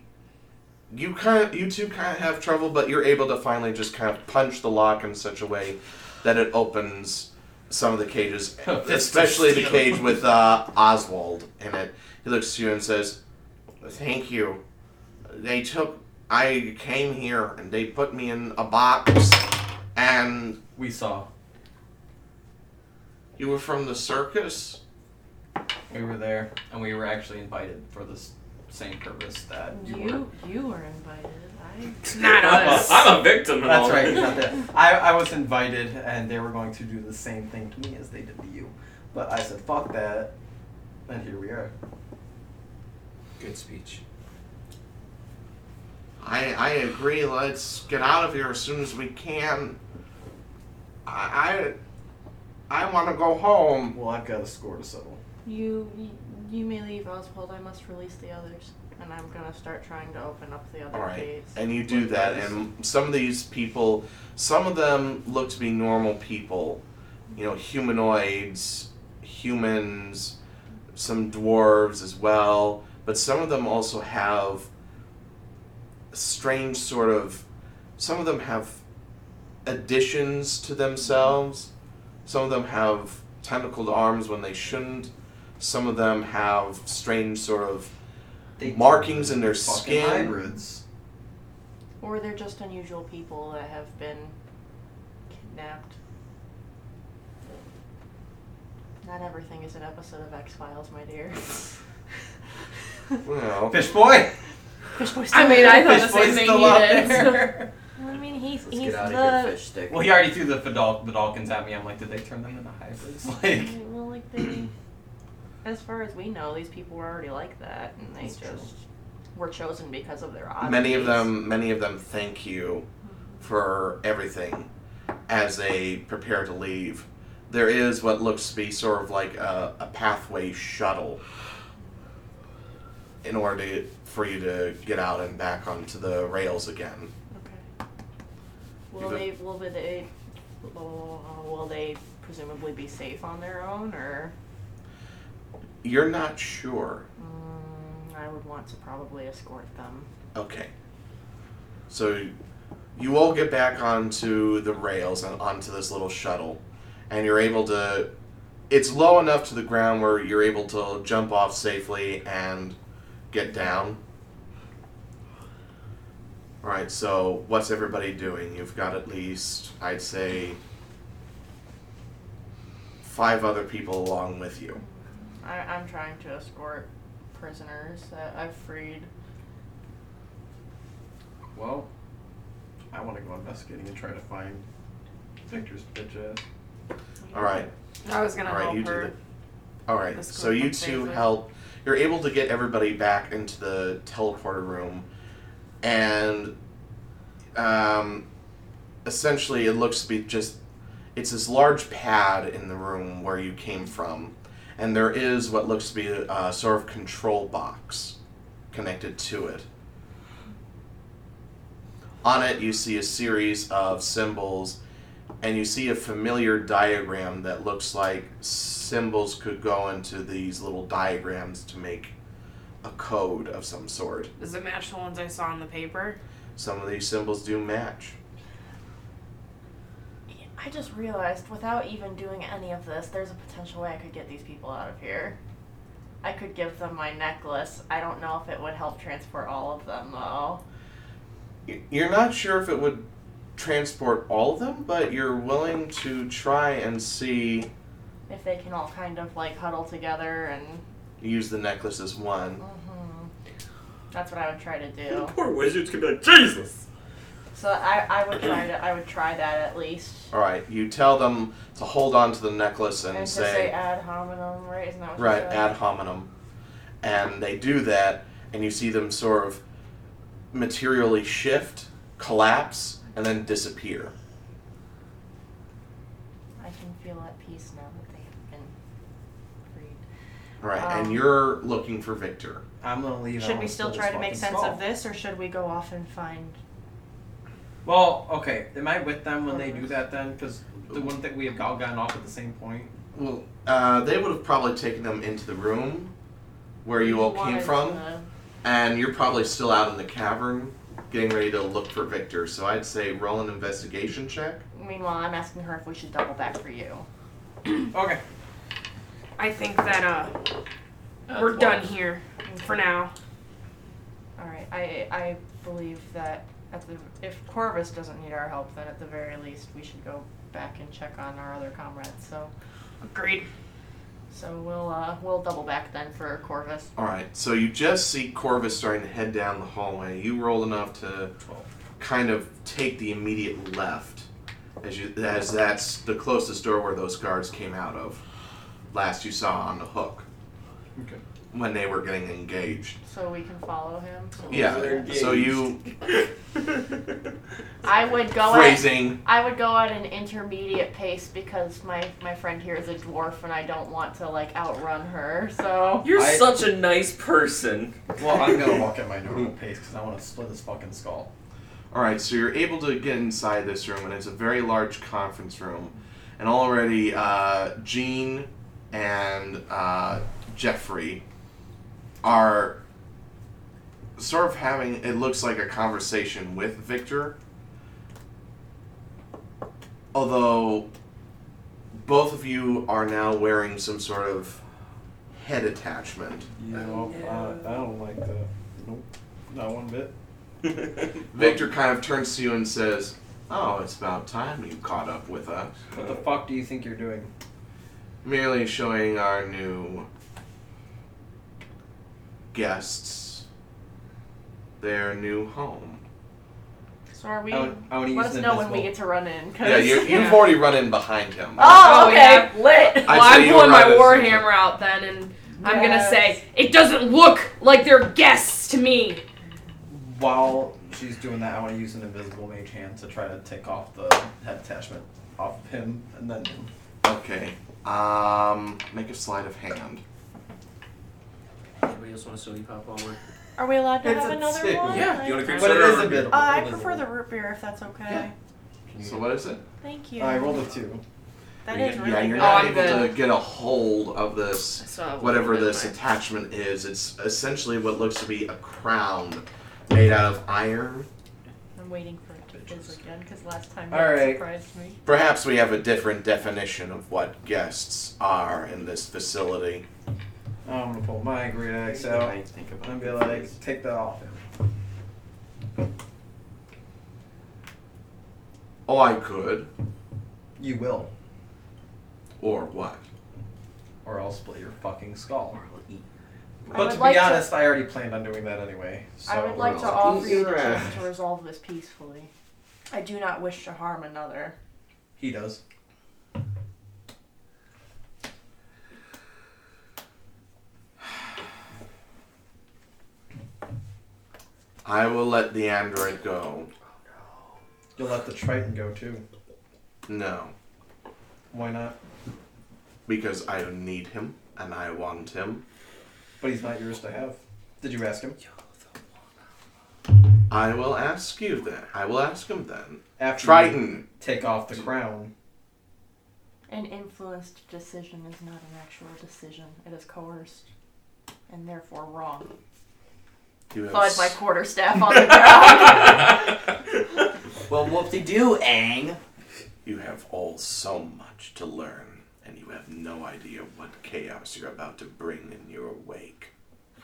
Speaker 2: you kind of, you two kind of have trouble, but you're able to finally just kind of punch the lock in such a way that it opens some of the cages, especially the cage with uh, Oswald in it. He looks to you and says, "Thank you. They took. I came here and they put me in a box, and
Speaker 8: We saw.
Speaker 2: you were from the circus."
Speaker 8: We were there, and we were actually invited for this same purpose that you, were.
Speaker 6: You you were invited. I
Speaker 15: Not us. I'm a victim. in all
Speaker 8: That's
Speaker 15: this. [laughs]
Speaker 8: right. Not that. I, I was invited, and they were going to do the same thing to me as they did to you. But I said, fuck that. And here we are.
Speaker 3: Good speech.
Speaker 2: I, I agree. Let's get out of here as soon as we can. I I, I want to go home.
Speaker 8: Well, I've got a score to settle.
Speaker 6: you you may leave Oswald. I must release the others, and I'm gonna start trying to open up the other
Speaker 2: All right,
Speaker 6: gates.
Speaker 2: and you do that, and some of these people, some of them look to be normal people, you know, humanoids, humans, some dwarves as well, but some of them also have strange sort of some of them have additions to themselves some of them have tentacled arms when they shouldn't some of them have strange sort of markings in their
Speaker 8: Fucking
Speaker 2: skin
Speaker 8: hybrids.
Speaker 6: Or they're just unusual people that have been kidnapped. Not everything is an episode of X Files, my [laughs] dear.
Speaker 2: well
Speaker 8: Fish boy.
Speaker 5: I mean, I thought the
Speaker 8: Fish boy's
Speaker 5: same thing
Speaker 8: still
Speaker 5: you
Speaker 8: out [laughs]
Speaker 5: did. [laughs]
Speaker 8: there.
Speaker 6: I mean, he's
Speaker 13: Let's
Speaker 6: he's
Speaker 13: get out of here,
Speaker 6: the.
Speaker 13: fish stick.
Speaker 8: well, he already threw the Fidal- Fidalkins at me. I'm like, did they turn them into hybrids? [laughs] Like,
Speaker 6: Well, like they, as far as we know, these people were already like that, and they
Speaker 8: That's true.
Speaker 6: just were chosen because of their oddities.
Speaker 2: many of them many of them thank you for everything as they prepare to leave there is what looks to be sort of like a, a pathway shuttle in order to, for you to get out and back onto the rails again
Speaker 6: Okay. Will
Speaker 2: You've a-
Speaker 6: they? Will they? uh, Will they presumably be safe on their own, or?
Speaker 2: you're not sure
Speaker 6: Mm, I would want to probably escort them.
Speaker 2: okay so you all get back onto the rails and onto this little shuttle and you're able to it's low enough to the ground where you're able to jump off safely and get down all right so what's everybody doing you've got at least i'd say five other people along with you
Speaker 6: I, I'm trying to escort prisoners that I've freed.
Speaker 8: well, I want to go investigating and try to find
Speaker 20: Victor's bitch ass.
Speaker 2: All right.
Speaker 5: I was gonna
Speaker 2: All right,
Speaker 5: help
Speaker 2: you
Speaker 5: her.
Speaker 2: do the. All right.
Speaker 5: Let's go
Speaker 2: So you
Speaker 5: from
Speaker 2: two
Speaker 5: safely.
Speaker 2: help. You're able to get everybody back into the teleporter room, and um, essentially it looks to be just it's this large pad in the room where you came from, and there is what looks to be a uh, sort of control box connected to it. On it, you see a series of symbols, and you see a familiar diagram that looks like symbols could go into these little diagrams to make a code of some sort.
Speaker 5: Does it match the ones I saw on the paper?
Speaker 2: Some of these symbols do match.
Speaker 6: I just realized without even doing any of this, there's a potential way I could get these people out of here. I could give them my necklace. I don't know if it would help transport all of them though.
Speaker 2: Y- You're not sure if it would transport all of them, but you're willing to try and see
Speaker 6: If they can all kind of like huddle together and
Speaker 2: use the necklace as one.
Speaker 6: mhm. that's what I would try to do.
Speaker 3: Poor wizards could be like, Jesus!
Speaker 6: So I, I would try to I would try that at least.
Speaker 2: All right, you tell them to hold on to the necklace and,
Speaker 6: And to say ad hominem, right? Isn't that what you
Speaker 2: Right,
Speaker 6: said?
Speaker 2: ad hominem. And they do that, and you see them sort of materially shift, collapse, and then disappear.
Speaker 6: I can feel at peace now that they have been freed.
Speaker 2: All right, and
Speaker 6: Um,
Speaker 2: you're looking for Victor.
Speaker 8: I'm gonna leave. I
Speaker 6: Should
Speaker 8: wanna
Speaker 6: we still
Speaker 8: split
Speaker 6: try
Speaker 8: this
Speaker 6: to make
Speaker 8: fucking
Speaker 6: sense
Speaker 8: skull.
Speaker 6: of this, or should we go off and find?
Speaker 8: Well, okay. Am I with them when they do that then? Because the one thing we have all gotten off at the same point.
Speaker 2: Well, uh, they would have probably taken them into the room where you all came
Speaker 6: Wanted
Speaker 2: from,
Speaker 6: to-
Speaker 2: and you're probably still out in the cavern getting ready to look for Victor. So I'd say roll an investigation check.
Speaker 6: Meanwhile, I'm asking her if we should double back for you.
Speaker 8: Okay.
Speaker 5: I think that uh, we're done here for now.
Speaker 6: All right. I I believe that at the if Corvus doesn't need our help, then at the very least we should go back and check on our other comrades. So
Speaker 5: Agreed.
Speaker 6: so we'll uh, we'll double back then for Corvus.
Speaker 2: All right, so you just see Corvus starting to head down the hallway. You roll enough to kind of take the immediate left, as you as that's the closest door where those guards came out of. Last you saw on the hook
Speaker 20: Okay.
Speaker 2: when they were getting engaged.
Speaker 6: So we can follow him.
Speaker 2: Yeah. So you
Speaker 6: I would go at
Speaker 2: phrasing.
Speaker 6: I would go at an intermediate pace because my my friend here is a dwarf and I don't want to like outrun her. So
Speaker 15: You're
Speaker 8: I-
Speaker 15: such a nice
Speaker 3: [laughs]
Speaker 15: person.
Speaker 20: Well, I'm gonna walk at my normal pace because I want to split this fucking skull.
Speaker 2: All right, so you're able to get inside this room, and it's a very large conference room. And already, uh, Jean and uh, Jeffrey are sort of having, it looks like, a conversation with Victor. Although, both of you are now wearing some sort of head attachment.
Speaker 20: No, I, I don't like that. Nope, not one bit.
Speaker 2: Victor kind of turns to you and says, Oh, it's about time you caught up with us.
Speaker 8: What the fuck do you think you're doing?
Speaker 2: merely showing our new guests their new home.
Speaker 6: so are we?
Speaker 8: I would, I would use
Speaker 6: Let us
Speaker 8: an
Speaker 6: know when
Speaker 8: invisible-
Speaker 6: we get to run in. 'cause-
Speaker 2: Yeah,
Speaker 6: [laughs]
Speaker 2: you, you've
Speaker 5: Yeah.
Speaker 2: already run in behind him.
Speaker 6: Oh,
Speaker 5: Oh,
Speaker 6: okay. Lit.
Speaker 2: I'd say
Speaker 5: well, I'm
Speaker 2: you
Speaker 5: pulling
Speaker 2: were
Speaker 5: my
Speaker 2: right at the same
Speaker 5: warhammer out then, and I'm gonna say it doesn't look like they're guests to me.
Speaker 20: While she's doing that, I want to use an invisible mage hand to try to take off the head attachment off of him, and then
Speaker 2: Okay. Um, make a sleight of hand.
Speaker 3: Anybody else want a soggy pop while
Speaker 15: [laughs]
Speaker 3: we're...
Speaker 6: Are we allowed to
Speaker 20: It's
Speaker 6: have
Speaker 20: a
Speaker 6: another
Speaker 20: six.
Speaker 6: one?
Speaker 3: Yeah, do you
Speaker 6: Like-
Speaker 3: want to creep
Speaker 20: But it
Speaker 3: soda
Speaker 20: is
Speaker 3: or-
Speaker 20: a bit.
Speaker 6: Uh, I prefer the root beer if that's okay.
Speaker 2: Yeah. So what is it?
Speaker 6: Thank you.
Speaker 20: I rolled a two.
Speaker 6: That
Speaker 2: You-
Speaker 6: is really
Speaker 2: yeah, you're
Speaker 6: good.
Speaker 2: not
Speaker 5: Oh, I'm
Speaker 2: able
Speaker 5: good.
Speaker 2: to get a hold of this
Speaker 5: So
Speaker 2: whatever this attachment is. It's essentially what looks to be a crown made out of iron.
Speaker 6: I'm waiting for it to fizz again because last time
Speaker 8: All
Speaker 6: it
Speaker 8: right.
Speaker 6: surprised me.
Speaker 2: Perhaps we have a different definition of what guests are in this facility.
Speaker 20: I'm gonna pull my great axe out
Speaker 13: I think about
Speaker 20: and be
Speaker 13: it.
Speaker 20: like, take that off him.
Speaker 2: Oh, I could.
Speaker 20: You will,
Speaker 2: Or what?
Speaker 20: or I'll split your fucking skull.
Speaker 13: Or I'll eat.
Speaker 6: I
Speaker 20: But
Speaker 6: would
Speaker 20: to
Speaker 6: like
Speaker 20: be
Speaker 6: to-
Speaker 20: honest, I already planned on doing that anyway. So
Speaker 6: I would like to
Speaker 2: Well,
Speaker 6: offer you the
Speaker 2: easier, uh,
Speaker 6: chance to resolve this peacefully. I do not wish to harm another.
Speaker 20: He does.
Speaker 2: I will let the android go.
Speaker 20: You'll let the Triton go too.
Speaker 2: No,
Speaker 20: Why not?
Speaker 2: because I need him and I want him.
Speaker 20: But he's not yours to have. Did you ask him?
Speaker 2: I will ask you then. I will ask him then.
Speaker 20: After you
Speaker 2: Triton,
Speaker 20: take off the crown.
Speaker 6: An influenced decision is not an actual decision. It is coerced and therefore wrong.
Speaker 2: you have
Speaker 6: Thud
Speaker 2: s-
Speaker 6: my quarterstaff on
Speaker 5: [laughs]
Speaker 6: the ground.
Speaker 13: Well, whoop de doo, Aang.
Speaker 2: You have all so much to learn, and you have no idea what chaos you're about to bring in your wake.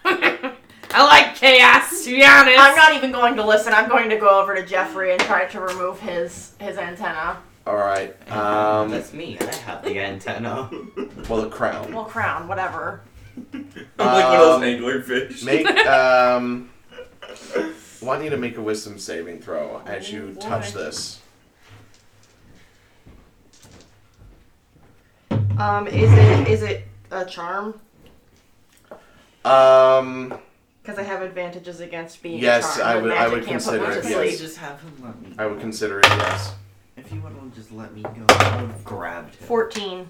Speaker 5: I like chaos, to be honest.
Speaker 6: I'm not even going to listen. I'm going to go over to Jeffrey and try to remove his his antenna.
Speaker 2: All right. Um,
Speaker 13: That's me. I have the antenna. [laughs]
Speaker 2: well, the crown.
Speaker 6: Well, crown, whatever.
Speaker 15: I'm like one of
Speaker 2: Um,
Speaker 15: those angler fish. [laughs]
Speaker 2: [laughs] Make um. Want you to make a wisdom saving throw as you touch this.
Speaker 6: Um, is it is it a charm?
Speaker 2: Um.
Speaker 6: Because I have advantages against being
Speaker 2: Yes,
Speaker 6: charmed.
Speaker 2: I
Speaker 6: with
Speaker 2: would- I
Speaker 6: magic
Speaker 2: would
Speaker 6: can't put
Speaker 2: consider
Speaker 6: one
Speaker 2: it,
Speaker 6: to
Speaker 2: yes.
Speaker 6: sleep.
Speaker 13: Just have him let me.
Speaker 2: I would consider it yes.
Speaker 13: If you would have just let me go, I would have grabbed him.
Speaker 6: Fourteen.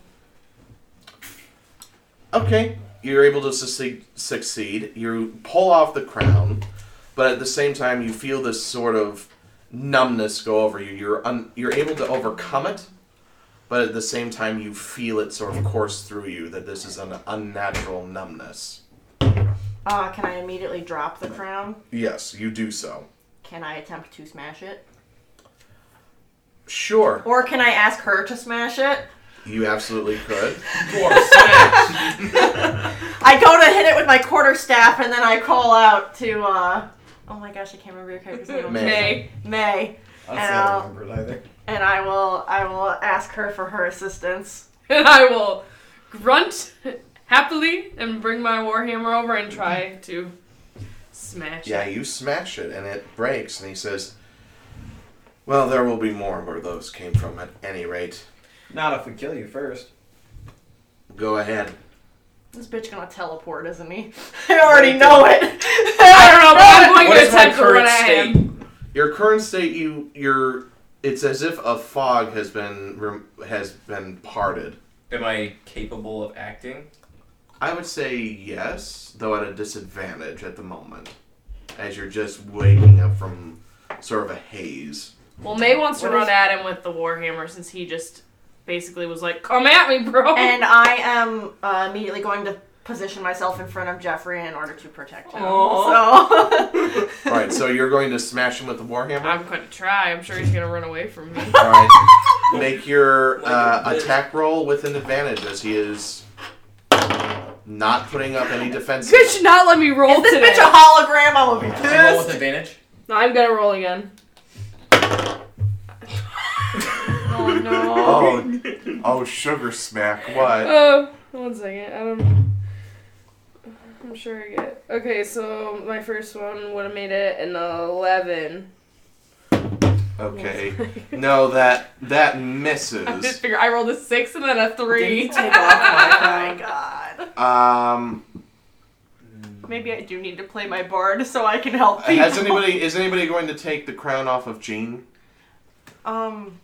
Speaker 2: Okay, you're able to succeed. Succeed. You pull off the crown, but at the same time, you feel this sort of numbness go over you. You're un- you're able to overcome it, but at the same time, you feel it sort of course through you that this is an unnatural numbness.
Speaker 6: Uh, can I immediately drop the crown?
Speaker 2: Yes, you do so.
Speaker 6: Can I attempt to smash it?
Speaker 2: Sure,
Speaker 6: Or can I ask her to smash it?
Speaker 2: [laughs] you absolutely could.
Speaker 6: I go to hit it with my quarter staff and then I call out to uh oh my gosh, I can't remember your character's name.
Speaker 2: May.
Speaker 5: May.
Speaker 6: May.
Speaker 20: I
Speaker 6: And
Speaker 20: still
Speaker 6: I'll-
Speaker 20: don't remember it either.
Speaker 6: And I will I will ask her for her assistance.
Speaker 5: And [laughs] I will grunt happily and bring my warhammer over and try to smash
Speaker 2: Yeah,
Speaker 5: it.
Speaker 2: you smash it and it breaks, and he says, "Well, there will be more where those came from. At any rate,
Speaker 20: Not if we kill you first.
Speaker 2: go ahead."
Speaker 6: This bitch gonna teleport, isn't he? [laughs] I already know it.
Speaker 5: I don't
Speaker 6: [laughs]
Speaker 5: know, but I'm going
Speaker 15: What
Speaker 5: to
Speaker 15: is Oh my
Speaker 5: attempt for what
Speaker 15: current
Speaker 5: I
Speaker 15: state?
Speaker 5: am.
Speaker 2: Your current state, you you're. It's as if a fog has been rem- has been parted.
Speaker 15: Am I capable of acting?
Speaker 2: I would say yes, though at a disadvantage at the moment, as you're just waking up from sort of a haze.
Speaker 5: Well, May wants to
Speaker 6: What
Speaker 5: run
Speaker 6: is-
Speaker 5: at him with the warhammer since he just basically was like, "Come at me, bro."
Speaker 6: and I am uh, immediately going to position myself in front of Jeffrey in order to protect him. So [laughs]
Speaker 2: All right, so you're going to smash him with the
Speaker 5: [laughs]
Speaker 2: warhammer.
Speaker 5: I'm gonna try. I'm sure he's gonna run away from [laughs] me.
Speaker 2: All right, make your uh,
Speaker 15: Like this.
Speaker 2: attack roll with an advantage as he is not putting up any defense.
Speaker 5: Bitch, should not let me roll
Speaker 6: Is
Speaker 5: today.
Speaker 6: this bitch a hologram, I will be
Speaker 8: Roll with
Speaker 6: pissed.
Speaker 8: advantage.
Speaker 5: I'm gonna
Speaker 6: [laughs]
Speaker 5: roll again. oh no.
Speaker 2: Oh, oh, sugar smack! What?
Speaker 5: Oh, one second. I don't. I'm sure I get. It. Okay, so my first one would have made it an eleven.
Speaker 2: Okay, no, that that
Speaker 5: I just
Speaker 2: misses.
Speaker 5: figure I rolled a six and then a
Speaker 6: [laughs]
Speaker 5: three.
Speaker 6: Take off my- oh my god.
Speaker 2: Um.
Speaker 6: Maybe I do need to play my bard so I can help people.
Speaker 2: Has anybody is anybody going to take the crown off of Jean?
Speaker 6: [laughs] Um,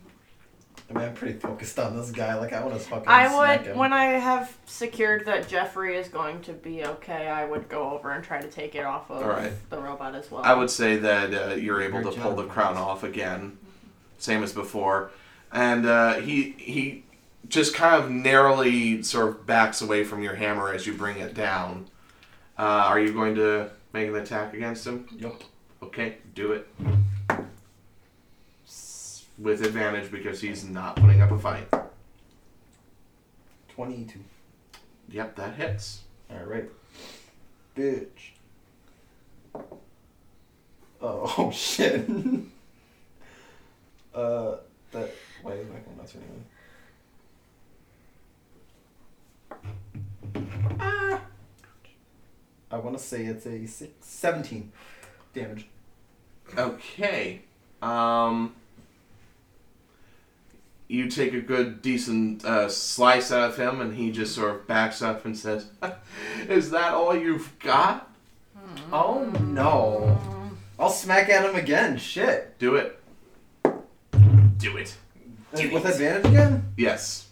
Speaker 20: I mean, I'm pretty focused on this guy. Like, I want to
Speaker 8: Oh,
Speaker 20: fucking
Speaker 6: I
Speaker 20: smack
Speaker 6: would
Speaker 20: him.
Speaker 6: when I have secured that Jeffrey is going to be okay. I would go over and try to take it off of
Speaker 2: All right.
Speaker 6: the robot as well.
Speaker 2: I would say that uh, you're able
Speaker 13: Your
Speaker 2: to pull
Speaker 13: job.
Speaker 2: the crown off again, same as before, and uh, he he just kind of narrowly sort of backs away from your hammer as you bring it down. Uh, are you going to make an attack against him?
Speaker 20: Yup.
Speaker 2: Okay, do it with advantage because he's not putting up a fight.
Speaker 20: 22.
Speaker 2: Yep, that hits.
Speaker 20: Alright. Bitch.
Speaker 8: [laughs]
Speaker 20: Oh, oh shit. uh, that. Why is my phone not turning on? Ah! I want to say it's a six, 17 damage.
Speaker 2: Okay. Um, you take a good decent uh, slice out of him, and he just sort of backs up and says, [laughs] "Is that all you've got?
Speaker 8: Oh no. I'll smack at him again. Shit.
Speaker 2: Do it."
Speaker 3: Do it.
Speaker 8: With advantage again?
Speaker 2: Yes,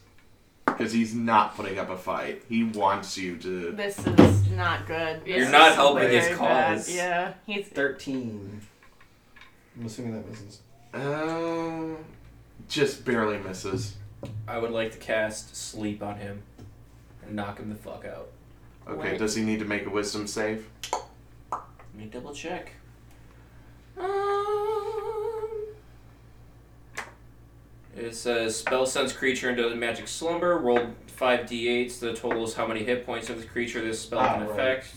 Speaker 2: because he's not putting up a fight. He wants you to.
Speaker 6: This is not good. This
Speaker 3: You're not
Speaker 6: is
Speaker 3: helping his
Speaker 6: very bad.
Speaker 3: cause.
Speaker 6: Yeah, he's
Speaker 8: 13. I'm assuming that misses.
Speaker 2: Um, just barely misses.
Speaker 3: I would like to cast sleep on him and knock him the fuck out.
Speaker 2: Okay,
Speaker 6: Right.
Speaker 2: does he need to make a wisdom save?
Speaker 3: Let me double check. Um, It says spell sense creature into the magic slumber. Roll five d8s. The total is how many hit points of the creature this spell
Speaker 8: Ah,
Speaker 3: can
Speaker 8: right.
Speaker 3: affect.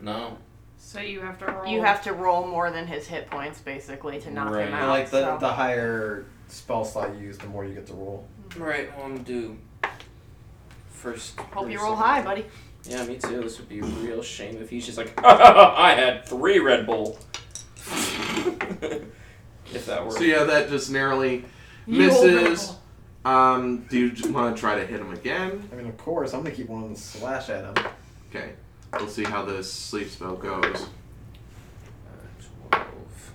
Speaker 3: No.
Speaker 5: So you have to roll.
Speaker 6: you have to roll more than his hit points basically to knock
Speaker 3: Right.
Speaker 6: him
Speaker 8: And
Speaker 6: out.
Speaker 8: like the,
Speaker 6: so.
Speaker 8: the higher spell slot you use, the more you get to roll.
Speaker 3: Right. Well, I'm gonna do first.
Speaker 6: Hope you
Speaker 3: first-
Speaker 6: roll high, buddy.
Speaker 3: Yeah, me too. This would be a real shame if he's just like, [laughs] I had three Red Bull. [laughs] if that were.
Speaker 2: So yeah, that just narrowly
Speaker 6: You old
Speaker 2: misses. Um, do you want to try to hit him again?
Speaker 8: I mean, of course, I'm gonna keep one slash at him.
Speaker 2: Okay, we'll see how this sleep spell goes.
Speaker 3: 12,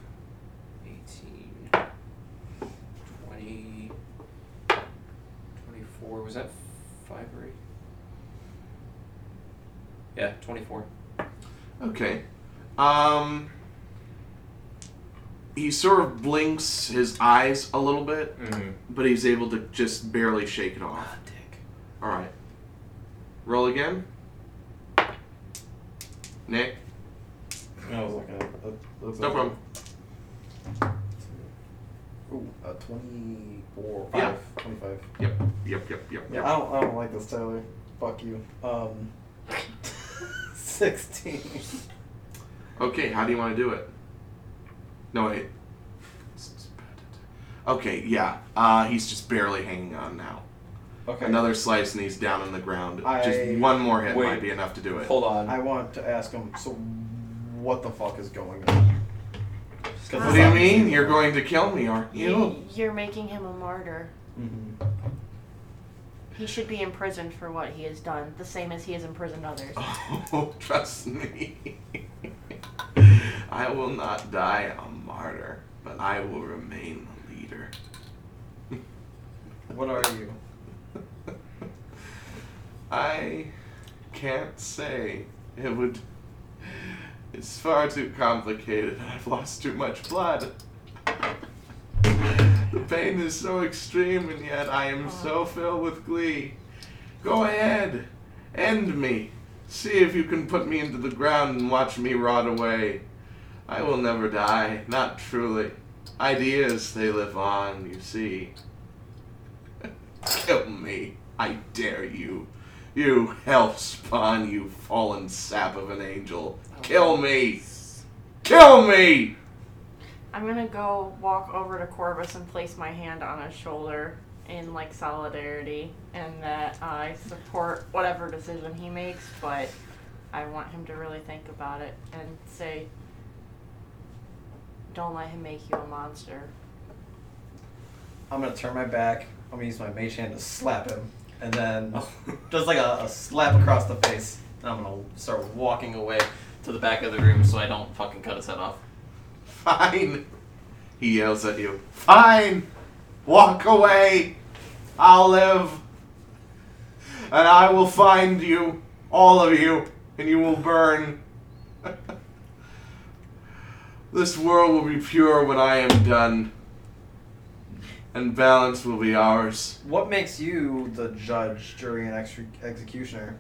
Speaker 3: 18, 20, 24. Was that 5 or 8? Yeah, 24.
Speaker 2: Okay. Um, he sort of blinks his eyes a little bit,
Speaker 3: Mm-hmm.
Speaker 2: but he's able to just barely shake it off.
Speaker 3: dick.
Speaker 2: All right. Roll again. Nick,
Speaker 8: I was looking at it. Looks
Speaker 2: no
Speaker 8: like-
Speaker 2: problem.
Speaker 8: Ooh, a 24,
Speaker 2: Yeah.
Speaker 8: 5, 25.
Speaker 2: Yep, yep, yep, yep,
Speaker 8: Yeah,
Speaker 2: yep.
Speaker 8: I don't, I don't like this, Tyler. Fuck you. Um, [laughs] 16.
Speaker 2: Okay, how do you want to do it? No wait. Okay, yeah. Uh, he's just barely hanging on now.
Speaker 8: Okay.
Speaker 2: Another slice and he's down on the ground.
Speaker 8: I-
Speaker 2: Just one more hit
Speaker 3: Wait.
Speaker 2: might be enough to do it.
Speaker 3: Hold on.
Speaker 8: I want to ask him, so what the fuck is going on? 'Cause
Speaker 2: What
Speaker 8: it's
Speaker 2: do you
Speaker 8: obviously-
Speaker 2: mean? You're going to kill me, aren't you?
Speaker 6: You're making him a martyr.
Speaker 8: Mhm.
Speaker 6: He should be imprisoned for what he has done, the same as he has imprisoned others.
Speaker 2: Oh, [laughs] trust me. [laughs] I will not die a martyr, but I will remain the leader.
Speaker 8: What are you?
Speaker 2: I can't say. It would. It's far too complicated. I've lost too much blood. the pain is so extreme, and yet I am so filled with glee. Go ahead, end me. See if you can put me into the ground and watch me rot away. I will never die, not truly. Ideas, they live on, you see. [laughs] Kill me, I dare you. You hell spawn, you fallen sap of an angel. Kill me! Kill me!
Speaker 6: I'm gonna go walk over to Corvus and place my hand on his shoulder in like solidarity, and that I support whatever decision he makes, but I want him to really think about it and say, "Don't let him make you a monster."
Speaker 8: I'm gonna turn my back. I'm gonna use my mage hand to slap him, and then
Speaker 2: [laughs]
Speaker 8: just like a, a slap across the face. And I'm gonna start walking away to the back of the room so I don't fucking cut his head off.
Speaker 2: Fine! He yells at you. Fine! Walk away! I'll live! And I will find you, all of you, and you will burn. [laughs] this world will be pure when I am done. And balance will be ours.
Speaker 8: What makes you the judge, jury, and exec- executioner?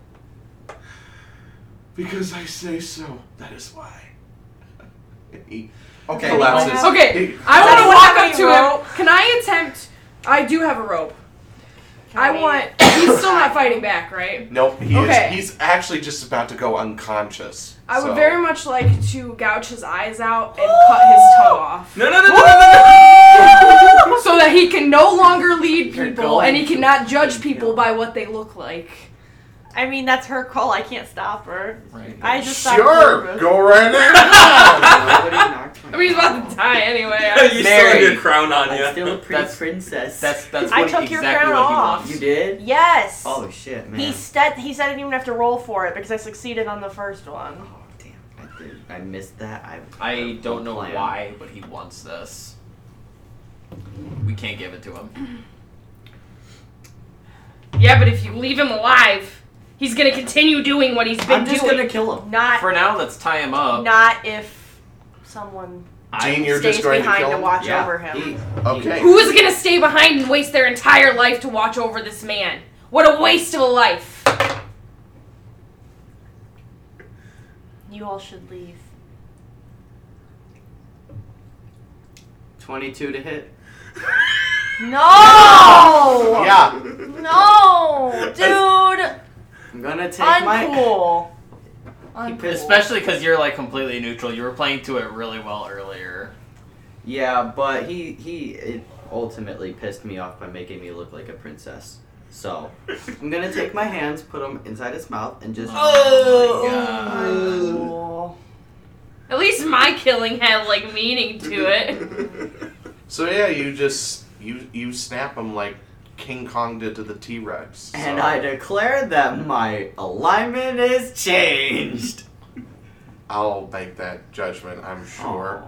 Speaker 2: Because I say so. That is why. [laughs] he
Speaker 8: Okay.
Speaker 2: collapses.
Speaker 5: Okay,
Speaker 2: He-
Speaker 5: I want
Speaker 6: That's
Speaker 5: to walk up
Speaker 6: not
Speaker 5: to
Speaker 6: a
Speaker 5: him. Can I attempt? I do have a rope.
Speaker 6: Can
Speaker 5: I
Speaker 6: we-
Speaker 5: [coughs] want. He's still not fighting back, right?
Speaker 2: Nope. He
Speaker 5: Okay.
Speaker 2: is. He's actually just about to go unconscious.
Speaker 5: I would
Speaker 2: so-
Speaker 5: very much like to gouge his eyes out [gasps] and cut his toe [laughs] off,
Speaker 3: No, no, no, no, no, no,
Speaker 5: so that he can no longer lead
Speaker 3: You're
Speaker 5: people
Speaker 3: going
Speaker 5: and he
Speaker 3: to
Speaker 5: cannot judge people
Speaker 3: hell.
Speaker 5: by what they look like.
Speaker 6: I mean, that's her call. I can't stop her.
Speaker 3: no. Right.
Speaker 6: I just stopped
Speaker 2: Sure.
Speaker 6: Corvus.
Speaker 2: Go right in.
Speaker 8: [laughs]
Speaker 6: [laughs]
Speaker 13: Nobody knocked my
Speaker 5: I mean, he's about to die anyway.
Speaker 3: [laughs]
Speaker 15: you still have
Speaker 19: Mary.
Speaker 15: your crown on
Speaker 13: I'm still a
Speaker 15: you.
Speaker 13: pretty
Speaker 19: That's-
Speaker 13: princess.
Speaker 19: That's that's
Speaker 6: I
Speaker 19: what,
Speaker 6: took your
Speaker 19: exactly
Speaker 6: crown
Speaker 19: what he
Speaker 6: off.
Speaker 19: wants.
Speaker 13: you did.
Speaker 6: Yes.
Speaker 13: Holy shit, Oh, man!
Speaker 6: he said he said I didn't even have to roll for it because I succeeded on the first one.
Speaker 13: oh damn, I did. I missed that. I
Speaker 8: I don't know
Speaker 13: plan.
Speaker 8: why, but he wants this. We can't give it to him.
Speaker 5: Yeah, but if you leave him alive, he's gonna continue doing what he's been
Speaker 13: I'm just
Speaker 5: doing.
Speaker 13: gonna kill him.
Speaker 6: Not
Speaker 8: For now, let's tie him up.
Speaker 6: not if someone
Speaker 2: Gene, you're
Speaker 6: stays
Speaker 2: just going to
Speaker 6: behind
Speaker 2: kill
Speaker 6: to,
Speaker 2: him.
Speaker 6: watch
Speaker 8: Yeah.
Speaker 6: over him.
Speaker 13: He-
Speaker 2: Okay.
Speaker 5: Who is gonna stay behind and waste their entire life to watch over this man? What a waste of a life!
Speaker 6: You all should leave.
Speaker 13: Twenty-two to hit.
Speaker 6: No!
Speaker 2: [laughs] Yeah.
Speaker 6: No! Dude!
Speaker 13: I'm gonna take my.
Speaker 6: Uncool. Uncool.
Speaker 8: Especially because you're like completely neutral. You were playing to it really well earlier.
Speaker 13: Yeah, but he he it ultimately pissed me off by making me look like a princess. So I'm gonna take my hands, put them inside his mouth, and just.
Speaker 8: Oh
Speaker 6: Uncool.
Speaker 5: At least my killing had like meaning to [laughs] it.
Speaker 2: So yeah, you just you you snap him like King Kong did to the T Rex.
Speaker 13: And I declare that my alignment is changed.
Speaker 2: I'll make that judgment. I'm sure.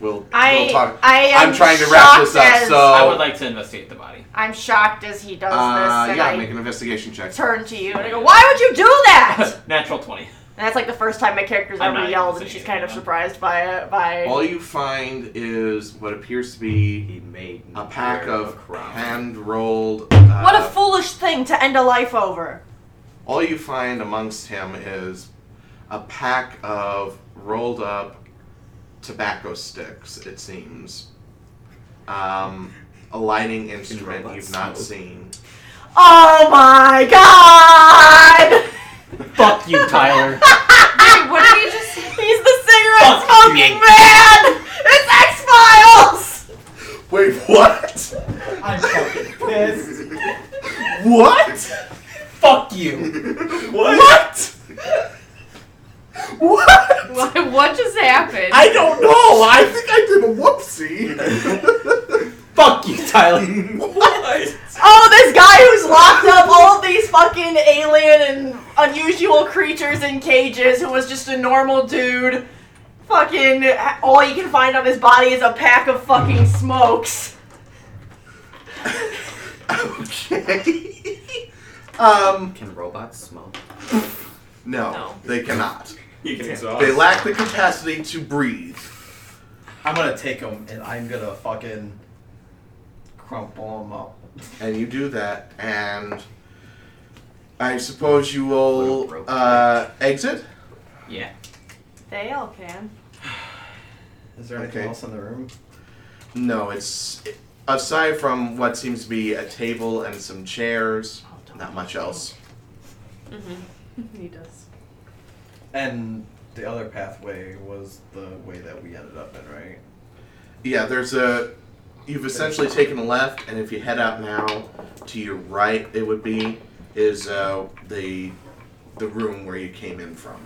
Speaker 2: We'll
Speaker 6: I,
Speaker 2: we'll talk.
Speaker 6: I am
Speaker 2: I'm trying to wrap
Speaker 6: shocked
Speaker 2: this up,
Speaker 6: as-
Speaker 2: so-
Speaker 8: I would like to investigate the body.
Speaker 6: I'm shocked as he does
Speaker 2: Uh,
Speaker 6: this. And
Speaker 2: yeah,
Speaker 6: I
Speaker 2: make an investigation check.
Speaker 6: turn to you and I go, Why would you do that?
Speaker 8: [laughs] Natural 20.
Speaker 6: And that's like the first time my character's
Speaker 8: I'm
Speaker 6: ever
Speaker 8: not
Speaker 6: yelled,
Speaker 8: even
Speaker 6: and she's
Speaker 8: saying
Speaker 6: kind of
Speaker 8: anything.
Speaker 6: surprised by it. By
Speaker 2: All you find is what appears to be
Speaker 13: He made me
Speaker 2: a pack
Speaker 13: wear a
Speaker 2: of
Speaker 13: crown. [laughs]
Speaker 2: hand rolled. Uh,
Speaker 6: what a foolish thing to end a life over.
Speaker 2: all you find amongst him is a pack of rolled up tobacco sticks. It seems. Um, a lighting instrument
Speaker 13: robot
Speaker 2: you've not
Speaker 13: smoke.
Speaker 2: seen.
Speaker 6: [laughs] Oh my god!
Speaker 8: Fuck you,
Speaker 13: [laughs]
Speaker 8: Tyler.
Speaker 5: what did he
Speaker 6: [laughs]
Speaker 5: just
Speaker 6: He's the cigarette
Speaker 8: Fuck
Speaker 6: smoking
Speaker 8: you.
Speaker 6: man. It's X Files.
Speaker 2: Wait, what?
Speaker 8: I'm fucking pissed.
Speaker 2: What?
Speaker 8: Fuck you.
Speaker 2: What? What?
Speaker 5: What, what just happened?
Speaker 2: I don't know. I think I did a whoopsie.
Speaker 8: Fuck you, Tyler.
Speaker 2: what?
Speaker 6: Oh, this guy who's locked up all of these fucking alien and unusual creatures in cages, who was just a normal dude. Fucking all you can find on his body is a pack of fucking smokes.
Speaker 2: Okay. um.
Speaker 13: Can robots smoke?
Speaker 2: No,
Speaker 5: No.
Speaker 2: they cannot.
Speaker 3: You can exhaust.
Speaker 2: They lack the capacity to breathe.
Speaker 20: I'm gonna take him and I'm gonna fucking crumple him up.
Speaker 2: And you do that, and I suppose you will
Speaker 13: Broke.
Speaker 2: uh, exit.
Speaker 8: Yeah.
Speaker 6: They all can.
Speaker 20: Is there anything
Speaker 2: Okay.
Speaker 20: else in the room?
Speaker 2: No, it's aside from what seems to be a table and some chairs. Not much else.
Speaker 6: He does.
Speaker 20: And the other pathway was the way that we ended up in, right?
Speaker 2: Yeah, there's a. You've essentially taken a left, and if you head out now to your right, it would be is uh, the the room where you came in from.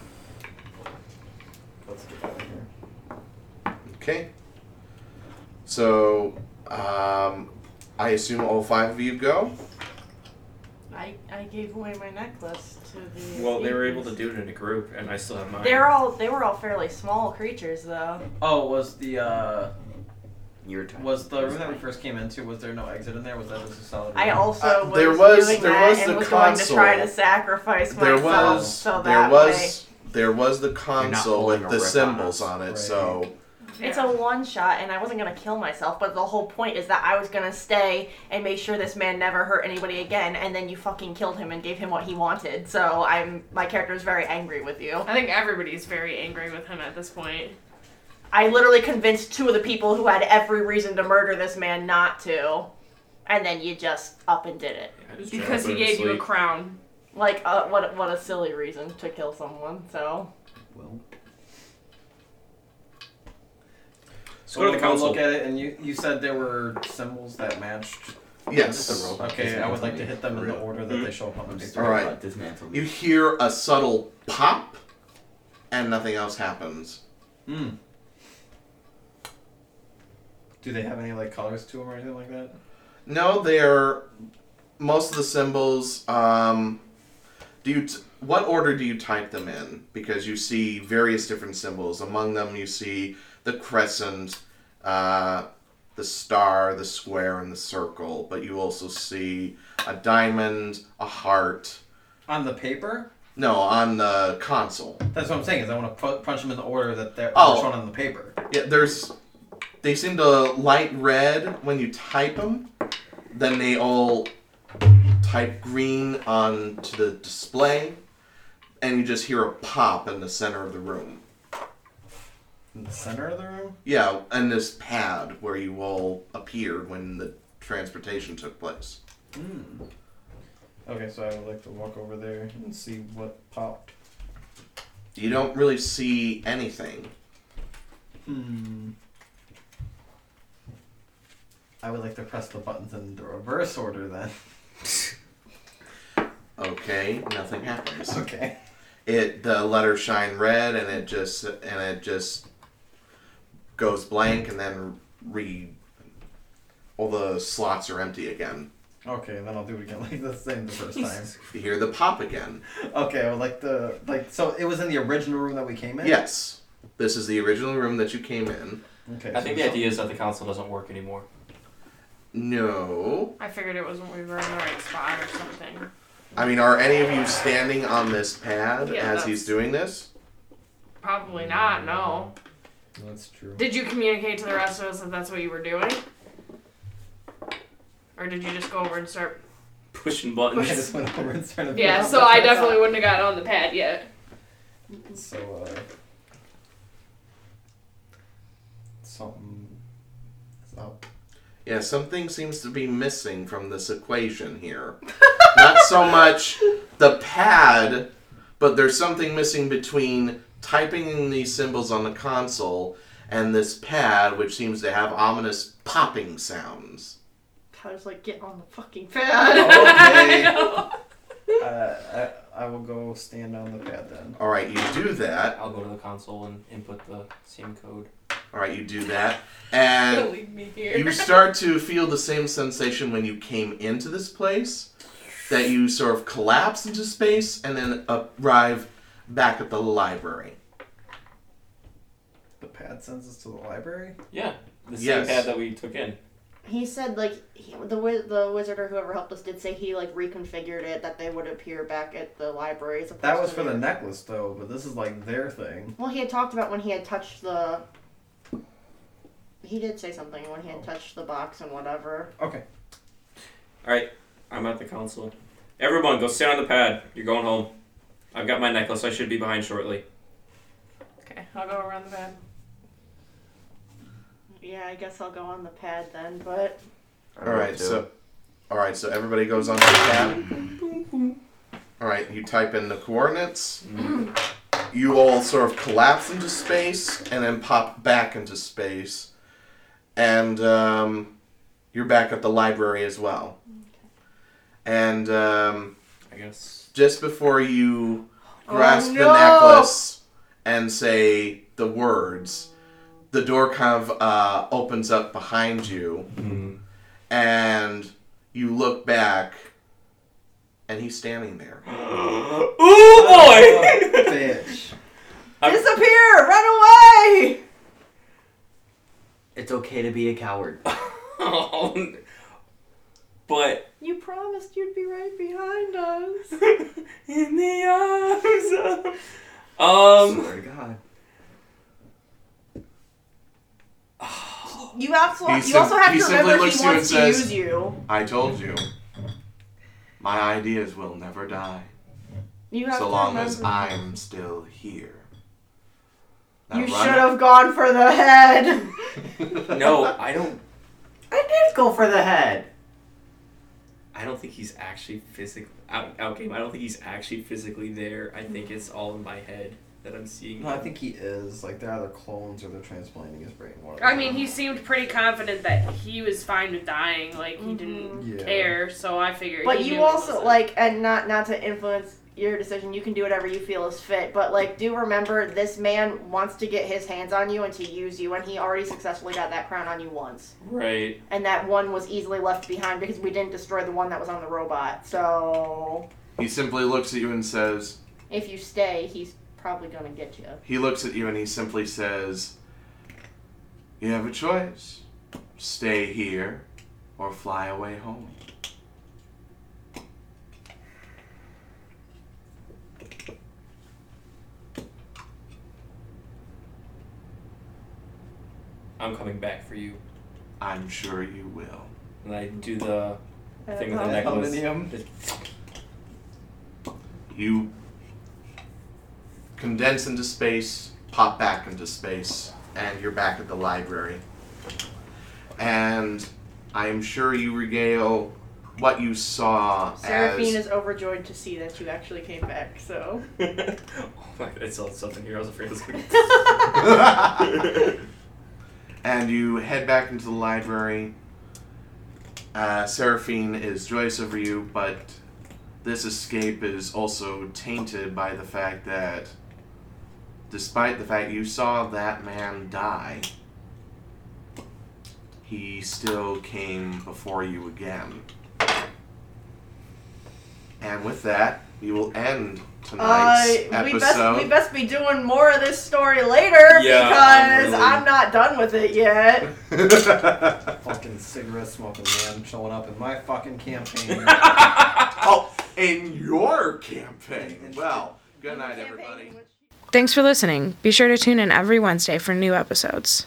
Speaker 20: Let's get out of here.
Speaker 2: Okay. So, um, I assume all five of you go.
Speaker 6: I, I gave away my necklace to the.
Speaker 3: Well, they were able to do it in a group, and I still have mine.
Speaker 6: They're all they were all fairly small creatures though.
Speaker 8: Oh, was the uh
Speaker 13: Your turn.
Speaker 8: was the room that we first came into? Was there no exit in there? Was that just a solid?
Speaker 6: I
Speaker 8: room?
Speaker 6: also
Speaker 2: Uh,
Speaker 6: was
Speaker 2: there was-
Speaker 6: doing
Speaker 2: there
Speaker 6: that
Speaker 2: was
Speaker 6: and
Speaker 2: the
Speaker 6: was going to try
Speaker 2: console.
Speaker 6: to sacrifice
Speaker 2: There
Speaker 6: myself.
Speaker 2: was
Speaker 6: so that
Speaker 2: there
Speaker 6: way.
Speaker 2: was there was the console
Speaker 13: holding
Speaker 2: with
Speaker 13: a
Speaker 2: the
Speaker 13: rip on
Speaker 2: symbols
Speaker 13: us.
Speaker 2: on it.
Speaker 20: Right.
Speaker 2: So
Speaker 6: It's a one shot, and I wasn't gonna kill myself. But the whole point is that I was gonna stay and make sure this man never hurt anybody again. And then you fucking killed him and gave him what he wanted. So I'm my character is very angry with you.
Speaker 5: I think everybody's very angry with him at this point.
Speaker 6: I literally convinced two of the people who had every reason to murder this man not to, and then you just up and did it.
Speaker 3: I just
Speaker 5: Because
Speaker 3: tried to put
Speaker 5: he
Speaker 3: him
Speaker 5: gave
Speaker 3: to
Speaker 5: you a
Speaker 3: sleep.
Speaker 5: crown.
Speaker 6: Like, uh, what what a silly reason to kill someone. So
Speaker 13: Well,
Speaker 3: So go to
Speaker 20: we'll
Speaker 3: the
Speaker 20: go
Speaker 3: council.
Speaker 20: Look at it, and you you said there were symbols that matched.
Speaker 2: yes.
Speaker 20: Okay, I would like to hit them in the
Speaker 13: Real. Mm-hmm.
Speaker 20: order that they show up on
Speaker 13: I'm
Speaker 20: the
Speaker 13: just
Speaker 2: All
Speaker 13: gonna
Speaker 2: right.
Speaker 13: let Dismantle
Speaker 2: You
Speaker 13: me.
Speaker 2: hear a subtle pop, and nothing else happens.
Speaker 8: Hmm. Do they have any like colors to them or anything like that?
Speaker 2: No, they're most of the symbols. Um, do you t- what order do you type them in? Because you see various different symbols. Among them, you see the crescent, uh, the star, the square, and the circle. But you also see a diamond, a heart.
Speaker 8: On the paper?
Speaker 2: No, on the console.
Speaker 8: That's what I'm saying. Is I want to pu- punch them in the order that they're
Speaker 2: Oh.
Speaker 8: they're shown on the paper.
Speaker 2: Yeah, there's. They seem to light red when you type them. Then they all type green onto the display, and you just hear a pop in the center of the room.
Speaker 8: In the center of the room.
Speaker 2: Yeah, and this pad where you all appeared when the transportation took place.
Speaker 8: Okay, so I would like to walk over there and see what popped.
Speaker 2: You don't really see anything.
Speaker 8: Hmm. I would like to press the buttons in the reverse order then.
Speaker 2: Okay, nothing happens.
Speaker 8: [laughs] Okay.
Speaker 2: It the letters shine red, and it just and it just goes blank, and then re all the slots are empty again.
Speaker 8: Okay, then I'll do it again like the same the first time. [laughs]
Speaker 2: You hear the pop again.
Speaker 8: Okay, I would like to like so it was in the original room that we came in.
Speaker 2: Yes, this is the original room that you came in.
Speaker 8: Okay.
Speaker 3: I think
Speaker 8: so
Speaker 3: the idea is that the console doesn't work anymore.
Speaker 2: No,
Speaker 5: I figured it was when we were in the right spot or something.
Speaker 2: I mean, are any of you standing on this pad
Speaker 5: Yeah,
Speaker 2: as he's
Speaker 5: that's-
Speaker 2: doing this?
Speaker 5: Probably not, no.
Speaker 8: That's true.
Speaker 5: Did you communicate to the rest of us that that's what you were doing? Or did you just go over and start?
Speaker 3: Pushing
Speaker 8: [laughs] I
Speaker 3: buttons.
Speaker 8: just went over and started.
Speaker 5: Yeah, so I definitely wouldn't have gotten on the pad yet.
Speaker 8: So uh something is up.
Speaker 2: Yeah, something seems to be missing from this equation here. [laughs] Not so much the pad, but there's something missing between typing in these symbols on the console and this pad, which seems to have ominous popping sounds.
Speaker 29: Tyler's like, get on the fucking
Speaker 13: [laughs]
Speaker 29: pad.
Speaker 8: Okay. uh, I, I will go stand on the pad then.
Speaker 2: All right, you do that.
Speaker 3: I'll go to the console and input the same code.
Speaker 2: All right, you do that. And
Speaker 5: Leave me here. [laughs]
Speaker 2: you start to feel the same sensation when you came into this place that you sort of collapse into space and then arrive back at the library.
Speaker 8: The pad sends us to the library.
Speaker 3: Yeah, the same
Speaker 2: Yes.
Speaker 3: pad that we took in.
Speaker 6: He said like he, the wi- the wizard or whoever helped us did say he like reconfigured it that they would appear back at the library. as
Speaker 8: That
Speaker 6: opposed
Speaker 8: was
Speaker 6: to
Speaker 8: for the
Speaker 6: their-
Speaker 8: necklace though, but this is like their thing.
Speaker 6: Well, he had talked about when he had touched the. He did say something when he
Speaker 8: Oh.
Speaker 6: had touched the box and whatever.
Speaker 8: Okay.
Speaker 3: I'm at the console. Everyone, go sit on the pad. You're going home. I've got my necklace. I should be behind shortly.
Speaker 5: Okay, I'll go around the pad.
Speaker 29: yeah, I guess I'll go on the pad then, but
Speaker 2: All right, so, all right, so everybody goes on to the tab. All right, you type in the coordinates. You all sort of collapse into space and then pop back into space, and um, you're back at the library as well. And um,
Speaker 3: I guess.
Speaker 2: just before you
Speaker 6: Oh,
Speaker 2: grasp
Speaker 29: no!
Speaker 2: the necklace and say the words, the door kind of uh, opens up behind you and you look back and he's standing there
Speaker 3: [gasps] Ooh Oh,
Speaker 6: [laughs]
Speaker 3: boy!
Speaker 8: Bitch.
Speaker 6: Disappear! Run away!
Speaker 13: It's okay to be a coward.
Speaker 3: Oh, n- [laughs] but [laughs]
Speaker 29: you promised you'd be right behind us.
Speaker 3: in the arms of um.
Speaker 13: Swear to God.
Speaker 6: You also
Speaker 2: He
Speaker 6: you
Speaker 2: sim-
Speaker 6: also have
Speaker 2: he
Speaker 6: to
Speaker 2: simply
Speaker 6: remember
Speaker 2: looks to
Speaker 6: he
Speaker 2: you and
Speaker 6: wants to
Speaker 2: says-
Speaker 6: use you.
Speaker 2: i told you my ideas will never die
Speaker 6: You have
Speaker 2: so
Speaker 6: to
Speaker 2: long
Speaker 6: remember.
Speaker 2: as i'm still here Now
Speaker 6: you should
Speaker 2: run-
Speaker 6: have gone for the head.
Speaker 3: No, I don't.
Speaker 13: [laughs] I did go for the head.
Speaker 3: I don't think he's actually physically out. Outgame. I don't think he's actually physically there. I think it's all in my head that I'm seeing.
Speaker 8: No, I think he is. Like they're either clones or they're transplanting his brain. one or the
Speaker 5: I mean,
Speaker 8: other.
Speaker 5: he seemed pretty confident that he was fine with dying. Like he didn't
Speaker 8: Yeah.
Speaker 5: care, so I figured.
Speaker 6: But
Speaker 5: he
Speaker 6: you
Speaker 5: knew it
Speaker 6: also
Speaker 5: wasn't.
Speaker 6: like and not not to influence your decision. You can do whatever you feel is fit. But like, do remember this man wants to get his hands on you and to use you, and he already successfully got that crown on you once.
Speaker 15: Right.
Speaker 6: And that one was easily left behind because we didn't destroy the one that was on the robot. So
Speaker 2: He simply looks at you and says,
Speaker 6: if you stay, he's probably gonna get you.
Speaker 2: He looks at you and he simply says, You have a choice. Stay here or fly away home.
Speaker 15: I'm coming back for you.
Speaker 2: I'm sure you will.
Speaker 15: And I do the thing with the
Speaker 6: Uh,
Speaker 15: necklace.
Speaker 2: You condense into space, pop back into space, and you're back at the library. And I'm sure you regale what you saw
Speaker 14: Seraphine
Speaker 2: as
Speaker 14: is overjoyed to see that you actually came back, so.
Speaker 15: [laughs] oh my god, I saw something here. I was afraid it was going
Speaker 2: [laughs]
Speaker 15: [laughs]
Speaker 3: [laughs]
Speaker 2: and you head back into the library. Uh, Seraphine is joyous over you, but this escape is also tainted by the fact that, despite the fact you saw that man die, he still came before you again. And with that, we will end
Speaker 6: Uh,
Speaker 2: tonight's episode.
Speaker 6: we best we best be doing more of this story later
Speaker 15: Yeah, I'm
Speaker 6: because
Speaker 15: really-
Speaker 6: I'm, not done with it yet.
Speaker 2: [laughs]
Speaker 20: fucking cigarette smoking man showing up in my fucking
Speaker 8: [laughs]
Speaker 20: campaign.
Speaker 2: oh, in your campaign. Well, good night, everybody.
Speaker 1: Thanks for listening. Be sure to tune in every Wednesday for new episodes.